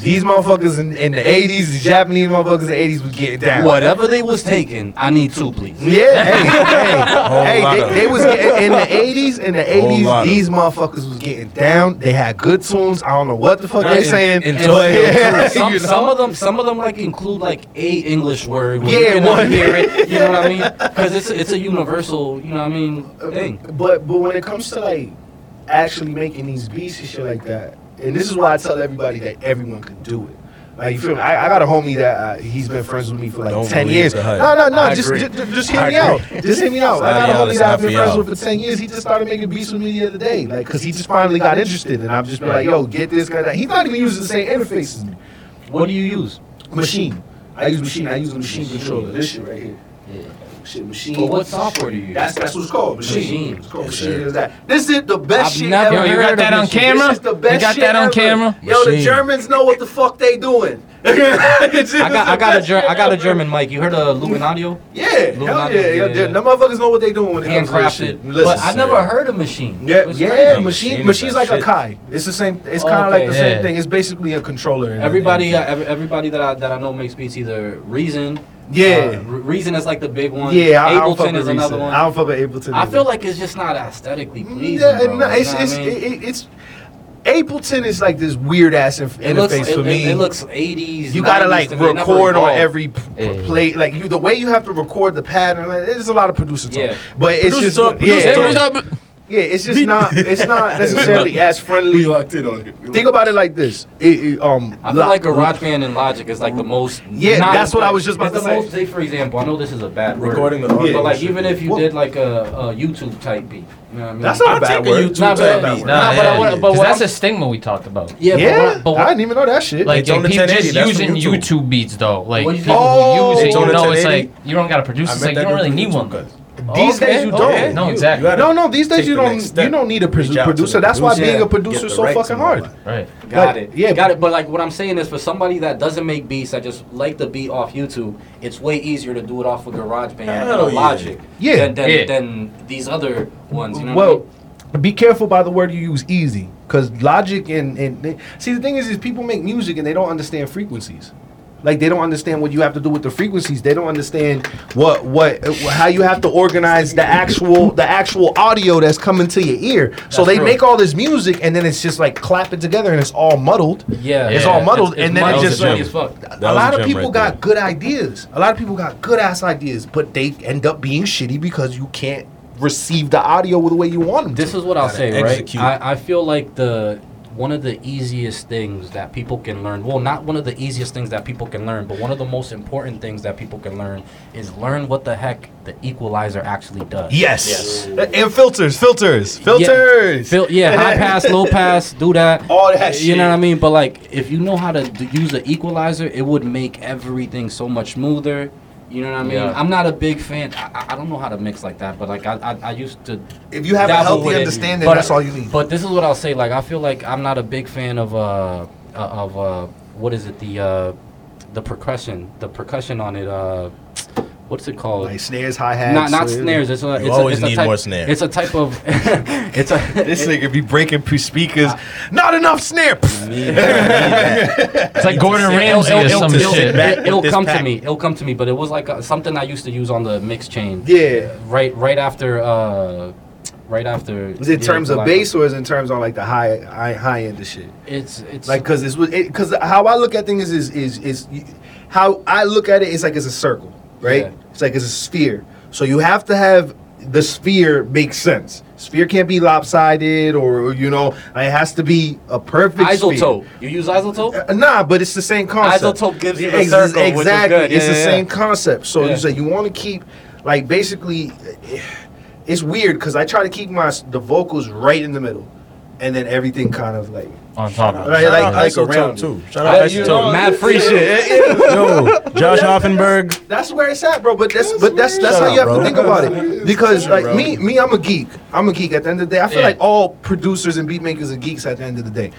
[SPEAKER 2] These motherfuckers in, in the 80s, the Japanese motherfuckers in the 80s was getting down.
[SPEAKER 1] Whatever they was taking, I need two, please.
[SPEAKER 2] Yeah, hey, hey,
[SPEAKER 4] Whole
[SPEAKER 2] hey
[SPEAKER 4] lotta-
[SPEAKER 2] they, they was getting, in the 80s, in the
[SPEAKER 4] Whole
[SPEAKER 2] 80s,
[SPEAKER 4] lotta.
[SPEAKER 2] these motherfuckers was getting down. They had good tunes. I don't know what the fuck
[SPEAKER 4] Not
[SPEAKER 2] they
[SPEAKER 4] in-
[SPEAKER 2] saying.
[SPEAKER 4] in
[SPEAKER 2] but-
[SPEAKER 4] Tokyo, too.
[SPEAKER 1] Some,
[SPEAKER 4] You
[SPEAKER 1] some of them, some of them like include like a English word. where
[SPEAKER 2] Yeah,
[SPEAKER 1] you can
[SPEAKER 2] one.
[SPEAKER 1] hear it. You know what I mean? Because it's a, it's a universal. You know what I mean? Thing.
[SPEAKER 2] But but when it comes to like actually making these beats and shit like that, and this is why I tell everybody that everyone can do it. Like you feel me? I, I got a homie that uh, he's been friends with me for like
[SPEAKER 4] Don't
[SPEAKER 2] ten
[SPEAKER 4] believe
[SPEAKER 2] years.
[SPEAKER 4] the hype.
[SPEAKER 2] No, no, no.
[SPEAKER 4] I
[SPEAKER 2] Just,
[SPEAKER 4] agree.
[SPEAKER 2] just just hear
[SPEAKER 4] I
[SPEAKER 2] me out.
[SPEAKER 4] agree.
[SPEAKER 2] Just hear me out. I got a
[SPEAKER 4] Sorry, y'all,
[SPEAKER 2] homie
[SPEAKER 4] it's
[SPEAKER 2] that I've
[SPEAKER 4] not
[SPEAKER 2] been
[SPEAKER 4] for
[SPEAKER 2] friends
[SPEAKER 4] y'all.
[SPEAKER 2] with for ten years. He just started making beats with me the other day, like because he just finally got interested, and I've just been like, yo, get this, get that. He's not even using the same interface as me.
[SPEAKER 1] What do you use?
[SPEAKER 2] Machine. I use machine. I use a machine controller. This shit right here. Shit, machine.
[SPEAKER 1] But what software do you use?
[SPEAKER 2] That's that's what it's called. Machine.
[SPEAKER 1] Machine.
[SPEAKER 2] It's called
[SPEAKER 4] Yes,
[SPEAKER 2] machine.
[SPEAKER 4] sir.
[SPEAKER 2] Is that. This is the best
[SPEAKER 1] I've
[SPEAKER 2] shit
[SPEAKER 1] never
[SPEAKER 2] ever.
[SPEAKER 1] Yo, you
[SPEAKER 2] heard
[SPEAKER 1] got
[SPEAKER 2] of
[SPEAKER 1] that on
[SPEAKER 2] machine.
[SPEAKER 6] camera?
[SPEAKER 2] This is the
[SPEAKER 6] You
[SPEAKER 2] best
[SPEAKER 6] got
[SPEAKER 2] shit
[SPEAKER 6] that on
[SPEAKER 2] ever.
[SPEAKER 6] camera?
[SPEAKER 2] Yo, the
[SPEAKER 4] Machine.
[SPEAKER 2] Germans know what the fuck they doing. I
[SPEAKER 1] I got I got a ger- I got a German mic. You heard of Luminaudio?
[SPEAKER 2] Yeah, hell yeah,
[SPEAKER 1] Illuminati,
[SPEAKER 2] yeah,
[SPEAKER 1] yeah,
[SPEAKER 2] yeah.
[SPEAKER 1] yeah.
[SPEAKER 2] Them motherfuckers know what they doing when it comes to this shit.
[SPEAKER 1] Handcrafted. But I never heard of machine.
[SPEAKER 2] Yeah,
[SPEAKER 1] It's
[SPEAKER 2] yeah,
[SPEAKER 1] crazy.
[SPEAKER 4] Machine
[SPEAKER 2] machine.
[SPEAKER 4] is
[SPEAKER 2] Machine's
[SPEAKER 4] that
[SPEAKER 2] like a
[SPEAKER 4] shit.
[SPEAKER 2] Kai. It's the same. It's kind of like
[SPEAKER 1] Okay,
[SPEAKER 2] the same
[SPEAKER 6] yeah.
[SPEAKER 2] thing. It's basically a controller. in-
[SPEAKER 1] Everybody, uh, every, everybody that I that I know makes beats either Reason.
[SPEAKER 2] Yeah.
[SPEAKER 1] uh, Re- Reason is like the big one.
[SPEAKER 2] yeah, I, I don't fuck
[SPEAKER 1] Ableton
[SPEAKER 2] with
[SPEAKER 1] is another
[SPEAKER 2] Reason.
[SPEAKER 1] one.
[SPEAKER 2] I don't fuck with Ableton.
[SPEAKER 1] I
[SPEAKER 2] either.
[SPEAKER 1] feel like it's just not aesthetically pleasing.
[SPEAKER 2] Mm, Yeah,
[SPEAKER 1] bro,
[SPEAKER 2] no, it's,
[SPEAKER 1] you know what
[SPEAKER 2] it's,
[SPEAKER 1] I mean?
[SPEAKER 2] it, it- it's Ableton is like this weird ass inf-
[SPEAKER 1] It
[SPEAKER 2] interface
[SPEAKER 1] looks, it,
[SPEAKER 2] for
[SPEAKER 1] it-
[SPEAKER 2] me.
[SPEAKER 1] it looks 80s.
[SPEAKER 2] you gotta
[SPEAKER 1] 90s
[SPEAKER 2] like
[SPEAKER 1] to me. It never
[SPEAKER 2] record on
[SPEAKER 1] evolved.
[SPEAKER 2] every p- p-
[SPEAKER 6] Yeah.
[SPEAKER 2] play, like you the way you have to record the pattern. Like, there's a lot of producer talk,
[SPEAKER 1] Yeah.
[SPEAKER 2] but it's
[SPEAKER 4] Producer
[SPEAKER 2] just
[SPEAKER 4] talk,
[SPEAKER 2] yeah,
[SPEAKER 4] producer
[SPEAKER 2] it's-
[SPEAKER 4] talk.
[SPEAKER 2] yeah, it's just not it's not necessarily as
[SPEAKER 10] We
[SPEAKER 2] friendly.
[SPEAKER 10] locked in on it. We
[SPEAKER 2] Think about it like this. It, it, um,
[SPEAKER 1] I feel
[SPEAKER 2] lo-
[SPEAKER 1] like GarageBand and Logic is like the most.
[SPEAKER 2] Yeah,
[SPEAKER 1] not-
[SPEAKER 2] that's what I was just about
[SPEAKER 1] it's
[SPEAKER 2] to
[SPEAKER 1] the
[SPEAKER 2] say.
[SPEAKER 1] Most, say for example, I know this is a bad word,
[SPEAKER 4] Recording the
[SPEAKER 10] Yeah.
[SPEAKER 4] audio.
[SPEAKER 1] but like even if you
[SPEAKER 2] Well-
[SPEAKER 1] did like a, a YouTube type beat, you know what I mean?
[SPEAKER 2] That's not a bad word.
[SPEAKER 4] YouTube
[SPEAKER 1] Not
[SPEAKER 4] type
[SPEAKER 1] bad.
[SPEAKER 4] beat.
[SPEAKER 1] Nah,
[SPEAKER 6] Nah,
[SPEAKER 1] but I
[SPEAKER 6] yeah,
[SPEAKER 1] wanna-
[SPEAKER 6] yeah.
[SPEAKER 1] but
[SPEAKER 6] 'Cause
[SPEAKER 1] what
[SPEAKER 6] that's
[SPEAKER 1] I'm-
[SPEAKER 6] a stigma we talked about.
[SPEAKER 1] Yeah,
[SPEAKER 2] yeah,
[SPEAKER 1] but, what-
[SPEAKER 2] I
[SPEAKER 1] but
[SPEAKER 2] didn't even know that shit.
[SPEAKER 6] Like
[SPEAKER 4] It's
[SPEAKER 6] and
[SPEAKER 4] on the
[SPEAKER 6] people
[SPEAKER 4] 1080,
[SPEAKER 6] just
[SPEAKER 4] that's
[SPEAKER 6] using
[SPEAKER 4] from YouTube.
[SPEAKER 6] YouTube. beats though. Like
[SPEAKER 1] What you
[SPEAKER 6] people
[SPEAKER 2] Oh,
[SPEAKER 6] who use
[SPEAKER 2] it's
[SPEAKER 6] it,
[SPEAKER 4] on
[SPEAKER 6] you
[SPEAKER 4] the
[SPEAKER 6] know, it's
[SPEAKER 4] 1080.
[SPEAKER 6] like you don't gotta produce.
[SPEAKER 4] I
[SPEAKER 6] It's
[SPEAKER 4] meant
[SPEAKER 6] like you
[SPEAKER 4] that
[SPEAKER 6] don't
[SPEAKER 4] dude
[SPEAKER 6] really need
[SPEAKER 4] from YouTube,
[SPEAKER 6] one.
[SPEAKER 4] cuz.
[SPEAKER 2] These
[SPEAKER 6] Okay,
[SPEAKER 2] days you
[SPEAKER 6] okay.
[SPEAKER 2] don't.
[SPEAKER 6] No,
[SPEAKER 4] You-
[SPEAKER 6] exactly.
[SPEAKER 4] you gotta
[SPEAKER 2] no, no, these days
[SPEAKER 4] take
[SPEAKER 2] you
[SPEAKER 4] the
[SPEAKER 2] don't
[SPEAKER 4] next step.
[SPEAKER 2] you don't need a
[SPEAKER 4] Reach
[SPEAKER 2] producer.
[SPEAKER 4] out to the
[SPEAKER 2] producer. That's why
[SPEAKER 4] producer,
[SPEAKER 2] being a
[SPEAKER 4] get
[SPEAKER 2] producer
[SPEAKER 4] the
[SPEAKER 2] is so
[SPEAKER 4] rights
[SPEAKER 2] fucking
[SPEAKER 4] and all
[SPEAKER 2] hard.
[SPEAKER 4] that.
[SPEAKER 6] Right.
[SPEAKER 1] got
[SPEAKER 2] like,
[SPEAKER 1] it.
[SPEAKER 2] yeah,
[SPEAKER 1] got it. But like what I'm saying is, for somebody that doesn't make beats, that just like the beat off YouTube, it's way easier to do it off of GarageBand
[SPEAKER 4] Hell
[SPEAKER 1] or
[SPEAKER 4] yeah.
[SPEAKER 1] Logic
[SPEAKER 2] Yeah.
[SPEAKER 1] than than,
[SPEAKER 6] Yeah.
[SPEAKER 1] than these other ones. You know what I
[SPEAKER 2] well,
[SPEAKER 1] mean?
[SPEAKER 2] be careful by the word you use easy because logic and, and they- see the thing is is people make music and they don't understand frequencies like they don't understand what you have to do with the frequencies they don't understand what what uh, how you have to organize the actual the actual audio that's coming to your ear so they
[SPEAKER 1] real.
[SPEAKER 2] make all this music and then it's just like clapping together and it's all muddled
[SPEAKER 1] yeah,
[SPEAKER 2] it's
[SPEAKER 6] Yeah,
[SPEAKER 2] all muddled
[SPEAKER 6] it's- it's
[SPEAKER 2] and then it
[SPEAKER 6] muddled
[SPEAKER 2] just
[SPEAKER 4] as
[SPEAKER 1] funny
[SPEAKER 4] well.
[SPEAKER 1] as fuck.
[SPEAKER 4] That
[SPEAKER 2] a
[SPEAKER 4] was
[SPEAKER 2] lot
[SPEAKER 4] a
[SPEAKER 2] of
[SPEAKER 4] gem
[SPEAKER 2] people
[SPEAKER 4] right
[SPEAKER 2] got
[SPEAKER 4] there.
[SPEAKER 2] good ideas. A lot of people got good ass ideas, but they end up being shitty because you can't receive the audio the way you want them.
[SPEAKER 1] This is what I'll
[SPEAKER 4] Gotta
[SPEAKER 1] say, right?
[SPEAKER 4] execute.
[SPEAKER 1] I, I feel like the one of the easiest things that people can learn. Well, not one of the easiest things that people can learn, but one of the most important things that people can learn is learn what the heck the equalizer actually does.
[SPEAKER 3] Yes. And filters, filters,
[SPEAKER 1] Yeah,
[SPEAKER 3] filters.
[SPEAKER 1] fil- yeah, high pass, low pass, do that.
[SPEAKER 2] All that
[SPEAKER 1] You
[SPEAKER 2] shit.
[SPEAKER 1] know what I mean? But like, if you know how to d- use the equalizer, it would make everything so much smoother. You know what I mean?
[SPEAKER 19] Yeah.
[SPEAKER 1] I'm not a big fan. I, I- I don't know how to mix like that, but like I, I, I used to.
[SPEAKER 20] If you have a
[SPEAKER 1] dabble
[SPEAKER 20] healthy
[SPEAKER 1] with it.
[SPEAKER 20] understanding,
[SPEAKER 1] But-
[SPEAKER 20] that's all you need.
[SPEAKER 1] But this is what I'll say. Like I feel like I'm not a big fan of uh uh, of uh what is it the uh the percussion the percussion on it uh what's it called?
[SPEAKER 20] Like snares, hi hats.
[SPEAKER 1] not not snares. It's a, it's a,
[SPEAKER 4] always
[SPEAKER 1] it's a
[SPEAKER 4] need
[SPEAKER 1] type,
[SPEAKER 4] more snares.
[SPEAKER 1] It's a type of it's a
[SPEAKER 3] This nigga be breaking p- speakers. Not enough snare. it's like Gordon
[SPEAKER 1] It'll-
[SPEAKER 3] Ramsay
[SPEAKER 1] it'll-
[SPEAKER 3] or
[SPEAKER 1] it'll-
[SPEAKER 3] some
[SPEAKER 1] it'll-
[SPEAKER 3] shit.
[SPEAKER 4] back
[SPEAKER 1] It'll,
[SPEAKER 4] with this
[SPEAKER 1] come to
[SPEAKER 4] pack.
[SPEAKER 1] me. It'll come to me. But it was like uh something I used to use on the mix chain.
[SPEAKER 2] Yeah.
[SPEAKER 1] Right. Right after. Uh, right after.
[SPEAKER 2] Is it in
[SPEAKER 1] the
[SPEAKER 2] terms of
[SPEAKER 1] equalizer.
[SPEAKER 2] bass or is it in terms of like the high high, high end of shit?
[SPEAKER 1] It's it's
[SPEAKER 2] Like, cause this was, it, cause how I look at things is is is y- how I look at it is like it's a circle, right?
[SPEAKER 1] Yeah.
[SPEAKER 2] It's like it's a sphere. So you have to have the sphere make sense. Sphere can't be lopsided, or you know, it has to be a perfect sphere.
[SPEAKER 1] isotope. You use isotope.
[SPEAKER 2] Uh, Nah, but it's the same concept.
[SPEAKER 1] Isotope gives you the
[SPEAKER 2] Ex-
[SPEAKER 1] circle, which is
[SPEAKER 2] Exactly,
[SPEAKER 1] good.
[SPEAKER 2] it's
[SPEAKER 1] Yeah,
[SPEAKER 2] the
[SPEAKER 1] yeah,
[SPEAKER 2] same concept. So
[SPEAKER 1] Yeah.
[SPEAKER 2] you say you want to keep, like, basically, it's weird because I try to keep my s- the vocals right in the middle, and then everything kind of like
[SPEAKER 3] On top of
[SPEAKER 2] Right,
[SPEAKER 3] it.
[SPEAKER 4] Shout
[SPEAKER 2] like-
[SPEAKER 4] out
[SPEAKER 2] like
[SPEAKER 4] Isotope,
[SPEAKER 2] around.
[SPEAKER 4] too. Shout out
[SPEAKER 1] you
[SPEAKER 4] Isotope.
[SPEAKER 1] know, mad free shit.
[SPEAKER 4] Yo, Josh Hoffenberg.
[SPEAKER 2] That's where it's at, bro. But that's but that's that's
[SPEAKER 4] Shut
[SPEAKER 2] how
[SPEAKER 4] up,
[SPEAKER 2] you have
[SPEAKER 4] bro.
[SPEAKER 2] to think about it. Because like
[SPEAKER 4] bro.
[SPEAKER 2] me me, I'm a geek. I'm a geek. At the end of the day, I feel
[SPEAKER 3] Yeah.
[SPEAKER 2] like all producers and beat makers are geeks. At the end of the day,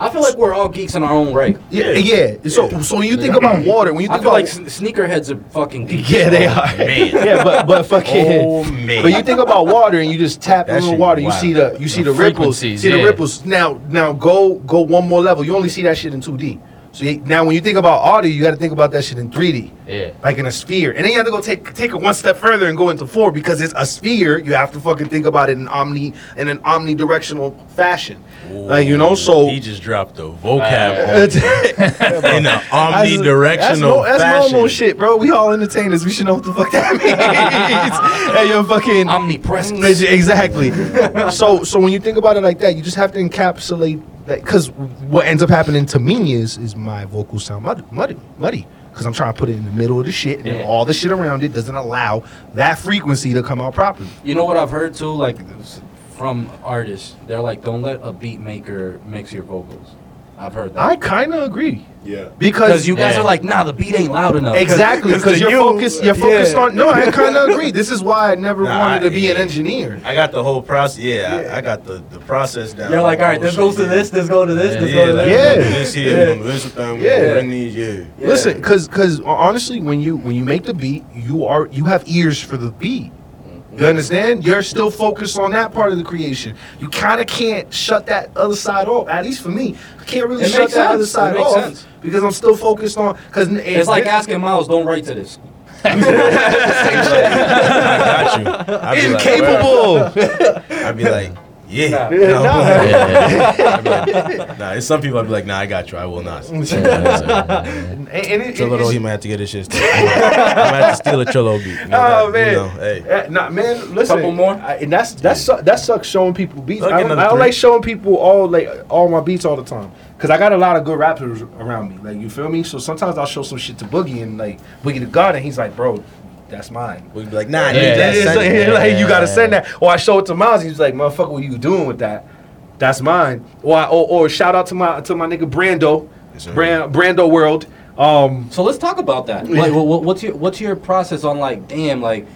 [SPEAKER 1] I feel like we're all geeks in our own right.
[SPEAKER 2] yeah, yeah. So so when you think about water, when you
[SPEAKER 1] I
[SPEAKER 2] think
[SPEAKER 1] feel
[SPEAKER 2] about
[SPEAKER 1] like s- sneakerheads are fucking geeks.
[SPEAKER 2] yeah, they are.
[SPEAKER 4] Man.
[SPEAKER 2] Yeah, but but fucking.
[SPEAKER 4] Oh, man.
[SPEAKER 2] But you think about water and you just tap a little
[SPEAKER 4] shit
[SPEAKER 2] water, you
[SPEAKER 4] wild.
[SPEAKER 2] see the you see the, ripples. See
[SPEAKER 19] frequencies,
[SPEAKER 2] the
[SPEAKER 19] yeah.
[SPEAKER 2] ripples. Now now go go one more level. You only see that shit in 2D. So you, now when you think about audio, you got to think about that shit in 3D.
[SPEAKER 19] Yeah.
[SPEAKER 2] Like in a sphere. And then you have to go take take it one step further and go into 4 because it's a sphere. You have to fucking think about it in omni in an omnidirectional fashion. like you know, so
[SPEAKER 4] He just dropped the vocab
[SPEAKER 2] that's,
[SPEAKER 4] on- in an
[SPEAKER 2] that's,
[SPEAKER 4] omnidirectional
[SPEAKER 2] no, that's
[SPEAKER 4] fashion.
[SPEAKER 2] normal shit, bro. We all entertainers. We should know what the fuck that means. hey, yo, fucking
[SPEAKER 1] Omnipresent.
[SPEAKER 2] Ex- Exactly. so so when you think about it like that, you just have to encapsulate that because what ends up happening to me is is my vocals sound muddy, muddy, muddy. Because I'm trying to put it in the middle of the shit, and then all the shit around it doesn't allow that frequency to come out properly.
[SPEAKER 1] You know what I've heard too, like s- from artists, they're like, don't let a beat maker mix your vocals. I've heard
[SPEAKER 2] I
[SPEAKER 1] that.
[SPEAKER 2] kind of agree
[SPEAKER 10] Yeah.
[SPEAKER 2] because
[SPEAKER 1] Because you guys
[SPEAKER 19] Yeah.
[SPEAKER 1] are like, nah, the beat ain't loud enough.
[SPEAKER 2] exactly because you're focused. You're focused on. No, I kind of agree. This is why I never
[SPEAKER 4] Nah,
[SPEAKER 2] wanted to be an
[SPEAKER 4] yeah.
[SPEAKER 2] engineer.
[SPEAKER 4] I got the whole process. Yeah, I, I got the, the process down.
[SPEAKER 1] You're like, all right, this goes to this, this goes to this,
[SPEAKER 4] Yeah,
[SPEAKER 1] this
[SPEAKER 4] yeah,
[SPEAKER 1] goes to
[SPEAKER 4] like,
[SPEAKER 1] this.
[SPEAKER 2] Yeah.
[SPEAKER 4] this here, yeah. this with them,
[SPEAKER 2] Yeah.
[SPEAKER 4] yeah. bring these, yeah.
[SPEAKER 2] Listen, because because honestly, when you when you make the beat, you are you have ears for the beat. You understand? You're still focused on that part of the creation. You kind of can't shut that other side off. At least for me, I can't really
[SPEAKER 1] It
[SPEAKER 2] shut
[SPEAKER 1] makes
[SPEAKER 2] that other
[SPEAKER 1] sense.
[SPEAKER 2] side
[SPEAKER 1] It makes
[SPEAKER 2] off
[SPEAKER 1] sense.
[SPEAKER 2] because I'm still focused on. Because
[SPEAKER 1] It's like asking Miles, don't write to this.
[SPEAKER 4] I got you. I'd be like,
[SPEAKER 2] incapable.
[SPEAKER 4] bruh. I'd be like, yeah.
[SPEAKER 1] Nah.
[SPEAKER 4] No.
[SPEAKER 2] Nah.
[SPEAKER 4] I'd be like, nah, it's some people I'd be like, nah, I got you. I will not.
[SPEAKER 2] and, and it,
[SPEAKER 4] Cholo,
[SPEAKER 2] it,
[SPEAKER 4] he
[SPEAKER 2] it,
[SPEAKER 4] might have to get his shit. stolen. I'm gonna have to steal a Cholo beat. You know,
[SPEAKER 2] Oh,
[SPEAKER 4] that-
[SPEAKER 2] man.
[SPEAKER 4] You know, hey.
[SPEAKER 2] Uh, nah, man, listen.
[SPEAKER 1] Couple more?
[SPEAKER 2] I, and that's that's su- that sucks showing people beats.
[SPEAKER 4] Look,
[SPEAKER 2] I don't,
[SPEAKER 4] another
[SPEAKER 2] I don't
[SPEAKER 4] three.
[SPEAKER 2] like showing people all like all my beats all the time because I got a lot of good rappers around me. Like you feel me? So sometimes I'll show some shit to Boogie and like Boogie the God, and he's like, bro. That's mine.
[SPEAKER 4] We'd be like, nah,
[SPEAKER 19] Yeah,
[SPEAKER 4] yeah,
[SPEAKER 2] It's
[SPEAKER 4] that's
[SPEAKER 2] like,
[SPEAKER 4] like,
[SPEAKER 2] like, you gotta send that. Or I show it to Miles. He's like, motherfucker, what you doing with that? That's mine. Or, I, or or shout out to my to my nigga Brando,
[SPEAKER 4] Yes, sir.
[SPEAKER 2] Brand, Brando World. Um,
[SPEAKER 1] So let's talk about that. Like, wha- wha- what's your what's your process on like, damn, like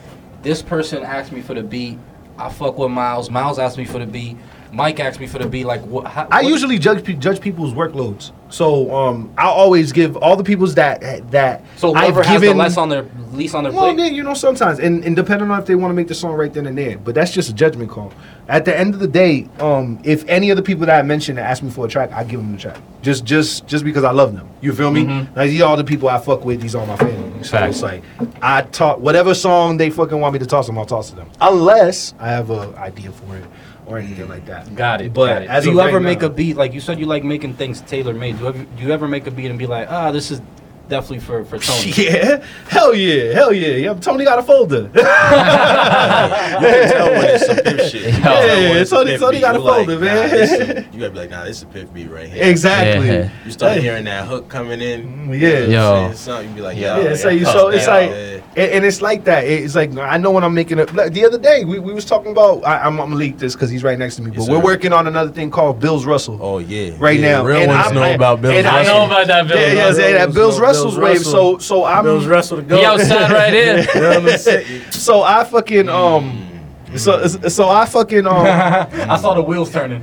[SPEAKER 1] this person asked me for the beat. I fuck with Miles. Miles asked me for the beat. Mike asked me for the beat. Like, what? How,
[SPEAKER 2] I
[SPEAKER 1] what-
[SPEAKER 2] usually judge pe- judge people's workloads. So um, I always give all the people's that that
[SPEAKER 1] So
[SPEAKER 2] I've
[SPEAKER 1] whoever has
[SPEAKER 2] given.
[SPEAKER 1] the less on their least on their
[SPEAKER 2] well,
[SPEAKER 1] plate.
[SPEAKER 2] yeah, you know, sometimes, and, and depending on if they want to make the song right then and there, but that's just a judgment call. At the end of the day, um, if any of the people that I mentioned that ask me for a track, I give them the track. Just, just, just because I love them. You feel me?
[SPEAKER 1] Mm-hmm.
[SPEAKER 2] Like these all the people I fuck with. These are my family. So it's like I talk whatever song they fucking want me to toss them, I'll toss to them, unless I have a idea for it or anything like that.
[SPEAKER 1] Got it.
[SPEAKER 2] But
[SPEAKER 1] got it.
[SPEAKER 2] as
[SPEAKER 1] do
[SPEAKER 2] of
[SPEAKER 1] you
[SPEAKER 2] right
[SPEAKER 1] ever make
[SPEAKER 2] now-
[SPEAKER 1] a beat like you said you like making things tailor made? Do you ever, do you ever make a beat and be like, ah, this is definitely for for
[SPEAKER 4] Oh,
[SPEAKER 1] Tony.
[SPEAKER 2] Yeah, hell yeah, hell yeah. yeah. Tony got a folder.
[SPEAKER 4] You can tell when it's some pimp shit. You can tell
[SPEAKER 2] Yeah,
[SPEAKER 4] when it's a
[SPEAKER 2] Tony-
[SPEAKER 4] pimp
[SPEAKER 2] Tony
[SPEAKER 4] beat.
[SPEAKER 2] got a
[SPEAKER 4] You like,
[SPEAKER 2] folder,
[SPEAKER 4] nah,
[SPEAKER 2] man.
[SPEAKER 4] this is- you gotta be like, nah, this is a pimp beat right here.
[SPEAKER 2] exactly.
[SPEAKER 6] Yeah.
[SPEAKER 4] You start hearing that hook coming in.
[SPEAKER 2] Mm, Yeah.
[SPEAKER 6] Yo.
[SPEAKER 4] saying something, you be like,
[SPEAKER 6] Yeah,
[SPEAKER 4] yo,
[SPEAKER 2] Yeah, so
[SPEAKER 4] yo,
[SPEAKER 2] you so it's
[SPEAKER 4] yo,
[SPEAKER 2] like
[SPEAKER 4] yeah.
[SPEAKER 2] and, and it's like that. It's like I know when I'm making a like, the other day we, we was talking about I, I'm, I'm gonna leak this because he's right next to me, but
[SPEAKER 4] Yes,
[SPEAKER 2] we're
[SPEAKER 4] sir.
[SPEAKER 2] working on another thing called Bill's Russell.
[SPEAKER 4] Oh yeah,
[SPEAKER 2] Right
[SPEAKER 4] yeah,
[SPEAKER 2] now,
[SPEAKER 4] real
[SPEAKER 2] and
[SPEAKER 4] ones
[SPEAKER 2] I'm-
[SPEAKER 4] know about Bill.
[SPEAKER 2] and
[SPEAKER 3] I know about that bill.
[SPEAKER 2] yeah, yeah,
[SPEAKER 4] Bill's
[SPEAKER 2] yeah, that Bill's
[SPEAKER 4] Russell, Bill's
[SPEAKER 2] Russell's wave. So
[SPEAKER 4] Russell.
[SPEAKER 2] so I'm
[SPEAKER 4] Bill's Russell to go.
[SPEAKER 3] He outside right here.
[SPEAKER 4] You know what I'm saying?
[SPEAKER 2] so I fucking um
[SPEAKER 4] Mm.
[SPEAKER 2] so so I fucking um
[SPEAKER 1] I saw the wheels turning.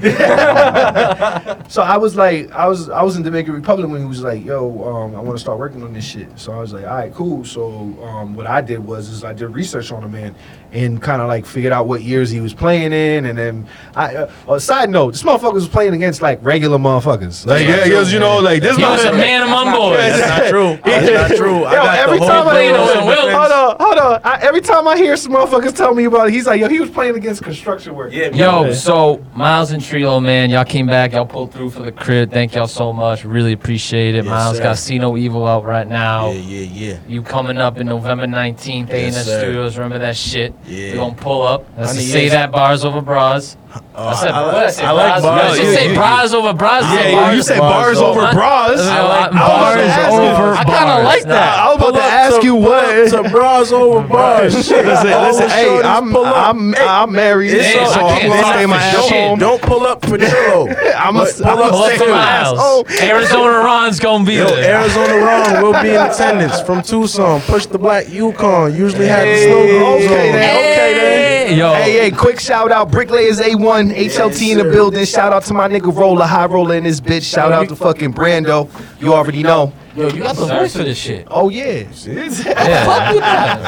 [SPEAKER 2] So I was like, I was I was in Dominican Republic when he was like, "Yo, um, I want to start working on this shit." So I was like, "All right, cool." So um, what I did was is I did research on the man and kind of like figured out what years he was playing in, and then I. Uh, uh, side note: this motherfucker was playing against like regular motherfuckers. Like yeah, because you know, like this
[SPEAKER 3] He was a
[SPEAKER 2] motherfucker.
[SPEAKER 3] man among boys.
[SPEAKER 4] That's not true. That's not true. I
[SPEAKER 2] Yo,
[SPEAKER 4] got
[SPEAKER 2] every
[SPEAKER 4] the
[SPEAKER 2] time
[SPEAKER 4] whole
[SPEAKER 2] I
[SPEAKER 3] thing
[SPEAKER 2] hear,
[SPEAKER 3] on Will Williams.
[SPEAKER 2] hold on, hold on. I, every time I hear some motherfuckers tell me about it, he's like, yo, he was playing against construction workers.
[SPEAKER 4] Yeah,
[SPEAKER 3] Yo, so Miles and Trio, man, y'all came back, y'all pulled through for the crib. Thank y'all so much. Really appreciate it.
[SPEAKER 4] Yes,
[SPEAKER 3] Miles
[SPEAKER 4] sir.
[SPEAKER 3] got See No Evil out right now.
[SPEAKER 4] Yeah, yeah, yeah.
[SPEAKER 3] You coming up in November 19th, A&S
[SPEAKER 4] Yes, sir.
[SPEAKER 3] Studios. Remember that shit.
[SPEAKER 4] Yeah.
[SPEAKER 3] We're going to pull up. Let's
[SPEAKER 4] Honey,
[SPEAKER 3] just say
[SPEAKER 4] yes.
[SPEAKER 3] that bars over bras.
[SPEAKER 4] Uh,
[SPEAKER 3] I said,
[SPEAKER 4] I
[SPEAKER 3] what
[SPEAKER 4] like-
[SPEAKER 3] did I say?
[SPEAKER 4] I like
[SPEAKER 3] bras.
[SPEAKER 4] bars.
[SPEAKER 3] You
[SPEAKER 4] You-
[SPEAKER 3] say
[SPEAKER 4] you-
[SPEAKER 3] bras over bras. I said
[SPEAKER 2] Yeah, you said bars, over
[SPEAKER 3] I-
[SPEAKER 2] bras.
[SPEAKER 3] I like
[SPEAKER 2] I was about
[SPEAKER 3] bars
[SPEAKER 2] to
[SPEAKER 3] over
[SPEAKER 2] ask you-
[SPEAKER 3] bras. I kind of like that.
[SPEAKER 2] I was about to ask you what.
[SPEAKER 4] Some bras over bars. Shit.
[SPEAKER 2] Listen,
[SPEAKER 4] All
[SPEAKER 2] listen,
[SPEAKER 4] the
[SPEAKER 2] hey,
[SPEAKER 4] shorties
[SPEAKER 2] I'm,
[SPEAKER 4] pull up.
[SPEAKER 2] I'm, I'm married,
[SPEAKER 4] It's
[SPEAKER 3] Hey,
[SPEAKER 4] all-
[SPEAKER 2] so
[SPEAKER 3] I
[SPEAKER 2] I'm
[SPEAKER 3] can't
[SPEAKER 2] gonna
[SPEAKER 3] stop
[SPEAKER 2] stay
[SPEAKER 3] for
[SPEAKER 2] my ass
[SPEAKER 3] shit.
[SPEAKER 2] home.
[SPEAKER 4] Don't pull up for Drillo.
[SPEAKER 2] I'm gonna
[SPEAKER 4] But pull up
[SPEAKER 3] Pull up
[SPEAKER 2] stay Oh,
[SPEAKER 3] to
[SPEAKER 2] my ass home.
[SPEAKER 3] Miles. Arizona Ron's going to be
[SPEAKER 4] Yo,
[SPEAKER 3] there.
[SPEAKER 4] Arizona wrong will be in attendance from Tucson. Push the black Yukon. Usually have the
[SPEAKER 2] Hey,
[SPEAKER 4] slogans
[SPEAKER 2] okay
[SPEAKER 4] on.
[SPEAKER 2] then, okay then.
[SPEAKER 3] Hey, Yo.
[SPEAKER 2] Hey, hey, quick shout out, Bricklayers A1, HLT in the
[SPEAKER 4] sir.
[SPEAKER 2] building. Shout out to my nigga Roller, High Roller in this bitch. Shout out to fucking Brando. You already know.
[SPEAKER 1] Yo, you got the voice for this shit.
[SPEAKER 2] Oh, yeah.
[SPEAKER 3] Yeah.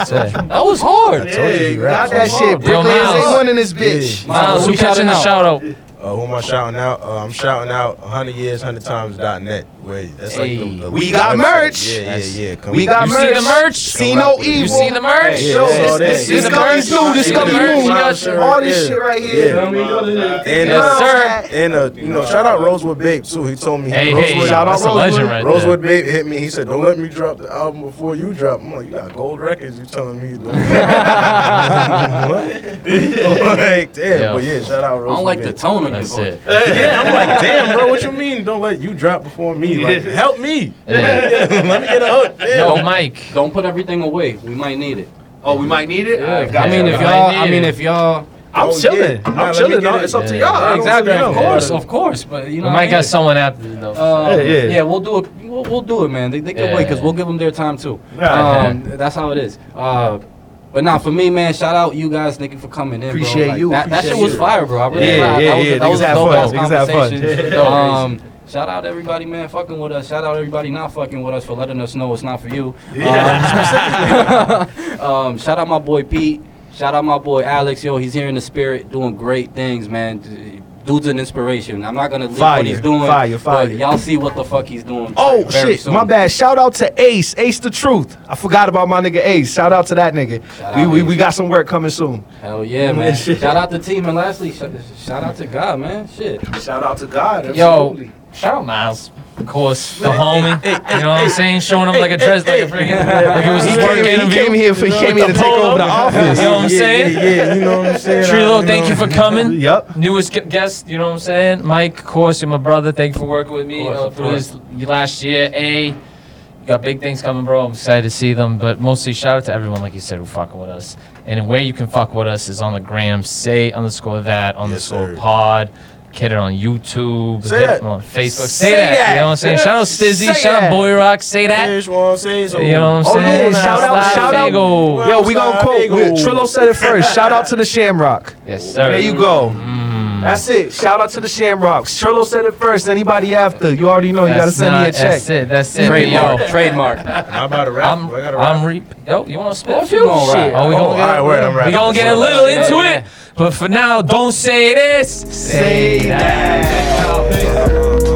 [SPEAKER 3] That was hard.
[SPEAKER 4] Hey,
[SPEAKER 2] Got that shit.
[SPEAKER 3] Yo,
[SPEAKER 2] Bricklayers
[SPEAKER 3] Miles.
[SPEAKER 2] A1 in this bitch.
[SPEAKER 3] Miles,
[SPEAKER 1] Who
[SPEAKER 3] who
[SPEAKER 1] shouting
[SPEAKER 3] catching the
[SPEAKER 1] out?
[SPEAKER 3] shout out?
[SPEAKER 4] Uh, who am I shouting out? Uh, I'm shouting out 100 years, 100 times dot net. Wait, that's like the, the
[SPEAKER 2] We
[SPEAKER 4] lead
[SPEAKER 2] got
[SPEAKER 4] website.
[SPEAKER 2] merch.
[SPEAKER 4] Yeah, yeah, yeah. Come
[SPEAKER 2] We got
[SPEAKER 3] You
[SPEAKER 2] merch.
[SPEAKER 3] see the merch?
[SPEAKER 2] See no evil.
[SPEAKER 3] You see the merch?
[SPEAKER 4] Yeah,
[SPEAKER 2] Yo,
[SPEAKER 4] it's all
[SPEAKER 2] this,
[SPEAKER 4] that.
[SPEAKER 2] this,
[SPEAKER 3] You
[SPEAKER 2] this
[SPEAKER 3] see the
[SPEAKER 2] coming
[SPEAKER 3] merch?
[SPEAKER 2] soon. This
[SPEAKER 3] You see
[SPEAKER 2] coming
[SPEAKER 3] the merch?
[SPEAKER 2] soon.
[SPEAKER 3] You got your-
[SPEAKER 2] All this shit right here.
[SPEAKER 4] Yeah. And,
[SPEAKER 3] Yes,
[SPEAKER 4] uh,
[SPEAKER 3] sir.
[SPEAKER 4] and uh, you know, shout out Rosewood Babe too. He told me
[SPEAKER 3] Hey,
[SPEAKER 4] Rosewood,
[SPEAKER 3] hey,
[SPEAKER 2] shout out
[SPEAKER 3] that's a
[SPEAKER 2] Rosewood.
[SPEAKER 3] legend right there.
[SPEAKER 4] Rosewood Babe hit me. He said, "Don't let me drop the album before you drop." I'm like, "You got gold records. You telling me?" Don't what? like, damn.
[SPEAKER 3] Yeah.
[SPEAKER 4] But yeah, shout out Rosewood.
[SPEAKER 1] I don't like the
[SPEAKER 4] Babe.
[SPEAKER 1] tone of
[SPEAKER 3] That's
[SPEAKER 1] this.
[SPEAKER 3] it.
[SPEAKER 4] yeah, I'm like, damn, bro. What you mean? Don't let you drop before me. Like, help me.
[SPEAKER 3] Yeah.
[SPEAKER 4] let me get a hook. Damn.
[SPEAKER 3] Yo, Mike.
[SPEAKER 1] Don't put everything away. We might need it.
[SPEAKER 11] Oh, we might need it. I got
[SPEAKER 1] I mean, if
[SPEAKER 3] Yeah.
[SPEAKER 1] y'all,
[SPEAKER 3] Might need
[SPEAKER 1] I mean,
[SPEAKER 3] it.
[SPEAKER 1] if y'all,
[SPEAKER 2] I'm
[SPEAKER 4] Oh,
[SPEAKER 2] chilling.
[SPEAKER 4] yeah. Nah,
[SPEAKER 2] I'm
[SPEAKER 4] let me
[SPEAKER 2] chilling.
[SPEAKER 4] get
[SPEAKER 2] No,
[SPEAKER 4] it.
[SPEAKER 2] It's up to
[SPEAKER 3] Yeah.
[SPEAKER 2] y'all. I don't
[SPEAKER 1] exactly,
[SPEAKER 2] see no-
[SPEAKER 1] of course, of course. But you know,
[SPEAKER 3] We might
[SPEAKER 1] I mean,
[SPEAKER 3] got someone after you though.
[SPEAKER 1] Um,
[SPEAKER 2] Yeah, yeah.
[SPEAKER 1] yeah. we'll do it. We'll, we'll do it, man. They, they can
[SPEAKER 3] Yeah.
[SPEAKER 1] wait because we'll give them their time too.
[SPEAKER 2] Right.
[SPEAKER 1] Um, that's how it is. Uh, but now nah, for me, man, shout out you guys, nigga, for coming in.
[SPEAKER 2] Appreciate
[SPEAKER 1] bro. Like,
[SPEAKER 2] you,
[SPEAKER 1] That, that
[SPEAKER 2] appreciate
[SPEAKER 1] shit was
[SPEAKER 2] you.
[SPEAKER 1] fire, bro. I really
[SPEAKER 2] Yeah,
[SPEAKER 1] I-
[SPEAKER 2] yeah,
[SPEAKER 1] that was,
[SPEAKER 2] yeah,
[SPEAKER 1] That was
[SPEAKER 2] niggas
[SPEAKER 1] a
[SPEAKER 2] had
[SPEAKER 1] dope
[SPEAKER 2] fun.
[SPEAKER 1] ass
[SPEAKER 2] Niggas had fun.
[SPEAKER 1] conversation.
[SPEAKER 2] Yeah.
[SPEAKER 1] Um, shout out to everybody, man, fucking with us. Shout out everybody not fucking with us for letting us know it's not for you. Um, um, shout out my boy Pete. Shout out my boy Alex. Yo, he's here in the spirit, doing great things, man. D- Dude's an inspiration. I'm not gonna leave
[SPEAKER 2] Fire,
[SPEAKER 1] what he's doing.
[SPEAKER 2] fire, fire.
[SPEAKER 1] But y'all see what the fuck he's doing.
[SPEAKER 2] Oh
[SPEAKER 1] very
[SPEAKER 2] shit,
[SPEAKER 1] soon.
[SPEAKER 2] my bad. Shout out to Ace, Ace the Truth. I forgot about my nigga Ace. Shout out to that nigga.
[SPEAKER 1] Shout
[SPEAKER 2] We,
[SPEAKER 1] out,
[SPEAKER 2] we,
[SPEAKER 1] Ace.
[SPEAKER 2] we got some work coming soon.
[SPEAKER 1] Hell yeah, man. shout out the team, and lastly, sh- shout out to God, man. Shit.
[SPEAKER 11] Shout out to God.
[SPEAKER 3] Yo,
[SPEAKER 11] Absolutely.
[SPEAKER 3] shout out Miles. Of course, the homie. You know what I'm saying? Showing up like a dress, like a freaking, like it was
[SPEAKER 2] He
[SPEAKER 3] his
[SPEAKER 2] came,
[SPEAKER 3] work
[SPEAKER 2] he came
[SPEAKER 3] interview.
[SPEAKER 2] here for he came here to take over the office.
[SPEAKER 3] You know what I'm saying?
[SPEAKER 4] Yeah, yeah, you know what I'm saying.
[SPEAKER 3] Trilo, thank you for coming.
[SPEAKER 2] Yep.
[SPEAKER 3] Newest gu- guest, you know what I'm saying? Mike, of course, you're my brother. Thank you for working with
[SPEAKER 1] Of
[SPEAKER 3] me
[SPEAKER 1] course,
[SPEAKER 3] uh,
[SPEAKER 1] of
[SPEAKER 3] through this last year. A, you got big things coming, bro. I'm excited to see them. But mostly, shout out to everyone, like you said, who fucking with us. And the way you can fuck with us is on the gram. Say underscore that underscore
[SPEAKER 4] sir.
[SPEAKER 3] pod. Get it on YouTube,
[SPEAKER 4] Say
[SPEAKER 3] hit
[SPEAKER 4] that.
[SPEAKER 3] it on Facebook. Say,
[SPEAKER 4] Say
[SPEAKER 3] that,
[SPEAKER 4] that.
[SPEAKER 3] You know what I'm saying?
[SPEAKER 4] Say
[SPEAKER 3] Shout out
[SPEAKER 4] that.
[SPEAKER 3] Stizzy.
[SPEAKER 4] Say
[SPEAKER 3] shout
[SPEAKER 4] that.
[SPEAKER 3] out Boy Rock. Say that.
[SPEAKER 4] Fish wanna say so.
[SPEAKER 3] You know what I'm
[SPEAKER 2] Oh yeah,
[SPEAKER 3] saying?
[SPEAKER 2] shout out,
[SPEAKER 3] Slide
[SPEAKER 2] shout out.
[SPEAKER 3] Fago.
[SPEAKER 2] Yo, we gonna quote we,
[SPEAKER 4] Slide,
[SPEAKER 2] Trillo said it first. Shout out to the Shamrock.
[SPEAKER 3] Yes, sir.
[SPEAKER 2] There you go.
[SPEAKER 3] Mm.
[SPEAKER 2] That's it. Shout out to the Shamrocks. Trillo said it first. Anybody after? You already know. You gotta
[SPEAKER 3] That's
[SPEAKER 2] send me a
[SPEAKER 3] not- That's
[SPEAKER 2] check.
[SPEAKER 3] it. That's it. but yo,
[SPEAKER 1] Trademark. Trademark.
[SPEAKER 4] I'm about to rap.
[SPEAKER 3] I'm,
[SPEAKER 4] I gotta rap.
[SPEAKER 3] I'm re- Yo, you want to spit a
[SPEAKER 1] What
[SPEAKER 3] few?
[SPEAKER 1] you gonna rap?
[SPEAKER 3] Oh, we
[SPEAKER 4] Oh,
[SPEAKER 3] gonna get,
[SPEAKER 4] alright, word, I'm
[SPEAKER 3] we
[SPEAKER 4] rapping.
[SPEAKER 3] gonna get a little into it, but for now, don't say this. Say that.
[SPEAKER 4] Uh,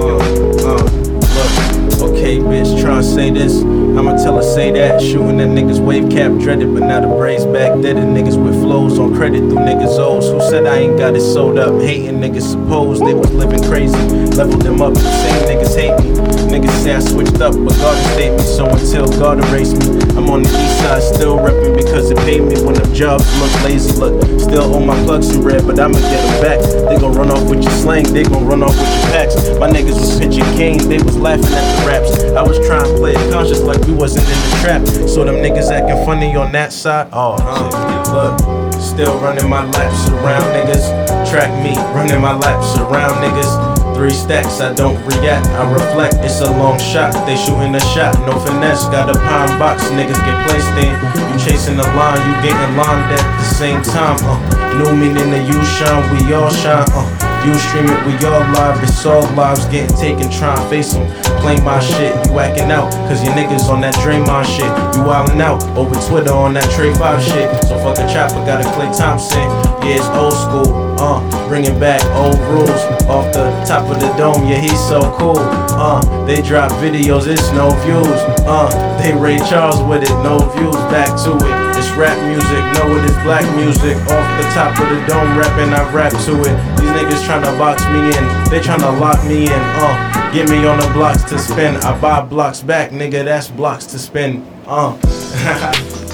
[SPEAKER 4] uh, uh, look, okay. cake, bitch. Tryna say this, I'ma tell her say that. Shooting that niggas wave cap, dreaded, but now the braids back. Dead niggas with flows on credit through niggas O's. Who said I ain't got it sold up? Hating niggas suppose they was living crazy. Leveled them up, same niggas hate me. Niggas say I switched up, but God state me. So until God erase me, I'm on the east side still repping because it paid me when them jobs look lazy. Look, still on my plugs and red, but I'ma get them back. They gon' run off with your slang, they gon' run off with your packs. My niggas was pitching cane, they was laughing at the raps. I was trying to play it conscious like we wasn't in the trap. So them niggas acting funny on that side. Oh, shit. look. Still running my laps around niggas. Track me, running my laps around niggas. Three stacks, I don't react, I reflect. It's a long shot, they shooting a shot, no finesse. Got a pine box, niggas get placed in. You chasing the line, you getting lined at the same time. Uh, new meaning to you shine, we all shine. Uh, you stream it, we all live, it's all lives getting taken, try and face them. Play my shit, you acting out, cause your niggas on that Draymond shit. You wildin' out over Twitter on that Trey 5 shit. So fuck a chopper, got a Clay Thompson. Yeah, it's old school, uh, bringing back old rules. Off the top of the dome, yeah, he's so cool, uh, they drop videos, it's no views, uh, they Ray Charles with it, no views, back to it. It's rap music, no, it is black music. Off the top of the dome, rapping, I rap to it. These niggas tryna box me in, they tryna lock me in. Uh, get me on the blocks to spin. I buy blocks back, nigga, that's blocks to spin. Uh,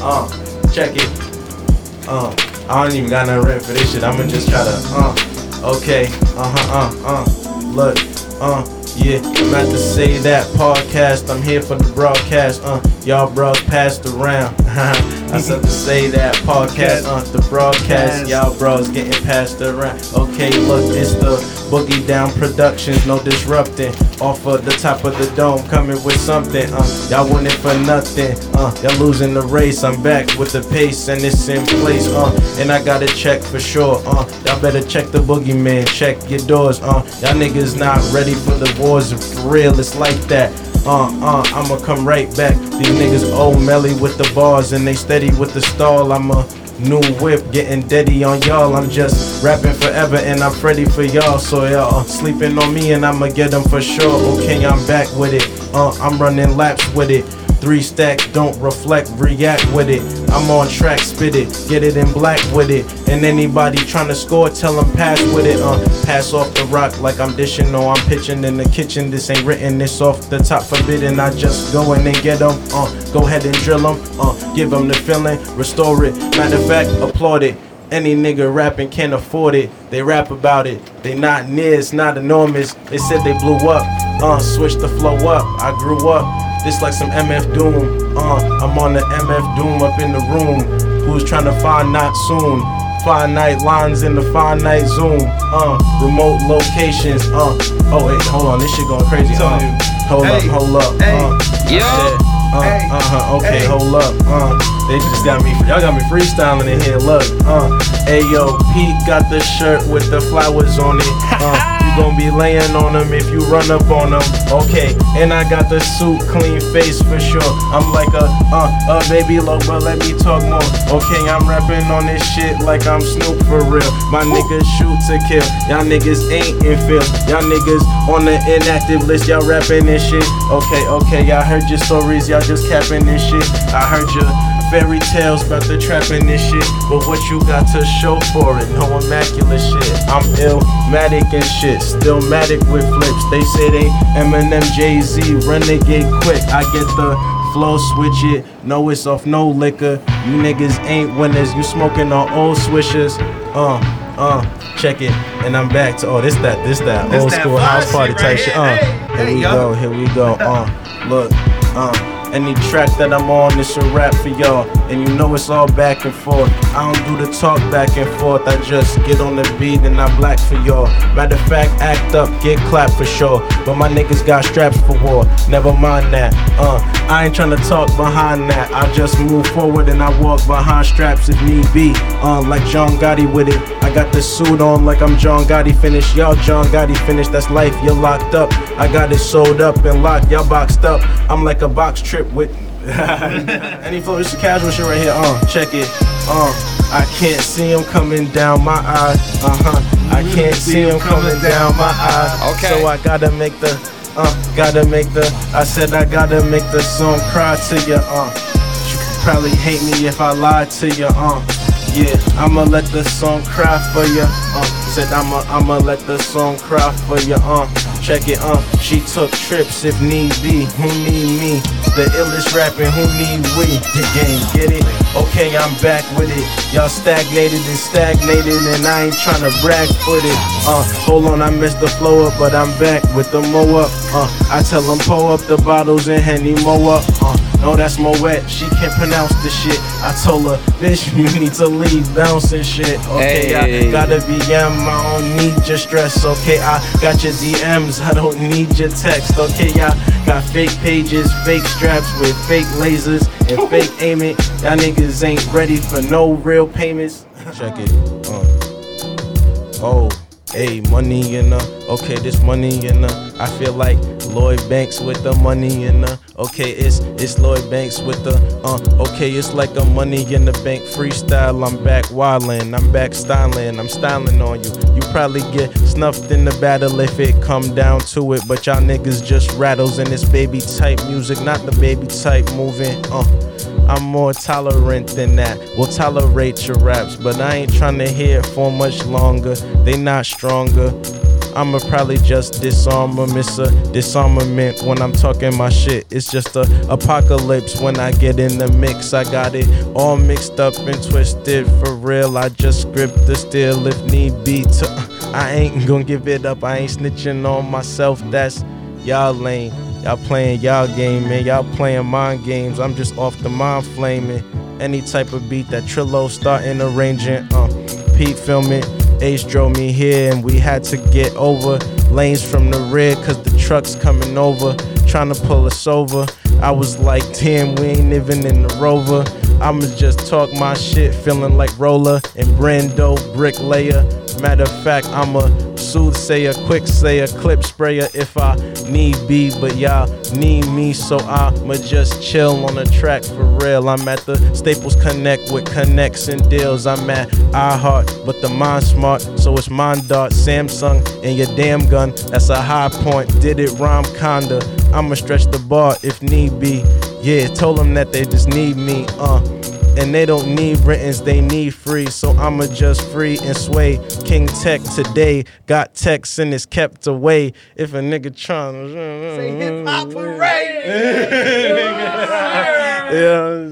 [SPEAKER 4] uh, check it. Uh, I don't even got no rent for this shit. I'ma just try to, uh, okay, uh huh, uh, uh, look, uh, yeah, not to say that podcast. I'm here for the broadcast, uh, y'all bros passed around. I said to say that podcast, uh, the broadcast, y'all bros getting passed around. Okay, look, it's the Boogie Down Productions, no disrupting. Off of the top of the dome, coming with something, uh, y'all want it for nothing, uh, y'all losing the race. I'm back with the pace and it's in place, uh, and I got a check for sure, uh, y'all better check the boogeyman, check your doors, uh, y'all niggas not ready for the wars, for real, it's like that. Uh, uh, I'ma come right back. These niggas old Melly with the bars and they steady with the stall. I'm a new whip getting deady on y'all. I'm just rapping forever and I'm ready for y'all. So y'all uh, sleeping on me and I'ma get them for sure. Okay, I'm back with it. Uh, I'm running laps with it. Three stacks, don't reflect, react with it. I'm on track, spit it, get it in black with it. And anybody tryna score, tell them pass with it. Uh, pass off the rock like I'm dishing or I'm pitching in the kitchen. This ain't written, this off the top forbidden. I just go in and get them. Uh, go ahead and drill them. Uh, give them the feeling, restore it. Matter of fact, applaud it. Any nigga rapping can't afford it. They rap about it. They not near, it's not enormous. They said they blew up. Uh, switch the flow up. I grew up. This like some MF Doom. Uh, I'm on the MF Doom up in the room. Who's trying to find not soon? Finite lines in the finite zoom. Uh, remote locations. Uh, oh wait, hold on, this shit going crazy. Uh, hold up, hold up. Uh,
[SPEAKER 3] Yo.
[SPEAKER 4] uh, uh-huh, okay, hold up. Uh, they just got me, y'all got me freestyling in here. Look, uh, ayo, Pete got the shirt with the flowers on it. Uh, you gon' be laying on them if you run up on them. Okay, and I got the suit, clean face for sure. I'm like a, uh, a baby low, but let me talk more. Okay, I'm rapping on this shit like I'm Snoop for real. My niggas shoot to kill, y'all niggas ain't in field. Y'all niggas on the inactive list, y'all rapping this shit. Okay, okay, y'all heard your stories, y'all just capping this shit. I heard your fairy tales about the trapping this shit. But what you got to show for it? No immaculate shit. I'm illmatic and shit. Still matic with flips. They say they Eminem, Jay Z, renegade quick. I get the flow, switch it. No, it's off no liquor. You niggas ain't winners. You smoking on old swishers. Uh. Uh, check it, and I'm back to oh this that this that old
[SPEAKER 2] that
[SPEAKER 4] school
[SPEAKER 2] fly
[SPEAKER 4] house party
[SPEAKER 2] shit
[SPEAKER 4] type
[SPEAKER 2] right
[SPEAKER 4] shit.
[SPEAKER 2] here.
[SPEAKER 4] Uh,
[SPEAKER 2] Hey,
[SPEAKER 4] here
[SPEAKER 2] hey,
[SPEAKER 4] we
[SPEAKER 2] yo.
[SPEAKER 4] go, here we go. Uh, look, uh, any track that I'm on, it's a rap for y'all. And you know it's all back and forth. I don't do the talk back and forth. I just get on the beat and I black for y'all. Matter of fact, act up, get clapped for sure. But my niggas got straps for war. Never mind that. Uh, I ain't tryna talk behind that. I just move forward and I walk behind straps if need be. Uh, like John Gotti with it. I got the suit on like I'm John Gotti finished. Y'all John Gotti finished. That's life. You're locked up. I got it sold up and locked. Y'all boxed up. I'm like a box trip with. Any flow, this is casual shit right here. Uh, check it. Uh, I can't see him coming down my Uh-huh, eye. Uh huh. I can't see him coming down my eye.
[SPEAKER 3] Okay.
[SPEAKER 4] So I gotta make the uh, gotta make the, I said I gotta make the song cry to you, uh. You could probably hate me if I lied to you, uh. Yeah, I'ma let the song cry for you, uh. Said I'ma, I'ma let the song cry for you, uh. Check it, uh. She took trips if need be. Who need me? The illest rapping, who need we? The game, get it? Okay, I'm back with it. Y'all stagnated and stagnated, and I ain't tryna brag for it. Uh, hold on, I missed the flow up, but I'm back with the mo up. Uh, I tell them pull up the bottles and Henny mo up. Uh, no, that's Moet. She can't pronounce the shit. I told her, bitch, you need to leave, bouncing shit. Okay,
[SPEAKER 1] Hey.
[SPEAKER 4] I gotta be M. I don't need your stress. Okay, I got your DMs. I don't need your text. Okay, I got fake pages, fake straps with fake lasers and fake aiming. Y'all niggas ain't ready for no real payments. Check it. Uh. Oh, hey, money in the. Okay, this money in the. I feel like Lloyd Banks with the money in the. Okay, it's it's Lloyd Banks with the. Uh, okay, it's like a money in the bank freestyle. I'm back wildin', I'm back styling, I'm styling on you. You probably get snuffed in the battle if it come down to it, but y'all niggas just rattles in this baby type music, not the baby type moving. Uh. I'm more tolerant than that. Will tolerate your raps, but I ain't tryna hear it for much longer. They not stronger. I'ma probably just disarm 'em. It's a disarmament when I'm talking my shit. It's just a apocalypse when I get in the mix. I got it all mixed up and twisted for real. I just grip the steel if need be. To, uh, I ain't gonna give it up. I ain't snitching on myself. That's y'all lane. Y'all playing y'all game, man. Y'all playing mind games. I'm just off the mind flaming. Any type of beat that Trillo starting arranging. Uh, Pete filming. Ace drove me here and we had to get over lanes from the rear cause the truck's coming over. Trying to pull us over. I was like, damn, we ain't even in the rover. I'ma just talk my shit, feeling like Roller and Brando, Bricklayer. Matter of fact, I'm a soothsayer, quick sayer, clip sprayer if I need be. But y'all need me, so I'ma just chill on the track for real. I'm at the Staples Connect with connects and deals. I'm at iHeart, but the mind smart, so it's mind dart, Samsung, and your damn gun. That's a high point. Did it rhyme kinda. I'ma stretch the bar if need be. Yeah, told them that they just need me, uh. And they don't need rentings, they need free. So I'ma just free and sway. King Tech today got text and it's kept away. If a nigga tryna,
[SPEAKER 2] Hip hop parade.
[SPEAKER 4] yeah,